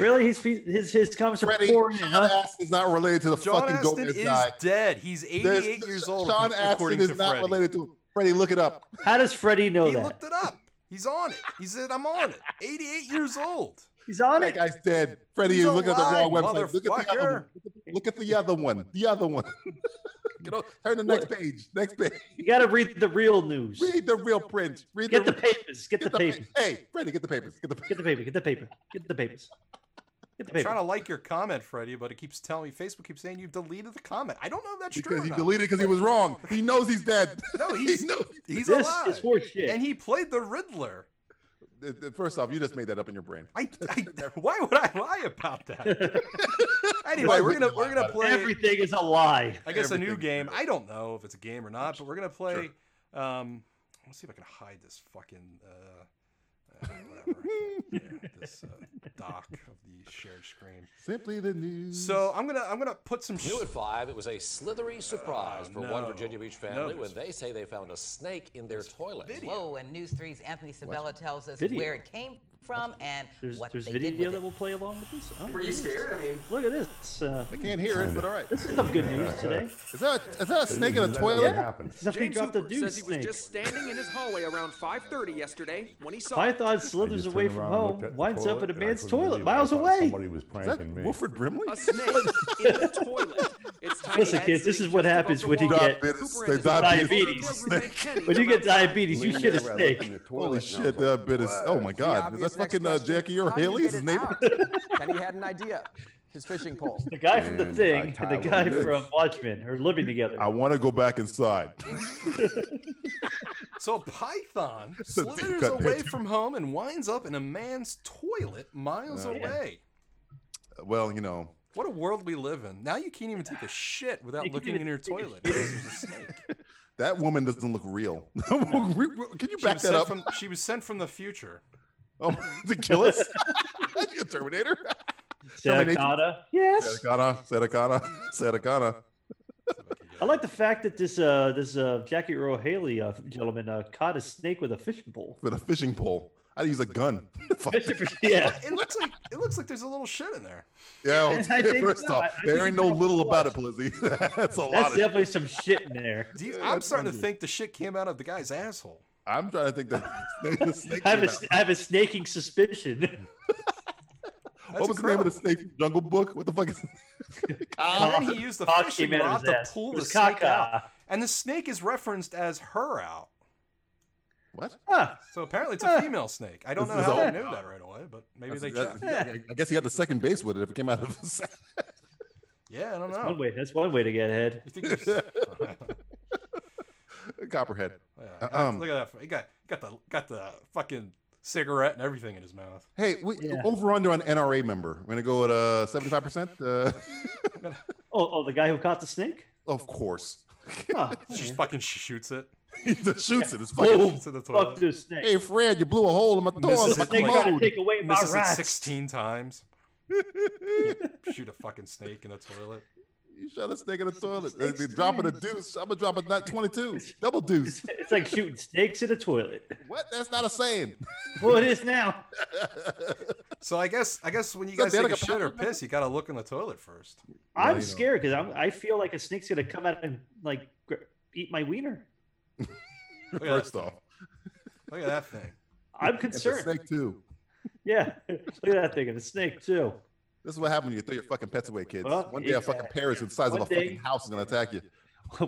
Speaker 4: Really, his his his comments are
Speaker 3: Freddie,
Speaker 4: pouring in,
Speaker 3: Sean
Speaker 4: huh?
Speaker 3: Astin is not related to the
Speaker 2: John
Speaker 3: fucking
Speaker 2: Aston is
Speaker 3: Gomez guy.
Speaker 2: dead. He's 88
Speaker 3: There's-
Speaker 2: years old.
Speaker 3: Sean
Speaker 2: ac- according
Speaker 3: Astin is
Speaker 2: to
Speaker 3: not
Speaker 2: Freddie.
Speaker 3: related to Freddie. Look it up.
Speaker 4: How does Freddie know
Speaker 2: He
Speaker 4: that?
Speaker 2: looked it up. He's on it. He said, "I'm on it." 88 years old.
Speaker 4: He's on
Speaker 3: That
Speaker 4: it.
Speaker 3: guy's dead. Freddie,
Speaker 2: He's
Speaker 3: you're looking at the wrong
Speaker 2: alive,
Speaker 3: website. Look at the other
Speaker 2: motherfucker.
Speaker 3: one. Look at the other one. The other one. Get on, turn to the next page. Next page.
Speaker 4: You got to read the real news.
Speaker 3: Read the real print. Read
Speaker 4: Get the
Speaker 3: the,
Speaker 4: papers. Get the
Speaker 3: pa-
Speaker 4: papers.
Speaker 3: Hey, Freddie, get the papers. Get the papers.
Speaker 4: Get the paper. Get the paper. Get the papers. Get the
Speaker 2: I'm trying to
Speaker 4: paper.
Speaker 2: like your comment, Freddie, but it keeps telling me Facebook keeps saying you've deleted the comment. I don't know if that's true.
Speaker 3: Because
Speaker 2: or
Speaker 3: he
Speaker 2: not.
Speaker 3: deleted because he was wrong. He knows he's dead.
Speaker 2: No,
Speaker 3: He
Speaker 2: he's-
Speaker 3: knows-
Speaker 2: He's
Speaker 4: This
Speaker 2: alive,
Speaker 4: is horseshit.
Speaker 2: and he played the Riddler.
Speaker 3: Uh, uh, First off, you just made that up in your brain.
Speaker 2: I, I why would I lie about that?
Speaker 3: Why
Speaker 2: anyway, we're
Speaker 3: would
Speaker 2: gonna
Speaker 3: you
Speaker 2: we're
Speaker 3: lie
Speaker 2: gonna
Speaker 3: about it?
Speaker 2: play.
Speaker 4: Everything is a lie.
Speaker 2: I guess a new
Speaker 3: everything's
Speaker 2: game.
Speaker 3: real.
Speaker 2: I don't know if it's a game or not, but we're gonna play. Um, let's see if I can hide this fucking uh, uh, whatever Yeah, this uh, dock of the shared screen.
Speaker 3: Simply the news.
Speaker 2: So I'm gonna I'm gonna put some.
Speaker 8: New
Speaker 2: Sh-
Speaker 8: at five, it was a slithery
Speaker 9: Oh,
Speaker 8: surprise for one
Speaker 2: no.
Speaker 8: Virginia Beach
Speaker 2: No,
Speaker 8: family
Speaker 2: there's-
Speaker 8: when they say they found a snake in their toilet.
Speaker 10: Whoa, and News 3's Anthony Sabella tells us
Speaker 4: Video.
Speaker 10: where it came from and
Speaker 4: There's,
Speaker 10: what
Speaker 4: there's
Speaker 10: they did
Speaker 4: video
Speaker 10: with
Speaker 4: that
Speaker 10: it.
Speaker 4: will play along with this. Oh,
Speaker 9: Were you scared? I mean,
Speaker 4: look at this. Uh,
Speaker 3: I can't hear it, but all right.
Speaker 4: this is some good
Speaker 11: uh,
Speaker 4: news today.
Speaker 3: Is that a, is that a snake in a toilet?
Speaker 11: What happened?
Speaker 4: Something dropped a dude
Speaker 9: says he was
Speaker 4: snake.
Speaker 9: just standing in his hallway around 5:30 yesterday when he saw.
Speaker 4: Python slithers
Speaker 11: just
Speaker 4: away
Speaker 11: turned
Speaker 4: from
Speaker 11: around and looked
Speaker 4: home,
Speaker 11: at the
Speaker 4: winds up in
Speaker 11: toilet,
Speaker 4: a
Speaker 11: and I
Speaker 4: man's
Speaker 11: couldn't believe
Speaker 4: toilet
Speaker 11: it.
Speaker 4: miles
Speaker 11: I thought
Speaker 4: away.
Speaker 11: Somebody was
Speaker 3: Is that
Speaker 11: pranking me.
Speaker 3: Wilfred Brimley?
Speaker 9: A snake in the toilet. It's tiny
Speaker 4: Listen,
Speaker 9: Ed
Speaker 4: kids, this
Speaker 9: sitting
Speaker 4: is what
Speaker 9: just above
Speaker 4: happens
Speaker 9: the
Speaker 4: when you
Speaker 9: wall.
Speaker 4: get-
Speaker 9: Cooper and his
Speaker 4: Diabetes.
Speaker 9: older roommate Kenny
Speaker 4: When you get
Speaker 9: arrive.
Speaker 4: diabetes, you shit a snake.
Speaker 3: Holy shit, that bit is. Oh my God. Is that fucking uh, Jackie or Haley? His name?
Speaker 8: Kenny had an idea. His fishing pole.
Speaker 4: The guy from The
Speaker 11: And
Speaker 4: Thing
Speaker 11: I
Speaker 4: and the
Speaker 11: tied
Speaker 4: guy
Speaker 11: one loose.
Speaker 4: from Watchmen are living together.
Speaker 3: I want to go back inside.
Speaker 2: So a python
Speaker 3: a deep
Speaker 2: slithers
Speaker 3: cut there,
Speaker 2: away
Speaker 3: too.
Speaker 2: from home and winds up in a man's toilet miles
Speaker 3: Oh, Yeah.
Speaker 2: away.
Speaker 3: well, you know,
Speaker 2: What a world we live in. Now you can't even take a shit without
Speaker 4: You can't
Speaker 2: looking
Speaker 4: even
Speaker 2: in your
Speaker 4: take a
Speaker 2: toilet. This is a snake.
Speaker 3: that woman doesn't look real. Can you
Speaker 2: She
Speaker 3: back that
Speaker 2: was, sent
Speaker 3: up?
Speaker 2: from, she was sent from the future.
Speaker 3: Oh, to kill us? You Terminator? Terminator.
Speaker 4: Terminator. Yes.
Speaker 3: Satakana, Satakana, Satakana.
Speaker 4: I like the fact that this uh, this uh, Jackie Earl Haley uh, gentleman uh, caught a snake with a fishing pole.
Speaker 3: With a fishing pole. I'd use a gun. Fuck.
Speaker 4: yeah.
Speaker 2: It looks like it looks like there's a little shit in there.
Speaker 3: Yeah,
Speaker 4: And I think-
Speaker 3: first
Speaker 4: no,
Speaker 3: off,
Speaker 4: I- I
Speaker 3: there
Speaker 4: think
Speaker 3: ain't no
Speaker 4: it's
Speaker 3: little
Speaker 4: all
Speaker 3: about it, Blizzy. That's a lot
Speaker 4: That's
Speaker 3: of shit.
Speaker 4: definitely some shit in there.
Speaker 2: Do you-
Speaker 3: Yeah,
Speaker 2: I'm
Speaker 3: that's
Speaker 2: starting to
Speaker 3: funny.
Speaker 2: think the shit came out of the guy's asshole.
Speaker 3: I'm trying to think that snake, the snake
Speaker 4: I have,
Speaker 3: came
Speaker 4: a,
Speaker 3: out.
Speaker 4: s- I have a snaking suspicion.
Speaker 3: What was the name of the snake? from Jungle Book? What the fuck is
Speaker 2: and then he used the
Speaker 4: Cock
Speaker 2: fishing
Speaker 4: came out of
Speaker 2: rod
Speaker 4: his
Speaker 2: to
Speaker 4: ass.
Speaker 2: pull
Speaker 4: It
Speaker 2: the
Speaker 4: was
Speaker 2: snake out.
Speaker 4: caca.
Speaker 2: And the snake is referenced as her out.
Speaker 3: What?
Speaker 4: Huh.
Speaker 2: So apparently it's a female snake. I don't
Speaker 3: This
Speaker 2: know
Speaker 3: is
Speaker 2: how I
Speaker 3: all-
Speaker 2: knew that right away, but maybe
Speaker 3: That's-
Speaker 2: they
Speaker 3: that's-
Speaker 2: checked.
Speaker 4: checked.
Speaker 3: I guess he had the second base with it if it came out of his.
Speaker 2: Yeah, I don't
Speaker 4: That's one
Speaker 2: know.
Speaker 4: way. That's one way to get ahead.
Speaker 2: You think there's-
Speaker 3: Copperhead.
Speaker 2: Yeah,
Speaker 3: Um,
Speaker 2: look at that. He got got the got the fucking cigarette and everything in his mouth.
Speaker 3: Hey, we,
Speaker 4: Yeah.
Speaker 3: over under on NRA member. We're gonna go at uh seventy five percent.
Speaker 4: Oh, oh, the guy who caught the snake.
Speaker 3: Of course,
Speaker 4: Huh.
Speaker 2: She just fucking shoots it.
Speaker 3: he just shoots it. It's fucking.
Speaker 4: Boom.
Speaker 2: Shoots it in the
Speaker 4: Fuck
Speaker 2: toilet.
Speaker 4: this snake.
Speaker 3: Hey, Fred, you blew a hole in my
Speaker 2: This
Speaker 3: toilet.
Speaker 2: is
Speaker 3: I'm
Speaker 4: Snake
Speaker 2: like-
Speaker 4: trying to
Speaker 3: mowed.
Speaker 4: take away my
Speaker 2: Misses it
Speaker 4: rights.
Speaker 2: 16 times. Shoot a fucking snake in the toilet.
Speaker 3: You shot a snake in the toilet. Uh, they dropping a deuce. I'm gonna drop a nut twenty two. Double deuce.
Speaker 4: It's like shooting snakes in a toilet.
Speaker 3: What? That's not a saying.
Speaker 4: Well, it is now.
Speaker 2: So I guess I guess when you
Speaker 3: So
Speaker 2: guys take a
Speaker 3: Danica
Speaker 2: shit or
Speaker 3: Patrick-
Speaker 2: piss, you gotta look in the toilet first.
Speaker 4: I'm
Speaker 3: you know.
Speaker 4: scared because I'm. I feel like a snake's gonna come out and like gr- eat my wiener.
Speaker 2: Look at,
Speaker 3: First
Speaker 2: that,
Speaker 3: off,
Speaker 2: look at that thing.
Speaker 4: I'm
Speaker 3: it's a
Speaker 4: concerned.
Speaker 3: snake too.
Speaker 4: Yeah, look at that thing and a snake too.
Speaker 3: This is what happened when you throw your fucking pets away, kids.
Speaker 4: Well,
Speaker 3: One day a
Speaker 4: it's,
Speaker 3: fucking
Speaker 4: uh,
Speaker 3: parrot the size of
Speaker 4: one
Speaker 3: a
Speaker 4: day-
Speaker 3: fucking house is gonna attack you.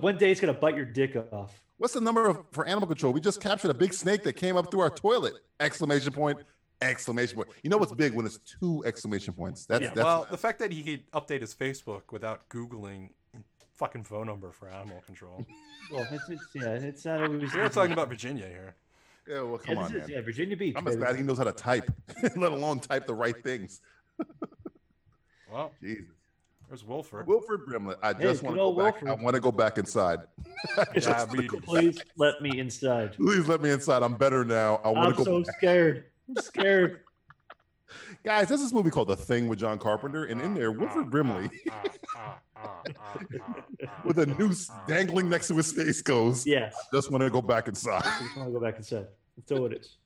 Speaker 4: One day it's gonna bite your dick off.
Speaker 3: What's the number of, for animal control? We just captured a big snake that came up through our toilet! Exclamation point! Exclamation point! You know what's big when it's two exclamation points. That's
Speaker 4: Yeah,
Speaker 3: that's
Speaker 2: well, the fact that he could update his Facebook without googling fucking phone number for animal control.
Speaker 4: Well, it's, it's yeah, it's not always.
Speaker 2: We're talking about Virginia here.
Speaker 3: yeah. Well,
Speaker 4: Yeah,
Speaker 3: come
Speaker 4: this
Speaker 3: on,
Speaker 4: is-
Speaker 3: man.
Speaker 4: yeah, Virginia Beach.
Speaker 3: I'm as
Speaker 4: baby.
Speaker 3: bad. He knows how to type, let alone type the right things.
Speaker 2: Well,
Speaker 3: Jesus.
Speaker 2: there's Wilford.
Speaker 3: Wilfred Brimley. I
Speaker 4: Hey,
Speaker 3: just
Speaker 4: good
Speaker 3: want to go
Speaker 4: old
Speaker 3: back. I
Speaker 4: Wilfred.
Speaker 3: want to go back inside.
Speaker 2: Diabetes.
Speaker 4: Please let me inside.
Speaker 3: Please let me inside. I'm better now. I want
Speaker 4: I'm
Speaker 3: to go.
Speaker 4: so
Speaker 3: back.
Speaker 4: scared. I'm scared.
Speaker 3: Guys, there's this movie called The Thing with John Carpenter, and in there, Wilfred Brimley with a noose dangling next to his face goes.
Speaker 4: Yes,
Speaker 3: Just want to go back
Speaker 4: I
Speaker 3: inside.
Speaker 4: just want to go back inside. So it is.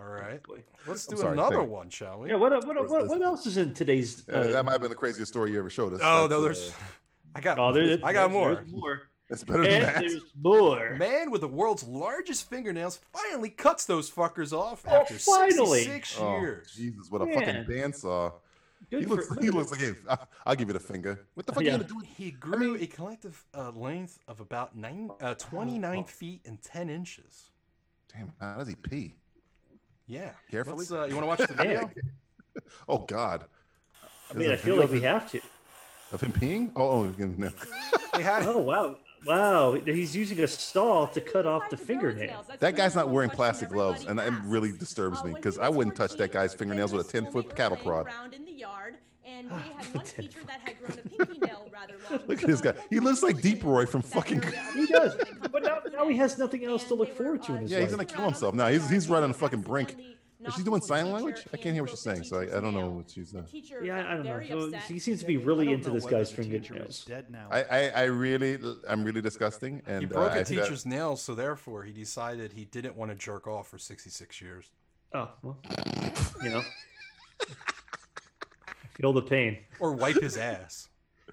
Speaker 2: All right. Let's
Speaker 3: I'm
Speaker 2: do
Speaker 3: sorry,
Speaker 2: another
Speaker 3: thank-
Speaker 2: one, shall we?
Speaker 4: Yeah. What? What? What, what else is in today's?
Speaker 3: Uh,
Speaker 4: Uh,
Speaker 3: that might have been the craziest story you ever showed us.
Speaker 2: Oh, no,
Speaker 3: That's,
Speaker 2: there's. I got.
Speaker 4: oh, there,
Speaker 2: I got
Speaker 4: there's
Speaker 2: more.
Speaker 4: more.
Speaker 3: It's better than
Speaker 4: And
Speaker 3: that.
Speaker 4: there's more.
Speaker 2: Man with the world's largest fingernails finally cuts those fuckers off
Speaker 4: Oh,
Speaker 2: after
Speaker 4: finally.
Speaker 2: 66
Speaker 3: Oh,
Speaker 2: years.
Speaker 3: Jesus, what a
Speaker 4: Man.
Speaker 3: fucking bandsaw. He
Speaker 12: Good
Speaker 3: looks,
Speaker 12: for-
Speaker 3: he looks like he, I, I'll give you the finger. What the fuck are
Speaker 12: Yeah.
Speaker 3: you gonna do? With,
Speaker 2: He grew a collective uh, length of about nine, uh,
Speaker 3: Oh.
Speaker 2: 29 feet and 10 inches.
Speaker 3: damn, how does he pee?
Speaker 2: Yeah.
Speaker 3: Carefully?
Speaker 2: Let's, Uh, you want to watch the video?
Speaker 3: Oh God,
Speaker 4: I mean, I feel like we have to.
Speaker 3: of him peeing? Oh, oh no.
Speaker 2: they had
Speaker 4: Oh wow, wow! He's using a saw to cut off the fingernail.
Speaker 3: that guy's not wearing plastic gloves, and it really disturbs me because I wouldn't touch that guy's fingernails with a ten foot cattle prod.
Speaker 11: Around in the yard, and we had one teacher that had grown a pinky nail rather long.
Speaker 3: Look at this guy. He looks like Deep Roy from fucking.
Speaker 4: He does, but now, now he has nothing else to look forward to in his
Speaker 3: Yeah, he's
Speaker 4: life.
Speaker 3: gonna kill himself. No, he's he's right on the fucking brink. Is she doing sign language? I can't hear what she's saying, so I, I don't know what she's. Uh,
Speaker 11: Teacher
Speaker 4: Yeah,
Speaker 11: got
Speaker 4: I don't know.
Speaker 11: very
Speaker 4: So
Speaker 11: upset.
Speaker 4: he seems to be really into this guy's
Speaker 13: Is
Speaker 4: fingernails.
Speaker 13: dead now.
Speaker 3: I, I I really I'm really disgusting, and
Speaker 2: He broke
Speaker 3: uh,
Speaker 2: a
Speaker 3: I think that-
Speaker 2: teacher's nails, so therefore he decided he didn't want to jerk off for 66 years.
Speaker 4: Oh well, you know, feel the pain
Speaker 2: Or wipe his ass.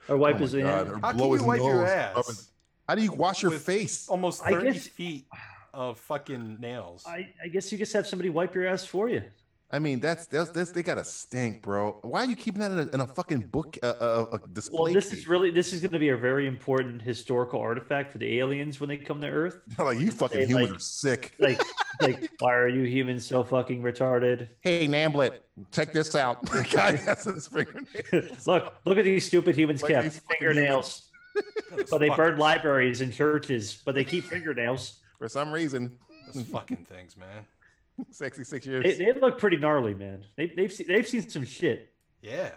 Speaker 4: or wipe
Speaker 3: Oh
Speaker 4: his
Speaker 3: my God,
Speaker 4: hand.
Speaker 3: or
Speaker 2: How can
Speaker 3: blow
Speaker 2: you
Speaker 3: his
Speaker 2: wipe your
Speaker 3: nose, rub
Speaker 2: ass? Oh.
Speaker 3: his- How do you wash your face?
Speaker 2: Almost
Speaker 4: I
Speaker 2: 30
Speaker 4: guess-
Speaker 2: feet of fucking nails.
Speaker 4: I, I guess you just have somebody wipe your ass for you.
Speaker 3: I mean, that's that's, that's they got to stink, bro. Why are you keeping that in a, in a fucking book uh, uh, uh, display?
Speaker 4: Well, this
Speaker 3: case?
Speaker 4: is really this is going to be a very important historical artifact for the aliens when they come to Earth.
Speaker 3: like you fucking
Speaker 4: They,
Speaker 3: humans
Speaker 4: like-
Speaker 3: are sick.
Speaker 4: Like, like, why are you humans so fucking retarded?
Speaker 3: Hey, Namblet, check this out. The guy has his fingernails.
Speaker 4: look, look at these stupid humans
Speaker 3: Like
Speaker 4: kept
Speaker 3: these fucking
Speaker 4: fingernails. but they burn libraries and churches, but they keep fingernails.
Speaker 3: For some reason,
Speaker 2: Those fucking things, man.
Speaker 3: sexy six years.
Speaker 4: They, they look pretty gnarly, man. They, they've seen, they've seen some shit.
Speaker 2: Yeah.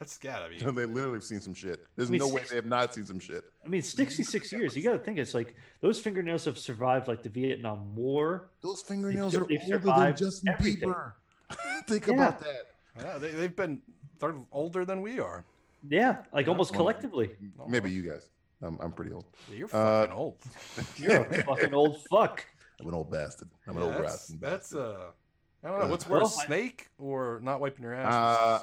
Speaker 2: That's gotta be.
Speaker 3: they literally have seen some shit. There's
Speaker 4: I mean,
Speaker 3: no way
Speaker 4: six-
Speaker 3: they have not seen some shit.
Speaker 4: I mean, sixty six
Speaker 3: Mm-hmm.
Speaker 4: years. You got to think it's like those fingernails have survived like the Vietnam War.
Speaker 3: Those fingernails are
Speaker 4: they've
Speaker 3: older than
Speaker 4: survived
Speaker 3: Justin
Speaker 4: everything.
Speaker 3: Bieber. Think
Speaker 4: Yeah.
Speaker 3: about that.
Speaker 2: Yeah, they, they've been they're older than we are.
Speaker 4: Yeah, like almost
Speaker 3: one-
Speaker 4: collectively.
Speaker 2: Oh,
Speaker 3: Maybe you guys. I'm, I'm pretty old.
Speaker 2: Yeah, You're
Speaker 3: Uh,
Speaker 2: fucking old.
Speaker 4: You're a fucking old fuck.
Speaker 3: I'm an old bastard. I'm an
Speaker 2: Yeah,
Speaker 3: old
Speaker 2: that's,
Speaker 3: rotten
Speaker 2: that's
Speaker 3: bastard.
Speaker 2: uh, I don't know.
Speaker 3: Uh,
Speaker 2: What's
Speaker 4: well,
Speaker 2: worse,
Speaker 4: I-
Speaker 2: snake or not wiping your ass?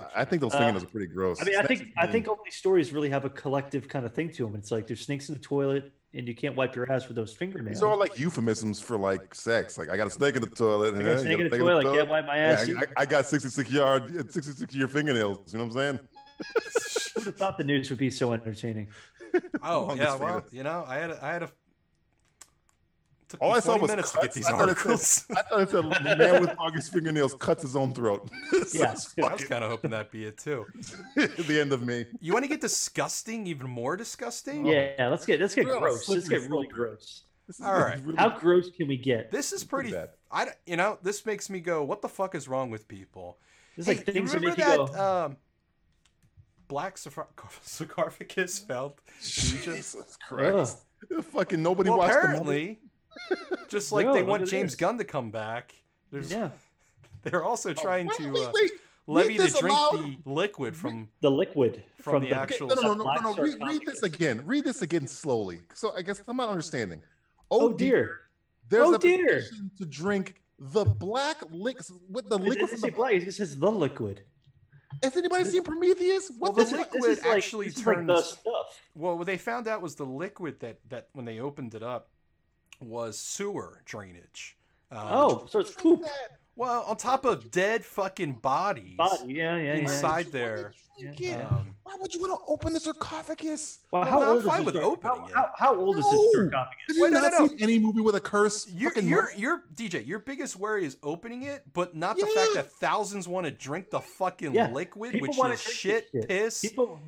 Speaker 3: uh, I think those
Speaker 4: Uh,
Speaker 3: fingernails are pretty gross.
Speaker 4: I mean, I think I
Speaker 3: Snatching-
Speaker 4: think all these stories really have a collective kind of thing to them. It's like there's snakes in the toilet, and you can't wipe your ass with those fingernails.
Speaker 3: These are all like euphemisms for like sex. Like I got a snake in the toilet.
Speaker 4: I got a
Speaker 3: and
Speaker 4: snake in the toilet. I can't wipe my
Speaker 3: Yeah,
Speaker 4: ass.
Speaker 3: I, I- I got 66 yard, 66 year fingernails. You know what I'm saying?
Speaker 4: Who would have thought the news would be so entertaining?
Speaker 2: oh
Speaker 3: longest
Speaker 2: yeah, well,
Speaker 3: finger.
Speaker 2: you know, I had a, I had a. Took
Speaker 3: All
Speaker 2: me
Speaker 3: I saw
Speaker 2: 20
Speaker 3: was
Speaker 2: minutes to get
Speaker 3: cuts.
Speaker 2: these
Speaker 3: I thought it
Speaker 2: articles.
Speaker 3: said- I thought it said man with longest fingernails cuts his own throat.
Speaker 4: Yeah.
Speaker 2: I was kind of hoping that'd be it too.
Speaker 3: the end of me.
Speaker 2: You want to get disgusting, even more disgusting?
Speaker 4: Yeah, let's get let's get
Speaker 3: Real
Speaker 4: gross. Let's
Speaker 3: slippery
Speaker 4: get really gross.
Speaker 3: This is
Speaker 2: All right.
Speaker 3: really-
Speaker 4: How gross can we get?
Speaker 2: This is pretty.
Speaker 3: bad.
Speaker 2: I don't- you know this makes me go, what the fuck is wrong with people?
Speaker 4: It's
Speaker 2: Hey,
Speaker 4: like
Speaker 2: you
Speaker 4: things that
Speaker 2: remember
Speaker 4: make you
Speaker 2: that
Speaker 4: go.
Speaker 3: uh,
Speaker 2: um, black sarco- sarcophagus found? in Egypt?
Speaker 3: Jesus Christ. Fucking nobody
Speaker 2: well,
Speaker 3: watched
Speaker 2: apparently, just like
Speaker 4: No,
Speaker 2: they
Speaker 4: look
Speaker 2: want
Speaker 4: at
Speaker 2: James
Speaker 4: this.
Speaker 2: Gunn to come back, there's,
Speaker 4: yeah,
Speaker 2: they're also
Speaker 3: the
Speaker 2: trying
Speaker 3: movie.
Speaker 2: to
Speaker 3: Wait,
Speaker 2: uh,
Speaker 3: wait, wait.
Speaker 2: levy to
Speaker 3: this
Speaker 2: drink
Speaker 3: aloud?
Speaker 2: the liquid from.
Speaker 4: the liquid
Speaker 2: From
Speaker 4: from,
Speaker 2: the
Speaker 4: the,
Speaker 2: actual-
Speaker 3: No, no, no, no,
Speaker 4: black
Speaker 3: no. Read, read this
Speaker 4: sarcophagus.
Speaker 3: again. Read this again slowly. So I guess I'm not understanding.
Speaker 4: Oh dear!
Speaker 3: There's
Speaker 4: Oh,
Speaker 3: a
Speaker 4: dear.
Speaker 3: petition to drink the black licks with the
Speaker 4: It
Speaker 3: liquid
Speaker 4: doesn't
Speaker 3: from
Speaker 4: say
Speaker 3: the
Speaker 4: black. It just says the liquid.
Speaker 3: Has anybody seen Prometheus?
Speaker 2: Well,
Speaker 3: What
Speaker 2: the
Speaker 3: the fuck?
Speaker 2: liquid
Speaker 4: like-
Speaker 2: actually
Speaker 4: this is like
Speaker 2: turns.
Speaker 4: the stuff.
Speaker 2: well, what they found out was the liquid that that when they opened it up was sewer drainage. Um,
Speaker 4: Oh, so it's poop.
Speaker 2: well, on top of dead fucking bodies
Speaker 4: Body. Yeah, yeah, yeah.
Speaker 2: inside there.
Speaker 3: Drink
Speaker 4: Yeah.
Speaker 3: it.
Speaker 2: Um,
Speaker 3: Why would you want to open the sarcophagus?
Speaker 4: Well,
Speaker 2: Well,
Speaker 4: how
Speaker 2: no, I'm
Speaker 4: old is
Speaker 2: fine
Speaker 4: this
Speaker 2: with
Speaker 4: sarc-
Speaker 2: opening
Speaker 4: how,
Speaker 2: it.
Speaker 4: how, how old is this
Speaker 3: No.
Speaker 4: sarcophagus?
Speaker 3: Did you
Speaker 2: Wait, no,
Speaker 3: not
Speaker 2: no, no.
Speaker 3: see any movie with a curse?
Speaker 2: Your,
Speaker 3: Fucking
Speaker 2: your,
Speaker 3: murder.
Speaker 2: your DJ, your biggest worry is opening it, but not the fact
Speaker 3: Yeah.
Speaker 2: that thousands want to drink the fucking
Speaker 4: Yeah,
Speaker 2: liquid,
Speaker 4: people
Speaker 2: which
Speaker 4: wanna
Speaker 2: is
Speaker 4: drink
Speaker 2: shit,
Speaker 4: this shit.
Speaker 2: piss,
Speaker 4: People,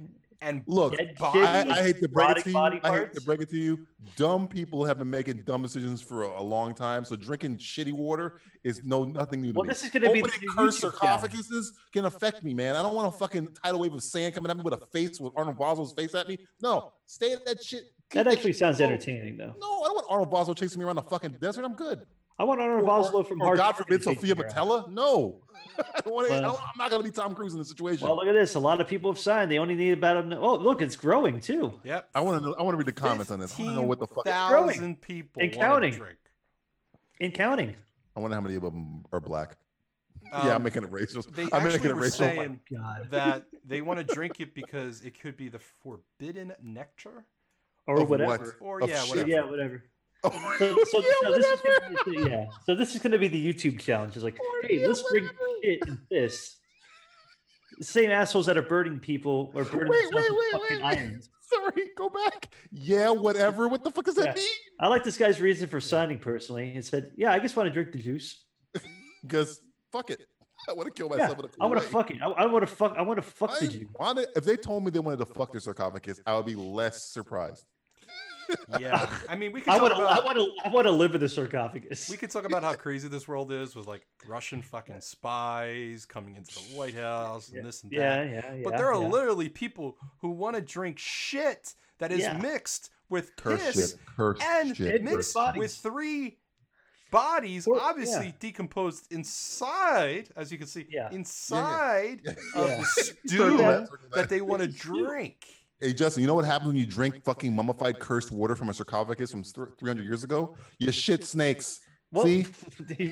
Speaker 2: and
Speaker 3: Look,
Speaker 4: dead
Speaker 2: body-
Speaker 3: I,
Speaker 4: kidneys,
Speaker 3: I hate to break it
Speaker 4: robotic
Speaker 3: to you.
Speaker 4: body
Speaker 3: I hate to
Speaker 4: parts.
Speaker 3: break it to you. Dumb people have been making dumb decisions for a, a long time. So drinking shitty water is no nothing new to
Speaker 4: Well,
Speaker 3: me.
Speaker 4: this is gonna be the
Speaker 3: Opening
Speaker 4: new
Speaker 3: cursed
Speaker 4: YouTube channel.
Speaker 3: sarcophaguses can affect me, man. I don't want a fucking tidal wave of sand coming at me with a face with Arnold Boswell's face at me. No, stay at that shit.
Speaker 4: That actually sounds
Speaker 3: No.
Speaker 4: entertaining, though.
Speaker 3: No, I don't want Arnold Boswell chasing me around the fucking desert. I'm good.
Speaker 4: I want Arnold Boslow from
Speaker 3: or
Speaker 4: Hard
Speaker 3: God
Speaker 4: Target
Speaker 3: forbid,
Speaker 4: to take
Speaker 3: Sophia
Speaker 4: me around.
Speaker 3: Patella. No, I don't want to, I
Speaker 4: Well-
Speaker 3: don't, I'm not going to be Tom Cruise in this situation.
Speaker 4: Well, look at this. A lot of people have signed. They only need about a. Oh, look, it's growing too.
Speaker 2: yep.
Speaker 3: I want to know. I want to read the comments on this. I want to know what the fuck.
Speaker 4: Growing.
Speaker 2: Thousand people
Speaker 4: And
Speaker 2: wanna
Speaker 4: counting.
Speaker 2: Drink.
Speaker 4: And counting.
Speaker 3: I wonder how many of them are black. yeah, I'm
Speaker 2: Um,
Speaker 3: making it racial.
Speaker 2: they
Speaker 3: I'm
Speaker 2: actually
Speaker 3: making it
Speaker 2: were
Speaker 3: racial.
Speaker 2: saying
Speaker 4: God.
Speaker 2: that they want to drink it because it could be the forbidden nectar.
Speaker 4: Or
Speaker 3: Of what?
Speaker 4: whatever.
Speaker 2: Or
Speaker 3: Of
Speaker 2: yeah,
Speaker 3: shit.
Speaker 2: whatever.
Speaker 4: Yeah, whatever.
Speaker 3: Oh,
Speaker 4: So, so,
Speaker 3: yeah,
Speaker 4: so this is
Speaker 3: whatever.
Speaker 4: gonna be, yeah. So this is going to be the YouTube challenge. It's like, hey, let's bring shit and this. the same assholes that are birding people or birding
Speaker 3: Wait,
Speaker 4: themselves
Speaker 3: wait, wait,
Speaker 4: with
Speaker 3: wait,
Speaker 4: fucking
Speaker 3: wait.
Speaker 4: irons.
Speaker 3: Sorry, go back. Yeah, whatever. What the fuck does that
Speaker 4: Yeah.
Speaker 3: mean?
Speaker 4: I like this guy's reason for signing personally. He said, "Yeah, I just want to drink the juice
Speaker 3: because fuck it. I want to kill myself.
Speaker 4: Yeah,
Speaker 3: in a
Speaker 4: I
Speaker 3: cool
Speaker 4: want
Speaker 3: way.
Speaker 4: to fuck it. I, I want to fuck. I want to fuck the
Speaker 3: I
Speaker 4: juice."
Speaker 3: wanted, if they told me they wanted to fuck their sarcophagus, I would be less surprised.
Speaker 2: Yeah, I mean, we could
Speaker 4: I
Speaker 2: talk
Speaker 4: want to.
Speaker 2: about
Speaker 4: I want to. I want to live in the sarcophagus.
Speaker 2: we could talk about how crazy this world is with like Russian fucking spies coming into the White House and this and
Speaker 4: Yeah,
Speaker 2: that.
Speaker 4: yeah,
Speaker 2: but
Speaker 4: yeah,
Speaker 2: there are
Speaker 4: yeah.
Speaker 2: literally people who want to drink shit that is
Speaker 4: Yeah.
Speaker 2: mixed with
Speaker 3: Cursed
Speaker 2: piss
Speaker 3: shit, cursed
Speaker 2: and
Speaker 3: shit,
Speaker 2: mixed
Speaker 3: cursed
Speaker 2: with
Speaker 4: bodies.
Speaker 2: three bodies obviously
Speaker 4: yeah.
Speaker 2: decomposed inside as you can see inside of
Speaker 3: Yeah.
Speaker 2: the
Speaker 3: Circle
Speaker 2: stew
Speaker 3: back, circle
Speaker 2: that
Speaker 3: back.
Speaker 2: they want to drink
Speaker 3: Hey Justin, you know what happens when you drink fucking mummified cursed water from a sarcophagus from th- 300 years ago? You shit snakes.
Speaker 4: Well,
Speaker 3: See,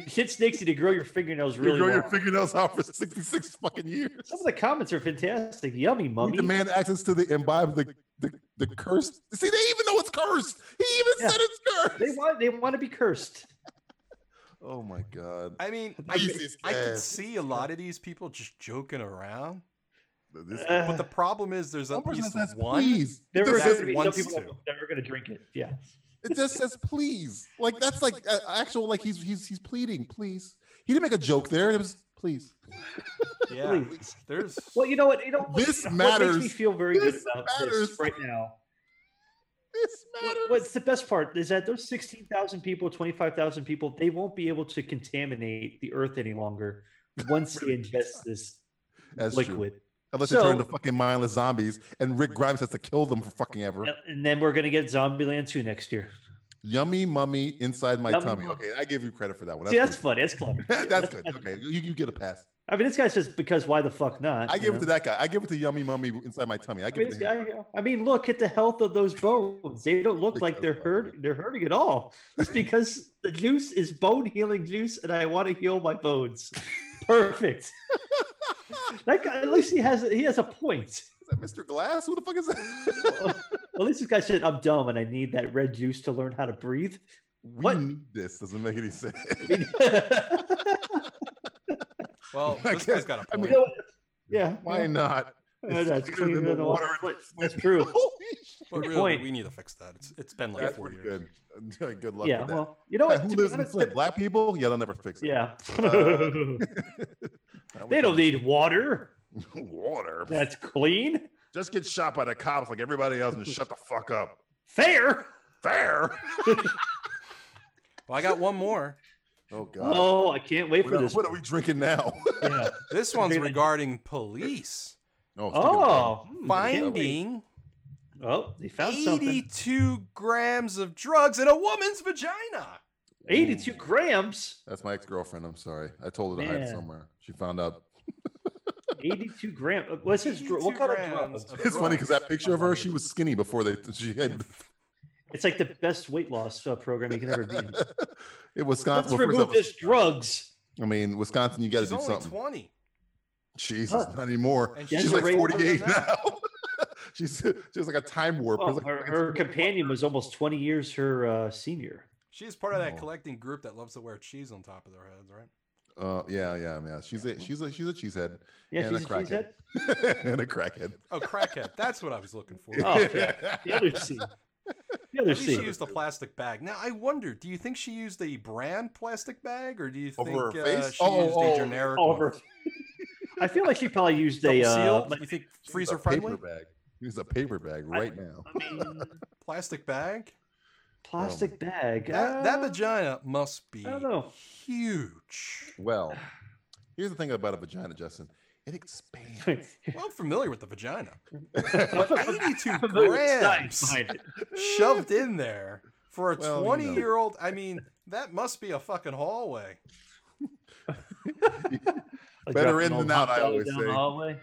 Speaker 4: shit snakes you to grow your fingernails
Speaker 3: you
Speaker 4: really
Speaker 3: grow your
Speaker 4: long.
Speaker 3: fingernails out for 66 fucking years.
Speaker 4: Some of the comments are fantastic. Yummy,
Speaker 3: We
Speaker 4: mummy.
Speaker 3: demand access to the imbibe the, the the cursed. See, they even know it's cursed. He even
Speaker 4: Yeah.
Speaker 3: said it's cursed.
Speaker 4: They want. They want to be cursed.
Speaker 3: Oh my god.
Speaker 2: i mean I,
Speaker 3: Jesus
Speaker 2: I can
Speaker 3: Christ.
Speaker 2: see a lot of these people just joking around
Speaker 4: Uh,
Speaker 3: This-
Speaker 2: but the problem is there's at
Speaker 3: One person
Speaker 2: least
Speaker 3: says,
Speaker 2: one
Speaker 3: please.
Speaker 4: There are
Speaker 3: This
Speaker 4: going
Speaker 3: is
Speaker 4: to be some
Speaker 2: wants
Speaker 4: people
Speaker 2: to.
Speaker 4: that are going to drink it. Yeah.
Speaker 3: It just says please. Like that's like a- actual like he's he's he's pleading, please. He didn't make a joke there. It was please.
Speaker 2: yeah
Speaker 4: Please.
Speaker 2: there's
Speaker 4: Well, you know what? You know what-
Speaker 3: This
Speaker 4: What
Speaker 3: matters.
Speaker 4: makes me feel very
Speaker 3: This
Speaker 4: good about
Speaker 3: matters.
Speaker 4: this right now.
Speaker 3: This
Speaker 4: What-
Speaker 3: matters.
Speaker 4: What's the best part is that those 16,000 people, 25,000 people, they won't be able to contaminate the earth any longer once they ingest this
Speaker 3: That's true.
Speaker 4: liquid.
Speaker 3: Unless they turn into
Speaker 4: So-
Speaker 3: fucking mindless zombies and Rick Grimes has to kill them for fucking ever.
Speaker 4: And then we're going to get Zombieland 2 next year.
Speaker 3: Yummy mummy inside my
Speaker 4: Yummy
Speaker 3: tummy.
Speaker 4: mummy.
Speaker 3: Okay, I give you credit for that one.
Speaker 4: See, that's
Speaker 3: good.
Speaker 4: funny. That's clever.
Speaker 3: that's good. Okay, you, you get a pass.
Speaker 4: I mean, this guy says, because why the fuck not?
Speaker 3: I
Speaker 4: you
Speaker 3: give it
Speaker 4: know?
Speaker 3: to that guy. I give it to Yummy Mummy inside my tummy. I
Speaker 4: I
Speaker 3: give
Speaker 4: mean,
Speaker 3: it
Speaker 4: this
Speaker 3: to him.
Speaker 4: guy, I mean, look at the health of those bones. They don't look like they're hurt. They're hurting at all. It's because the juice is bone healing juice, and I want to heal my bones. Perfect. that guy, at least he has he has a point.
Speaker 3: Is that Mr. Glass? Who the fuck is that?
Speaker 4: Well, at least this guy said, "I'm dumb, and I need that red juice to learn how to breathe."
Speaker 3: we
Speaker 4: What?
Speaker 3: need this doesn't make any sense. Mm.
Speaker 2: well
Speaker 3: I
Speaker 2: this guy's
Speaker 3: guess-
Speaker 2: got a
Speaker 3: I
Speaker 2: point
Speaker 3: mean,
Speaker 4: You know what? yeah.
Speaker 3: Why not?
Speaker 4: Uh,
Speaker 3: It's
Speaker 4: that's
Speaker 3: cleaner
Speaker 4: cleaner
Speaker 3: than
Speaker 4: than the water. That's- That's true.
Speaker 3: Holy shit.
Speaker 2: But
Speaker 4: Good
Speaker 2: really,
Speaker 4: point.
Speaker 2: we need to fix that. It's, it's been like
Speaker 3: That's
Speaker 2: four
Speaker 3: pretty
Speaker 2: years.
Speaker 3: good. good luck
Speaker 4: Yeah.
Speaker 3: with that.
Speaker 4: Well, you know what?
Speaker 3: Who
Speaker 4: To be
Speaker 3: lives in
Speaker 4: honest,
Speaker 3: Flint? Black people? Yeah, they'll never fix it.
Speaker 4: Yeah.
Speaker 3: Uh,
Speaker 4: they don't need water.
Speaker 3: water.
Speaker 4: That's clean.
Speaker 3: Just get shot by the cops like everybody else and shut the fuck up.
Speaker 4: Fair.
Speaker 3: Fair.
Speaker 2: Well, I got one more.
Speaker 3: Oh god.
Speaker 4: Oh, I can't wait
Speaker 3: what,
Speaker 4: for
Speaker 3: are,
Speaker 4: this.
Speaker 3: what are we drinking now? Oh,
Speaker 4: Yeah.
Speaker 2: This one's
Speaker 4: Really?
Speaker 2: regarding police
Speaker 3: No, stick it
Speaker 4: Oh, hmm, can't wait.
Speaker 2: finding
Speaker 4: Oh, they found something.
Speaker 2: 82 grams of drugs in a woman's vagina.
Speaker 4: 82 grams.
Speaker 3: That's my ex-girlfriend. I'm sorry. I told her to hide it
Speaker 4: Man.
Speaker 3: somewhere. She found out.
Speaker 4: 82 grams. What's his? dr- What
Speaker 2: 82
Speaker 4: kind
Speaker 2: grams
Speaker 4: of drugs?
Speaker 2: of
Speaker 3: It's funny because
Speaker 2: drugs.
Speaker 3: that picture of her, she was skinny before they. She had.
Speaker 4: It's like the best weight loss uh, program you can ever be. in.
Speaker 3: it Wisconsin.
Speaker 4: Let's
Speaker 3: well, first
Speaker 4: remove
Speaker 3: off,
Speaker 4: this drugs.
Speaker 3: I mean, Wisconsin, you got to
Speaker 2: She's
Speaker 3: do
Speaker 2: only
Speaker 3: something.
Speaker 2: 20.
Speaker 3: Jesus, not anymore.
Speaker 2: And
Speaker 3: She's
Speaker 4: she's
Speaker 3: like
Speaker 4: raised
Speaker 3: 48
Speaker 2: older than
Speaker 3: now. she's she's like a time warp. It
Speaker 4: Oh,
Speaker 3: was like-
Speaker 4: her, her companion was almost 20 years her uh, senior.
Speaker 2: She's part of that
Speaker 3: No.
Speaker 2: collecting group that loves to wear cheese on top of their heads, right?
Speaker 3: uh, yeah, yeah, yeah. She's a she's a she's a cheesehead.
Speaker 4: Yeah,
Speaker 3: and
Speaker 4: she's
Speaker 3: a
Speaker 4: a cheesehead.
Speaker 3: crackhead. and a crackhead.
Speaker 2: Oh, crackhead. That's what I was looking for.
Speaker 4: Oh, yeah. The other C. The other
Speaker 2: At least she
Speaker 4: C.
Speaker 2: used a plastic bag. Now, I wonder, do you think she used a brand plastic bag or do you think
Speaker 3: Over her
Speaker 2: uh,
Speaker 3: face?
Speaker 2: she
Speaker 3: Oh,
Speaker 2: used
Speaker 3: oh,
Speaker 2: a generic
Speaker 4: All
Speaker 2: one?
Speaker 4: over. I feel like she probably used a.
Speaker 2: Double
Speaker 4: Uh,
Speaker 2: sealed?
Speaker 4: like,
Speaker 2: you think
Speaker 3: She's a
Speaker 2: freezer
Speaker 3: paper
Speaker 2: friendly?
Speaker 3: bag. She's a paper bag right now.
Speaker 4: I mean,
Speaker 2: Plastic bag?
Speaker 4: plastic bag.
Speaker 2: That, that
Speaker 4: Uh,
Speaker 2: vagina must be
Speaker 4: don't know.
Speaker 2: huge.
Speaker 3: Well, here's the thing about a vagina, Justin. It
Speaker 4: Ah.
Speaker 3: expands.
Speaker 2: Well, I'm familiar with the vagina.
Speaker 4: I'm
Speaker 2: But 82
Speaker 4: familiar with science
Speaker 2: grams
Speaker 4: behind it.
Speaker 2: shoved in there for a
Speaker 3: Well, you know.
Speaker 2: 20 year old. I mean, that must be a fucking hallway.
Speaker 4: Like
Speaker 3: Better
Speaker 4: dropping
Speaker 3: in
Speaker 4: all
Speaker 3: than
Speaker 4: the
Speaker 3: out,
Speaker 4: hot
Speaker 3: I
Speaker 4: dog
Speaker 3: always
Speaker 4: down the
Speaker 3: say.
Speaker 4: hallway.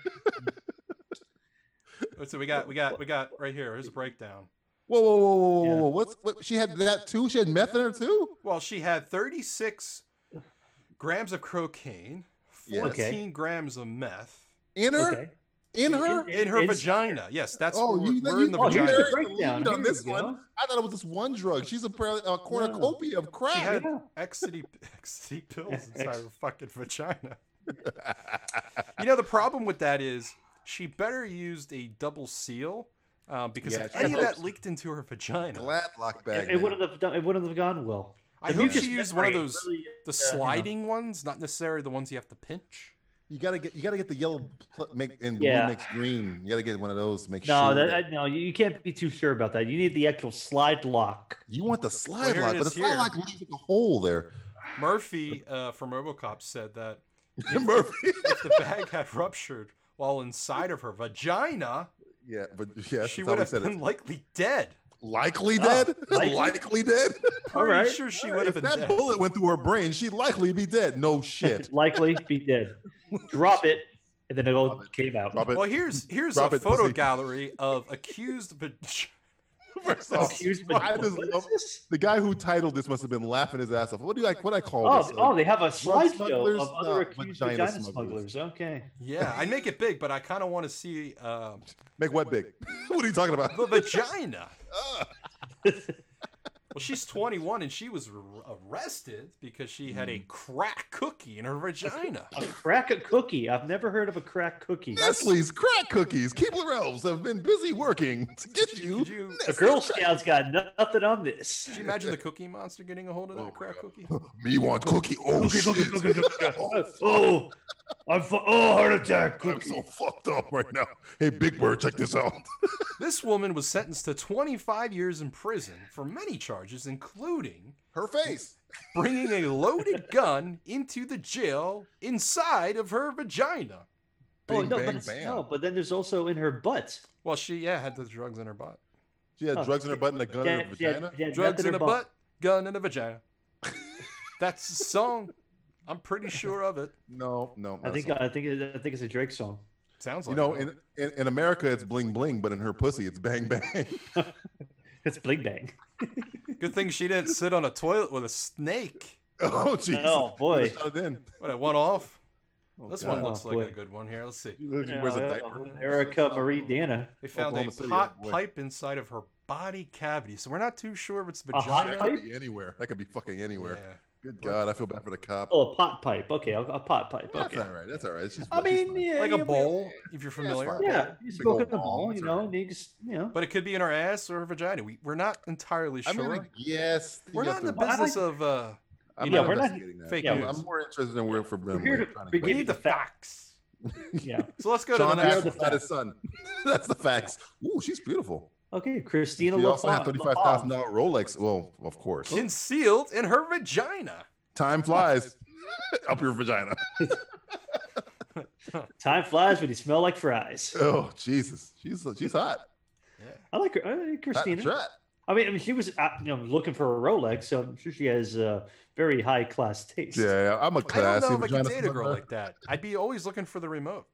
Speaker 2: Oh, So we got, we got, we got right here. Here's a breakdown.
Speaker 3: Whoa, whoa, whoa, whoa, whoa,
Speaker 4: Yeah.
Speaker 3: whoa! What's what? She had that too. She had meth in her too.
Speaker 2: Well, she had 36 grams of cocaine,
Speaker 3: Yeah.
Speaker 2: 14
Speaker 4: Okay.
Speaker 2: grams of meth
Speaker 3: In her,
Speaker 4: Okay.
Speaker 3: in her.
Speaker 2: in her
Speaker 4: It's-
Speaker 2: vagina. Yes, that's
Speaker 3: oh,
Speaker 2: oh,
Speaker 3: you,
Speaker 2: we're
Speaker 3: you,
Speaker 2: in the
Speaker 3: oh, you
Speaker 2: vagina.
Speaker 4: here's the
Speaker 3: buried the
Speaker 4: breakdown.
Speaker 3: lead on
Speaker 4: Here
Speaker 3: this
Speaker 4: we
Speaker 3: one.
Speaker 4: go.
Speaker 3: I thought it was just one drug. She's apparently a cornucopia of
Speaker 2: She
Speaker 3: crack.
Speaker 2: had
Speaker 4: Yeah.
Speaker 2: ecstasy, ecstasy pills inside her fucking vagina. you know the problem with that is she better used a double seal uh, because
Speaker 3: Yeah,
Speaker 2: if
Speaker 3: she
Speaker 2: any of
Speaker 3: hopes-
Speaker 2: that leaked into her vagina.
Speaker 3: Gladlock bag.
Speaker 4: It, it wouldn't have done. It wouldn't have gone well.
Speaker 2: I
Speaker 4: If you
Speaker 2: hope she
Speaker 4: just
Speaker 2: used one of
Speaker 4: separate,
Speaker 2: those
Speaker 4: really,
Speaker 2: the
Speaker 4: uh, you know.
Speaker 2: sliding ones, not necessarily the ones you have to pinch.
Speaker 3: You gotta get you gotta get the yellow pl- make and
Speaker 4: Yeah.
Speaker 3: blue makes green. You gotta get one of those. to Make sure
Speaker 4: No, that, I- no, you you can't be too sure about that. You need the actual slide lock.
Speaker 3: You want the
Speaker 2: Well,
Speaker 3: slide
Speaker 2: here
Speaker 3: lock,
Speaker 2: it
Speaker 3: but the
Speaker 2: is
Speaker 3: slide
Speaker 2: here.
Speaker 3: lock leaves a hole there.
Speaker 2: Murphy uh, from RoboCop said that if, Murphy. if the bag had ruptured while inside of her vagina,
Speaker 3: Yeah, but yes,
Speaker 2: she
Speaker 3: that's how
Speaker 2: would
Speaker 3: we
Speaker 2: have
Speaker 3: said
Speaker 2: been
Speaker 3: it.
Speaker 2: likely dead.
Speaker 3: likely
Speaker 4: Ah,
Speaker 2: Oh,
Speaker 3: dead.
Speaker 2: likely?
Speaker 3: likely? dead.
Speaker 2: All Pretty right. sure she
Speaker 3: All
Speaker 2: would have
Speaker 3: If
Speaker 2: been
Speaker 3: that
Speaker 2: dead.
Speaker 3: bullet went through her brain, she'd likely be dead. No shit.
Speaker 4: Likely be dead. Drop it, and then it all came out.
Speaker 3: Drop it.
Speaker 2: Well, here's here's
Speaker 3: Drop
Speaker 2: a
Speaker 3: it,
Speaker 2: photo
Speaker 3: pussy.
Speaker 2: gallery of accused vag-
Speaker 3: First off,
Speaker 4: Excuse me.
Speaker 3: I just love- the guy who titled this must have been laughing his ass off. What do you like? What I call
Speaker 4: Oh,
Speaker 3: this?
Speaker 4: oh, they have a
Speaker 3: Drug smugglers,
Speaker 4: slideshow of other
Speaker 3: not
Speaker 4: accused
Speaker 3: vagina
Speaker 4: vagina
Speaker 3: smugglers.
Speaker 4: smugglers. Okay.
Speaker 2: Yeah, I make it big, but I kind of want to see uh,
Speaker 3: Make what big? what are you talking about?
Speaker 2: the vagina. Well, she's 21 and she was r- arrested because she had a crack cookie in her vagina.
Speaker 4: A crack a cookie. I've never heard of a crack cookie.
Speaker 3: Nestle's crack cookies. Keebler elves have been busy working to get you.
Speaker 2: Could you,
Speaker 4: The
Speaker 3: Nestle
Speaker 4: Girl
Speaker 3: crack-
Speaker 4: Scouts got nothing on this.
Speaker 2: could you imagine the cookie monster getting a hold of that crack cookie?
Speaker 3: Me want cookie. Oh shit!
Speaker 4: Oh, I'm fu- oh heart attack.
Speaker 3: I'm so fucked up right now. Hey, Big Bird, check this out.
Speaker 2: This woman was sentenced to 25 years in prison for many charges, including
Speaker 3: Her face.
Speaker 2: bringing a loaded gun into the jail inside of her vagina.
Speaker 4: Oh,
Speaker 3: Bing,
Speaker 4: no,
Speaker 3: bang,
Speaker 4: but it's-
Speaker 3: bam.
Speaker 4: no, but then there's also in her butt.
Speaker 2: Well, she, yeah, had the drugs in her butt.
Speaker 3: She had
Speaker 4: Oh,
Speaker 3: drugs in her butt and a gun in her
Speaker 4: Yeah, yeah,
Speaker 3: vagina.
Speaker 4: yeah,
Speaker 2: Drugs
Speaker 4: nothing
Speaker 2: in a
Speaker 4: about-
Speaker 2: butt, gun in a vagina. That's the song. I'm pretty sure of it.
Speaker 3: No, no.
Speaker 4: I
Speaker 3: that's
Speaker 4: think
Speaker 3: not-
Speaker 4: I think it- I think it's a Drake song.
Speaker 2: Sounds
Speaker 3: you
Speaker 2: like
Speaker 3: know,
Speaker 2: it.
Speaker 3: in, in in America it's bling bling, but in her pussy it's bang bang.
Speaker 4: It's Bling Bang.
Speaker 2: Good thing she didn't sit on a toilet with a snake.
Speaker 3: oh Jesus!
Speaker 4: Oh boy.
Speaker 3: Shut it in.
Speaker 2: What, I one off?
Speaker 3: Oh,
Speaker 2: This
Speaker 3: God.
Speaker 2: one looks
Speaker 4: Oh,
Speaker 2: like a
Speaker 4: boy.
Speaker 2: good one here. Let's see.
Speaker 3: She literally wears a
Speaker 4: Yeah, uh,
Speaker 3: diaper.
Speaker 4: Erica Marie Dana.
Speaker 2: They found
Speaker 3: Oklahoma
Speaker 2: a
Speaker 3: City,
Speaker 2: pot
Speaker 3: oh, boy.
Speaker 2: pipe inside of her body cavity, so we're not too sure if it's
Speaker 4: A hot
Speaker 2: vagina.
Speaker 3: That could be anywhere. That could be fucking anywhere.
Speaker 2: Yeah.
Speaker 3: Good God, I feel bad for the cop.
Speaker 4: Oh, a pot pipe. Okay, a, a pot pipe.
Speaker 3: That's
Speaker 4: Okay.
Speaker 3: all right. That's all right. She's,
Speaker 4: I
Speaker 3: she's
Speaker 4: mean,
Speaker 3: fine.
Speaker 4: yeah,
Speaker 2: Like
Speaker 4: yeah,
Speaker 2: a bowl, if you're
Speaker 3: Yeah, it's
Speaker 2: familiar.
Speaker 3: fine.
Speaker 4: Yeah, you
Speaker 3: Big
Speaker 4: smoke
Speaker 3: old
Speaker 4: in the
Speaker 3: bong,
Speaker 4: ball,
Speaker 3: that's
Speaker 4: you
Speaker 3: all
Speaker 4: know,
Speaker 3: right.
Speaker 4: and you just, you know.
Speaker 2: But it could be in her ass or her vagina. We, we're not entirely
Speaker 3: I
Speaker 2: sure.
Speaker 3: mean, I guess
Speaker 2: we're
Speaker 3: you
Speaker 2: not
Speaker 3: have
Speaker 2: in the
Speaker 3: to-
Speaker 4: I like-
Speaker 2: business of. Uh,
Speaker 3: I'm
Speaker 2: you
Speaker 3: not
Speaker 4: know, we're not-
Speaker 3: investigating that.
Speaker 2: fake
Speaker 3: I'm,
Speaker 2: news.
Speaker 3: I'm more interested in where for Brim.
Speaker 4: We're here
Speaker 3: we're
Speaker 4: to
Speaker 3: trying to
Speaker 2: we
Speaker 4: begin-
Speaker 3: get-
Speaker 2: need the
Speaker 4: the
Speaker 2: facts.
Speaker 4: Yeah.
Speaker 2: So let's go
Speaker 3: Sean
Speaker 2: to the next.
Speaker 3: Astin
Speaker 2: one.
Speaker 4: one.
Speaker 3: had his son. That's the facts. Ooh, she's beautiful.
Speaker 4: Okay, Christina.
Speaker 3: She also had
Speaker 4: LaFon-
Speaker 3: thirty-five thousand dollar Rolex. Well, of course.
Speaker 2: Concealed in her vagina.
Speaker 3: Time flies. Up your vagina.
Speaker 4: LaFon. Time flies when you smell like fries.
Speaker 3: Oh Jesus, she's she's hot.
Speaker 4: I like her, I like
Speaker 3: Hot and
Speaker 4: Christina.
Speaker 3: trot.
Speaker 4: I mean, I mean, she was uh, you know looking for a Rolex, so I'm sure she has uh, very high class taste.
Speaker 3: Yeah, I'm a
Speaker 2: I don't
Speaker 3: classy
Speaker 2: know if I
Speaker 3: vagina.
Speaker 2: could date a girl
Speaker 3: smuggler.
Speaker 2: like that. I'd be always looking for the remote.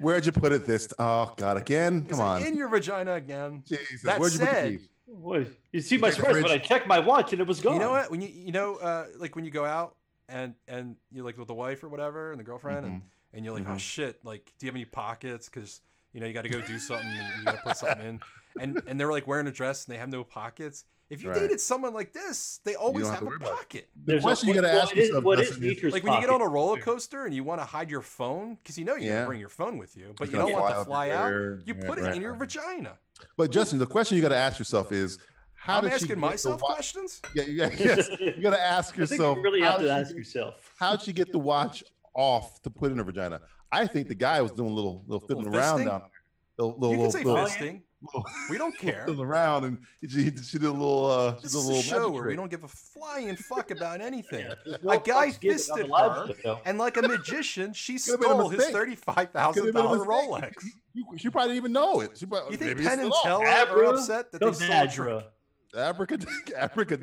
Speaker 3: Where'd you put it this? t- Oh God, again?
Speaker 2: Is
Speaker 3: Come
Speaker 2: it
Speaker 3: on.
Speaker 2: In your vagina again.
Speaker 3: Jesus,
Speaker 2: That
Speaker 3: where'd you put
Speaker 2: said,
Speaker 3: the keys?
Speaker 4: Boy, you see my
Speaker 3: Like a
Speaker 4: surprise, but I
Speaker 3: fridge.
Speaker 4: checked my watch and it was gone.
Speaker 2: You know what? When you you know uh, like when you go out and and you like with the wife or whatever and the girlfriend and
Speaker 3: Mm-hmm.
Speaker 2: and you're like oh shit like do you have any pockets because you know you got to go do something you, you got to put something in and and they're like wearing a dress and they have no pockets. If you
Speaker 3: Right.
Speaker 2: dated someone like this, they always
Speaker 3: don't have
Speaker 2: have,
Speaker 3: to worry
Speaker 2: a
Speaker 3: about it.
Speaker 2: pocket.
Speaker 3: The
Speaker 4: There's
Speaker 3: question
Speaker 4: no-
Speaker 3: you gotta
Speaker 4: what
Speaker 3: ask
Speaker 4: is-
Speaker 3: yourself,
Speaker 4: what is
Speaker 3: Dustin, is-
Speaker 4: nature's
Speaker 2: Like when you get on a
Speaker 4: pocket?
Speaker 2: roller coaster and you want to hide your phone because you know you're
Speaker 3: Yeah.
Speaker 2: gonna bring your phone with you, but
Speaker 3: It's
Speaker 2: you
Speaker 3: gonna
Speaker 2: don't want
Speaker 3: fly
Speaker 2: to
Speaker 3: up
Speaker 2: fly
Speaker 3: in the
Speaker 2: out.
Speaker 3: air.
Speaker 2: You
Speaker 3: Right,
Speaker 2: put it
Speaker 3: right,
Speaker 2: in your
Speaker 3: right.
Speaker 2: vagina.
Speaker 3: But Justin, the question you got to ask yourself is, how
Speaker 2: I'm
Speaker 3: did she
Speaker 2: asking
Speaker 3: get the
Speaker 2: myself
Speaker 3: watch?
Speaker 2: questions.
Speaker 3: Yeah, yeah, yes. You got to ask
Speaker 4: I think you
Speaker 3: yourself.
Speaker 4: really
Speaker 3: how
Speaker 4: have to
Speaker 3: she
Speaker 4: ask
Speaker 3: get-
Speaker 4: yourself.
Speaker 3: How'd she get the watch off to put in her vagina? I think the guy was doing a little, little fiddling
Speaker 2: Little
Speaker 3: around
Speaker 2: fisting?
Speaker 3: down there. Little, little,
Speaker 2: You can say
Speaker 3: little,
Speaker 2: fisting.
Speaker 3: little-
Speaker 2: We don't care.
Speaker 3: fiddling around, and she, she did a little, uh, she did
Speaker 2: This
Speaker 3: a
Speaker 2: is
Speaker 3: little
Speaker 2: a
Speaker 3: magic
Speaker 2: show where we
Speaker 3: trick.
Speaker 2: don't give a flying fuck about anything.
Speaker 4: No
Speaker 2: a guy
Speaker 4: fucks given on the
Speaker 2: fisted her,
Speaker 4: live show.
Speaker 2: and like a magician, she
Speaker 3: Could've been a
Speaker 2: stole his
Speaker 3: mistake.
Speaker 2: thirty-five thousand
Speaker 3: Could've been a
Speaker 2: dollar Rolex.
Speaker 3: mistake. You, she probably didn't even know it. She probably,
Speaker 2: You think
Speaker 3: maybe it's
Speaker 2: Penn and
Speaker 3: still
Speaker 2: Teller
Speaker 3: off.
Speaker 2: are
Speaker 4: Abra?
Speaker 2: upset that
Speaker 4: No
Speaker 2: they stole? a drink?
Speaker 4: Vadra.
Speaker 3: Africa, Africa.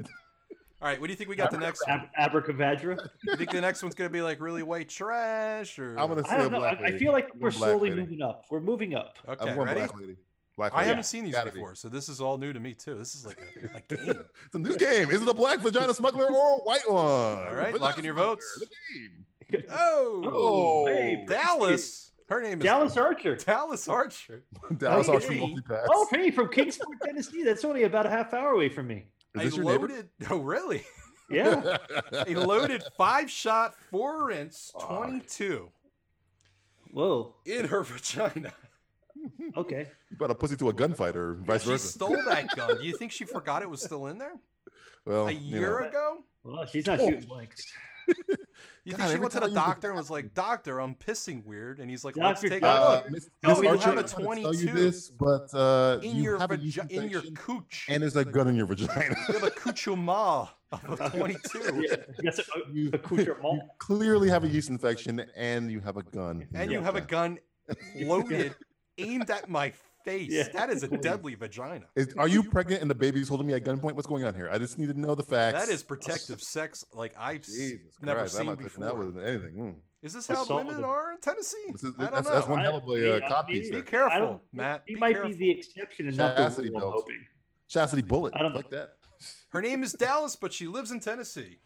Speaker 2: All right, what do you think we got the next one?
Speaker 4: Ab- Abracavadra.
Speaker 2: You think the next one's gonna be like really white trash or?
Speaker 3: I'm gonna say
Speaker 4: I
Speaker 3: a
Speaker 4: don't know. I,
Speaker 3: black
Speaker 4: I
Speaker 3: lady.
Speaker 4: feel like
Speaker 3: I'm
Speaker 4: we're
Speaker 3: black
Speaker 4: slowly
Speaker 3: lady.
Speaker 4: moving up. We're moving up.
Speaker 2: Okay,
Speaker 3: I'm going
Speaker 2: ready?
Speaker 3: black lady. Black
Speaker 2: I
Speaker 3: lady.
Speaker 2: haven't seen these
Speaker 3: Gotta be.
Speaker 2: before, so this is all new to me too. This is like a, a game.
Speaker 3: It's a new game. Is it a black vagina smuggler or a white one? All
Speaker 2: right, lock in your votes. Oh,
Speaker 3: Oh,
Speaker 4: hey,
Speaker 2: Dallas. Her name is
Speaker 4: Dallas Archer.
Speaker 2: Dallas Archer.
Speaker 3: Dallas
Speaker 4: Hey,
Speaker 3: Archer
Speaker 4: hey.
Speaker 3: multi-pass.
Speaker 4: Oh, hey, from Kingsport, Tennessee. That's only about a half hour away from me.
Speaker 3: Is this
Speaker 2: I
Speaker 3: your neighbor?
Speaker 2: loaded. Oh, really? Yeah. a loaded five shot, four inch, 22.
Speaker 4: Whoa.
Speaker 2: In her vagina.
Speaker 4: Okay.
Speaker 3: You brought a pussy to a gunfighter, vice
Speaker 2: She
Speaker 3: versa.
Speaker 2: stole that gun. Do you think she forgot it was still in there?
Speaker 3: well,
Speaker 2: a
Speaker 3: Oh, you
Speaker 2: year
Speaker 3: know.
Speaker 2: ago?
Speaker 4: Well, she's not
Speaker 2: Oh.
Speaker 4: shooting blanks.
Speaker 2: You
Speaker 3: God,
Speaker 2: think she
Speaker 3: every
Speaker 2: went to the
Speaker 3: time you-
Speaker 2: doctor and was like, Doctor, I'm pissing weird. And he's like, Let's
Speaker 4: Doctor,
Speaker 2: take a
Speaker 3: Uh,
Speaker 2: look.
Speaker 3: Miss,
Speaker 2: Tell
Speaker 3: Miss
Speaker 2: me you
Speaker 3: Archer,
Speaker 2: have a
Speaker 3: I'm gonna tell you
Speaker 2: 22
Speaker 3: this, but uh,
Speaker 2: in
Speaker 3: you
Speaker 2: your,
Speaker 3: have a
Speaker 2: vagi-
Speaker 3: yeast
Speaker 2: in your
Speaker 3: infection,
Speaker 2: cooch.
Speaker 3: and there's a gun in your vagina.
Speaker 2: You have a couchuma of a 22.
Speaker 4: That's a,
Speaker 3: you,
Speaker 4: accoutrement.
Speaker 3: you clearly have a yeast infection, and you have a gun. in
Speaker 2: and
Speaker 3: your
Speaker 2: you have a
Speaker 3: vagina.
Speaker 2: gun loaded aimed at my face.
Speaker 4: Yeah.
Speaker 2: That is a deadly vagina.
Speaker 3: Is, are you pregnant and the baby's holding me at gunpoint? What's going on here? I just need to know the facts.
Speaker 2: That is protective sex like I've s-
Speaker 3: Jesus
Speaker 2: never
Speaker 3: Christ, I'm
Speaker 2: seen
Speaker 3: not touching that
Speaker 2: before.
Speaker 3: with anything. Mm.
Speaker 2: Is this how
Speaker 4: Assault
Speaker 2: women
Speaker 4: with a-
Speaker 2: are in Tennessee?
Speaker 3: This is,
Speaker 2: I don't
Speaker 3: that's,
Speaker 2: know.
Speaker 3: that's one
Speaker 4: I-
Speaker 3: hell of a
Speaker 4: I-
Speaker 3: uh, cop
Speaker 4: I-
Speaker 3: piece
Speaker 2: be
Speaker 3: there.
Speaker 4: I
Speaker 2: careful,
Speaker 4: don't-
Speaker 2: Matt.
Speaker 4: He
Speaker 2: be
Speaker 4: might
Speaker 2: careful.
Speaker 4: be the exception and not the
Speaker 3: Chastity
Speaker 4: rule. I'm
Speaker 3: belt.
Speaker 4: hoping.
Speaker 3: Chastity Bullet.
Speaker 4: I don't
Speaker 3: like that.
Speaker 2: Her name is Dallas, but she lives in Tennessee.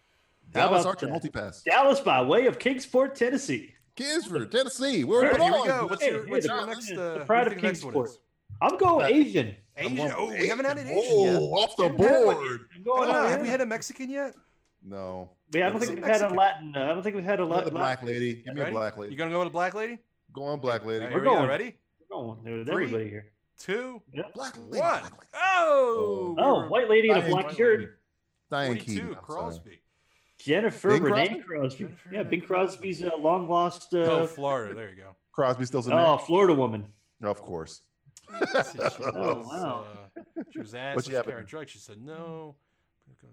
Speaker 4: How
Speaker 3: Dallas
Speaker 4: about
Speaker 3: Archer,
Speaker 4: that?
Speaker 3: multipass.
Speaker 4: Dallas by way of Kingsport, Tennessee.
Speaker 3: Kingsford, Tennessee. Where
Speaker 4: All
Speaker 3: are
Speaker 4: right,
Speaker 3: we
Speaker 2: Here we
Speaker 3: going?
Speaker 2: go. What's
Speaker 4: Hey,
Speaker 2: your,
Speaker 4: hey,
Speaker 2: what's
Speaker 4: the-
Speaker 2: your next? Uh,
Speaker 4: The pride
Speaker 2: who do
Speaker 4: of
Speaker 2: you think the next one
Speaker 4: Kingsport.
Speaker 2: is?
Speaker 4: I'm going Asian.
Speaker 2: Asian. Oh, we haven't had an Asian yet.
Speaker 3: Oh, off the
Speaker 2: Haven't had one-
Speaker 3: board.
Speaker 2: I
Speaker 4: I'm going
Speaker 2: don't know,
Speaker 4: out
Speaker 2: Have we
Speaker 4: here.
Speaker 2: had a Mexican yet?
Speaker 3: No.
Speaker 4: Yeah, I don't
Speaker 2: Let's
Speaker 4: think
Speaker 2: see
Speaker 4: we've had a
Speaker 2: Mexican.
Speaker 4: Latin. uh, I don't think we've had a
Speaker 3: Go to
Speaker 4: Latin.
Speaker 3: the black lady. Give me a
Speaker 2: Ready?
Speaker 3: black
Speaker 2: You
Speaker 3: lady.
Speaker 2: gonna go with a black lady?
Speaker 3: Go on, black lady.
Speaker 2: All right,
Speaker 4: We're
Speaker 2: here we go.
Speaker 4: going.
Speaker 2: Ready?
Speaker 4: Oh, there-
Speaker 2: Three.
Speaker 4: everybody here.
Speaker 2: Two,
Speaker 3: Black lady.
Speaker 2: one.
Speaker 3: black lady.
Speaker 2: Oh. we
Speaker 4: Oh,
Speaker 2: were
Speaker 4: white lady in a
Speaker 3: Diane
Speaker 4: black
Speaker 3: Keaton.
Speaker 4: shirt.
Speaker 3: Diane Keaton.
Speaker 2: 42,
Speaker 3: I'm sorry.
Speaker 2: Crosby.
Speaker 4: Jennifer
Speaker 3: Bing
Speaker 4: Renee Crosby.
Speaker 2: Jennifer
Speaker 4: Yeah,
Speaker 2: Renee
Speaker 4: Bing
Speaker 2: Crosby.
Speaker 4: Crosby's uh, long lost.
Speaker 2: Oh,
Speaker 4: Uh,
Speaker 2: Florida. There you go.
Speaker 3: Crosby still's in
Speaker 4: oh,
Speaker 3: there.
Speaker 4: Florida woman.
Speaker 3: of course.
Speaker 2: Let's see, she
Speaker 4: Oh,
Speaker 2: was,
Speaker 4: wow.
Speaker 2: uh, she
Speaker 3: What you
Speaker 2: was asked what she was
Speaker 3: have in
Speaker 2: carrying drugs. She said no.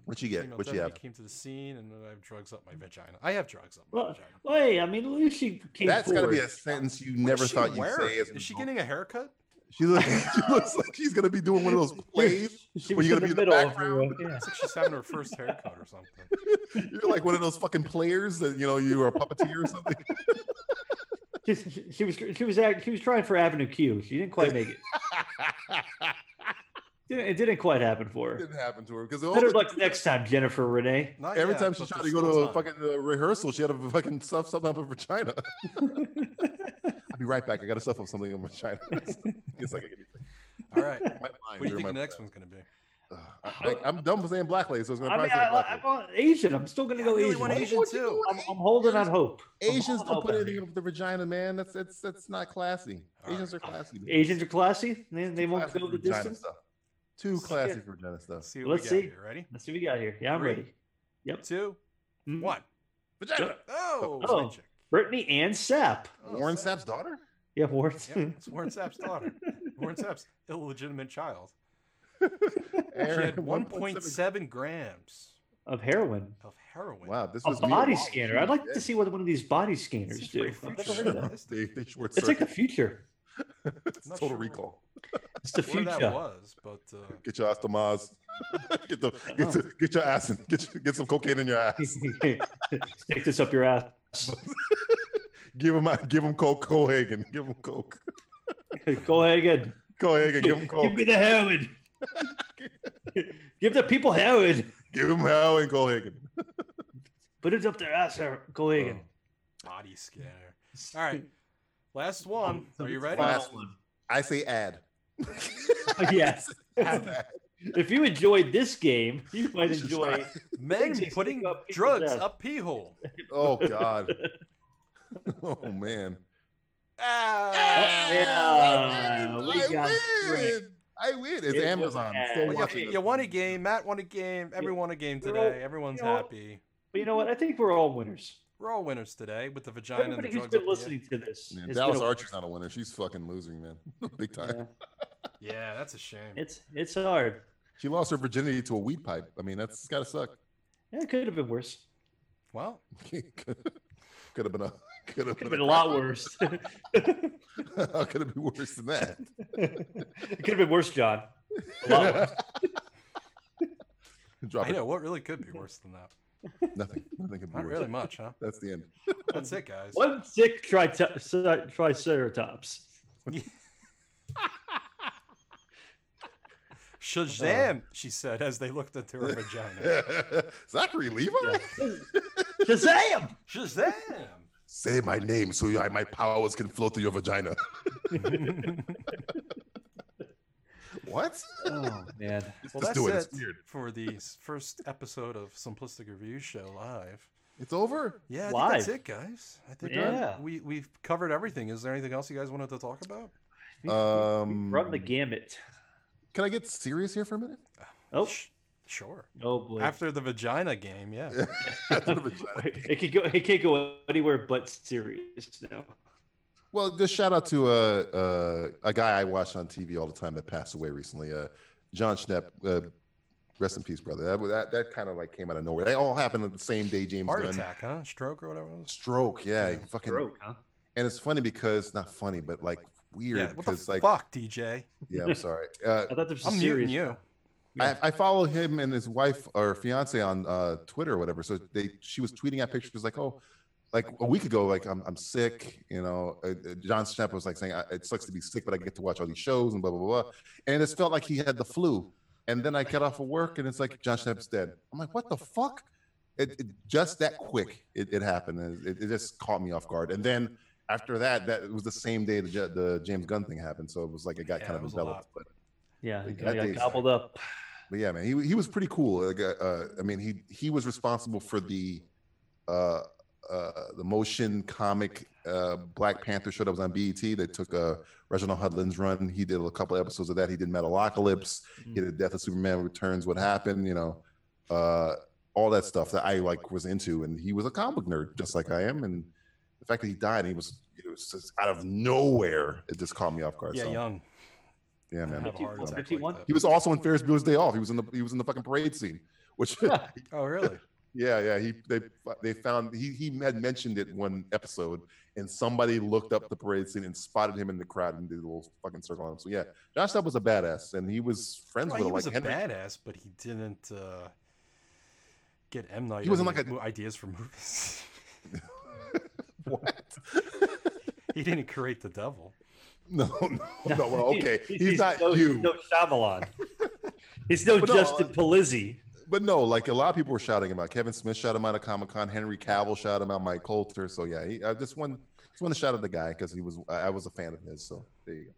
Speaker 3: What you get?
Speaker 2: Female
Speaker 3: What you
Speaker 2: deputy
Speaker 3: have?
Speaker 2: Came to the scene and I have drugs up my vagina. I have drugs up my
Speaker 4: Well,
Speaker 2: vagina.
Speaker 4: well, hey, I mean, at least she came
Speaker 3: That's got to
Speaker 4: forward.
Speaker 3: be a sentence you
Speaker 2: What is
Speaker 3: never
Speaker 2: she
Speaker 3: thought you'd
Speaker 2: wearing?
Speaker 3: say. as an
Speaker 2: Is she
Speaker 3: adult.
Speaker 2: getting a haircut?
Speaker 3: She looks, she looks like she's gonna be doing one of those plays.
Speaker 4: She
Speaker 3: where
Speaker 4: was
Speaker 3: you
Speaker 4: in
Speaker 3: gotta
Speaker 4: the
Speaker 3: be in the
Speaker 4: middle of her. uh, yeah.
Speaker 2: It's like she's having her first haircut or something.
Speaker 3: You're like one of those fucking players that you know you were a puppeteer or something.
Speaker 4: She, she was she was act, she was trying for Avenue Q. She didn't quite make it. Didn't, it didn't quite happen for her.
Speaker 3: Didn't happen to her because
Speaker 4: Better luck next time, Jennifer Renee.
Speaker 2: Not
Speaker 3: every
Speaker 2: yet,
Speaker 3: time she
Speaker 2: but
Speaker 3: tried to
Speaker 2: there's
Speaker 3: go
Speaker 2: still
Speaker 3: to a
Speaker 2: time.
Speaker 3: fucking uh, rehearsal, she had a fucking stuff something up her vagina. I'll be right back. I got to stuff up something in my vagina. it's like
Speaker 2: All right. What
Speaker 3: my mind.
Speaker 2: do you
Speaker 3: you're
Speaker 2: think
Speaker 3: my
Speaker 2: the next
Speaker 3: mind.
Speaker 2: one's gonna be?
Speaker 3: Ugh, I, am done with saying black lady, so it's gonna
Speaker 4: I
Speaker 3: probably
Speaker 4: mean,
Speaker 3: say
Speaker 4: I,
Speaker 3: black
Speaker 4: I, I'm
Speaker 3: lady.
Speaker 4: on Asian. I'm still gonna
Speaker 2: I
Speaker 4: go
Speaker 2: really
Speaker 4: Asian.
Speaker 2: want
Speaker 4: I'm-
Speaker 2: Asian too.
Speaker 4: I'm, I'm holding on hope. I'm
Speaker 3: Asians
Speaker 4: holding
Speaker 3: don't
Speaker 4: hope
Speaker 3: put
Speaker 4: out
Speaker 3: anything
Speaker 4: here.
Speaker 3: up the vagina, man. That's that's that's not classy.
Speaker 2: All
Speaker 3: Asians are classy. man.
Speaker 4: Asians are classy. They, they won't
Speaker 3: Classy
Speaker 4: go the
Speaker 3: vagina
Speaker 4: distance.
Speaker 3: Stuff. Too classy
Speaker 4: Yeah.
Speaker 3: for vagina stuff.
Speaker 2: Let's see what
Speaker 4: Let's
Speaker 2: we got
Speaker 4: see.
Speaker 2: here. Ready?
Speaker 4: Let's see what we got here. Yeah, I'm
Speaker 2: Three.
Speaker 4: ready. Yep.
Speaker 2: Two,
Speaker 4: Mhm.
Speaker 2: one.
Speaker 3: Vagina.
Speaker 2: Oh,
Speaker 4: Oh.
Speaker 2: Mitchick.
Speaker 4: Brittany Ann Sapp.
Speaker 2: Oh,
Speaker 3: Warren
Speaker 2: Sapp.
Speaker 3: Sapp's daughter?
Speaker 4: Yeah, Ward.
Speaker 2: Yeah, it's Warren Sapp's daughter. Warren Sapp's illegitimate child. She had 1.7 grams
Speaker 4: of heroin.
Speaker 2: of heroin.
Speaker 3: Wow, this
Speaker 4: A
Speaker 3: is me.
Speaker 4: body
Speaker 3: Wow.
Speaker 4: scanner. I'd like to see what one of these body scanners
Speaker 2: This is
Speaker 4: do.
Speaker 2: pretty
Speaker 4: I've never
Speaker 2: future.
Speaker 4: heard of that.
Speaker 3: They, they short
Speaker 4: It's like the
Speaker 3: circuit.
Speaker 4: future.
Speaker 3: It's
Speaker 2: not
Speaker 3: total
Speaker 2: sure
Speaker 3: recall.
Speaker 4: It's the
Speaker 2: Where that
Speaker 4: future.
Speaker 2: was, but uh,
Speaker 3: Get your ass to Mars. get the get, the- get your ass in. Get your- get some cocaine in your ass.
Speaker 4: Stick this up your ass.
Speaker 3: give him give him coke. Cohagen. Give him coke.
Speaker 4: Go ahead again.
Speaker 3: Cohagen. Give him
Speaker 4: Give
Speaker 3: coke.
Speaker 4: me the heroin. Give the people heroin.
Speaker 3: give him hell and Cohagen.
Speaker 4: Put it up their ass, her- Go ahead again.
Speaker 2: body scanner. All right, last one. Are you ready?
Speaker 3: Last one. I say ad.
Speaker 4: yes. If you enjoyed this game, you might
Speaker 3: This is
Speaker 4: enjoy.
Speaker 2: Men
Speaker 4: Just
Speaker 2: putting
Speaker 4: stick up people's
Speaker 2: drugs
Speaker 4: ass.
Speaker 2: up pee hole.
Speaker 3: Oh God. Oh man.
Speaker 2: Ah.
Speaker 4: Yeah, we
Speaker 3: I
Speaker 4: got
Speaker 3: win. I win. It's
Speaker 4: It was
Speaker 3: Amazon. I'm still
Speaker 4: ad.
Speaker 2: Well,
Speaker 3: watching
Speaker 2: you,
Speaker 3: this.
Speaker 2: you won a game. Matt won a game. Everyone won a game
Speaker 4: We're all-
Speaker 2: today. Everyone's
Speaker 4: you know-
Speaker 2: happy.
Speaker 4: But you know what? I think we're all winners.
Speaker 2: We're all winners today with the vagina and
Speaker 4: Everybody
Speaker 2: the
Speaker 4: who's
Speaker 2: drugs.
Speaker 4: been
Speaker 2: up the ass.
Speaker 4: listening to this,
Speaker 3: Man,
Speaker 4: has
Speaker 3: Dallas
Speaker 4: been a-
Speaker 3: Archer's not a winner. She's fucking losing, man. Big time.
Speaker 4: Yeah.
Speaker 2: Yeah, that's a shame.
Speaker 4: It's it's hard.
Speaker 3: She lost her virginity to a weed pipe. I mean, that's gotta suck.
Speaker 4: Yeah, it could have been worse.
Speaker 2: well,
Speaker 3: could have been a could have been,
Speaker 4: Could have been a lot worse. it
Speaker 3: could have been worse than that.
Speaker 4: could have been worse, John. A lot worse.
Speaker 3: Drop
Speaker 2: I
Speaker 3: it.
Speaker 2: know what really could be worse than that.
Speaker 3: Nothing. Nothing could be
Speaker 2: Not
Speaker 3: worse.
Speaker 2: really much, huh?
Speaker 3: That's the end.
Speaker 2: That's it, guys.
Speaker 4: One sick trito- si- triceratops.
Speaker 2: Shazam, she said as they looked into her vagina.
Speaker 3: Zachary Levi?
Speaker 4: Shazam!
Speaker 2: Shazam!
Speaker 3: Say my name so I, my powers can flow through your vagina. What?
Speaker 2: Oh
Speaker 4: man.
Speaker 2: Well, that's it, for the s- first episode of Simplistic Review Show live.
Speaker 3: It's over.
Speaker 2: Yeah, I
Speaker 3: Live.
Speaker 2: think that's it, guys. I think
Speaker 4: We're done.
Speaker 2: uh, we we've covered everything. Is there anything else you guys wanted to talk about?
Speaker 3: Um,
Speaker 4: run the gamut.
Speaker 3: Can I get serious here for a minute?
Speaker 4: Oh,
Speaker 2: sure.
Speaker 4: Oh boy.
Speaker 2: After the vagina game, yeah.
Speaker 4: it could go. It can't go anywhere but serious now.
Speaker 3: Well, just shout out to uh, uh, a guy I watch on TV all the time that passed away recently, uh, John Schnepp. Uh, rest in peace, brother. That that, that kind of like came out of nowhere. They all happened on the same day. James
Speaker 2: Heart
Speaker 3: Gunn
Speaker 2: attack, huh? Stroke or whatever. It was?
Speaker 3: stroke. Yeah, he fucking.
Speaker 4: Stroke, huh?
Speaker 3: And it's funny because not funny, but like weird
Speaker 2: Yeah, what the
Speaker 3: because like
Speaker 2: fuck, DJ?
Speaker 3: Yeah, I'm sorry. Uh,
Speaker 4: I thought this was
Speaker 2: I'm muting
Speaker 4: serious.
Speaker 2: you.
Speaker 3: I, I follow him and his wife or fiance on uh, Twitter or whatever. So they, she was tweeting out pictures like, oh, like a week ago, like I'm, I'm sick. You know, uh, uh, John Schnepp was like saying "I- it sucks to be sick, but I get to watch all these shows and blah blah blah. blah." And it felt like he had the flu. And then I got off of work and it's like John Schnepp's dead. I'm like, what the fuck? It, it just that quick, it, it happened. and It, it just caught me off guard. And then after that, that it was the same day the, J- the James Gunn thing happened. So it was like it got
Speaker 2: Yeah,
Speaker 3: kind
Speaker 2: it
Speaker 3: of
Speaker 2: was a
Speaker 3: enveloped. But
Speaker 2: lot.
Speaker 4: Yeah,
Speaker 3: Like,
Speaker 4: it
Speaker 3: that
Speaker 4: got
Speaker 3: day's-
Speaker 4: gobbled up.
Speaker 3: but yeah, man, he he was pretty cool. Like, uh, uh, I mean, he he was responsible for the uh, uh, the motion comic uh, Black Panther show that was on BET. They took uh, Reginald Hudlin's run. He did a couple episodes of that. He did Metalocalypse. He did Death of Superman Returns. What happened? You know, uh, all that stuff that I like was into, and he was a comic nerd just like I am. And the fact that he died, he was it was just out of nowhere. It just caught me off guard.
Speaker 2: Yeah,
Speaker 3: so,
Speaker 2: young.
Speaker 3: Yeah, man.
Speaker 2: Have a heart attack like
Speaker 4: 51?
Speaker 2: that.
Speaker 3: He was also in Ferris Bueller's Day Off. He was in the he was in the fucking parade scene, which yeah,
Speaker 2: Oh, really?
Speaker 3: yeah. He they they found he he had mentioned it one episode, and somebody looked up the parade scene and spotted him in the crowd and did a little fucking circle on him. So yeah, Josh Depp was a badass, and he was friends
Speaker 2: Well,
Speaker 3: with
Speaker 2: he
Speaker 3: like
Speaker 2: was a
Speaker 3: Henry.
Speaker 2: badass, but he didn't uh, get M Night.
Speaker 3: He wasn't
Speaker 2: any
Speaker 3: like a-
Speaker 2: mo- ideas for movies.
Speaker 3: What?
Speaker 2: he didn't create the devil.
Speaker 3: No, no, no. Well, okay, he's, not
Speaker 4: no,
Speaker 3: you.
Speaker 4: He's no Shyamalan. he's no
Speaker 3: But no,
Speaker 4: Justin Polizzi.
Speaker 3: But no, like a lot of people were shouting him out. Kevin Smith shouted him out at Comic Con. Henry Cavill shouted him out. Mike Coulter. So yeah, he, I just want just want to shout out the guy because he was I I was a fan of his. So there you go.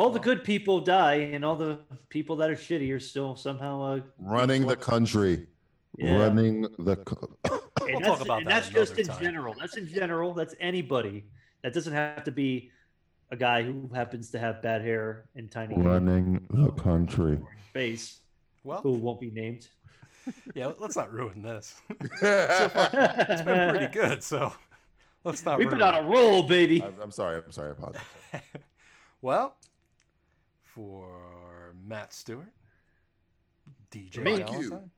Speaker 4: All the
Speaker 3: Oh.
Speaker 4: good people die, and all the people that are shitty are still somehow. Uh,
Speaker 3: running the country
Speaker 4: Yeah.
Speaker 3: running the co-
Speaker 4: and
Speaker 2: We'll
Speaker 4: that's,
Speaker 2: talk about
Speaker 4: and
Speaker 2: that
Speaker 4: that's just
Speaker 2: another
Speaker 4: in
Speaker 2: time.
Speaker 4: general. That's in general. That's anybody. That doesn't have to be a guy who happens to have bad hair and tiny
Speaker 3: running the country
Speaker 4: face,
Speaker 2: Well,
Speaker 4: who won't be named.
Speaker 2: yeah, let's not ruin this. So far, it's been pretty good, so let's not.
Speaker 4: We've
Speaker 2: ruin
Speaker 4: been on a roll, baby.
Speaker 3: I'm, I'm sorry i'm sorry i apologize
Speaker 2: it. well, for Matt Stewart, DJ
Speaker 4: Me.
Speaker 3: Fuck you.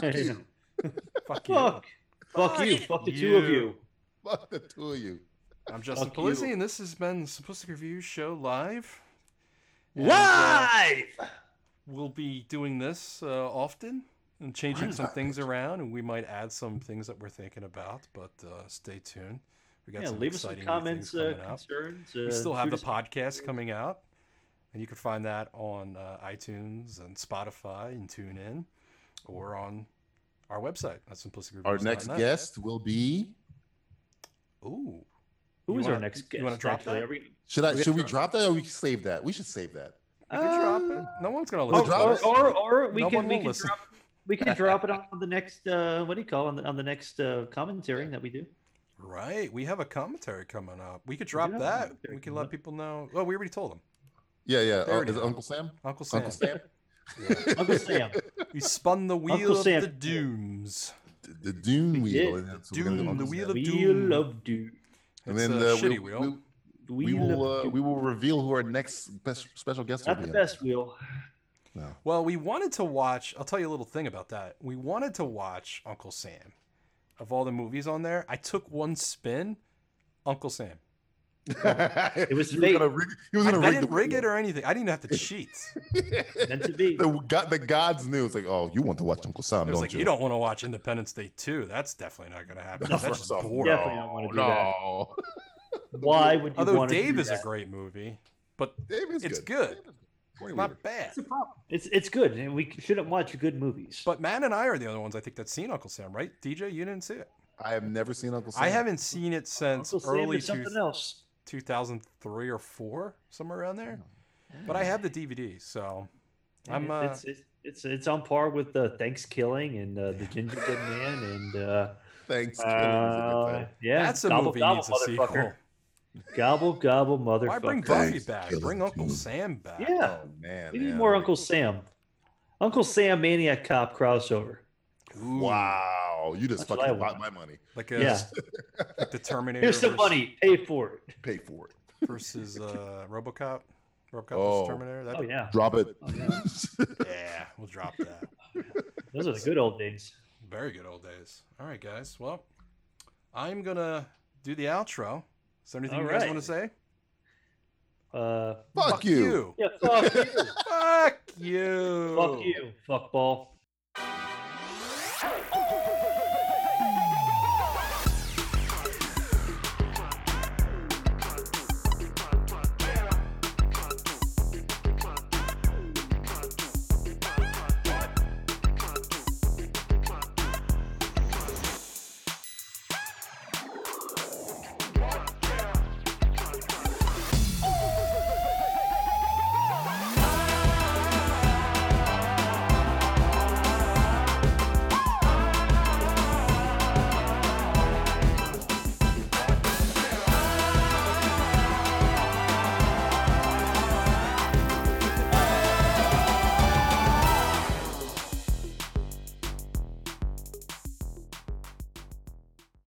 Speaker 2: Valentine,
Speaker 3: fuck you
Speaker 2: fuck you.
Speaker 4: Fuck. Fuck you. Fuck the two of you.
Speaker 3: fuck the two of you
Speaker 2: I'm Justin
Speaker 4: Fuck you.
Speaker 2: Polizzi, and this has been the Simplistic Review Show live. And, uh,
Speaker 4: Live!
Speaker 2: we'll be doing this uh, often and changing some things around, and we might add some things that we're thinking about. But uh, stay tuned. We got
Speaker 4: Yeah,
Speaker 2: some
Speaker 4: leave us some
Speaker 2: exciting new things
Speaker 4: comments, uh,
Speaker 2: coming up.
Speaker 4: concerns.
Speaker 2: We still have the
Speaker 4: podcast.
Speaker 2: podcast coming out, and you can find that on uh, iTunes and Spotify and TuneIn, or on our website at simplisticreviews.net.
Speaker 3: our next guest will be
Speaker 2: Ooh,
Speaker 4: Who
Speaker 2: You
Speaker 4: is
Speaker 2: wanna-
Speaker 4: our next guest?
Speaker 2: you wanna drop
Speaker 4: actually?
Speaker 2: that?
Speaker 4: Are we-
Speaker 3: should i should we drop that or we save that we should save that
Speaker 2: we can drop
Speaker 4: Uh,
Speaker 2: it. No one's gonna listen.
Speaker 3: drop
Speaker 2: to
Speaker 3: it.
Speaker 2: this.
Speaker 4: Oh, Or, or we
Speaker 2: No
Speaker 4: can
Speaker 2: one
Speaker 4: we
Speaker 2: will
Speaker 4: can
Speaker 2: listen.
Speaker 4: drop we can drop it on the next uh, what do you call it? on the on the next uh, commentary that we do.
Speaker 2: Right, we have a commentary coming up. We could drop
Speaker 4: have a
Speaker 2: that.
Speaker 4: commentary
Speaker 2: We can
Speaker 4: coming
Speaker 2: let
Speaker 4: up.
Speaker 2: people know. Oh, we already told them.
Speaker 3: yeah yeah
Speaker 2: There
Speaker 3: oh,
Speaker 2: it
Speaker 3: is it
Speaker 2: is.
Speaker 3: uncle sam
Speaker 2: Uncle Sam.
Speaker 3: uncle sam
Speaker 4: Uncle Sam.
Speaker 2: We spun the wheel
Speaker 4: Uncle
Speaker 2: of
Speaker 4: Sam.
Speaker 2: the dooms.
Speaker 3: The- the doom wheel
Speaker 4: did.
Speaker 3: So we're gonna do
Speaker 2: Doom, the
Speaker 3: Uncle
Speaker 2: wheel
Speaker 3: Sam.
Speaker 2: of doom.
Speaker 4: Wheel of Doom.
Speaker 3: and
Speaker 2: It's
Speaker 3: then
Speaker 2: a
Speaker 3: uh, we,
Speaker 2: shitty wheel.
Speaker 3: we, we
Speaker 4: Wheel
Speaker 3: will
Speaker 4: of
Speaker 3: uh,
Speaker 4: Doom.
Speaker 3: we will reveal who our next best, special guest
Speaker 4: Not
Speaker 3: will be
Speaker 4: the best wheel.
Speaker 2: Well, we wanted to watch. I'll tell you a little thing about that. We wanted to watch Uncle Sam. Of all the movies on there, I took one spin. Uncle Sam.
Speaker 3: it
Speaker 4: was
Speaker 3: he was gonna
Speaker 4: fate.
Speaker 3: rig, he was
Speaker 2: I,
Speaker 3: gonna
Speaker 2: I
Speaker 3: rig
Speaker 2: didn't
Speaker 3: the
Speaker 2: rig
Speaker 3: wheel.
Speaker 2: it or anything. I didn't have to cheat.
Speaker 4: Meant to be.
Speaker 3: the god, the gods knew. It's like, oh, you want to watch Uncle Sam,
Speaker 2: It was
Speaker 3: don't
Speaker 2: like
Speaker 3: you?
Speaker 2: you don't want to watch Independence Day 2. That's definitely not going to happen.
Speaker 3: No,
Speaker 2: That's
Speaker 3: first
Speaker 2: just
Speaker 3: off,
Speaker 2: boring.
Speaker 4: Definitely don't want to do that.
Speaker 3: No,
Speaker 4: Why would you
Speaker 2: Although
Speaker 4: want to
Speaker 2: Dave
Speaker 4: do
Speaker 2: is
Speaker 4: that?
Speaker 2: a great movie, but
Speaker 3: Dave is
Speaker 2: It's
Speaker 3: good.
Speaker 2: good.
Speaker 3: Dave is Point leader.
Speaker 2: not bad.
Speaker 4: It's it's good, and we shouldn't watch good movies.
Speaker 2: But Matt and I are the only ones I think that's seen Uncle Sam, right? DJ, you didn't see it.
Speaker 3: I have never seen Uncle Sam.
Speaker 2: I haven't seen it since
Speaker 4: Uncle Sam
Speaker 2: early
Speaker 4: is something
Speaker 2: two,
Speaker 4: else.
Speaker 2: 2003 or four, somewhere around there. But I have the DVD, so I'm. Uh,
Speaker 4: it's, it's, it's it's on par with uh, Thanksgiving and uh, the Gingerbread Man and uh,
Speaker 3: Thanksgiving.
Speaker 4: Uh, yeah,
Speaker 2: That's a movie needs a
Speaker 4: motherfucker. Gobble gobble, motherfucker.
Speaker 2: why bring Buffy back? Bring Uncle Sam back. Oh,
Speaker 4: Yeah,
Speaker 3: Oh, man.
Speaker 4: we need more Uncle Sam. Uncle Sam Maniac Cop crossover.
Speaker 3: Wow, you just
Speaker 4: That's what
Speaker 3: fucking
Speaker 4: I
Speaker 3: bought
Speaker 4: want.
Speaker 3: my money.
Speaker 2: Like a
Speaker 4: Yeah.
Speaker 2: like the Terminator.
Speaker 4: Here's the
Speaker 2: versus-
Speaker 4: money. Pay for it.
Speaker 3: Pay for it.
Speaker 2: versus uh, RoboCop. RoboCop
Speaker 3: Oh.
Speaker 2: versus Terminator. That,
Speaker 4: Oh yeah,
Speaker 3: Drop it.
Speaker 4: Oh,
Speaker 2: yeah, we'll drop that.
Speaker 4: those are the good old days.
Speaker 2: Very good old days. All right, guys. Well, I'm gonna do the outro. Is there anything
Speaker 4: All
Speaker 2: you guys
Speaker 4: right.
Speaker 2: want to say?
Speaker 4: Uh,
Speaker 3: Fuck you.
Speaker 4: yeah, fuck you.
Speaker 2: Fuck you.
Speaker 4: fuck you. Fuck ball.